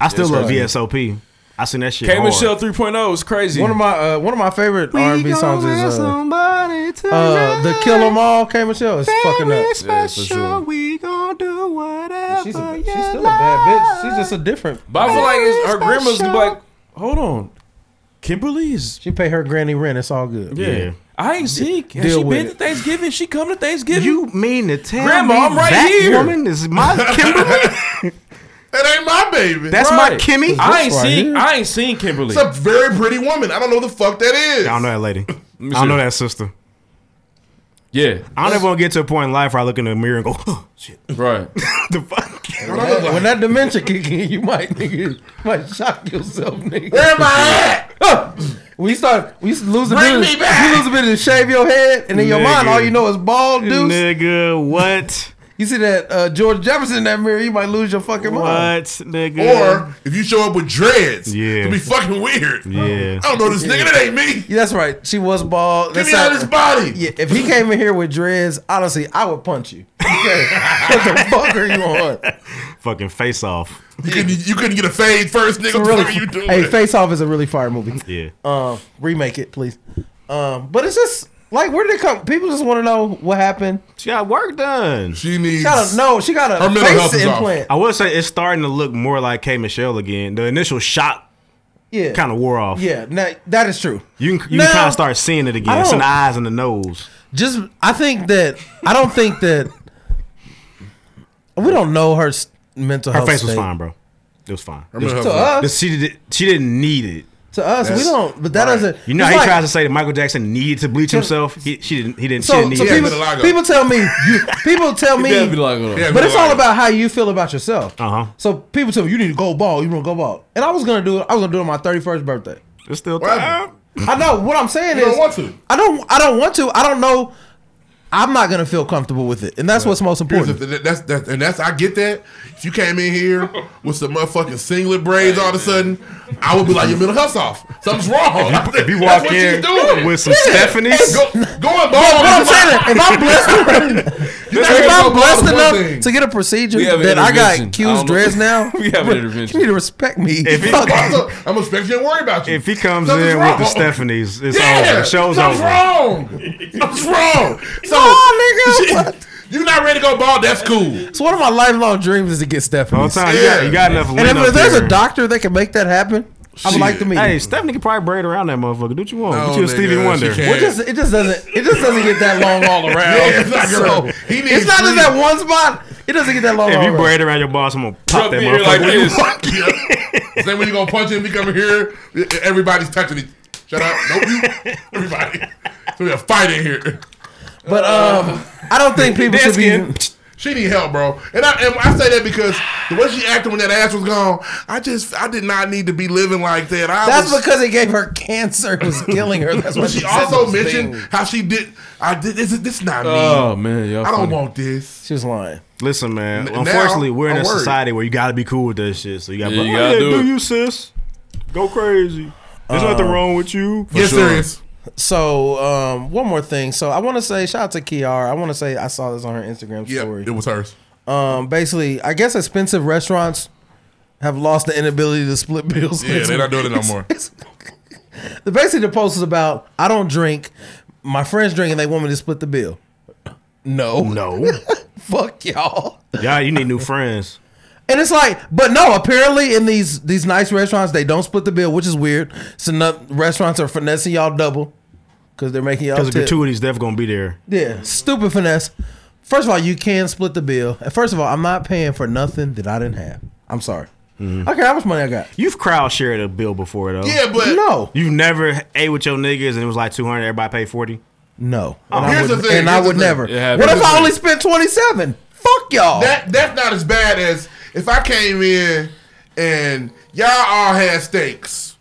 E: I still
B: it's
E: love
B: crazy.
E: VSOP. I seen that shit.
B: K
E: hard.
B: Michelle 3.0 is oh. crazy.
D: One of my uh, one of my favorite R and B songs is uh,
E: somebody to
D: uh, the Kill 'Em All. K Michelle is fucking up.
B: special. sure.
E: We gonna do whatever.
D: She's, a, she's still a bad bitch. She's just a different.
B: But I feel like it's, her grandma's gonna be like, hold on. Kimberly is.
D: She pay her granny rent. It's all good.
B: Yeah. I ain't seen. Has
D: Deal
B: she
D: with
B: been to
D: it.
B: Thanksgiving? She come to Thanksgiving?
E: You mean to tell
B: Grandma,
E: me
B: I'm right
E: that
B: here.
E: woman is my Kimberly?
C: That ain't my baby.
E: That's my
B: I
E: Kimmy.
B: ain't
E: That's right
B: seen.
E: here.
B: I ain't seen Kimberly.
C: It's a very pretty woman. I don't know who the fuck that is.
E: I don't know that lady. I
B: me
E: don't
B: see.
E: know that sister.
B: yeah.
E: I don't ever want to get to a point in life where I look in the mirror and go, oh, shit.
B: Right.
E: The fuck?
D: When that, when that dementia kick in, you might nigga might shock yourself, nigga.
C: Where am I at?
D: When you start, when you lose a
C: Bring
D: bit, of-
C: me back.
D: you lose a bit of shave your head, and in your mind,
E: Nigga.
D: all you know is bald dudes.
E: Nigga, what?
D: You see that uh, George Jefferson in that mirror, you might lose your fucking mind.
E: What, nigga?
C: Or if you show up with dreads,
E: Yeah.
C: it'd be fucking weird.
E: Yeah.
C: I don't know this nigga. That ain't me.
D: Yeah, that's right. She was bald.
C: Get
D: That's
C: me out of
D: not-
C: this body.
D: Yeah, if he came in here with dreads, honestly, I would punch you. what the fuck are you on?
E: Fucking face off.
C: You, couldn't, you couldn't get a fade first, nigga.
D: It's a
C: What
D: really,
C: the fuck are you doing?
D: hey, Face Off is a really fire movie.
E: Yeah.
D: Um, remake it, please. Um, but it's just like where did it come? People just want to know what happened.
E: She got work done.
C: She
D: She
C: needs.
D: got a no. She got
C: Her
D: a
C: mental health
D: face
C: is off.
D: implant.
E: I will say it's starting to look more like K Michelle again. The initial shock
D: Yeah,
E: kind of wore off.
D: yeah. Now, that is true.
E: You can, you
D: Now- oh.
E: can kind of start seeing it again.
D: I
E: It's in the
D: don't-
E: eyes and the nose.
D: Just I think that I don't think that we don't know her s- mental
E: Her
D: health.
E: face was
D: state.
E: fine, bro. It was fine. It
C: mental
E: was-
C: health
D: To
E: this- she, did, she didn't need it.
D: To us, we
C: That's-
D: don't. But that doesn't.
E: You know
D: it's
E: how he
D: like-
E: tries to say that Michael Jackson needed to bleach himself. He she didn't. He didn't. she
D: So,
E: didn't need
D: so
E: it.
D: people,
C: vitiligo.
D: people tell me. You, people tell me.
B: Yeah, be like, hold on.
C: Yeah,
D: But it's all
C: like-
D: about how you feel about yourself.
E: Uh huh.
D: So people tell me you need to go ball. You want to go ball, and I was gonna do it. I was gonna do it on my thirty first birthday.
E: It's still
C: What
E: time.
C: happened?
D: I know what I'm saying
C: You
D: is
C: don't want to.
D: I don't I don't want to. I don't know I'm not gonna feel comfortable with it, and that's what's most
C: Here's the
D: important.
C: thing, that's, that's and that's I get that. If you came in here with some motherfucking singlet braids all of a sudden, I would be like, your mental health's off. Something's wrong.
E: If you
C: That's
E: walk
C: what
E: in
C: she's doing.
E: with some
C: Yeah.
E: Stephanies-
C: Go- going bald.
D: But I'm
C: is
D: saying,
C: like-
D: if I'm blessed,
C: You're not
D: if
C: gonna go
D: I'm
C: bald
D: blessed
C: is one
D: enough
C: thing.
D: to get a procedure
C: We have an
D: that I
C: intervention.
D: got
C: I
D: Q's
C: don't know.
D: dress now,
C: We have an
D: bro,
C: intervention.
D: You need to respect me.
E: If it-
D: Fuck.
C: I'm gonna expect you to worry about you.
E: If he comes
C: Something's
E: in
C: wrong.
E: with the Stephanies, it's
C: yeah,
E: over. The show's
C: something's
E: over.
C: wrong. Something's wrong. So,
D: nigga, what?
C: You're not ready to go bald. That's cool.
D: So one of my lifelong dreams is to get Stephanie.
E: All time, you got- you got enough
D: And
E: lean
D: if,
E: up
D: there's
E: there.
D: a doctor that can make that happen, I would like to meet.
E: Hey,
D: him.
E: Stephanie can probably braid around that motherfucker. Do what you want?
C: No,
E: Get you a
C: nigga,
E: Stevie
C: she
E: Wonder.
C: can't.
D: It just it just doesn't it just doesn't get that long all around.
C: Yeah, it's not
D: So,
C: gonna- he needs
D: it's not
C: three.
D: in that one spot. It doesn't get that long. all
E: If you
D: around.
E: braid around your boss, I'm gonna
B: Drop
E: pop that
B: in here
E: motherfucker.
B: like
E: What
B: this.
E: you-
C: yeah. Say when you gonna punch him, he coming here. Everybody's touching each. Shut up. Nope. You. Everybody. So we a fight in here.
D: But
C: Uh,
D: um, I don't think people should be.
C: She need help, bro. And I and I say that because the way she acted when that ass was gone, I just I did not need to be living like that. I
D: That's
C: was,
D: because it gave her cancer. It was killing her. That's why
C: But she
D: said
C: also
D: those
C: mentioned
D: things.
C: how she did. I did this. Is this not me?
B: Oh man, y'all
C: I don't
B: funny.
C: want this.
D: She was lying.
E: Listen, man.
C: N- now,
E: unfortunately, we're in
C: I'm
E: a
C: worried.
E: society where you gotta be cool with that shit. So you gotta,
B: Yeah,
E: be
B: you
E: like,
B: gotta
E: "Oh, yeah,
B: do
E: do,
B: it."
E: you, sis? Go crazy. There's nothing wrong with you.
C: Yes, there is.
D: So um, one more thing. So I want to say shout out to Kiara. I want to say I saw this on her Instagram
C: Yeah,
D: story.
C: it was hers.
D: Um, basically, I guess expensive restaurants have lost the inability to split bills.
C: Yeah, they're not doing it no more.
D: The basically the post is about I don't drink. My friends drink and they want me to split the bill. No,
E: No.
D: fuck y'all.
E: Yeah, you need new friends.
D: And it's like, but no. Apparently, in these these nice restaurants, they don't split the bill, which is weird. So no, restaurants are finessing y'all double because they're making y'all
E: Because the
D: tip.
E: gratuity's definitely gonna be there.
D: Yeah, stupid finesse. First of all, you can split the bill. And first of all, I'm not paying for nothing that I didn't have. I'm sorry. Okay, how much money I got?
E: You've crowd shared a bill before though.
C: Yeah, but
D: No,
E: You've never ate with your niggas and it was like 200. Everybody paid 40.
D: no.
E: Oh,
D: And I
C: here's the
D: would,
C: thing,
D: and I
C: here's the
D: would
C: thing.
D: never.
B: It happens.
D: What if
B: Here's the
D: I only spent twenty seven? Fuck y'all.
C: That that's not as bad as if I came in and y'all all had steaks.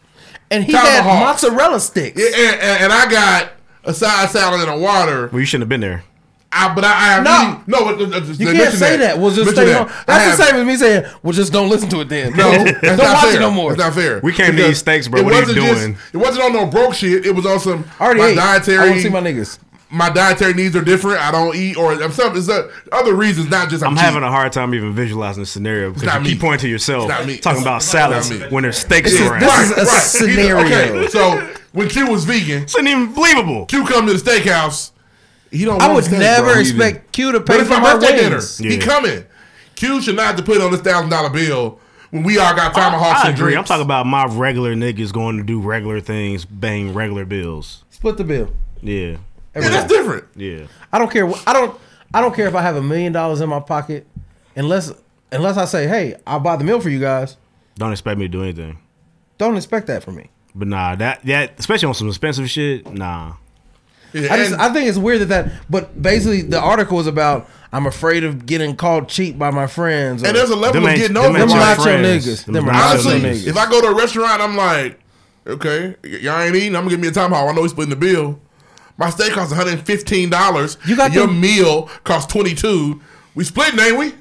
D: and he
C: Tomahawk.
D: had mozzarella sticks.
C: Yeah, and, and, and I got a side salad and a water.
E: Well, you shouldn't have been there.
C: I, but I, I
D: No.
C: really- no, but, uh,
D: You can't say that. We'll just stay home.
C: I
D: That's
C: have-
D: the same as me saying, "Well, just don't listen to it then."
C: No, that's
D: don't
C: not
D: watch
C: fair.
D: it no more.
C: That's not fair.
E: We came to
C: Because
E: eat steaks, bro.
C: it
E: What are you
C: wasn't just-
E: doing?
C: it wasn't on no broke shit. It was on some
D: I already
C: my
D: ate.
C: dietary.
D: I want to see my niggas.
C: my dietary needs are different. I don't eat, or I'm some. It's uh, other reasons, not just I'm,
E: I'm
C: cheap.
E: having a hard time even visualizing the scenario because
C: not
E: you keep
C: me.
E: pointing to yourself,
C: It's not me.
E: talking about
C: It's not
E: salads
C: me.
E: when there's steaks
D: This is-
E: around.
D: this is- a
C: He's
D: scenario.
C: so when Q was vegan,
E: It's unbelievable.
C: Q come to the steakhouse. He don't.
D: I
C: want
D: would
C: steak,
D: never
C: bro.
D: expect Q to
C: But
D: pay
C: it's
D: for
C: my
D: my
C: birthday
D: wings.
C: dinner. He
E: Yeah.
C: coming. Q should not have to put on this thousand dollar bill when we all got tomahawks.
E: I
C: and
E: agree. I'm
C: drinks.
E: talking about my regular niggas going to do regular things, bang regular bills.
D: Split the bill.
E: Yeah.
C: Yeah, that's different.
E: Yeah.
D: I don't care. wh- I don't. I don't care if I have a million dollars in my pocket, unless unless I say, "Hey, I'll buy the meal for you guys."
E: Don't expect me to do anything.
D: Don't expect that from me.
E: But nah, that that especially on some expensive shit, nah.
C: Yeah,
D: I just
C: and-
D: I think it's weird that that. But basically, the article was about I'm afraid of getting called cheap by my friends. Or,
C: and there's a level
E: Them
C: of
E: ain't-
C: getting
E: them
C: over. it.
E: ain't
D: Them
E: your
D: not your
E: friends.
D: niggas.
E: Them
D: Them
E: not
D: not
E: your
D: your
C: Honestly,
D: niggas.
C: if I go to a restaurant, I'm like, okay, y- y'all ain't eating. I'm gonna give me a tomahawk. I know he's splitting the bill. My steak costs 115 dollars.
D: You got
C: your
D: the-
C: meal costs 22. We splitting, ain't we?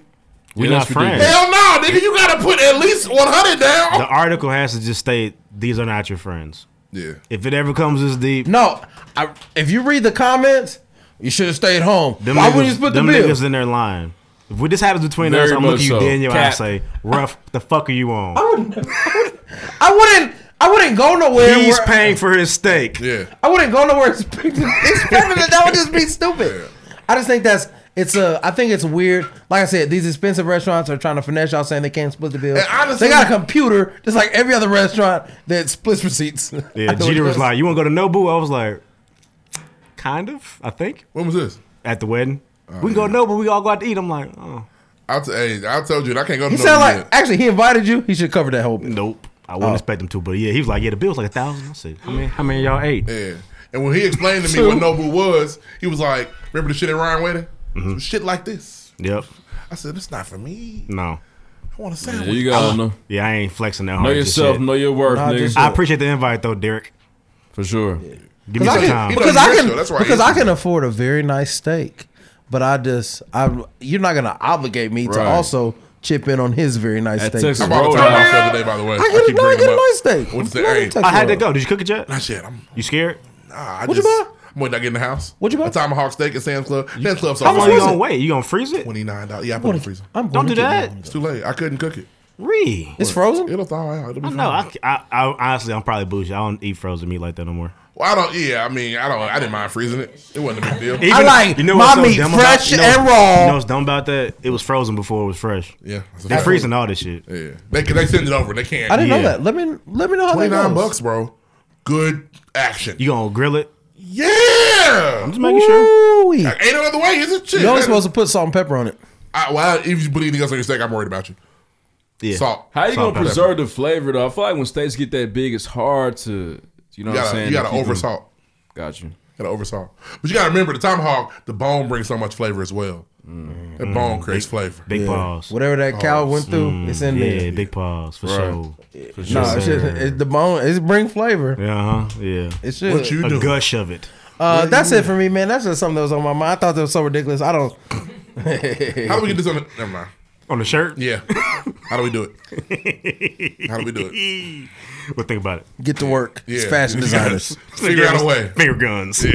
E: We
B: Yeah,
E: not
B: that's ridiculous.
E: friends.
C: Hell no, nigga. You gotta put at least 100
E: The
C: down.
E: article has to just state these are not your friends.
C: Yeah.
E: If it ever comes this deep,
D: no, I, if you read the comments, you should have stayed home.
E: them
D: Why
E: niggas,
D: wouldn't you split the
E: them
D: bill?
E: niggas in there lying. If we, this happens between us,
B: Very
E: I'm looking
B: much
E: you
B: so.
E: dead in your eye
B: Cap.
E: and say, Ruff, the fuck are you on?
D: I wouldn't. I wouldn't go nowhere.
E: He's
D: where-
E: paying for his steak.
C: Yeah.
D: I wouldn't go nowhere expecting expecting that. That would just be stupid. I just think that's it's a. I think it's weird. Like I said, these expensive restaurants are trying to finesse y'all, saying they can't split the bill.
C: And honestly-
D: they got a computer just like every other restaurant that splits receipts.
E: Yeah, Jeter was like, "You want to go to Nobu?" I was like, "Kind of, I think."
C: When was this?
E: At the wedding,
B: Oh,
E: we can go to Nobu. We all go out to eat. I'm like, "Oh,
C: I, t- hey, I told you I can't go to
D: He
C: no
D: sounded like
C: yet.
D: actually he invited you. He should cover that whole. Bill.
E: nope." I
D: Oh.
E: wouldn't expect him to, but yeah, he was like, "Yeah, the bill's like a thousand. I said, "How many? How many of y'all ate?"
C: Yeah. And when he explained to me what Nobu was, he was like, "Remember the shit at Ryan Wedding?
B: Mm-hmm.
C: Some shit like this."
E: Yep.
C: I said, "It's not for me.
E: No.
C: I want to
B: Yeah,
C: sandwich."
B: you gotta know.
E: Yeah, I ain't flexing that hard.
B: Know
E: just
B: yourself,
E: yet.
B: know your worth,
D: Nah, just-
B: nigga.
E: I appreciate the invite though, Derek.
B: For sure.
E: Give me
D: Because I
E: some
D: can-
E: time.
D: Because I can,
C: though. That's why he
D: because
C: eats
D: I
C: it.
D: can afford a very nice steak, but I just I you're not gonna obligate me to
C: Right.
D: also chip in on his very nice
C: That
D: steak.
C: Texas I bought a Roadhouse tomahawk the other day, by the way.
D: I
C: I
D: get,
C: keep
D: no, I
C: bringing
D: get a
C: them up.
D: nice steak.
C: What's the-
D: Why
C: hey,
D: you take
E: I had
D: forever?
E: to go. Did you cook it yet?
C: Not yet. I'm,
E: You scared?
C: nah, I
D: What you
C: just, I'm waiting. I get in the house. What
D: you buy?
C: A tomahawk steak at Sam's Club. Sam's Club. So
E: How long you gonna wait? You gonna freeze it?
C: Twenty nine dollars. Yeah, I put it in the freezer.
D: I'm
E: Don't do that.
C: It's too late. I couldn't cook it.
E: Re.
D: It's frozen.
C: It'll thaw out. It'll be
E: I
C: fine.
E: know. I, I, I honestly, I'm probably bougie. I don't eat frozen meat like that no more.
C: Well, I don't. Yeah, I mean, I don't. I didn't mind freezing it. It wasn't a big deal.
E: Even-
D: like my
E: what's so
D: meat
E: dumb
D: fresh
E: you know-
D: and raw.
E: You know what's dumb about that? It was frozen before it was fresh.
C: Yeah,
E: they freezing all this shit.
C: Yeah, they they send it over. They can't.
D: I didn't know
E: Yeah.
D: that. Let me let me know how
C: Twenty
D: that
C: nine
D: goes.
C: bucks, bro. Good action.
E: You gonna grill it?
C: Yeah,
E: I'm just making sure.
D: Ooh-wee.
C: ain't no other way, is it? Shit,
D: You're only
C: that-
D: supposed to put salt and pepper on it.
C: I, well, if you believe in guts on your steak, I'm worried about you.
E: Yeah.
C: Salt.
B: How you
E: Salt
B: gonna
E: and pepper.
B: preserve the flavor though? I feel like when steaks get that big, it's hard to you know what
C: You
B: I'm
C: gotta,
B: saying.
C: you gotta
B: If you can-
C: oversalt.
B: Got you.
C: You gotta oversalt. But you gotta remember the tomahawk, the bone brings so much flavor as well. That bone creates flavor.
E: Big
D: Yeah.
E: paws.
D: Whatever that cow went through, it's in
E: yeah,
D: there.
E: big paws for
B: Right.
E: sure. For
D: No, it's just
E: sure.
D: it, the bone. It bring flavor.
E: Yeah, huh? Yeah.
D: It's
C: What
D: just
C: you
E: a
C: doing?
E: gush of it.
D: uh, that's it for me, man. That's just something that was on my mind. I thought that was so ridiculous. I don't.
C: How do we get this on the never mind.
E: On the shirt?
C: Yeah. How do we do it? How do we do it?
E: Well, think about it.
D: Get to work. It's
C: Yeah.
D: fashion
C: You gotta
D: designers.
C: Figure out a way.
E: Finger guns. Do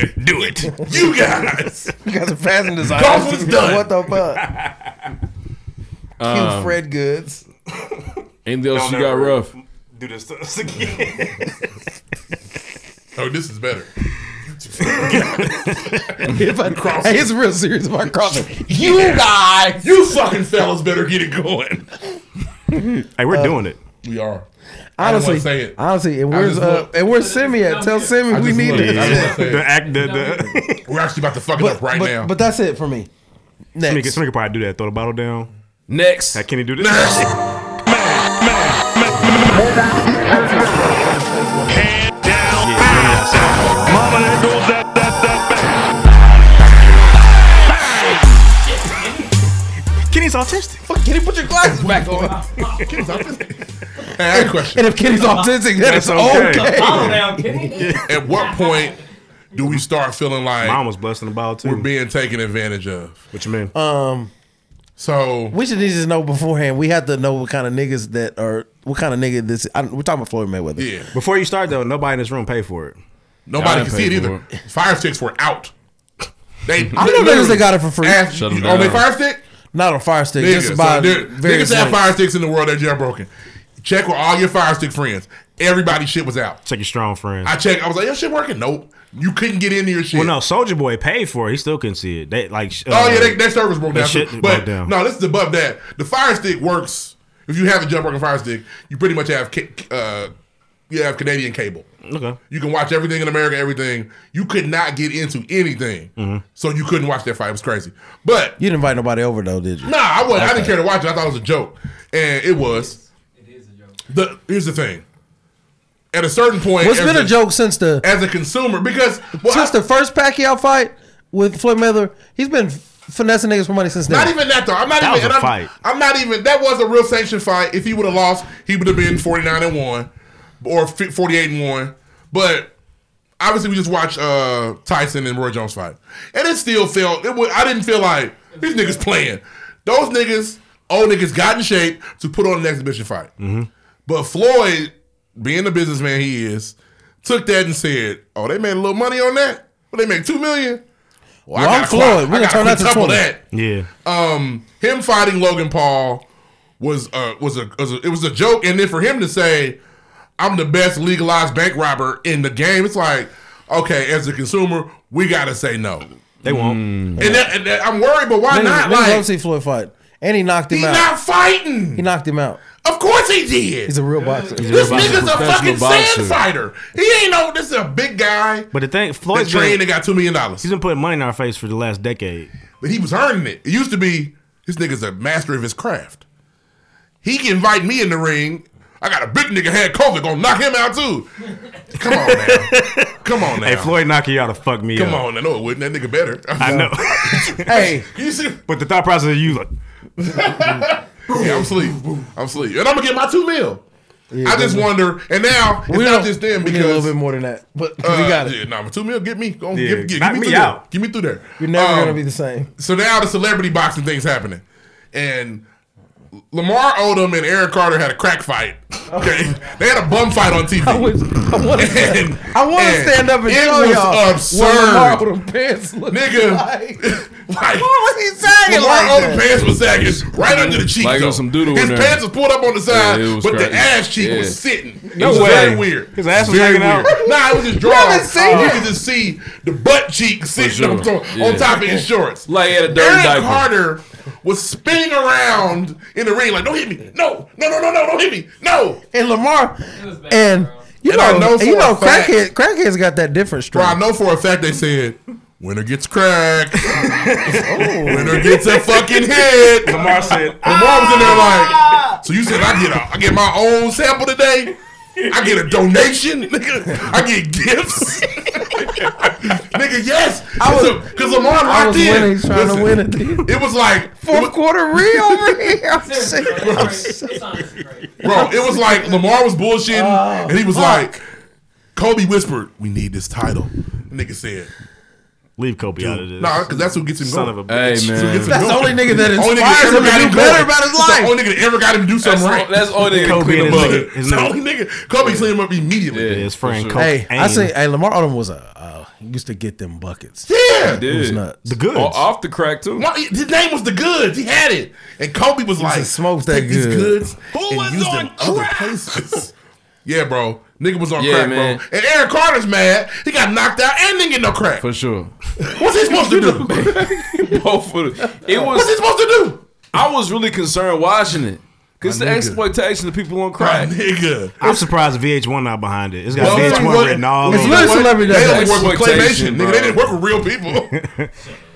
E: it.
C: You guys.
D: You guys are fashion designers.
C: Golf is done.
D: What the fuck? Cute
B: Um,
D: Fred Goods.
B: anything else
E: Don't
B: you got
E: ever-
B: rough?
E: Do this to us again.
C: Oh, this is better.
D: If I, hey, it's real serious if I cross it.
C: You guys. You fucking fellas better get it going.
E: hey,
C: Uh,
E: we're doing it.
C: We are.
D: Honestly,
C: I didn't wanna say it.
D: honestly, and
C: I
D: where's
C: just
D: uh,
C: looked.
D: and where's Simi at? Tell Simi
C: I
D: we
C: just
D: need
C: looked. I
D: this.
C: just looked.
D: shit.
C: Say it.
E: The act, the, the,
C: We're actually about to fuck it up right
D: but,
C: now.
D: but that's it for me.
E: Somebody could-
D: Next,
E: somebody could probably do that. Throw the bottle down.
B: Next.
E: Hey, can he do this? Kenny's autistic.
D: fuck, Kenny, put your glasses back on.
C: Hey, I had a question.
D: And if Kenny's autistic, then it's
E: That's okay.
D: okay.
A: Calm down, Kenny.
C: At what point do we start feeling like
E: Mom was blessed in the bottle
C: we're
E: too.
C: being taken advantage of?
E: What you mean?
D: Um,
C: So
D: we should need to know beforehand. We have to know what kind of niggas that are. What kind of nigga this? I, we're talking about Floyd Mayweather.
C: yeah,
E: Before you start though, nobody in this room paid for it.
C: nobody
B: I
C: can
B: didn't
C: see it
B: pay
C: either. Fire sticks were out. They,
D: I know niggas that got it for free.
C: Ass,
B: Shut 'em
C: on their
B: down.
C: fire stick.
D: Not on Fire Stick.
C: Niggas,
D: just by
C: so there- niggas
D: various
C: that have
D: links.
C: fire sticks in the world. They're jailbroken. Check with all your fire stick friends. Everybody shit was out.
E: Check your strong friends.
C: I checked. I was like, your shit working? Nope. You couldn't get into your shit.
E: well, no, Soldier Boy paid for it. He still couldn't see it. They like. sh-
C: Oh
E: uh,
C: yeah, they, that service broke
E: that
C: down.
E: shit
C: too.
E: broke
C: but
E: down.
C: no, this is above that. The fire stick works. If you have the jump working fire stick, you pretty much have ca- uh, you have Canadian cable.
E: Okay.
C: You can watch everything in America, everything. You could not get into anything, so you couldn't watch that fight. It was crazy. But
D: You didn't invite nobody over though, did you?
C: nah, I was not I didn't care to watch it. I thought it was a joke, and it was.
W: It is a joke.
C: The here's the thing. At a certain point,
D: What's
C: as
D: been a joke since the
C: as a consumer because well,
D: since
C: I-
D: the first Pacquiao fight with Floyd Mayweather? He's been finessing niggas for money since then.
C: Not even that though. I'm not even.
E: That was a
C: and I'm,
E: fight.
C: I'm not even. That was a real sanctioned fight. If he would have lost, he would have been 49 and one, or fi- 48 and one. But obviously, we just watched uh, Tyson and Roy Jones fight, and it still felt. It. Was, I didn't feel like these niggas playing. Those niggas, old niggas, got in shape to put on an exhibition fight.
D: Mm-hmm.
C: But Floyd, being the businessman he is, took that and said, "Oh, they made a little money on that. Well, they make two million. Well,
D: Well, I'm
C: gotta
D: Floyd.
C: quad- I
D: We're gonna
C: gotta
D: turn that to
C: quintuple
D: 20.
E: Yeah.
C: um, him fighting Logan Paul was uh, was a, was a it was a joke, and then for him to say I'm the best legalized bank robber in the game, it's like okay, as a consumer, we gotta say no,
E: They won't.
C: and, that, and that, I'm worried, but why
D: Niggas,
C: not?
D: niggas love to
C: Like
D: see Floyd fight, and he knocked him
C: he's
D: out.
C: not fighting.
D: he knocked him out.
C: of course he did.
D: He's a real boxer.
C: this
B: boxer,
C: nigga's a
B: professional
C: fucking
B: boxer.
C: sand fighter. He ain't no. This is a big guy.
E: But the thing,
C: That
E: Floyd's
C: trained
E: been,
C: and got two million dollars,
E: he's been putting money in our face for the last decade.
C: but he was earning it. It used to be this nigga's a master of his craft. He can invite me in the ring. I got a big nigga had COVID, gonna knock him out too. Come on now. Come on now.
E: Hey, Floyd knocking y'all to fuck me
C: Come
E: up.
C: on, I know it wouldn't. That nigga better.
E: I know.
D: hey,
C: you see?
E: but the thought process of you, like,
C: Yeah, I'm asleep. I'm asleep. And I'm gonna get my two mil. I just wonder, and now it's
D: We
C: not
D: don't-
C: just them
D: we need
C: because uh,
D: a little bit more than that. But uh, we got it.
C: Yeah, nah, but two mil, get me, go on,
D: Yeah,
C: get, get,
D: knock
C: get me,
D: me
C: through
D: out.
C: There. Get me through there.
D: You're never
C: Um,
D: gonna be the same.
C: So now the celebrity boxing thing's happening, and Lamar Odom and Aaron Carter had a crack fight. Okay, they had a bum fight on TV. I, want to
D: stand up and
C: it
D: show
C: was
D: y'all what Lamar
C: absurd.
D: Odom pants look
C: Nigga,
D: like.
C: Like,
D: What was he sagging
C: Lamar
D: like
C: Odom
D: that?
C: pants was sagging right under the cheek.
B: Like it
C: though.
B: was some doodle in
C: His
B: there.
C: pants was pulled up on the side,
B: Yeah, it was
C: but the
B: crazy.
C: ass cheek
B: Yeah.
C: was sitting. It
B: No
C: was
B: way.
C: very weird.
B: His ass was
C: very
B: hanging out?
C: weird. Nah, it was just drawn.
B: haven't seen
C: you
B: it?
C: could just see the butt cheek sitting
B: sure.
C: up on,
B: Yeah.
C: on top of his shorts.
B: Like he had a dirty
C: Aaron
B: diaper.
C: Carter was spinning around in the ring like, "Don't hit me! No, no, no, no, no! Don't hit me! No!"
D: And Lamar and you
C: And
D: know,
C: I know
D: and you
C: for
D: know,
C: a fact-
D: crackhead, crackhead's got that different
C: Bro,
D: strength.
C: I know for a fact they said, "Winner gets cracked. Winner gets a fucking hit."
E: Oh. Lamar said, "Ah!"
C: Lamar was in there like, so you said I get a, I get my own sample today. I get a donation, nigga. I get gifts, nigga. Yes,
D: I was-
C: because Lamar
D: I was
C: locked in.
D: winning, he's trying to win it.
C: It was like
D: Fourth quarter real over here. I'm serious.
C: Bro, it was like Lamar was bullshitting,
D: Ah,
C: and he was like, Kobe whispered, "We need this title." Nigga said,
E: Leave Kobe out of this.
C: "Nah, because that's who gets him
E: Son
C: going."
E: of a
C: That's
E: bitch.
C: who gets him
D: That's the
C: going.
D: only nigga that
C: Only
D: inspires
C: that ever
D: him
C: got
D: to
C: him
D: do better
C: going.
D: about his
C: That's
D: life.
C: The only nigga that ever got him to do something
B: That's
C: right.
B: all- that's all nigga
E: Kobe
C: Quit the
E: and his
C: mud.
E: nigga- his
C: That's
E: nigga.
C: the only nigga. Kobe cleaned him up immediately.
E: Yeah, his friend Kobe.
D: Hey, I
E: Ain't.
D: say, hey, Lamar Odom was a uh, he used to get them buckets.
C: Yeah.
D: It was
B: Did.
D: nuts.
E: the goods.
B: O- Oh, off the crack too.
C: Why- His name was the goods. He had it, and Kobe was like,
D: smoked that
C: "Take these
D: good."
C: goods
E: Who
C: and
E: was
C: use
E: on
C: them other places." yeah, bro, nigga was on
B: Yeah,
C: crack,
B: man.
C: bro. And Aaron Carter's mad. He got knocked out and didn't get no crack.
B: For sure.
C: What's he supposed to do?
B: Both of them. It
C: What's he
B: was
C: supposed to do?
B: I was really concerned watching it. Cause
C: My
B: the
C: nigga.
B: exploitation of people on
C: My
B: crack.
C: nigga.
E: I'm surprised VH1 not behind it. It's got
C: Well,
E: VH1
C: what-
E: written all
D: it's
C: You
E: over.
C: know
E: it.
D: literally-
C: what?
D: celebrity
C: They
D: death.
C: only work with claymation,
B: Exploitation,
C: nigga.
B: bro.
C: They didn't work with real people.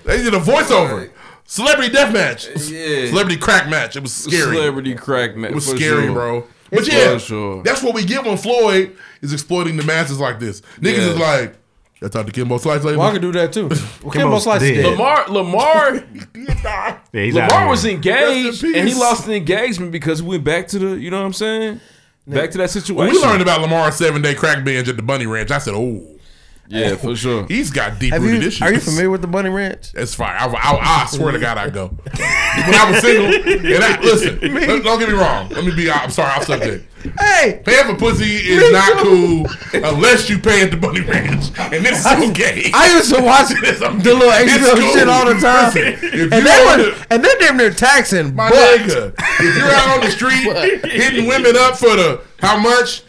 C: they did a voiceover. Celebrity death match.
B: Yeah.
C: Celebrity crack match. It was scary.
B: Celebrity crack man.
C: It was scary, bro. But
B: For
C: yeah,
B: sure.
C: that's what we get when Floyd is exploiting the masses like this. Niggas
B: Yeah.
C: is like, y'all talk to Kimbo Slice lately?
D: Well, I could do that too. Kimbo
E: Kimbo
D: Slice
E: did.
D: did.
B: Lamar Lamar
E: Yeah, he's out
B: Lamar
E: here.
B: was engaged
C: Rest in peace.
B: and he lost an engagement because we went back to the you know what I'm saying? Back to that
C: When
B: situation.
C: we learned about Lamar's seven day crack binge at the Bunny Ranch, I said, oh,
B: Yeah, for sure.
C: he's got deep
D: Have
C: rooted
D: you,
C: issues.
D: are you familiar with the Bunny Ranch?
C: It's fine. I, I, I swear to God, I go. when I was single, and I listen. Don't don't get me wrong. Let me be. I'm sorry. I'm subject.
D: Hey,
C: Paying for pussy is
D: Me
C: not
D: too.
C: cool unless you pay at the Bunny Ranch, and this is okay.
D: I used to watch
C: It's
D: the
C: okay.
D: little
C: It's
D: HBO
C: cool.
D: shit all the time,
C: Listen, if
D: and
C: you
D: they
C: wanna-
D: were, and they're damn near taxing.
C: My
D: but
C: nigga, if you're out on the street hitting women up for the how much,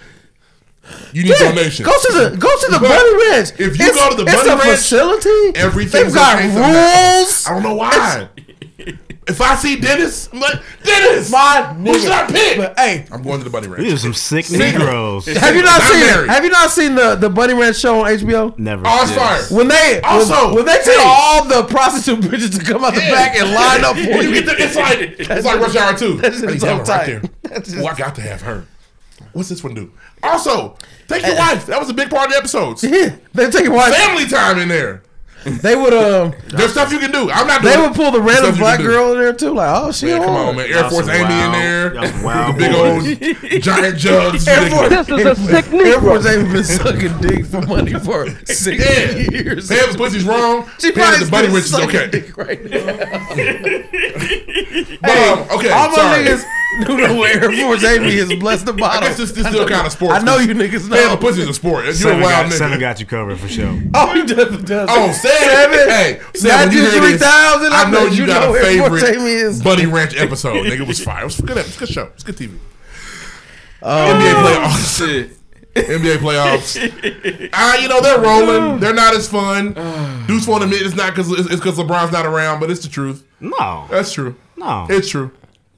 C: you need
D: Yeah,
C: donations.
D: Go to the go to the
C: But
D: Bunny Ranch.
C: if you go to the Bunny
D: it's a
C: Ranch,
D: facility.
C: everything's
D: they've got
C: okay sometimes.
D: rules.
C: I don't know why. If I see Dennis, I'm like Dennis.
D: My
C: Who should I
D: nigga.
C: pick?
D: But hey,
C: I'm going to the Bunny Ranch.
E: These are some sick
C: Single.
E: Negroes.
D: have you not
C: I'm
D: seen
C: married.
D: Have you not seen the the Bunny Ranch show on HBO?
E: Never.
C: Oh, it's fire.
D: When they
C: Also,
D: when, when they tell
C: hey.
D: all the prostitute bitches to come out the
C: Yeah.
D: back and line up for
C: You
D: you,
C: get the, it's like it's like rush hour too.
D: That's just
C: I need
D: so
C: that one
D: tight.
C: right there.
D: That's
C: oh, I
D: just-
C: got to have her. What's this one do? Also, take
D: Uh,
C: your wife. That was a big part of the episodes.
D: yeah, they take why
C: Family time in there.
D: they would um
C: There's stuff you can do. I'm not. Doing
D: they would pull the random
C: Stuff you
D: black
C: can do.
D: girl in there too. Like oh she
C: Man, come
D: hard.
C: on, man. Air
E: Y'all
C: Force
E: some
C: Amy
E: wild-
C: in there.
E: y'all some wild
C: with the big old giant jugs.
D: Air Force,
C: Nigga.
D: is a sick Air Force ain't been sucking dick for money for six
C: Yeah.
D: years.
C: Paying the pussy's wrong.
D: She
C: Paying
D: probably
C: the bunny
D: still
C: wrench is
D: sucking
C: okay.
D: dick right now.
C: But, um, okay,
D: All my
C: sorry.
D: niggas who know where Air Force Amy is blessed the
C: I
D: bottom.
C: guess this, this still kind of sports.
D: I know you niggas
C: Paying the
D: know.
C: pussy's a sport. You're a
E: Seven
C: wild
E: got,
C: nigga.
E: seven got you covered for sure.
D: Oh, he definitely does.
C: Oh, Sam.
D: Seven?
C: Hey,
D: Not
C: Sam, when you
D: just
C: hear this,
D: 3,000,
C: I
D: I
C: know
D: bet
C: you
D: you
C: got
D: know
C: a
D: where Forte me
C: favorite
D: is.
C: Bunny Ranch episode. Nigga, it was fire. It was a good. It was a good show. It was a good TV. NBA playoffs.
B: Shit.
C: NBA playoffs. Ah, you know they're rolling. They're not as fun. Deuce won't admit it's not because it's because LeBron's not around, but it's the truth.
E: No,
C: That's true.
E: no.
C: It's true.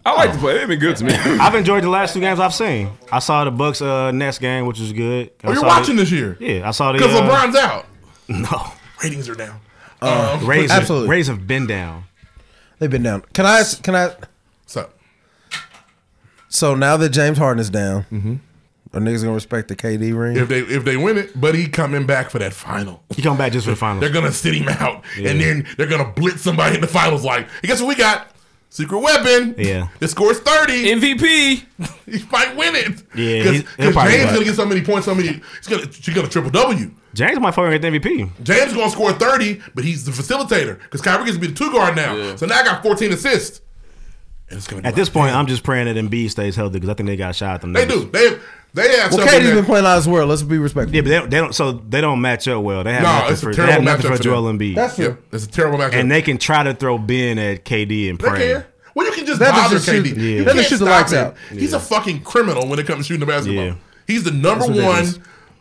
B: I like to play. They've been good to me.
E: I've enjoyed the last two games I've seen. I saw the Bucks uh, next game, which was good.
C: Oh, you're watching this year
E: Yeah, I saw the.
C: because
E: uh,
C: LeBron's out.
E: No,
C: Ratings are down. um,
E: Rays.
D: Absolutely.
E: Have, Rays have been down.
D: They've been down. Can I? Can I?
C: what's up?
D: So now that James Harden is down, are niggas gonna respect the KD
C: Mm-hmm.
D: ring?
C: If they if they win it, but he coming back for that final.
E: He come back just for the
C: They're
E: finals.
C: gonna sit him out, and then they're gonna blitz somebody in the finals. Like, hey, guess what we got? Secret weapon.
E: Yeah.
C: That scores 30.
A: MVP.
C: he might win it.
E: Yeah,
C: Because
E: he's- he'll probably
C: James
E: do
C: going to
E: it.
C: get so many points, so many. He's gonna, she's going to triple W.
E: James might fucking get the MVP.
C: James going to score 30, but he's the facilitator because Kyrie gets to be the two guard now. So now I got 14 assists. And it's going to
E: At this point, I'm just praying that Embiid stays healthy because I think they got a shot at them.
C: They
E: numbers.
C: do. They they have
D: Well,
C: something.
D: Katie's been
C: that-
D: playing out of this world. Let's be respectful.
E: Yeah, but they don't, they don't. So they don't match up well. They have
C: No,
E: nothing
C: it's a
E: for, they
C: terrible
E: have nothing
C: matchup
E: for
C: for
E: Joel
C: them.
E: Embiid.
D: That's
C: Yep, it's a terrible matchup.
E: And they can try to throw Ben at KD and
C: They
E: pray.
C: can. Well, you can just
D: That
C: bother
D: doesn't shoot-
C: KD.
D: yeah.
C: You
D: That doesn't
C: can't
D: shoot the
C: stop
D: lights
C: him.
D: out.
C: He's a fucking criminal when it comes to shooting the basketball.
E: Yeah.
C: He's the number
E: That's
C: one
E: ridiculous.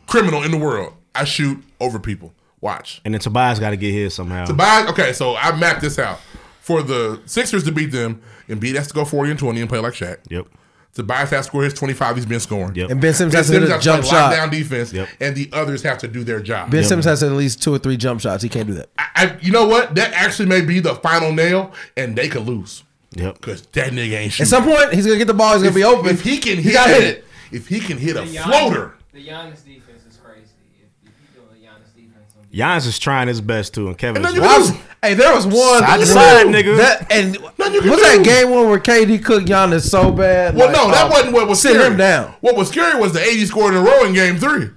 C: criminal in the world. I shoot over people. Watch.
E: And then Tobias got to get his somehow.
C: Tobias. Okay, so I mapped this out for the Sixers to beat them. and Embiid has to go forty and twenty and play like Shaq.
E: Yep.
C: Tobias has to score his twenty five. He's been scoring. Yep.
D: And Ben Simmons has to hit a jump shot.
C: lockdown defense, and the others have to do their job.
D: Ben Simmons has at least two or three jump shots. He can't do that.
C: I, you know what? That actually may be the final nail, and they could lose.
E: Yep.
C: Because that nigga ain't shooting.
D: At some point, he's gonna get the ball. He's gonna
C: if,
D: be open.
C: If he can
D: He
C: hit,
D: gotta hit
C: it, if he can hit a
A: The Giannis-
C: floater,
A: The Giannis defense is crazy. If, if you do a Giannis defense, on
E: Giannis is trying his best too, and Kevin. is
D: Well, I was- hey, there was one.
E: Side to
D: where-
E: side, nigga.
D: That, and
C: you can
D: was that
C: do.
D: game one where KD cooked Giannis so bad?
C: well,
D: like,
C: no, that
D: oh,
C: wasn't what was
D: sit
C: scary.
D: him down.
C: What was scary was the 80 scored in a row in Game 3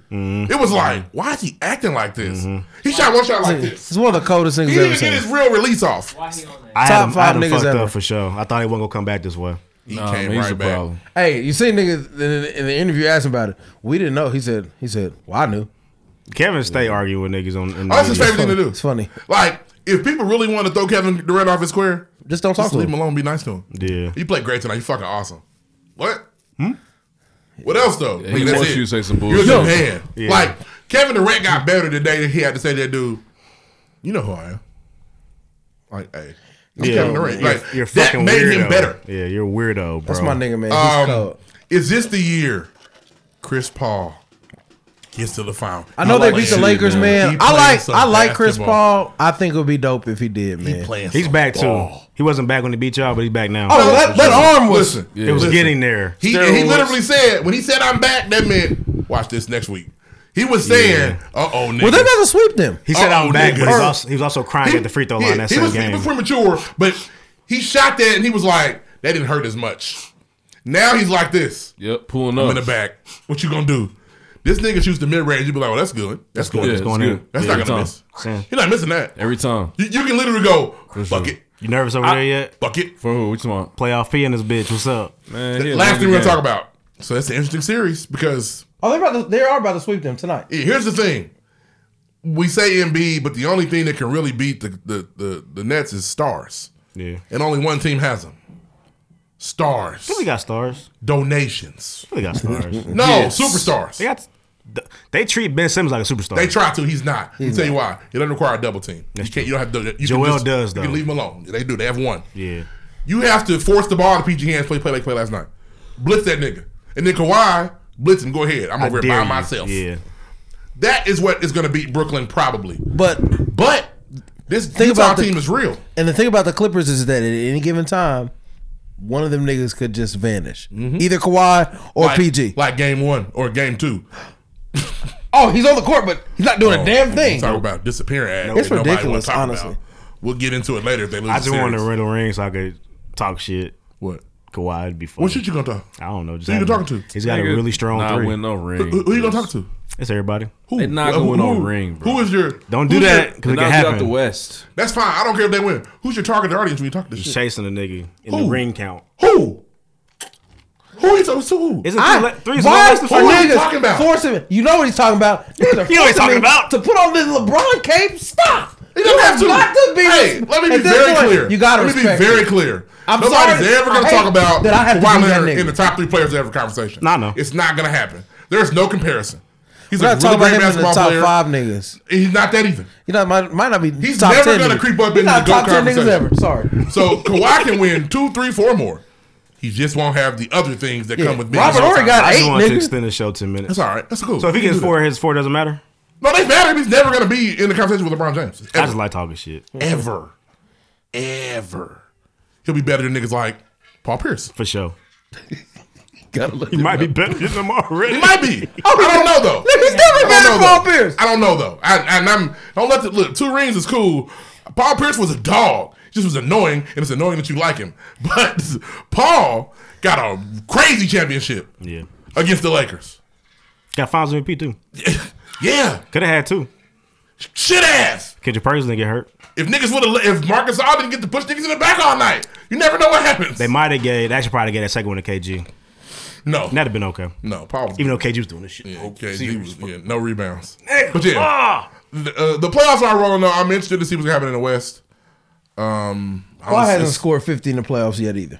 C: It was like, why is he acting like this? He shot one shot like this.
D: It's one of the coldest things
C: He
D: I've ever
C: didn't
D: seen.
C: get his real release off.
D: Top
E: I had him, I
D: five
E: had him
D: niggas
E: fucked
D: ever.
E: up for sure. I thought he wasn't gonna come back this way.
C: He
B: Nah,
C: came
B: man, he's
C: right
B: a
C: back.
B: problem.
D: Hey, you see, niggas in the, in the interview asked him about it. We didn't know. He said, he said, well, I knew.
E: Kevin stay arguing with niggas on. in the
C: Oh, that's his
E: media.
C: favorite thing to do.
D: It's funny.
C: Like, if people really want to throw Kevin Durant off his square,
D: Just don't talk
C: just
D: to
C: leave him
D: him.
C: alone. Be nice to him.
E: Yeah. Hmm?
C: You played great tonight. You fucking awesome. What? What else though?
B: he
C: that's
B: wants
C: it.
B: you to say some
C: You're the
B: bullshit.
C: man.
E: Yeah.
C: Like Kevin Durant got better the day that he had to say that dude. You know who I am. Like, hey, I'm
E: Yeah,
C: Kevin Durant.
E: you're-
C: Like
E: you're
C: that
E: fucking
C: made
E: weirdo.
C: him better.
E: Yeah, you're a weirdo, bro.
D: That's my nigga, man. He's
C: Um,
D: cold.
C: is this the year Chris Paul gets to the final?
D: I know
C: He
D: they
C: playing-
D: beat the Lakers, man.
C: He
D: I
C: playing
D: like,
C: some
D: I like Chris
C: basketball.
D: Paul. I think it would be dope if he did, man.
C: He playing
E: He's
C: some
E: back too.
C: ball.
E: He wasn't back when they beat y'all, but he's back now.
D: Oh, that, that arm was.
C: Listen,
E: it was
C: listen.
E: getting there.
C: He, and he literally said when he said I'm back, that meant watch this next week. He was saying, "Uh oh, nigga."
D: Well, they're gonna sweep them.
E: He said
C: Uh-oh,
E: I'm back, but
C: Oh, nigga.
E: he's also, he was also crying at the free throw line that
C: he
E: same
C: was,
E: game.
C: He was premature, but he shot that and he was like, "That didn't hurt as much." Now he's like this.
B: Yep, pulling
C: I'm
B: up.
C: in the back. What you gonna do? This nigga shoots the mid range. You be like, "Well, that's good. That's, good.
B: Yeah,
C: That's,
B: it's
E: going
B: good.
E: in.
B: Yeah,
C: not
B: every
C: gonna
B: time.
C: miss. You're not missing that.
B: Every time.
C: You, you can literally go bucket,
E: you nervous over there yet?
C: bucket.
B: For who? Which one?
E: Playoff P in this bitch. What's up?
B: Man, he a
C: Last
B: nigga
C: thing we're
B: game.
C: gonna talk about. So that's an interesting series because
D: Oh, they're about to, they are about to sweep them tonight.
C: Yeah, Here's the thing. We say Embiid, but the only thing that can really beat the the, the, the Nets is stars.
E: Yeah.
C: And only one team has them. Stars.
E: They got stars.
C: Donations.
E: They got stars.
C: No,
E: Yes.
C: superstars.
E: They got. They treat Ben Simmons like a superstar.
C: They try to. He's not. Let me tell you why. It doesn't require a double team. You can't. You don't have to. You can
E: Joel
C: just-
E: does,
C: You
E: though.
C: can leave him alone. They do. They have one.
E: Yeah.
C: You have to force the ball to PG hands. Play, play like play last night. Blitz that nigga. And then Kawhi blitz him. Go ahead. I'm
E: I
C: over here
E: dare
C: by
E: you.
C: myself.
E: Yeah.
C: That is what is going to beat Brooklyn probably.
D: But
C: But this
D: Think
C: Utah
D: about the-
C: team is real.
D: and the thing about the Clippers is that at any given time, one of them niggas could just vanish.
C: Mm-hmm.
D: Either Kawhi or
C: like,
D: PG.
C: like game one or game two.
D: Oh, he's on the court, but he's not
C: Oh,
D: doing a damn thing.
C: Talk about disappearing act.
D: It's
C: that nobody wanna
D: ridiculous,
C: talk
D: honestly.
C: about. We'll get into it later if they lose.
E: I
C: the
E: just wanted to
C: series.
E: rent a ring so I could talk shit.
C: What?
E: Kawhi would be funny.
C: What shit you gonna talk?
E: I don't know. Just
C: Who you
E: have
C: talking
E: him-
C: to?
E: He's got a
B: Nigga,
E: really strong
B: nah,
E: three.
B: win no ring.
C: Who, who you gonna talk to?
E: It's everybody.
C: Who?
B: They not
C: Who-
B: going
C: who-
B: on ring, bro.
C: Who is your?
E: Don't do
C: who's
E: that
C: your-
E: because it
B: Knock
E: can
B: you out
E: happen.
B: the West.
C: that's fine. I don't care if they win. Who's your target audience when you talk to
E: He's
C: shit?
E: chasing a nigga in the
C: Who?
E: ring count.
C: Who? Who is to who?
E: Isn't
D: I,
E: three, le- three's
D: why
E: less than four?
D: are
C: What are you
D: niggas
C: talking about?
D: forcing me? You know what he's talking about. Niggas are
E: You know what he's
D: forcing
E: talking
D: me
E: about.
D: to put on this LeBron cape. Stop.
C: He doesn't
D: You
C: have to.
D: Got to be
C: hey,
D: res-
C: let me be
D: at this
C: very
D: point,
C: clear.
D: You got to
C: Let me be very clear.
D: I'm
C: Nobody's
D: sorry.
C: ever going
D: I
C: to
D: hate
C: talk about
D: that I had to
C: Kawhi
D: be that
C: Leonard
D: nigga.
C: in the top three players to have a conversation.
E: Nah, no.
C: It's not going to happen. There's no comparison. He's
D: We're
C: a
D: not talking
C: really
D: about
C: great
D: him in the
C: basketball
D: top
C: player.
D: five niggas.
C: He's not that even.
D: You know, might, might not be.
C: He's
D: top
C: never
D: 10
C: gonna
D: niggas.
C: creep up
D: He's
C: into
D: not
C: the
D: top
C: GOAT
D: ten niggas
C: conversation.
D: ever. Sorry.
C: So Kawhi can win two, three, four more. He just won't have the other things that
D: Yeah.
C: come with being.
D: Robert
C: a
D: Ory
C: showtime.
D: got
E: I
D: Eight
E: just wanted to
D: niggas?
E: extend the show ten minutes.
C: That's all right. That's cool.
E: So if he
C: can
E: gets
C: do
E: four, his four doesn't matter.
C: that. no, they matter. He's never gonna be in the conversation with LeBron James.
E: I
C: Ever.
E: just like talking shit
C: ever, ever. He'll be better than niggas like Paul Pierce.
E: for sure.
D: Gotta let
E: He might be better than them already.
C: He might be. I don't know though.
D: He's definitely
C: I don't
D: better
C: know,
D: than Paul
C: though.
D: Pierce.
C: I don't know though. I, and I'm don't let the look. Two rings is cool, Paul Pierce was a dog. He just was annoying, and it's annoying that you like him. But Paul got a crazy championship.
E: Yeah.
C: Against the Lakers.
E: Got finals MVP too.
C: Yeah.
E: Could have had two.
C: Shit ass.
E: Kendrick Perkins didn't get hurt.
C: If niggas would have, if Marcus All didn't get to push niggas in the back all night, you never know what happens.
E: They might have gave. They actually probably gave that second one to KG.
C: No,
E: that'd have been okay.
C: No, probably.
E: Even though KG was doing this shit.
C: Mm. Yeah, okay, he was, yeah, no rebounds. But
E: Ah!
C: yeah, the, uh, the playoffs are rolling though. I'm interested to see what's happening in the West. Um, I
D: Paul
C: was-
D: hasn't scored 50 in the playoffs yet either.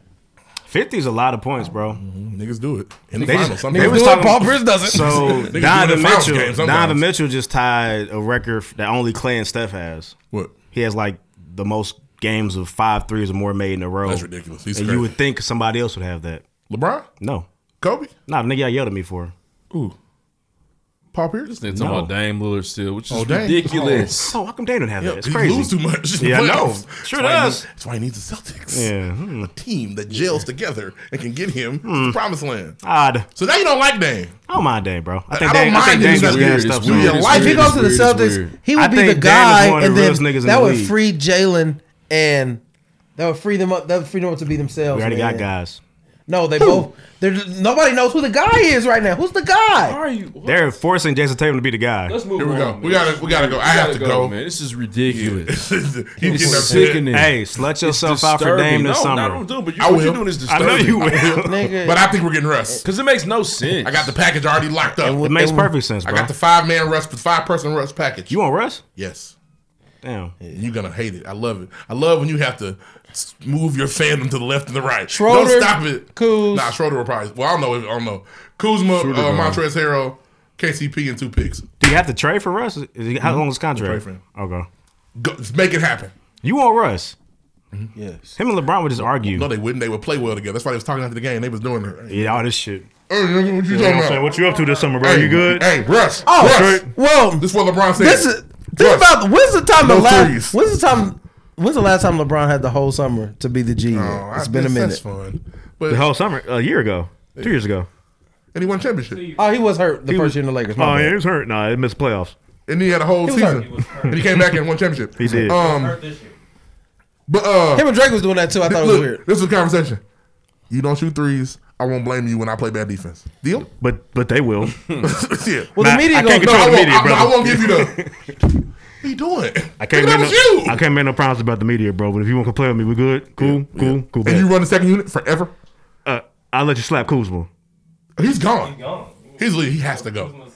E: 50 is a lot of points, bro.
C: Niggas do it in the
E: They
C: finals.
E: just-
C: sometimes.
E: they was talking- So
C: Niggas do it in the
E: Donovan
C: finals
E: Mitchell,
C: games sometimes.
E: Donovan Mitchell just tied a record that only Clay and Steph has.
C: What?
E: He has like the most games of five threes or more made in a row.
C: That's ridiculous. He's
E: and
C: crazy.
E: you would think somebody else would have that.
C: LeBron?
E: No.
C: Kobe?
E: Nah, the nigga y'all yelled at me for.
C: Ooh. Paul Pierce?
B: They talking
E: No.
B: about Dame Lillard still, which is
E: Oh, Dame.
B: ridiculous.
E: Oh, how come they don't have
C: Yeah,
E: that? It's
C: he
E: crazy.
C: lose too much. in the
E: Yeah, I know.
C: playoffs. That's
E: Sure
C: why he
E: does.
C: need- That's why he needs the Celtics.
E: Yeah, hmm.
C: a team that gels together and can get him to the promised land.
E: Odd.
C: So now you don't like Dame.
E: I don't mind Dame, bro. I think
C: I don't
E: Dame,
C: mind him.
E: I think Dame's
C: It's
E: good
C: weird.
E: stuff.
C: It's weird.
E: man.
C: It's
D: Like if he goes to the Celtics, he would
E: I
D: be
E: think
D: the
E: Dame is
D: guy,
E: one of
D: and
E: the realest niggas
D: then
E: in
D: that
E: the
D: would
E: league.
D: free Jalen, and that would free them up. That would free them up to be themselves.
E: We already
D: man.
E: got guys.
D: No, they both. They're just, nobody knows who the guy is right now. Who's the guy?
B: are you?
E: They're forcing Jason Tatum to be the guy.
B: Let's move
C: Here we
B: on.
C: go.
B: man.
C: We gotta- we gotta go. I have
B: gotta
C: to go.
B: man. This is ridiculous.
C: He's getting
B: It's
C: upset.
B: sickening.
E: Hey, slut yourself out for
B: disturbing.
E: Dame this
B: no,
E: summer.
B: No, don't do it, but you,
C: I
B: what you're
C: will.
B: doing is
E: I
B: disturbing.
E: know you will.
D: Nigga.
C: But I think we're getting Russ.
B: Because it makes no sense.
C: I got the package already locked up.
E: It makes perfect sense,
C: I
E: bro.
C: got the five man Russ, the five person Russ package.
E: you want Russ?
C: Yes.
E: Damn.
C: You're gonna hate it. I love it. I love when you have to s- move your fandom to the left and the right.
D: Schroeder,
C: Don't stop it.
D: Kuz.
C: Nah, Schroeder will probably. Well, I don't know. If, I don't know. Kuzma,
B: Schroeder
C: uh,
B: gone.
C: Montrezl Harrell, KCP, and two picks.
E: Do you have to trade for Russ? Is he, how long is his
C: Mm-hmm. Trade
E: contract?
C: for him.
E: Okay.
C: Go, make it happen.
E: You want Russ?
D: Yes.
E: Him and LeBron would just argue.
C: No, they wouldn't. They would play well together. That's why they was talking after the game. They was doing it. Hey,
E: Yeah, all this shit.
C: nigga, what you
E: You know
C: talking
E: what I'm saying?
C: about?
E: What you up to this summer, bro?
C: Hey,
E: You good?
C: Hey, Russ.
D: Oh,
C: Russ.
D: Well,
C: This is what LeBron said.
D: this is think
C: Russ.
D: about when's the time
C: No
D: the last
C: threes.
D: when's the time when's the last time LeBron had the whole summer to be the G?
C: Oh,
D: yet?
C: I-
D: it's been a
C: that's-
D: minute.
C: That's fun. But
E: The whole summer, a year ago, two years ago.
C: and he won championship.
D: Oh, he was hurt the
E: He
D: first
E: was-
D: year in the Lakers. my
E: Oh,
D: bad.
E: yeah, he was hurt. Nah, he missed playoffs.
C: And he had a whole
D: He was
C: season.
D: hurt. He
C: and he came back and won championship.
E: He did.
C: Um, but uh,
D: Him and Drake was doing that too. I thought it was
C: look,
D: weird.
C: This was a conversation. You don't shoot threes. I won't blame you when I play bad defense. Deal?
E: But but they will.
C: yeah.
D: Well,
E: Nah,
D: the media
E: I
D: going to
E: can't
C: No, I
E: control the
C: won't,
E: media,
C: I, no, I
E: bro.
C: won't give you the. what are you doing?
E: I can't,
C: Nigga, that
E: make no,
C: was you.
E: I can't make no promise about the media, bro. But if you want to complain with me, we good. Cool, cool, cool.
C: And
E: bet.
C: you run the second unit forever.
E: uh, I'll let you slap Kuzma.
C: He's gone. He's leaving. He has to go.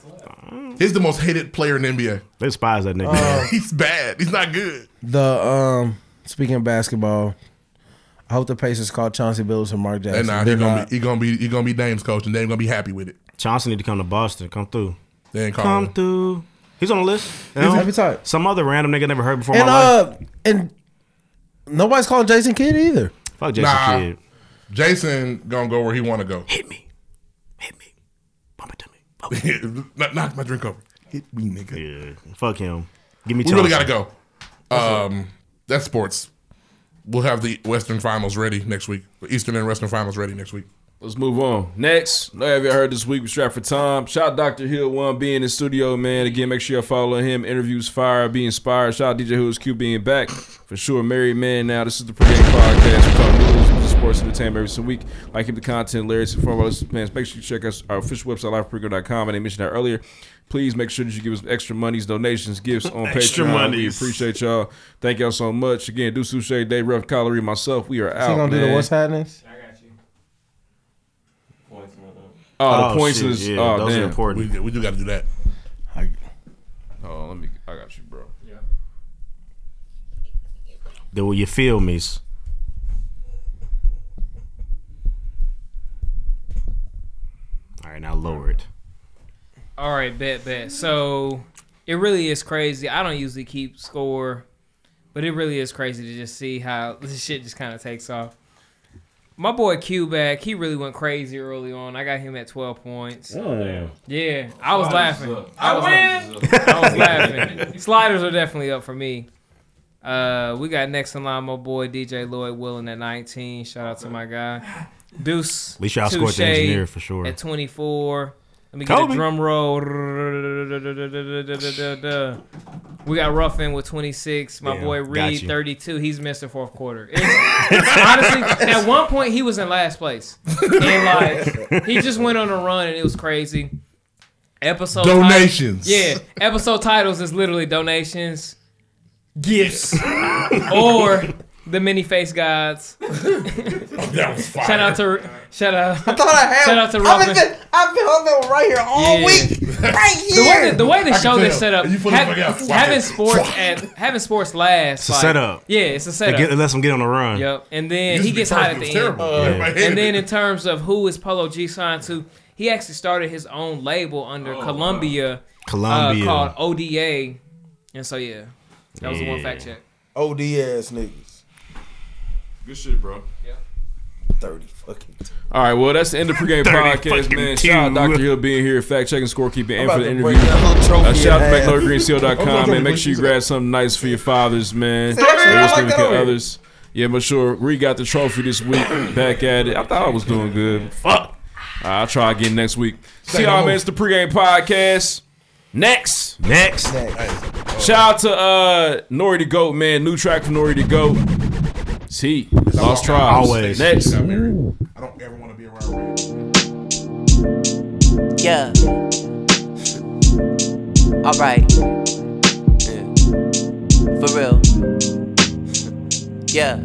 C: He's the most hated player in the NBA.
E: They despise that nigga.
C: He's bad. He's not good.
D: The um speaking of basketball, I hope the Pacers called Chauncey Billups and Mark Jackson.
C: And nah,
D: They're
C: he's gonna
D: not.
C: be he gonna be he gonna be Dame's coach, and Dame gonna be happy with it.
E: Johnson need to come to Boston. Come through.
C: They ain't call
E: Come
C: him.
E: through. He's on the list. You
D: He's
E: know?
D: happy tight.
E: Some other random nigga never heard before in
D: and
E: my life.
D: uh and nobody's calling Jason Kidd either.
E: Fuck Jason
C: nah.
E: Kidd.
C: Jason gonna go where he wanna go.
E: Hit me. Hit me. Bump it to me. Bump it.
C: knock, knock my drink over. Hit me, nigga.
E: Yeah. Fuck him. Give me
C: We really
E: Chauncey.
C: gotta go. Um, that's sports. We'll have the Western Finals ready next week. The Eastern and Western Finals ready next week.
B: Let's move on. Next, know have y'all heard this week with Strap for Time. Shout out Dr. Hill One being in the studio, man. Again, make sure y'all follow him. Interviews fire, be inspired. Shout out DJ Who's Q being back. For sure, married man now. This is the pregame podcast. We talk news, music, sports, entertainment every single week. Like keep the content, lyrics, and form all this plans. Make sure you check us our official website, lifeprego.com. I didn't mention that earlier. Please make sure that you give us extra monies, donations, gifts on
E: Extra
B: Patreon.
E: monies.
B: We appreciate y'all. Thank y'all so much. Again, do Suchet, Dave Ruff, Collery, myself. We are
D: Is he
B: out.
D: gonna do
B: man.
D: the what's happening?
W: Points and all that.
B: Oh, the
E: Oh,
B: points
E: shit,
B: is
E: yeah,
B: oh,
E: those are
B: damn.
E: important.
C: We, we do got to do that.
B: Oh, let me. I got you, bro.
E: Then will you feel me? All right, now lower it.
A: All right, bet, bet. So it really is crazy. I don't usually keep score, but it really is crazy to just see how this shit just kind of takes off. My boy Q back, he really went crazy early on. I got him at 12 points. Yeah, I was
W: Sliders
A: laughing.
W: up.
A: I
W: Sliders
A: win.
W: is up.
A: I was laughing. Sliders are definitely up for me. Uh, we got next in line, my boy DJ Lloyd Willing at 19. Shout out to my guy. Deuce.
E: At least y'all scored the
A: Touche
E: engineer for sure.
A: At 24. Let me get
E: Kobe.
A: a drum roll. We got Ruffin with 26. My
E: Yeah,
A: boy
E: got
A: Reed,
E: you.
A: 32. He's missed the fourth quarter. It's- honestly, at one point he was in last place. And like he just went on a run and it was crazy. Episode tit-
C: Donations.
A: yeah, episode titles is literally donations, gifts, or the mini face gods.
C: That was fire.
A: Shout out to shout out. I
J: thought I had.
A: Shout out to
J: I've
A: Robin.
J: been, I've been on that one right here all
A: Yeah.
J: week, right
A: The way
J: here.
A: the, the way the
J: I can
A: show this
J: tell.
A: set up,
J: You fully
A: hav-
J: fuck out. Watch
A: having
J: it.
A: sports at having sports last.
E: It's a
A: like-
E: setup.
A: Yeah, it's a setup.
E: It, get, it lets him get on the run.
A: Yep. And then
E: Used
A: he
E: to be
A: gets hot
E: first,
A: at the
E: it was
A: end. Uh,
E: terrible. Yeah. Everybody hated
A: And then
E: it.
A: in terms of who is Polo G signed to, he actually started his own label under
J: Oh,
A: Columbia, uh,
E: Columbia.
A: called ODA. And so yeah, that was the one
E: Yeah.
A: fact check.
J: OD ass niggas.
B: Good shit, bro.
J: Thirty fucking.
B: All right, well, that's the end of the pregame
J: 30
B: podcast,
J: fucking
B: man. Shout out
J: two.
B: Dr. Hill being here, fact checking, scorekeeping, and
J: about
B: for the
J: to
B: interview.
J: break that little trophy
B: Uh, shout out
J: in
B: to
J: half.
B: McNoyGreenCL.com, man. Make sure you grab something nice for your fathers, man.
J: Say that shit, I
B: Make sure
J: like
B: we
J: that
B: can
J: over here.
B: others. Yeah, but sure, Ree got the trophy this week. Back at it. I thought I was doing good. Fuck. I'll try again next week. See y'all, man. It's the pregame podcast. Next.
E: Next.
B: Shout out to uh, Nori the Goat, man. New track from Nori the Goat. See, Lost Tribes.
E: Always.
B: Next.
K: Yeah. Alright. For real. Yeah.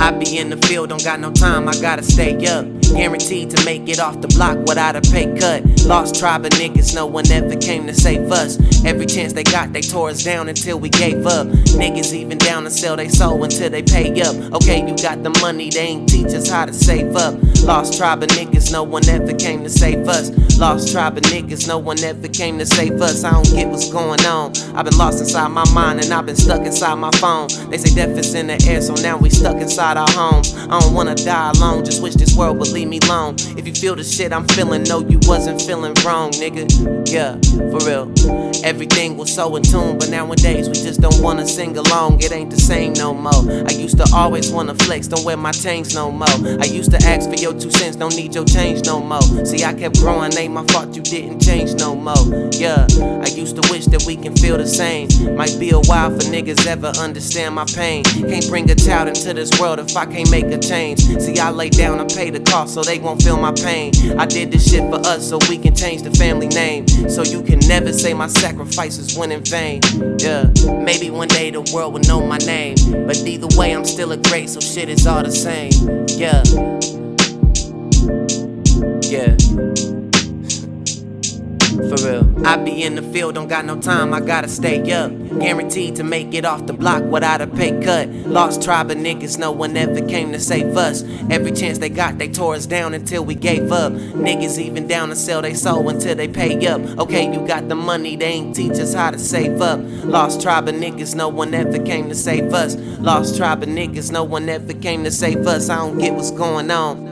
K: I be in the field, don't got no time, I gotta stay up. Guaranteed to make it off the block without a pay cut. Lost tribe of niggas, no one ever came to save us. Every chance they got, they tore us down until we gave up. Niggas even down to sell they soul until they pay up. Okay, you got the money, they ain't teach us how to save up. Lost tribe of niggas, no one ever came to save us. Lost tribe of niggas, no one ever came to save us. I don't get what's going on. I've been lost inside my mind and I've been stuck inside my phone. They say death is in the air, so now we stuck inside our homes. I don't wanna die alone, just wish this world would leave me alone. If you feel the shit I'm feeling, no, you wasn't feeling wrong, nigga. Yeah, for real. Everything was so in tune, but nowadays we just don't wanna sing along. It ain't the same no more. I used to always wanna flex, don't wear my chains no more. I used to ask for your two cents, don't need your change no more. See, I kept growing, ain't my fault you didn't change no more. Yeah, I used to wish that we can feel the same. Might be a while for niggas ever understand my pain. Can't bring a child into this world if I can't make a change. See, I lay down and pay the cost so they won't feel my pain. I did this shit for us so we can change the family name. So you can never say my sacrifices went in vain. Yeah, maybe one day the world will know my name. But either way, I'm still a great, so shit is all the same. Yeah. Yeah. For real. I be in the field, don't got no time, I gotta stay up. Guaranteed to make it off the block without a pay cut. Lost tribe of niggas, no one ever came to save us. Every chance they got, they tore us down until we gave up. Niggas even down to sell they soul until they pay up. Okay, you got the money, they ain't teach us how to save up. Lost tribe of niggas, no one ever came to save us. Lost tribe of niggas, no one ever came to save us. I don't get what's going on.